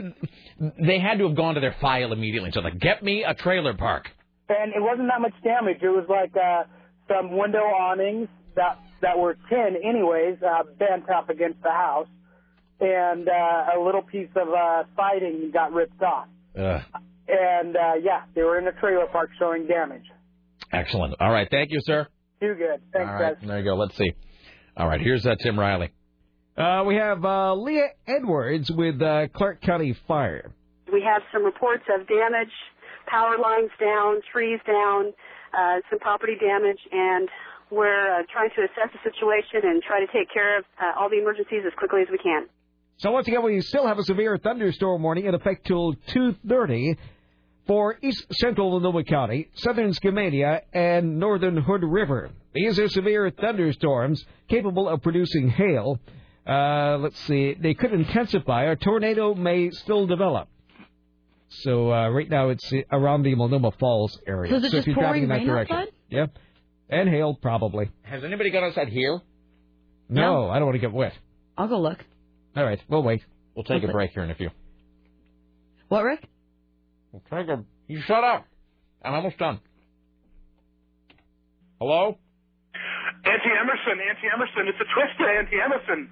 Speaker 4: they had to have gone to their file immediately. So like, get me a trailer park.
Speaker 11: And it wasn't that much damage. It was like uh, some window awnings that that were tin, anyways, uh, bent up against the house, and uh, a little piece of uh, siding got ripped off.
Speaker 4: Ugh.
Speaker 11: And uh, yeah, they were in a trailer park showing damage.
Speaker 4: Excellent. All right, thank you, sir.
Speaker 11: Too good. Thanks, guys.
Speaker 4: All right, there you go. Let's see. All right, here's uh, Tim Riley.
Speaker 8: Uh, we have uh, Leah Edwards with uh, Clark County Fire.
Speaker 36: We have some reports of damage, power lines down, trees down,
Speaker 27: uh, some property damage, and we're uh, trying to assess the situation and try to take care of uh, all the emergencies as quickly as we can.
Speaker 8: So once again, we still have a severe thunderstorm warning in effect till 2:30 for East Central Sonoma County, Southern Skamania, and Northern Hood River. These are severe thunderstorms capable of producing hail. Uh, let's see, they could intensify. A tornado may still develop. So uh, right now it's uh, around the Multnomah Falls area.
Speaker 3: So is it
Speaker 8: if
Speaker 3: just
Speaker 8: you're driving in that
Speaker 3: pouring rain
Speaker 8: direction,
Speaker 3: outside?
Speaker 8: yeah, and hail probably.
Speaker 4: Has anybody got outside here?
Speaker 8: No, I don't want to get wet.
Speaker 5: I'll go look.
Speaker 8: All right, we'll wait.
Speaker 4: We'll take a break here in a few.
Speaker 5: What, Rick?
Speaker 4: We'll take a. You shut up. I'm almost done. Hello.
Speaker 36: Auntie Emerson, Auntie Emerson, it's a twist to Auntie Emerson.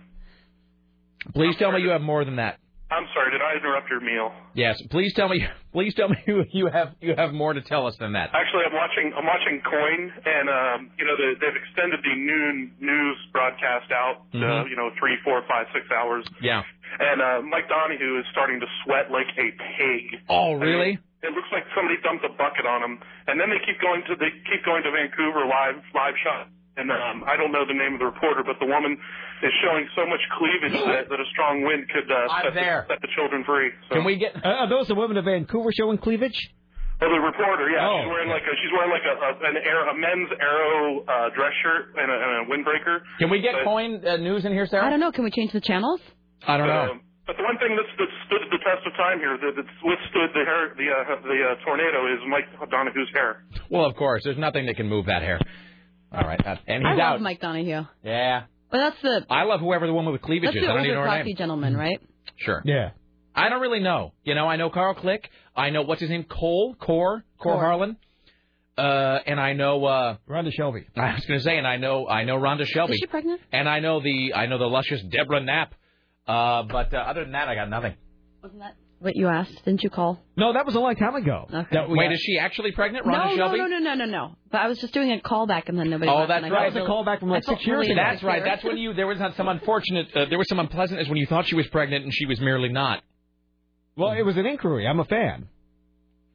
Speaker 4: Please tell me you have more than that.
Speaker 36: I'm sorry, did I interrupt your meal?
Speaker 4: Yes. Please tell me. Please tell me you, you have you have more to tell us than that.
Speaker 36: Actually, I'm watching I'm watching Coin, and um, you know they, they've extended the noon news broadcast out to
Speaker 4: Mhm.
Speaker 36: you know three, four, five, six hours,
Speaker 4: Yeah.
Speaker 36: and uh, Mike Donahue is starting to sweat like a pig.
Speaker 4: Oh, really?
Speaker 36: It looks like somebody dumped a bucket on him, and then they keep going to they keep going to Vancouver live live shot. And um, I don't know the name of the reporter, but the woman is showing so much cleavage that, that a strong wind could uh, set,
Speaker 8: there.
Speaker 36: The, set the children free. So.
Speaker 8: Can we get? Uh, are those the women of Vancouver showing cleavage?
Speaker 36: Oh, the reporter, yeah,
Speaker 8: Oh.
Speaker 36: she's wearing like a she's wearing like a, a an air, a men's arrow uh, dress shirt and a, and a windbreaker.
Speaker 4: Can we get
Speaker 36: But-
Speaker 4: coin uh, news in here, Sarah?
Speaker 5: I don't know. Can we change the channels?
Speaker 4: I don't know.
Speaker 36: Um, but the one thing that's, that stood the test of time here, that, that's withstood the hair, the uh, the uh, tornado, is Mike O'Donoghue's hair.
Speaker 4: Well, of course, there's nothing that can move that hair. All right, that, and
Speaker 5: I
Speaker 4: he's
Speaker 5: love
Speaker 4: out.
Speaker 5: Mike Donahue.
Speaker 4: Yeah.
Speaker 5: Well, that's the
Speaker 4: I love whoever the woman with
Speaker 5: that's
Speaker 4: cleavage is.
Speaker 5: the
Speaker 4: I don't even know
Speaker 5: older
Speaker 4: her name.
Speaker 5: classy gentleman, right?
Speaker 4: Sure.
Speaker 8: Yeah.
Speaker 4: I don't really know. You know, I know Carl Click. I know what's his name, Cole, Core, Core Harlan. Uh, and I know uh,
Speaker 8: Rhonda Shelby.
Speaker 4: I was going to say, and I know I know Rhonda Shelby.
Speaker 5: Is she pregnant?
Speaker 4: And I know the I know the luscious Deborah Knapp. Uh, but uh, other than that, I got nothing.
Speaker 5: Wasn't that what you asked? Didn't you call?
Speaker 8: No, that was a long time ago.
Speaker 4: Wait, is she actually pregnant, Rhonda
Speaker 5: no,
Speaker 4: Shelby?
Speaker 5: no, no, no, no, no, no. But I was just doing a callback and then nobody.
Speaker 4: Oh,
Speaker 5: left,
Speaker 4: that's
Speaker 5: and I
Speaker 4: right.
Speaker 5: felt- I felt really
Speaker 4: That's right.
Speaker 5: unfair.
Speaker 4: That's when you there was some unfortunate uh, there was some unpleasantness when you thought she was pregnant and she was merely not.
Speaker 8: Well, it was an inquiry. I'm a fan.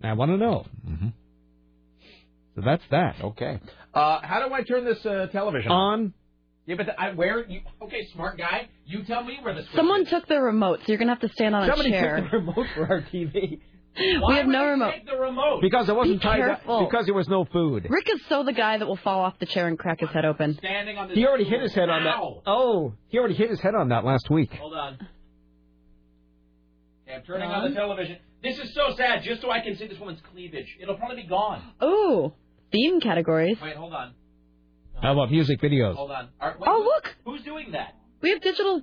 Speaker 8: I want to know. Mm-hmm. So that's that.
Speaker 4: Okay. Uh, how do I turn this uh, television
Speaker 8: On.
Speaker 4: Yeah, but the, I, where you? Okay, smart guy, you tell me where the switch
Speaker 5: Someone took the remote, so you're gonna have to stand on
Speaker 4: Somebody
Speaker 5: a
Speaker 4: took
Speaker 5: chair.
Speaker 4: the
Speaker 8: remote for our TV.
Speaker 5: we have no remote.
Speaker 4: Take the remote.
Speaker 8: Because it wasn't
Speaker 5: Oh, Be
Speaker 8: tied
Speaker 5: careful.
Speaker 8: up. Because there was no food.
Speaker 5: Rick is so the guy that will fall off the chair and crack his head open.
Speaker 4: Standing on
Speaker 8: He already hit his head on that. Oh, he already hit his head on that last week.
Speaker 4: Hold on. Okay, I'm turning on the television. This is so sad. Just so I can see this woman's cleavage, it'll probably be gone.
Speaker 5: Ooh, theme categories.
Speaker 4: Wait, hold on.
Speaker 8: How about music videos?
Speaker 4: Hold on. All right, wait,
Speaker 5: Oh, look,
Speaker 4: Who's doing that?
Speaker 5: we have digital.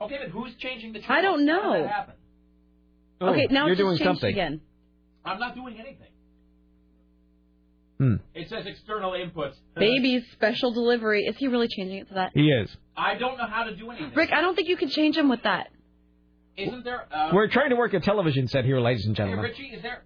Speaker 4: Okay, but who's changing the channel?
Speaker 5: I don't
Speaker 4: How did
Speaker 5: know.
Speaker 4: that happen?
Speaker 5: okay, now
Speaker 4: you're
Speaker 5: it's just
Speaker 4: doing
Speaker 5: changed
Speaker 4: something.
Speaker 5: again.
Speaker 4: I'm not doing anything.
Speaker 8: Hmm.
Speaker 4: It says external inputs.
Speaker 5: Baby's special delivery. Is he really changing it to that?
Speaker 8: He is.
Speaker 4: I don't know how to do anything.
Speaker 5: Rick, I don't think you can change him with that.
Speaker 4: Isn't there? Uh,
Speaker 8: We're trying to work a television set here, ladies and
Speaker 4: Hey,
Speaker 8: gentlemen.
Speaker 4: Richie, is there?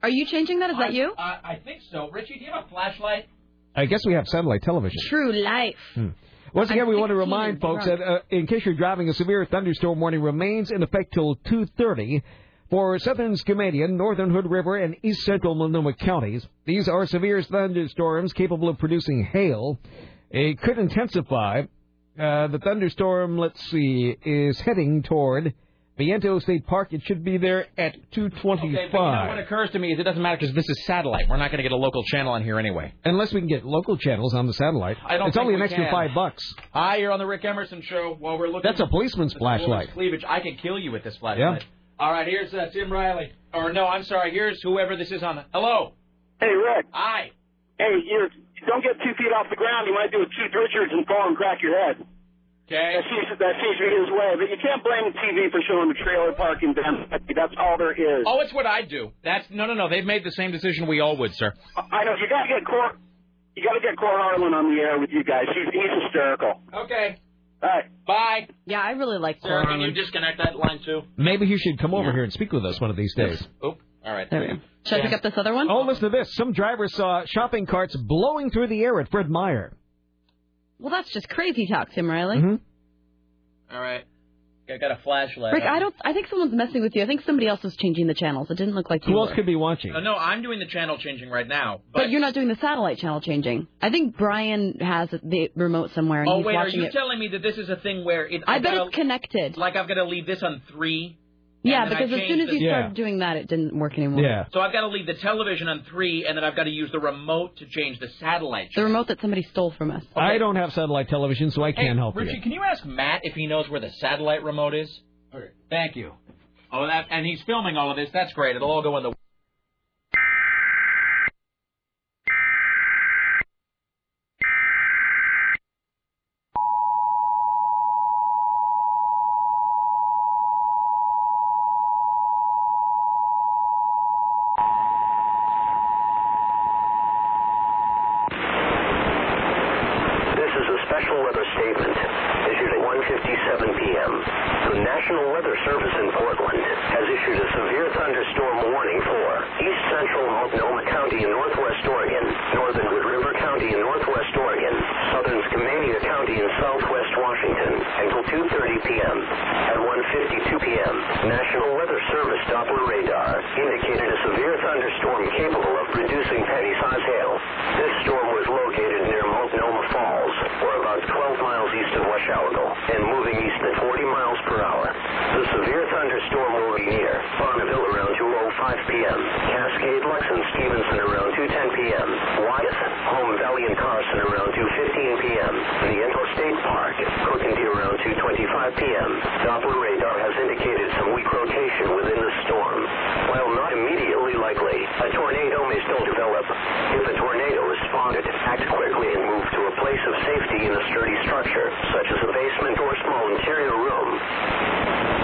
Speaker 5: Are you changing that? Is
Speaker 4: I-
Speaker 5: that you?
Speaker 4: I, uh, I think so. Richie, do you have a flashlight?
Speaker 8: I guess we have satellite television.
Speaker 5: True life.
Speaker 8: Hmm. Once again, we want to remind
Speaker 5: and
Speaker 8: folks
Speaker 5: drunk.
Speaker 8: that uh, in case you're driving, a severe thunderstorm warning remains in effect till 2:30 for southern Skamania, northern Hood River, and east central Multnomah counties. These are severe thunderstorms capable of producing hail. It could intensify. Uh, the thunderstorm, let's see, is heading toward Viento State Park. It should be there at 2:25.
Speaker 4: Okay, but you know what occurs to me is it doesn't matter because this is satellite. We're not going to get a local channel on here anyway.
Speaker 8: Unless we can get local channels on the satellite,
Speaker 4: I don't
Speaker 8: it's
Speaker 4: think
Speaker 8: only an
Speaker 4: we
Speaker 8: extra
Speaker 4: can.
Speaker 8: five bucks.
Speaker 4: Hi, you're on the Rick Emerson show. While we're looking,
Speaker 8: That's a policeman's
Speaker 4: at the woman's
Speaker 8: flashlight.
Speaker 4: Cleavage. I could kill you with this flashlight. All right, here's uh, Tim Riley. Or no, I'm sorry. Here's whoever this is on. Hello.
Speaker 36: Hey, Rick.
Speaker 4: Hi.
Speaker 36: Hey, you're, don't get two feet off the ground. You might do a Keith Richards and fall and crack your head.
Speaker 4: Okay.
Speaker 36: That seems, that seems to be his way. But you can't blame the TV for showing the trailer park in Denver. That's all there is.
Speaker 4: Oh, it's what I do. That's no, no, no. They've made the same decision we all would, sir.
Speaker 36: I know. You got to get Cor. You got to get Cor Harlan on the air with you guys. He's, he's hysterical.
Speaker 4: Okay.
Speaker 36: All right.
Speaker 4: Bye.
Speaker 5: Yeah, I really like
Speaker 4: Sarah,
Speaker 5: Cora
Speaker 4: can you
Speaker 5: Harlan.
Speaker 4: disconnect that line too?
Speaker 8: Maybe he should come over here and speak with us one of these days.
Speaker 4: Oop. All right.
Speaker 5: Should I pick up this other one?
Speaker 8: Oh, listen to this. Some drivers saw shopping carts blowing through the air at Fred Meyer.
Speaker 5: Well, that's just crazy talk, Tim Riley.
Speaker 8: Mhm.
Speaker 4: All right.
Speaker 47: I got a flashlight.
Speaker 5: Rick, I don't. I think someone's messing with you. I think somebody else was changing the channels. It didn't look like you.
Speaker 8: Who else
Speaker 5: were.
Speaker 8: could be watching?
Speaker 47: Uh, No, no, I'm doing the channel changing right now.
Speaker 5: But, you're not doing the satellite channel changing. I think Brian has the remote somewhere and
Speaker 47: oh
Speaker 5: he's
Speaker 47: wait, are
Speaker 5: watching
Speaker 47: you
Speaker 5: it.
Speaker 47: telling me that this is a thing where it?
Speaker 5: I
Speaker 47: I've
Speaker 5: bet
Speaker 47: gotta-
Speaker 5: it's connected.
Speaker 47: Like I've got to leave this on three.
Speaker 5: Yeah,
Speaker 47: and then I
Speaker 5: because as soon
Speaker 47: change
Speaker 5: as
Speaker 47: the-
Speaker 5: you started doing that, it didn't work anymore. Yeah.
Speaker 47: So I've got to leave the television on three, and then I've got to use the remote to change the satellite.
Speaker 5: The remote that somebody stole from us.
Speaker 8: I don't have satellite television, so I
Speaker 47: hey,
Speaker 8: can't help
Speaker 47: Richie,
Speaker 8: you.
Speaker 47: can you ask Matt if he knows where the satellite remote is? Okay. Thank you. Oh, that and he's filming all of this. That's great. It'll all go in the.
Speaker 48: This is a special weather statement issued at 1:57 p.m. The National Weather Service in Portland has issued a severe thunderstorm warning for east central Multnomah County in northwest Oregon, northern Wood River County in northwest Oregon, southern Skamania County in southwest Washington until 2:30 p.m. At 1:52 p.m., National Weather Service Doppler radar indicated a severe thunderstorm capable of producing penny-size hail. This storm was located near Multnomah Falls, or about 12 miles east of Washoutdale, and moving east at 40 miles per hour. The severe thunderstorm will be near Bonneville around 2.05 p.m., Cascade, Lex, and Stevenson around 2.10 p.m., Wyeth, Home Valley, and Carson around 2.15 p.m., Miento State Park, Cook and Deer around 2.25 p.m. Doppler radar has indicated some weak rotation within the storm. While not immediately likely, a tornado may still develop. If a tornado is spotted, act quickly and move to a place of safety in a sturdy structure, such as a basement or small interior room.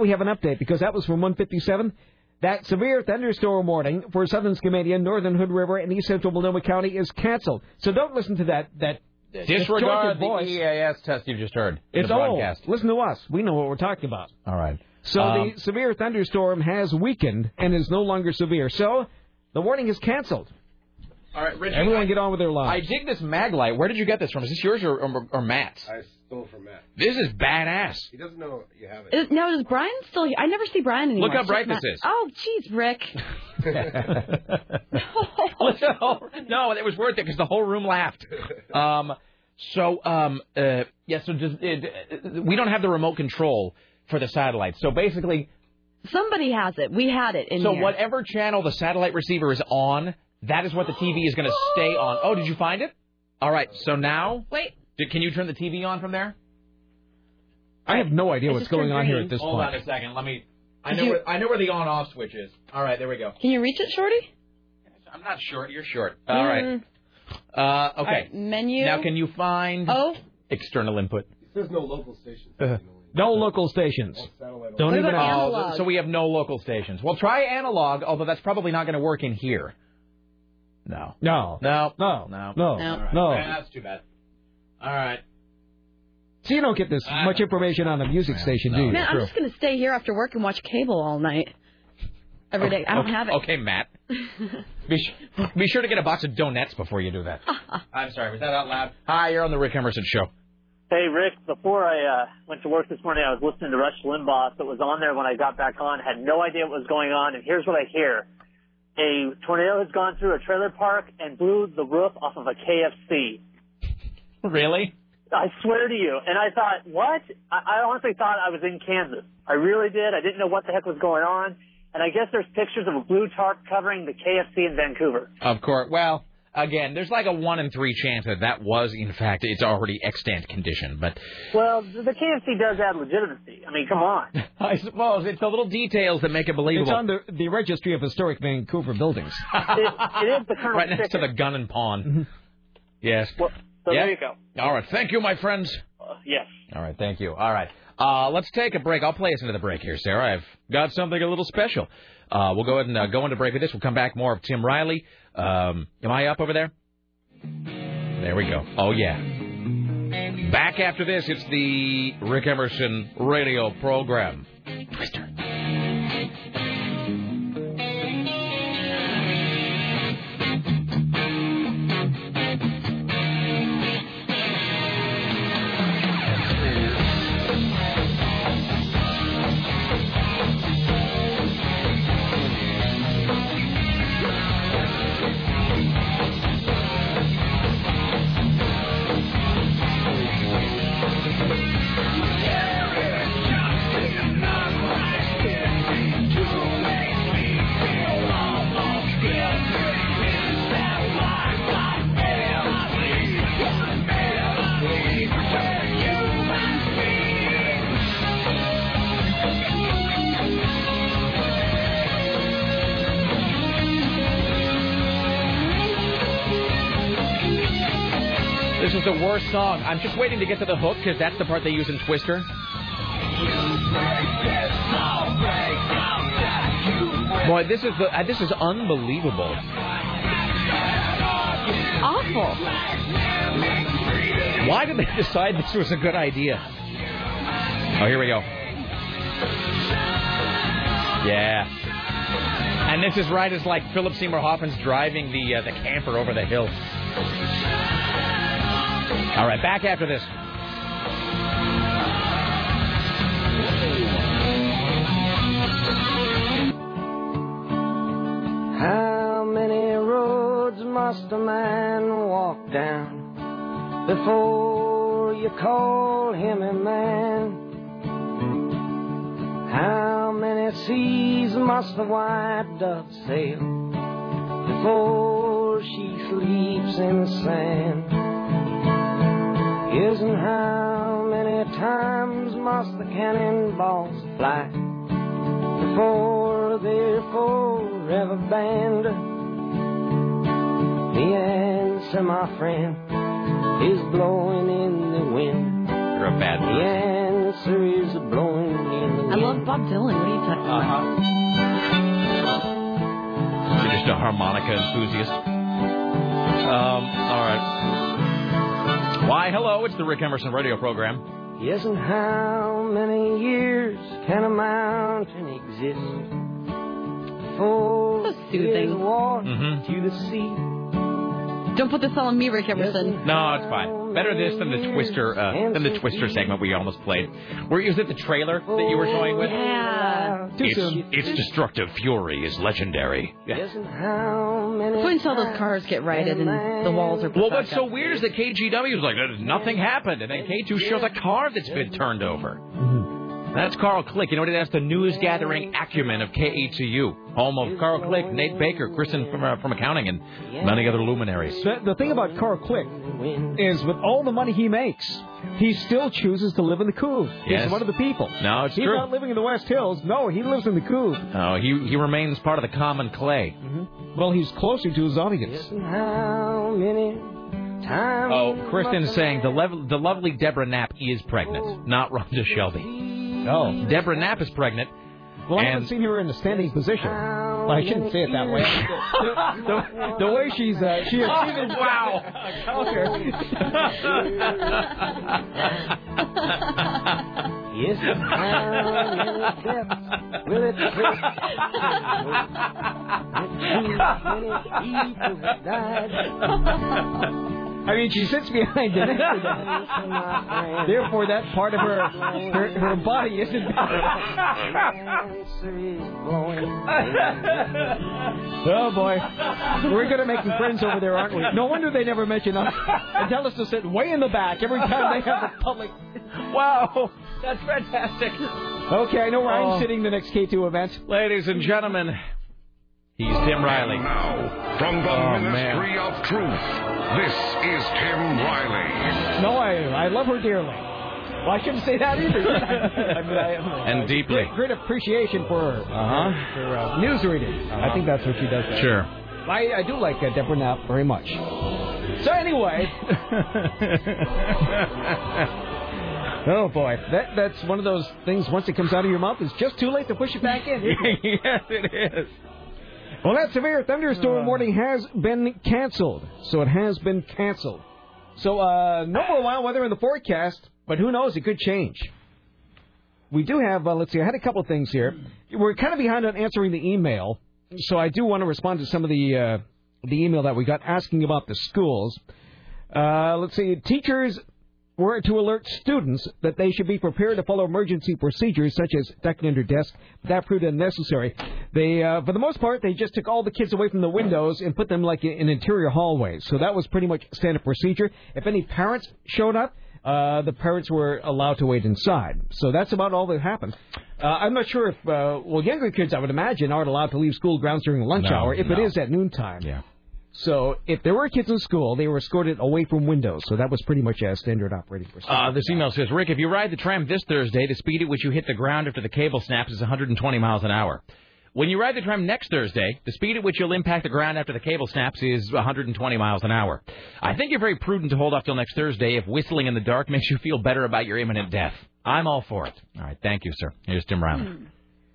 Speaker 8: We have an update because that was from 157. That severe thunderstorm warning for southern Skamania, northern Hood River, and east central Multnomah County is canceled. So don't listen to that. That distorted
Speaker 4: Disregard the
Speaker 8: voice.
Speaker 4: EAS test you just heard. in
Speaker 8: It's
Speaker 4: the
Speaker 8: old.
Speaker 4: broadcast.
Speaker 8: Listen to us. We know what we're talking about.
Speaker 4: All right.
Speaker 8: So
Speaker 4: Um,
Speaker 8: the severe thunderstorm has weakened and is no longer severe. So the warning is canceled.
Speaker 47: All right, Richie.
Speaker 8: Everyone get on with their
Speaker 4: I
Speaker 8: lives.
Speaker 4: dig this mag light. Where did you get this from? Is this yours or, or, or Matt's?
Speaker 12: I stole from Matt.
Speaker 4: This is badass.
Speaker 12: He doesn't know you have it.
Speaker 5: Is, now is Brian still here? I never see Brian anymore.
Speaker 4: Look how
Speaker 5: It's
Speaker 4: bright
Speaker 5: just
Speaker 4: this is.
Speaker 5: Oh, jeez, Rick.
Speaker 4: no, no, it was worth it because the whole room laughed. Um, so, um, uh, yeah, so does, uh, we don't have the remote control for the satellite. So basically,
Speaker 5: Somebody has it. We had it in
Speaker 4: so
Speaker 5: here.
Speaker 4: whatever channel the satellite receiver is on, that is what the TV is going to stay on. Oh, did you find it? All right, so now.
Speaker 5: Wait.
Speaker 4: Did, can you turn the TV on from there?
Speaker 8: I have no idea
Speaker 4: It
Speaker 8: what's
Speaker 4: just
Speaker 8: going
Speaker 4: turned
Speaker 8: on here
Speaker 4: green.
Speaker 8: at this
Speaker 4: Hold
Speaker 8: point.
Speaker 4: on a second. Let me. I
Speaker 5: Did
Speaker 4: know,
Speaker 5: you-
Speaker 4: where, I know where the on off switch is. All right, there we go.
Speaker 5: Can you reach it, Shorty?
Speaker 4: I'm not short. You're short. All right.
Speaker 5: Mm.
Speaker 4: Uh,
Speaker 5: All
Speaker 4: okay.
Speaker 5: right, menu.
Speaker 4: Now, can you find
Speaker 5: Oh.
Speaker 4: external input? Uh,
Speaker 12: There's no local station.
Speaker 8: no local stations. Don't even
Speaker 4: Oh, so we have no local stations. Well, try analog, although that's probably not going to work in here. No.
Speaker 8: No.
Speaker 4: No.
Speaker 8: No.
Speaker 4: No.
Speaker 8: No.
Speaker 4: All right.
Speaker 8: No.
Speaker 4: Yeah, that's too bad. All right.
Speaker 8: So you don't get this much information on a music station, do you?
Speaker 5: Man, I'm
Speaker 8: True.
Speaker 5: just gonna stay here after work and watch cable all night, every day. I don't
Speaker 4: okay,
Speaker 5: have it.
Speaker 4: Okay, Matt. Be, su- be sure to get a box of donuts before you do that.
Speaker 8: Ah.
Speaker 4: I'm sorry. Was that out loud? Hi, you're on the Rick Emerson show.
Speaker 10: Hey Rick, before I uh, went to work this morning, I was listening to Rush Limbaugh. So it was on there when I got back on. Had no idea what was going on, and here's what I hear: a tornado has gone through a trailer park and blew the roof off of a KFC.
Speaker 4: Really?
Speaker 10: I swear to you. And I thought, what? I, I honestly thought I was in Kansas. I really did. I didn't know what the heck was going on. And I guess there's pictures of a blue tarp covering the KFC in Vancouver.
Speaker 4: Of course. Well, again, there's like a one in three chance that that was, in fact, it's already extant condition. But
Speaker 10: Well, the KFC does add legitimacy. I mean, come on.
Speaker 4: I suppose it's the little details that make it believable.
Speaker 8: It's on the, the registry of historic Vancouver buildings.
Speaker 10: It, it is the Colonel's
Speaker 4: right next to the gun and pawn. yes.
Speaker 10: so
Speaker 4: Yeah.
Speaker 10: there you go. Uh,
Speaker 4: All right. Thank you, my friends.
Speaker 10: Yes.
Speaker 4: All right. Thank you. All right. Uh, let's take a break. I'll play us into the break here, Sarah. I've got something a little special. Uh, we'll go ahead and uh, go into break with this. We'll come back more of Tim Riley. Um, am I up over there? There we go. Oh, yeah. Back after this, it's the Rick Emerson radio program. This is the worst song. I'm just waiting to get to the hook because that's the part they use in Twister. Boy, this is the uh, this is unbelievable.
Speaker 5: Awful.
Speaker 4: Why did they decide this was a good idea? Oh, here we go. Yeah. And this is right as like Philip Seymour Hoffman's driving the uh, the camper over the hill. All right, back after this.
Speaker 12: How many roads must a man walk down before you call him a man? How many seas must the white dove sail before she sleeps in the sand? Yes, and how many times must the cannonballs fly before they're forever banned? The answer, my friend, is blowing in the wind.
Speaker 4: You're a bad
Speaker 12: The
Speaker 4: one.
Speaker 12: answer is blowing in the wind.
Speaker 5: I love Bob Dylan. What are you talking about?
Speaker 4: You're just a harmonica enthusiast. Um, all right. Why, hello, it's the Rick Emerson radio program.
Speaker 12: Yes, and how many years can a mountain exist? Full so
Speaker 5: soothing.
Speaker 12: Water
Speaker 4: Mhm.
Speaker 12: to the sea.
Speaker 5: Don't put this all on me, Rick Emerson.
Speaker 4: No, it's fine. Better this than the Twister uh, than the Twister segment we almost played. Where is it the trailer that you were toying with?
Speaker 5: Yeah.
Speaker 4: It's, its destructive fury is legendary.
Speaker 12: Yes, and how many
Speaker 5: It's when all those cars get righted and the walls are.
Speaker 4: Well, what's so weird is that KGW is like, "There's nothing happened, and then K2 shows a car that's been turned over.
Speaker 8: Mm-hmm.
Speaker 4: That's Carl Click. You know what? That's the news gathering acumen of KETU, home of Carl Click, Nate Baker, Kristen from, uh, from accounting, and many other luminaries.
Speaker 8: The, the thing about Carl Click is with all the money he makes, he still chooses to live in the Couve.
Speaker 4: Yes.
Speaker 8: He's one of the people.
Speaker 4: No, it's
Speaker 8: He's
Speaker 4: true.
Speaker 8: not living in the West Hills. No, he lives in the Couve.
Speaker 4: No, he he remains part of the common clay.
Speaker 8: Well, he's closer to his audience.
Speaker 12: How many times?
Speaker 4: Oh, Kristen's saying the level, the lovely Deborah Knapp is pregnant, not Rhonda Shelby. Oh, Deborah Knapp is pregnant.
Speaker 8: Well, I haven't
Speaker 4: and
Speaker 8: seen her in a standing position. Well, I shouldn't say it that way. The, the- the way she's uh, she
Speaker 4: Oh, wow.
Speaker 12: Yes, and how many depths will it take?
Speaker 8: I mean, she sits behind the neck. Therefore, that part of her her, her body isn't. oh boy, we're gonna make some friends over there, aren't we? No wonder they never mention us. And tell us to sit way in the back every time they have a public.
Speaker 4: Wow, that's fantastic.
Speaker 8: Okay, I know where
Speaker 4: Oh.
Speaker 8: I'm sitting the next K2 event.
Speaker 4: Ladies and gentlemen, he's Tim Riley.
Speaker 49: Now, from the
Speaker 4: Oh,
Speaker 49: Ministry of Truth, this is Tim Riley.
Speaker 8: No, I I love her dearly. Well, I shouldn't say that either. I mean, I,
Speaker 4: And deeply.
Speaker 8: Great appreciation for her.
Speaker 4: Uh-huh.
Speaker 8: For, uh, news reading. I think that's what she does.
Speaker 4: Sure.
Speaker 8: I, I do like uh, Deborah Knapp very much. So anyway. oh boy, that that's one of those things. Once it comes out of your mouth, it's just too late to push it back in. isn't it?
Speaker 4: yes, it is.
Speaker 8: Well, that severe thunderstorm warning has been canceled. So it has been canceled. So uh, no more wild weather in the forecast, but who knows? It could change. We do have. Uh, let's see. I had a couple things here. We're kind of behind on answering the email, so I do want to respond to some of the uh, the email that we got asking about the schools. Uh, let's see. Teachers were to alert students that they should be prepared to follow emergency procedures such as ducking under desk. That proved unnecessary. They, uh, for the most part, they just took all the kids away from the windows and put them like in in interior hallways. So that was pretty much standard procedure. If any parents showed up, uh, the parents were allowed to wait inside. So that's about all that happened. Uh, I'm not sure if, uh, well, younger kids, I would imagine, aren't allowed to leave school grounds during lunch
Speaker 4: No,
Speaker 8: hour if it
Speaker 4: no.
Speaker 8: is at noontime.
Speaker 4: Yeah.
Speaker 8: So if there were kids in school, they were escorted away from windows. So that was pretty much a standard operating procedure.
Speaker 4: Uh, this email says, Rick, if you ride the tram this Thursday, the speed at which you hit the ground after the cable snaps is 120 miles an hour. When you ride the tram next Thursday, the speed at which you'll impact the ground after the cable snaps is 120 miles an hour. I think you're very prudent to hold off till next Thursday if whistling in the dark makes you feel better about your imminent death. I'm all for it. All right, thank you, sir. Here's Tim Riley.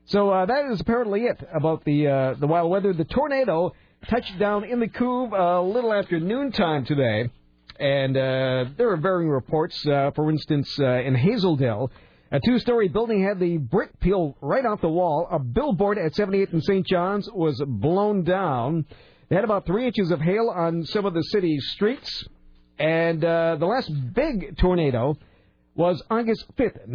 Speaker 8: So uh, that is apparently it about the uh, the wild weather. The tornado touched down in the Couve a little after noontime today, and uh, there are varying reports. Uh, for instance, uh, in Hazeldale, a two-story building had the brick peel right off the wall. A billboard at 78th and St. John's was blown down. They had about three inches of hail on some of the city's streets, and uh, the last big tornado was August 5th,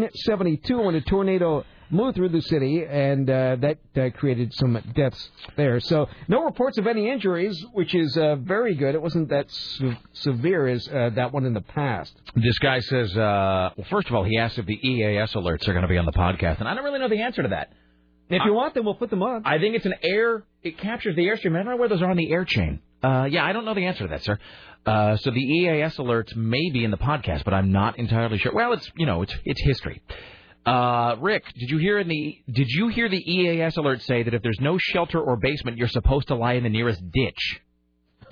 Speaker 8: 1972, when a tornado moved through the city, and uh, that uh, created some deaths there. So, no reports of any injuries, which is uh, very good. It wasn't that se- severe as uh, that one in the past.
Speaker 4: This guy says, uh, well, first of all, he asked if the EAS alerts are going to be on the podcast, and I don't really know the answer to that.
Speaker 8: If you want them, we'll put them on.
Speaker 4: I think it's an air. It captures the airstream. I don't know where those are on the air chain. Uh, yeah, I don't know the answer to that, sir. Uh, so the EAS alerts may be in the podcast, but I'm not entirely sure. Well, it's you know, it's it's history. Uh, Rick, did you hear in the did you hear the EAS alert say that if there's no shelter or basement, you're supposed to lie in the nearest ditch?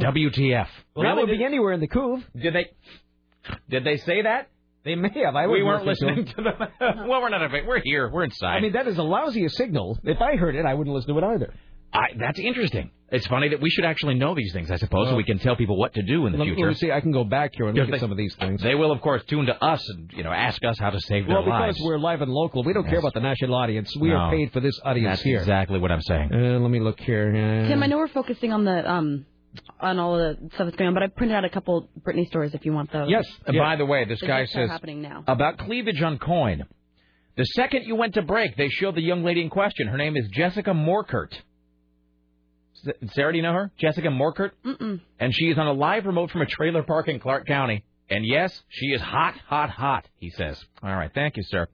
Speaker 4: WTF?
Speaker 8: Well, that would be anywhere in the Couve.
Speaker 4: Did they? Did they say that?
Speaker 8: They may have. I
Speaker 4: we
Speaker 8: wasn't
Speaker 4: weren't listening
Speaker 8: listening
Speaker 4: to them. well, we're not. We're here. We're inside.
Speaker 8: I mean, that is the lousiest signal. If I heard it, I wouldn't listen to it either.
Speaker 4: I, that's interesting. It's funny that we should actually know these things, I suppose, so we can tell people what to do in the
Speaker 8: Let,
Speaker 4: future.
Speaker 8: let me see. I can go back here and look
Speaker 4: Because
Speaker 8: at some of these things.
Speaker 4: They will, of course, tune to us and you know ask us how to save
Speaker 8: Well,
Speaker 4: their
Speaker 8: because
Speaker 4: lives.
Speaker 8: we're live and local, we don't care about the national audience. We are
Speaker 4: No.
Speaker 8: paid for this audience
Speaker 4: That's
Speaker 8: here.
Speaker 4: exactly what I'm saying.
Speaker 8: Uh, let me look here. Uh,
Speaker 5: Tim, I know we're focusing on the um on all the stuff that's going on, but I printed out a couple Britney stories if you want those.
Speaker 4: Yes. And by the way, this
Speaker 5: They
Speaker 4: guy
Speaker 5: just are
Speaker 4: says
Speaker 5: happening now.
Speaker 4: about cleavage on coin. The second you went to break, they showed the young lady in question. Her name is Jessica Morkert. S- Sarah, do you know her? Jessica Morkert?
Speaker 5: Mm-mm.
Speaker 4: And she is on a live remote from a trailer park in Clark County. And yes, she is hot, hot, hot, he says. All right. Thank you, sir.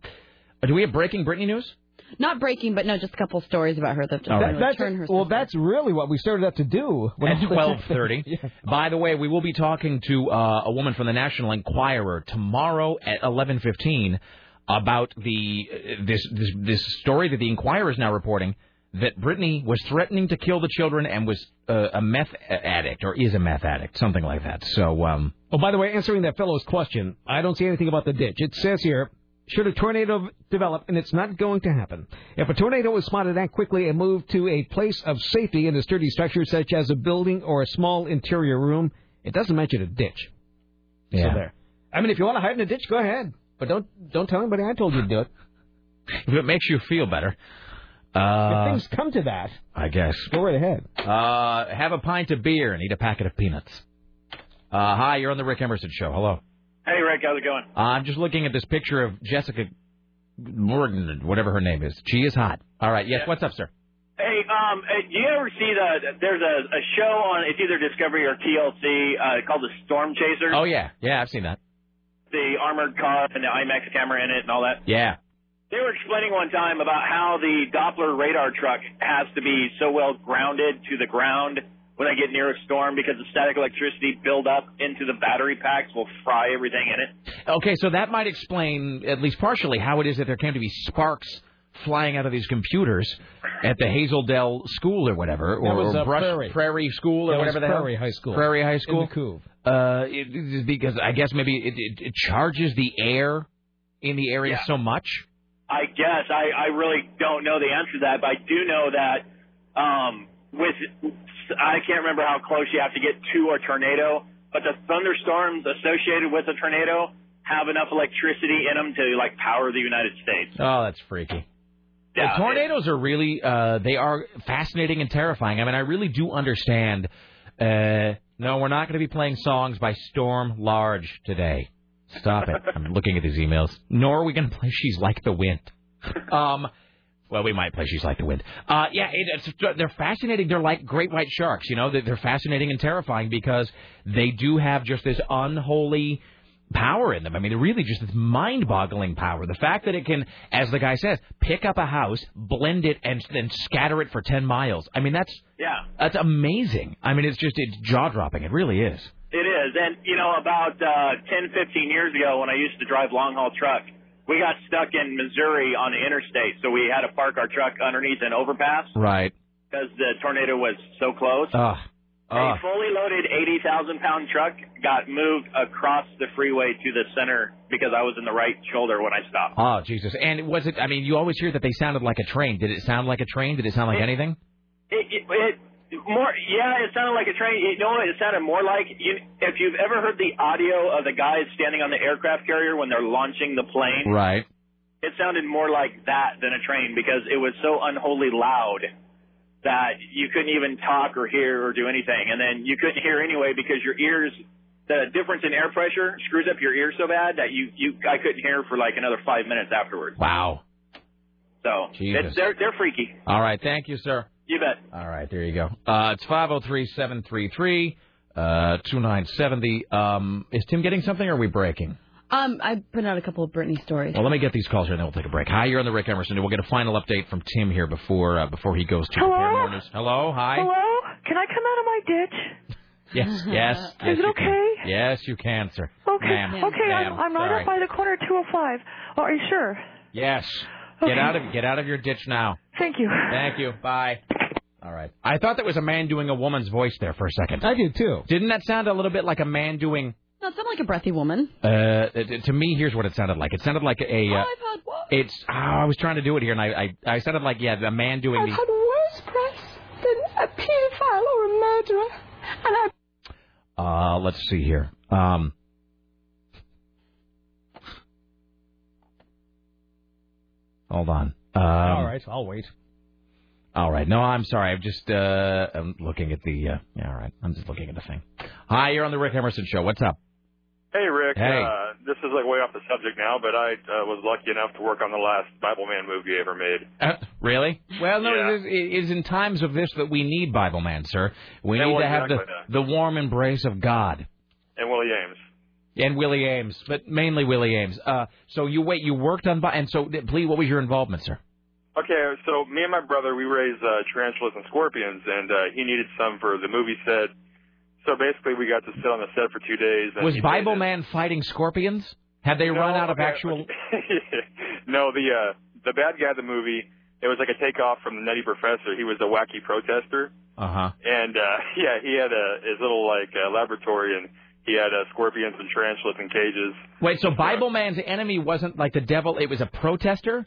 Speaker 4: Uh, do we have breaking Britney news?
Speaker 5: Not breaking, but no, just a couple stories about her that just
Speaker 4: All right.
Speaker 5: really
Speaker 4: That's-
Speaker 5: turn her.
Speaker 8: well, that's really what we started out to do. when I
Speaker 4: At
Speaker 8: was-
Speaker 4: twelve thirty. By the way, we will be talking to uh, a woman from the National Enquirer tomorrow at eleven fifteen about the uh, this, this this story that the Enquirer is now reporting that Brittany was threatening to kill the children and was uh, a meth addict or is a meth addict, something like that. So um,
Speaker 8: Oh, by the way, answering that fellow's question, I don't see anything about the ditch. It says here, should a tornado develop, and it's not going to happen. If a tornado is spotted that quickly and moved to a place of safety in a sturdy structure such as a building or a small interior room, it doesn't mention a ditch.
Speaker 4: Yeah.
Speaker 8: So there. I mean, if you want to hide in a ditch, go ahead, but don't don't tell anybody I told you to do it.
Speaker 4: if it makes you feel better,
Speaker 8: if
Speaker 4: uh,
Speaker 8: things come to that,
Speaker 4: I guess.
Speaker 8: go right ahead.
Speaker 4: Uh, have a pint of beer and eat a packet of peanuts. Uh, hi, you're on the Rick Emerson show. Hello.
Speaker 42: Hey, Rick, how's it going?
Speaker 4: Uh, I'm just looking at this picture of Jessica Morgan, whatever her name is. She is hot. All right. Yes. What's up, sir?
Speaker 42: Hey, um, uh, do you ever see the? There's a, a show on it's either Discovery or TLC uh, called The Storm Chaser.
Speaker 4: Oh yeah, yeah. I've seen that.
Speaker 42: The armored car and the IMAX camera in it and all that.
Speaker 4: Yeah.
Speaker 42: They were explaining one time about how the Doppler radar truck has to be so well grounded to the ground when they get near a storm because the static electricity build up into the battery packs will fry everything in it.
Speaker 4: Okay, so that might explain at least partially how it is that there came to be sparks flying out of these computers at the Hazeldale School or whatever, or,
Speaker 3: That was,
Speaker 4: or
Speaker 3: uh,
Speaker 4: Brush
Speaker 3: Prairie.
Speaker 4: School or
Speaker 3: That was
Speaker 4: whatever the hell.
Speaker 3: Prairie High School.
Speaker 4: Prairie High
Speaker 3: In
Speaker 4: School.
Speaker 3: the Couve.
Speaker 4: Uh, it, it- because I guess maybe it, it, it charges the air in the area so much.
Speaker 42: I guess I, I really don't know the answer to that, but I do know that um, with I can't remember how close you have to get to a tornado, but the thunderstorms associated with a tornado have enough electricity in them to like power the United States.
Speaker 4: Oh, that's freaky.
Speaker 42: Yeah,
Speaker 4: The tornadoes are really uh, they are fascinating and terrifying. I mean, I really do understand. Uh, no, we're not going to be playing songs by Storm Large today. Stop it. I'm looking at these emails. Nor are we going to play She's Like the Wind. Um, well, we might play She's Like the Wind. Uh, yeah, it, it's, they're fascinating. They're like great white sharks. You know, They're- they're fascinating and terrifying because they do have just this unholy power in them. I mean, they're really just this mind-boggling power. The fact that it can, as the guy says, pick up a house, blend it, and then scatter it for ten miles. I mean, that's
Speaker 42: Yeah.
Speaker 4: that's amazing. I mean, it's just it's jaw-dropping. It really is.
Speaker 42: It is. And, you know, about uh, 10, 15 years ago when I used to drive long haul truck, we got stuck in Missouri on the interstate, so we had to park our truck underneath an overpass
Speaker 2: Right.
Speaker 42: because the tornado was so close.
Speaker 2: Ugh.
Speaker 42: A
Speaker 2: Ugh.
Speaker 42: fully loaded 80,000 pound truck got moved across the freeway to the center because I was in the right shoulder when I stopped.
Speaker 4: Oh Jesus! And was it? I mean, you always hear that they sounded like a train. Did it sound like a train? Did it sound like anything?
Speaker 42: It, it, it more, yeah, it sounded like a train. You know what it sounded more like? You, if you've ever heard the audio of the guys standing on the aircraft carrier when they're launching the plane,
Speaker 4: Right.
Speaker 42: it sounded more like that than a train because it was so unholy loud that you couldn't even talk or hear or do anything. And then you couldn't hear anyway because your ears, the difference in air pressure screws up your ears so bad that you, you I couldn't hear for like another five minutes afterwards.
Speaker 4: Wow.
Speaker 42: So
Speaker 4: Jesus.
Speaker 42: it's, they're, they're freaky.
Speaker 4: All right. Thank you, sir.
Speaker 42: You bet.
Speaker 4: All right, there you go. Uh, it's 503-733-2970. uh, Um, is Tim getting something or are we breaking?
Speaker 5: Um, I put out a couple of Britney stories.
Speaker 4: Well, let me get these calls here and then we'll take a break. Hi, you're on the Rick Emerson. We'll get a final update from Tim here before uh, before he goes to repair
Speaker 10: Hello?
Speaker 4: mornings. Hello, hi.
Speaker 10: Hello? Can I come out of my ditch?
Speaker 4: Yes,
Speaker 10: Is
Speaker 4: yes. yes,
Speaker 10: it
Speaker 4: you can.
Speaker 10: okay?
Speaker 4: Yes, you can, sir.
Speaker 10: Okay.
Speaker 4: Ma'am.
Speaker 10: Okay,
Speaker 4: Ma'am,
Speaker 10: I'm, I'm right
Speaker 4: sorry.
Speaker 10: up by the corner, 205. Oh, are you sure?
Speaker 4: Yes. Get
Speaker 10: Okay.
Speaker 4: out of get out of your ditch now.
Speaker 10: Thank you.
Speaker 4: Thank you. Bye. All right. I thought that was a man doing a woman's voice there for a second. I
Speaker 8: did too.
Speaker 4: Didn't that sound a little bit like a man doing
Speaker 5: No, it sounded like a breathy woman.
Speaker 4: Uh, it- to me, here's what it sounded like. It sounded like a.
Speaker 8: Oh,
Speaker 4: Uh, it's. Oh, I was trying to do it here, and I, I, I sounded like yeah, a man doing
Speaker 12: I've
Speaker 4: the.
Speaker 12: had worse press than a paedophile or a murderer, and I
Speaker 4: Uh, let's see here. Um, hold on. Um,
Speaker 8: All right, I'll wait.
Speaker 4: All right. No, I'm sorry. I'm just uh, I'm looking at the. Uh, yeah, all right. I'm just looking at the thing. Hi, you're on the Rick Emerson show. What's up?
Speaker 25: Hey, Rick.
Speaker 4: Hey.
Speaker 25: Uh, this is like way off the subject now, but I uh, was lucky enough to work on the last Bible Man movie ever made.
Speaker 4: Uh, really? Well, no, it, is, it is in times of this that we need Bible man, sir. We
Speaker 25: Yeah,
Speaker 4: need
Speaker 25: well,
Speaker 4: to have
Speaker 25: exactly that.
Speaker 4: the, the warm embrace of God.
Speaker 25: And Willie Ames.
Speaker 4: And Willie Ames, but mainly Willie Ames. Uh, so you wait, you worked on, Bi- and so th- please, what was your involvement, sir?
Speaker 25: Okay, so me and my brother, we raise uh, tarantulas and scorpions, and uh, he needed some for the movie set. So basically, we got to sit on the set for two days. And
Speaker 4: Was
Speaker 25: he
Speaker 4: Bible Man fighting scorpions? Had they run out of actual?
Speaker 25: no, the uh, the bad guy of the movie. It was like a takeoff from the Nutty Professor. He was a wacky protester,
Speaker 4: Uh huh.
Speaker 25: and uh, yeah, he had a his little like uh, laboratory, and he had uh, scorpions and tarantulas in cages.
Speaker 4: Wait, so Bible Man's enemy wasn't like the devil; it was a protester.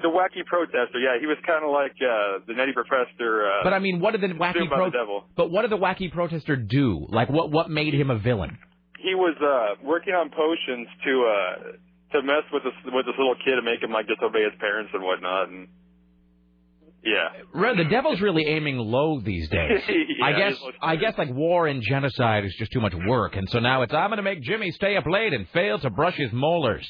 Speaker 25: The wacky protester, yeah, he was kind of like uh, the Nutty Professor. Uh,
Speaker 4: But I mean, what did the wacky
Speaker 25: consumed by
Speaker 4: pro-
Speaker 25: the devil.
Speaker 4: But what did the wacky protester do? Like, what what made him a villain?
Speaker 25: he was uh working on potions to uh to mess with this with this little kid and make him like disobey his parents and whatnot and yeah
Speaker 4: Re- The devil's really aiming low these days.
Speaker 25: Yeah,
Speaker 4: I guess
Speaker 25: it looks
Speaker 4: I guess like war and genocide is just too much work, and so now it's I'm going to make Jimmy stay up late and fail to brush his molars.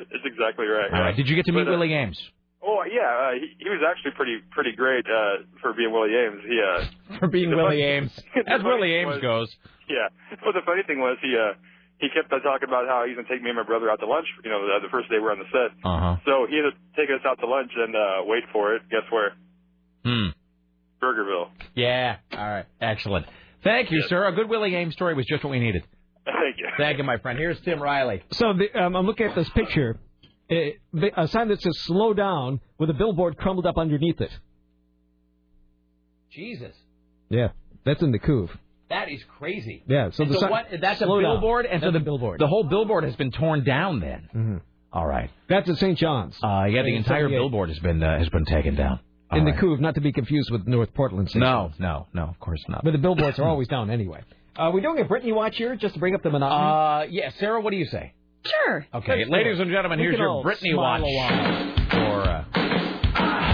Speaker 25: it's exactly right,
Speaker 4: All right. Did you get to
Speaker 25: uh,
Speaker 4: meet Willie Ames?
Speaker 25: oh yeah uh, he, he was actually pretty pretty great uh for being Willie Ames he uh
Speaker 4: For being Willie Ames, as Willie Ames
Speaker 25: was-
Speaker 4: goes.
Speaker 25: yeah well the funny thing was he uh he kept on talking about how he's gonna take me and my brother out to lunch you know the, the first day we're on the set
Speaker 4: Uh huh.
Speaker 25: so he had to take us out to lunch and uh wait for it guess where
Speaker 4: Hmm.
Speaker 25: Burgerville
Speaker 4: Yeah. All right. Excellent. Thank you, sir. A good Willie Ames story was just what we needed.
Speaker 25: Thank you.
Speaker 4: Thank you, my friend. Here's Tim Riley.
Speaker 8: So the, um, I'm looking at this picture, a, a sign that says "Slow Down" with a billboard crumbled up underneath it.
Speaker 4: Jesus,
Speaker 8: Yeah, that's in the Couve.
Speaker 4: that is crazy.
Speaker 8: Yeah, so
Speaker 4: And
Speaker 8: the
Speaker 4: so
Speaker 8: si-
Speaker 4: what? That's a
Speaker 8: slow down.
Speaker 4: billboard, and so
Speaker 8: That's
Speaker 4: the
Speaker 8: a billboard.
Speaker 4: The whole billboard has been torn down. Then.
Speaker 8: Mhm.
Speaker 4: All right.
Speaker 8: That's at St. John's.
Speaker 4: Uh, yeah, the
Speaker 8: Maybe
Speaker 4: entire
Speaker 8: 78.
Speaker 4: billboard has been uh, has been taken down. All
Speaker 8: in
Speaker 4: right.
Speaker 8: the Couve, not to be confused with North Portland. St.
Speaker 4: No,
Speaker 8: John's.
Speaker 4: no, no. Of course not.
Speaker 8: but the billboards are always down anyway. Uh, we're doing a Britney watch here just to bring up the monotony.
Speaker 4: Uh, yeah, Sarah, what do you say?
Speaker 5: Sure.
Speaker 4: Okay,
Speaker 8: Let's do
Speaker 4: ladies
Speaker 8: it.
Speaker 4: and gentlemen,
Speaker 8: We
Speaker 4: here's
Speaker 8: can
Speaker 4: your
Speaker 8: all
Speaker 4: Britney
Speaker 8: smile
Speaker 4: watch. Or uh,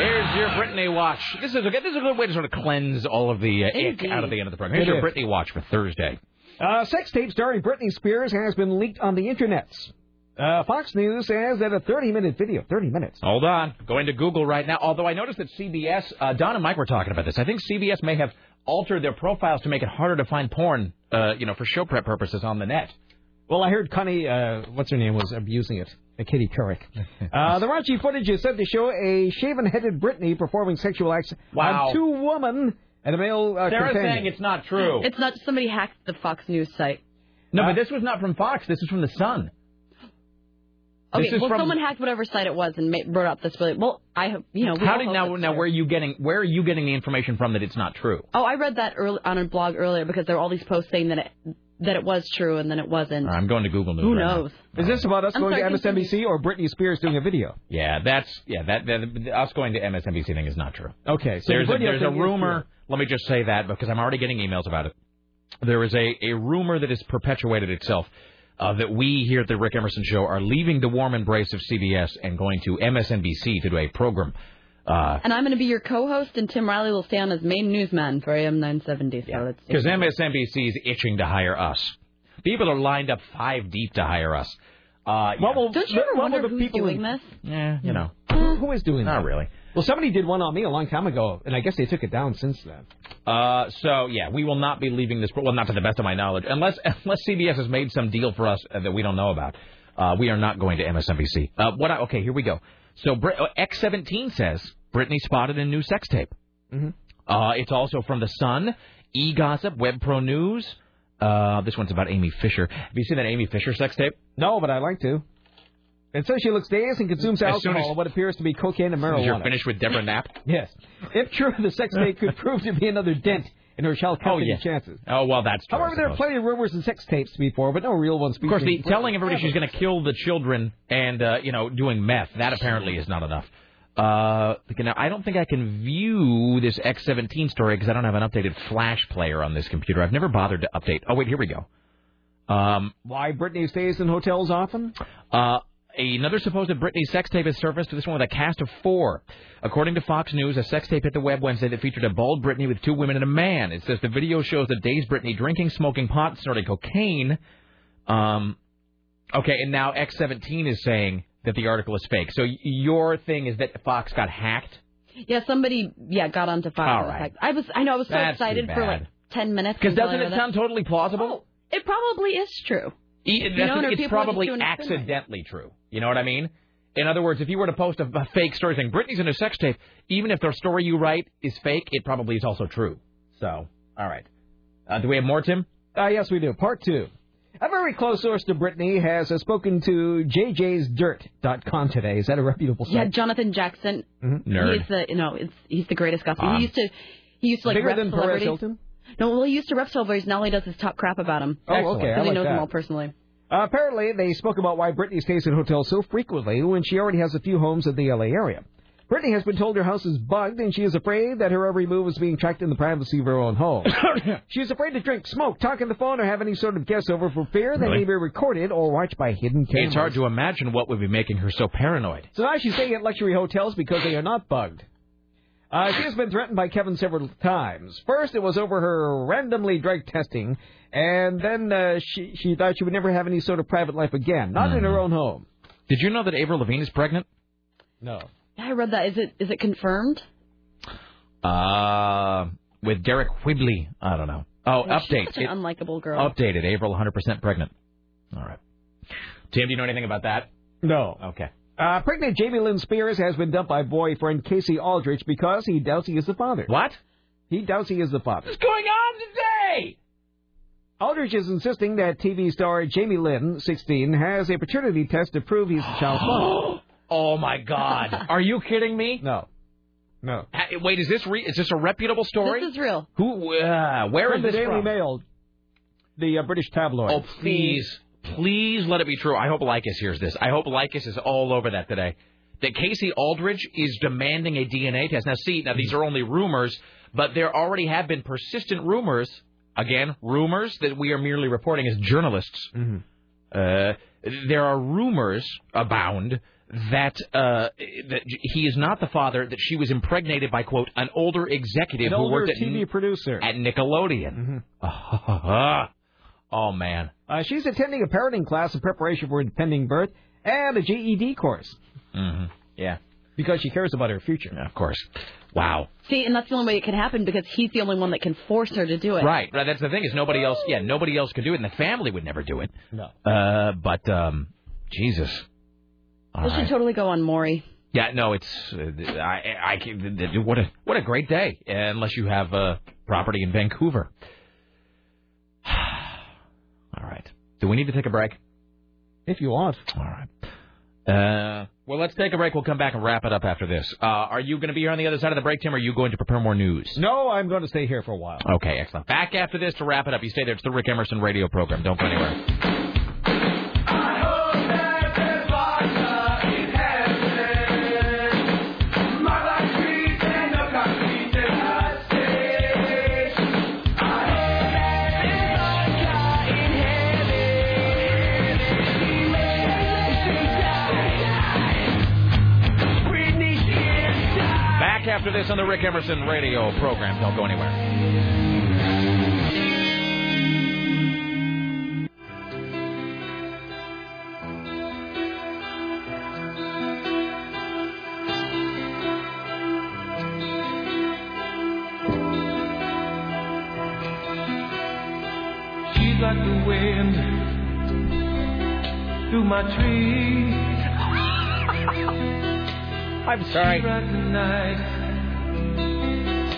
Speaker 4: here's your Britney watch. This is a good, this is a good way to sort of cleanse all of the uh, ick
Speaker 8: Indeed.
Speaker 4: out of the end of the program. Here's
Speaker 8: It
Speaker 4: your
Speaker 8: is.
Speaker 4: Britney watch for Thursday.
Speaker 8: Uh, sex tape starring Britney Spears has been leaked on the internets. Uh, Fox News says that a 30-minute video, 30 minutes.
Speaker 4: Hold on. Going to Google right now. Although I noticed that CBS, uh, Don and Mike were talking about this. I think CBS may have altered their profiles to make it harder to find porn, uh, you know, for show prep purposes on the net.
Speaker 8: Well, I heard Connie, uh, what's her name, was abusing it. Uh, Kitty Couric. Uh, the raunchy footage is said to show a shaven-headed Britney performing sexual acts
Speaker 5: Wow.
Speaker 8: on two women and a male uh, companion.
Speaker 4: not
Speaker 5: It's not somebody hacked the Fox News site.
Speaker 4: No, but this was not from Fox. This is from The Sun.
Speaker 5: Okay,
Speaker 4: This is
Speaker 5: well,
Speaker 4: from-
Speaker 5: someone hacked whatever site it was and ma- wrote up this. Really, well, I hope you know. We
Speaker 4: How
Speaker 5: all
Speaker 4: did
Speaker 5: hope
Speaker 4: now?
Speaker 5: it's
Speaker 4: Now,
Speaker 5: true.
Speaker 4: where are you getting? Where are you getting the information from that it's not true?
Speaker 5: Oh, I read that early, on a blog earlier because there were all these posts saying that it that it was true and then it wasn't.
Speaker 4: I'm going to Google News.
Speaker 5: Who
Speaker 4: right now.
Speaker 5: knows?
Speaker 8: Is this about us
Speaker 5: I'm
Speaker 8: going
Speaker 5: sorry,
Speaker 8: to MSNBC or Britney Spears doing a video?
Speaker 4: Yeah, that's yeah. That, that us going to MSNBC thing is not true.
Speaker 8: Okay, so
Speaker 4: there's
Speaker 8: the
Speaker 4: a,
Speaker 8: video
Speaker 4: there's a
Speaker 8: thing is
Speaker 4: rumor. Let me just say that because I'm already getting emails about it. There is a a rumor that has perpetuated itself uh, that we here at the Rick Emerson Show are leaving the warm embrace of CBS and going to MSNBC to do a program. Uh,
Speaker 5: And I'm going to be your co-host, and Tim Riley will stay on as main newsman for AM 970. So that's
Speaker 4: Because MSNBC is itching to hire us. People are lined up five deep to hire us. Uh, yeah.
Speaker 5: Don't you ever wonder who's doing this?
Speaker 4: Yeah, you know.
Speaker 8: Who is doing that? Not
Speaker 4: really.
Speaker 8: Well, somebody did one on me a long time ago, and I guess they took it down since then.
Speaker 4: Uh, so yeah, we will not be leaving this. Well, not to the best of my knowledge, unless unless CBS has made some deal for us uh, that we don't know about. Uh, we are not going to MSNBC. Uh, what? I, okay, here we go. So Brit, uh, X17 says Britney spotted a new sex tape.
Speaker 8: Mhm.
Speaker 4: Uh, it's also from the Sun, E Gossip, Web Pro News. Uh, this one's about Amy Fisher. Have you seen that Amy Fisher sex tape?
Speaker 8: No, but I like to. It says she looks dazed and consumes
Speaker 4: As soon
Speaker 8: alcohol,
Speaker 4: as-
Speaker 8: what appears to be cocaine and marijuana.
Speaker 4: You're finished with Deborah Knapp.
Speaker 8: Yes. If true, the sex tape could prove to be another dent in her child
Speaker 4: Oh
Speaker 8: custody
Speaker 4: yeah.
Speaker 8: chances.
Speaker 4: Oh well, that's true. I
Speaker 8: However, there are
Speaker 4: suppose.
Speaker 8: plenty of rumors and sex tapes before, but no real ones.
Speaker 4: Of course, the, telling everybody she's going to kill the children and uh, you know doing meth that apparently is not enough. Uh, now I don't think I can view this X17 story because I don't have an updated Flash player on this computer. I've never bothered to update. Oh wait, here we go. Um,
Speaker 8: Why Britney stays in hotels often?
Speaker 4: uh, another supposed Britney sex tape has surfaced, this one with a cast of four. According to Fox News, a sex tape hit the web Wednesday that featured a bald Britney with two women and a man. It says the video shows the day's Britney drinking, smoking pot, snorting cocaine. Um, okay, and now X17 is saying that the article is fake. So y- your thing is that Fox got hacked?
Speaker 5: Yeah, somebody yeah got onto Fox.
Speaker 4: All
Speaker 5: and
Speaker 4: right.
Speaker 5: hacked. I was I know I was so
Speaker 4: That's too
Speaker 5: excited for
Speaker 4: bad.
Speaker 5: like 10 minutes.
Speaker 4: Because
Speaker 5: until I
Speaker 4: doesn't
Speaker 5: read
Speaker 4: it sound totally plausible?
Speaker 5: It probably is true.
Speaker 4: E-
Speaker 5: You
Speaker 4: that's-
Speaker 5: know, and are
Speaker 4: it's
Speaker 5: people
Speaker 4: probably
Speaker 5: just doing it for them?
Speaker 4: accidentally true. You know what I mean? In other words, if you were to post a, a fake story saying Britney's in a sex tape, even if the story you write is fake, it probably is also true. So, all right. Uh, do we have more, Tim?
Speaker 8: Uh, yes, we do. Part two. A very close source to Britney has uh, spoken to JJ'sDirt.com today. Is that a reputable site? Mm-hmm.
Speaker 5: Yeah, Jonathan Jackson. He's the you know it's, he's the greatest gossip.
Speaker 4: Ah.
Speaker 8: Um,
Speaker 5: he used to he used to like
Speaker 8: Bigger
Speaker 5: rep
Speaker 8: than Perez
Speaker 5: celebrities.
Speaker 8: Hilton?
Speaker 5: No, well he used to rep celebrities. Now he does his top crap about them.
Speaker 8: Oh, Excellent. okay, I
Speaker 5: Because he
Speaker 8: like
Speaker 5: knows
Speaker 8: that.
Speaker 5: them all personally.
Speaker 8: Uh, apparently, they spoke about why Britney stays in hotels so frequently when she already has a few homes in the LA area. Britney has been told her house is bugged and she is afraid that her every move is being tracked in the privacy of her own home. she is afraid to drink, smoke, talk on the phone, or have any sort of guests over for fear they
Speaker 4: Really?
Speaker 8: may be recorded or watched by hidden cameras.
Speaker 4: It's hard to imagine what would be making her so paranoid.
Speaker 8: So now she's staying at luxury hotels because they are not bugged. Uh, she has been threatened by Kevin several times. First, it was over her randomly drug testing, and then uh, she she thought she would never have any sort of private life again, not in her own home.
Speaker 4: Did you know that Avril Lavigne is pregnant?
Speaker 8: No.
Speaker 5: Yeah, I read that. Is it is it confirmed?
Speaker 4: Uh, with Derek Whibley. I don't know. Oh,
Speaker 5: Yeah, she's
Speaker 4: update.
Speaker 5: Such an
Speaker 4: It-
Speaker 5: unlikable girl.
Speaker 4: updated. Avril 100% pregnant. All right. Tim, do you know anything about that?
Speaker 8: No.
Speaker 4: Okay.
Speaker 8: Uh, pregnant Jamie Lynn Spears has been dumped by boyfriend Casey Aldrich because he doubts he is the father.
Speaker 4: What?
Speaker 8: He doubts he is the father.
Speaker 4: What's going on today?
Speaker 8: Aldrich is insisting that TV star Jamie Lynn, 16, has a paternity test to prove he's the child's father.
Speaker 4: Oh my God! Are you kidding me?
Speaker 8: No. No.
Speaker 4: Wait, is this re- is this a reputable story?
Speaker 5: This is real.
Speaker 4: Who? Uh, where
Speaker 8: From
Speaker 4: is
Speaker 8: the
Speaker 4: this
Speaker 8: Daily
Speaker 4: from?
Speaker 8: Mail, the uh, British tabloid.
Speaker 4: Oh please, please let it be true. I hope Lycus hears this. I hope Lycus is all over that today. That Casey Aldridge is demanding a DNA test. Now see, now these are only rumors, but there already have been persistent rumors. Again, rumors that we are merely reporting as journalists.
Speaker 8: Mm-hmm.
Speaker 4: Uh, there are rumors abound that uh, that he is not the father. That she was impregnated by quote an older executive
Speaker 8: An
Speaker 4: who
Speaker 8: older
Speaker 4: worked at
Speaker 8: TV producer. Mm-hmm.
Speaker 4: at Nickelodeon. oh man. Oh,
Speaker 8: Uh, she's attending a parenting class in preparation for impending birth, and a GED course.
Speaker 4: Mm-hmm. Yeah.
Speaker 8: Because she cares about her future.
Speaker 4: of course. Wow.
Speaker 5: See, and that's the only way it can happen because he's the only one that can force her to do it.
Speaker 4: Right. Right. That's the thing is nobody else. Yeah, nobody else could do it, and the family would never do it.
Speaker 8: No.
Speaker 4: Uh, but um, Jesus. All
Speaker 5: This should
Speaker 4: right.
Speaker 5: totally go on Maury.
Speaker 4: Yeah. No. It's uh, I. I can. What a what a great day. Unless you have uh, property in Vancouver. All right. Do we need to take a break?
Speaker 8: If you want.
Speaker 4: All right. Uh, well, let's take a break. We'll come back and wrap it up after this. Uh, are you going to be here on the other side of the break, Tim? Or are you going to prepare more news?
Speaker 8: No, I'm going to stay here for a while.
Speaker 4: Okay, excellent. Back after this to wrap it up. You stay there. It's the Rick Emerson radio program. Don't go anywhere. Back after this on the Rick Emerson radio program. Don't go anywhere.
Speaker 12: She's like the wind through my tree.
Speaker 4: I'm sorry.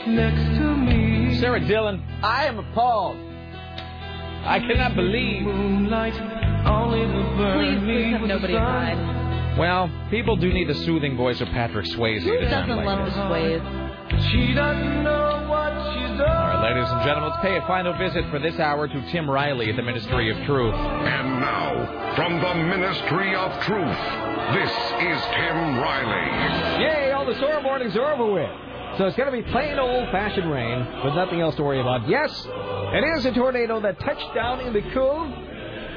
Speaker 12: next to me.
Speaker 4: Sarah Dillon.
Speaker 12: I am appalled.
Speaker 4: I cannot believe.
Speaker 12: Moonlight, only to burn
Speaker 5: Please,
Speaker 12: me
Speaker 5: please have
Speaker 12: with
Speaker 5: nobody
Speaker 12: sun.
Speaker 5: aside.
Speaker 4: Well, people do need the soothing voice of Patrick Swayze
Speaker 5: Who
Speaker 4: at a time
Speaker 5: doesn't
Speaker 4: like
Speaker 5: love
Speaker 4: this.
Speaker 5: Swayze?
Speaker 12: She doesn't know what she's
Speaker 4: All right, ladies and gentlemen, let's pay a final visit for this hour to Tim Riley at the Ministry of Truth.
Speaker 49: And now, from the Ministry of Truth, this is Tim Riley.
Speaker 8: Yay, all the sore mornings are over with. So it's going to be plain old fashioned rain with nothing else to worry about. Yes, it is a tornado that touched down in the cove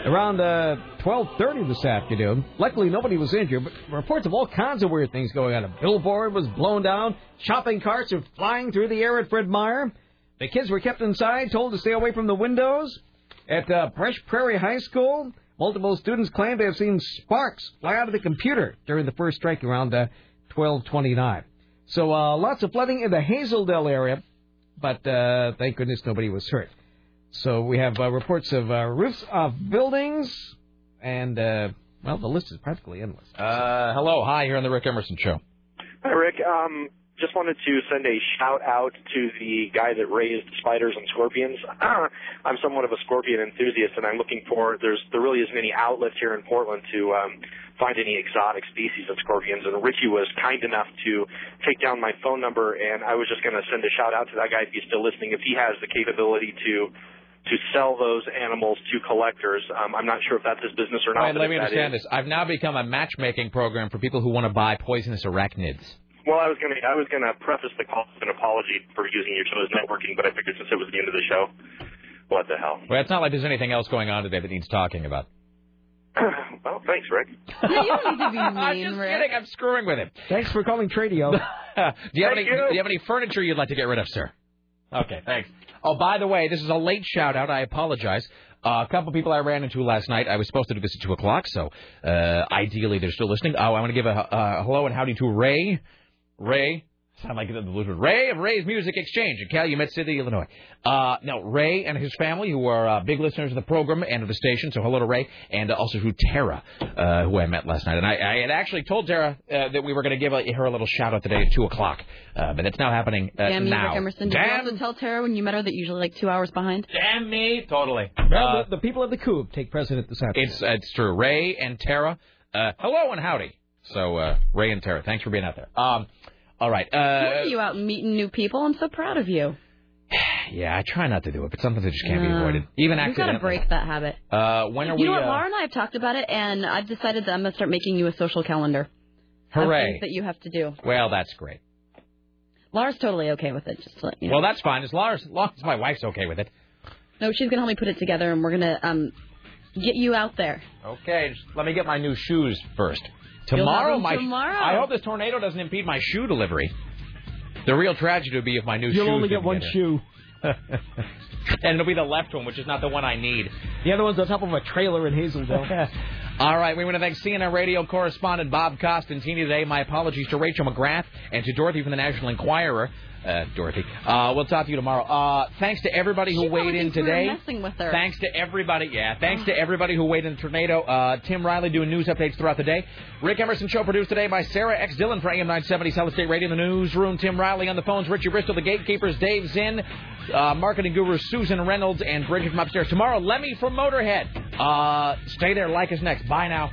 Speaker 8: around uh, 12.30 this afternoon. Luckily, nobody was injured, but reports of all kinds of weird things going on. A billboard was blown down. Shopping carts are flying through the air at Fred Meyer. The kids were kept inside, told to stay away from the windows. At uh, Fresh Prairie High School, multiple students claim they have seen sparks fly out of the computer during the first strike around uh, 1229. So uh, lots of flooding in the Hazeldale area, but uh, thank goodness nobody was hurt. So we have uh, reports of uh, roofs of buildings, and uh, well, the list is practically endless.
Speaker 4: Uh, hello, hi, here on the Rick Emerson Show.
Speaker 11: Hi, Rick. Um, just wanted to send a shout out to the guy that raised spiders and scorpions. I'm somewhat of a scorpion enthusiast, and I'm looking for there's there really isn't any outlets here in Portland to um, find any exotic species of scorpions. And Richie was kind enough to take down my phone number, and I was just going to send a shout out to that guy if he's still listening, if he has the capability to. To sell those animals to collectors. Um, I'm not sure if that's his business or not.
Speaker 4: Wait,
Speaker 11: but
Speaker 4: let
Speaker 11: if
Speaker 4: me
Speaker 11: that
Speaker 4: understand
Speaker 11: is-
Speaker 4: this. I've now become a matchmaking program for people who want to buy poisonous arachnids.
Speaker 11: Well, I was gonna I was gonna preface the call with an apology for using your show's networking, but I figured since it was the end of the show, what the hell?
Speaker 4: Well, it's not like there's anything else going on today that needs talking about.
Speaker 11: well, thanks, Rick.
Speaker 4: I'm just kidding. I'm screwing with him.
Speaker 8: Thanks for calling Tradio.
Speaker 4: do, you have any, do you have any furniture you'd like to get rid of, sir? Okay, thanks. Oh, by the way, this is a late shout out. I apologize. Uh, a couple people I ran into last night. I was supposed to do this at 2 o'clock, so uh, ideally they're still listening. Oh, I want to give a uh, hello and howdy to Ray. Ray. Sound like the Lutheran. Ray of Ray's Music Exchange in Calumet City, Illinois. Uh, no, Ray and his family, who are uh, big listeners of the program and of the station, so hello to Ray, and also to Tara, uh, who I met last night. And I, I had actually told Tara uh, that we were going to give a, her a little shout out today at 2 o'clock, uh, but that's now happening uh,
Speaker 5: Damn you,
Speaker 4: now.
Speaker 5: Rick Emerson. Did
Speaker 4: Damn
Speaker 5: you also tell Tara when you met her that usually like two hours behind?
Speaker 4: Damn me, totally. Uh,
Speaker 8: Well, the, the people of the Coob take precedent this afternoon.
Speaker 4: It's it's true. Ray and Tara. Uh, hello and howdy. So uh, Ray and Tara, thanks for being out there. Um, all right.
Speaker 5: Why
Speaker 4: Uh,
Speaker 5: are you out meeting new people? I'm so proud of you.
Speaker 4: yeah, I try not to do it, but sometimes it just can't be
Speaker 5: No.
Speaker 4: avoided. Even
Speaker 5: Mm. We've got to
Speaker 4: accidentally.
Speaker 5: break that habit.
Speaker 4: Uh, when are
Speaker 5: you
Speaker 4: we?
Speaker 5: know what?
Speaker 4: uh,
Speaker 5: Laura and I have talked about it, and I've decided that I'm gonna start making you a social calendar. of
Speaker 4: hooray!
Speaker 5: things that you have to do.
Speaker 4: Well, that's great.
Speaker 5: Laura's totally okay with it. Just to let you know.
Speaker 4: Well, that's fine. As long as, as long as my wife's okay with it.
Speaker 5: no, she's gonna help me put it together, and we're gonna um get you out there.
Speaker 4: Okay, just let me get my new shoes first.
Speaker 5: You'll have
Speaker 4: Tomorrow,
Speaker 5: them
Speaker 4: my
Speaker 5: tomorrow.
Speaker 4: I hope this tornado doesn't impede my shoe delivery. The real tragedy would be if my new
Speaker 8: You'll
Speaker 4: shoes
Speaker 8: only get
Speaker 4: didn't
Speaker 8: one
Speaker 4: in.
Speaker 8: shoe.
Speaker 4: and it'll be the left one, which is not the one I need.
Speaker 8: The other one's on top of a trailer in Hazeldale.
Speaker 4: All right, we want to thank CNN radio correspondent Bob Costantini today. My apologies to Rachel McGrath and to Dorothy from the National Enquirer. Uh, Dorothy, uh, we'll talk to you tomorrow. Uh, thanks to everybody who
Speaker 5: She probably
Speaker 4: weighed in
Speaker 5: thinks we were
Speaker 4: today.
Speaker 5: messing with her.
Speaker 4: Thanks to everybody. Yeah, thanks to everybody who weighed in the tornado. Uh, Tim Riley doing news updates throughout the day. Rick Emerson show produced today by Sarah X Dillon for AM 970 Solid State Radio. The newsroom. Tim Riley on the phones. Richie Bristol, the gatekeepers. Dave Zinn, uh, marketing guru Susan Reynolds, and Bridget from upstairs. Tomorrow, Lemmy from Motorhead. Uh, stay there. Like us next. Bye now.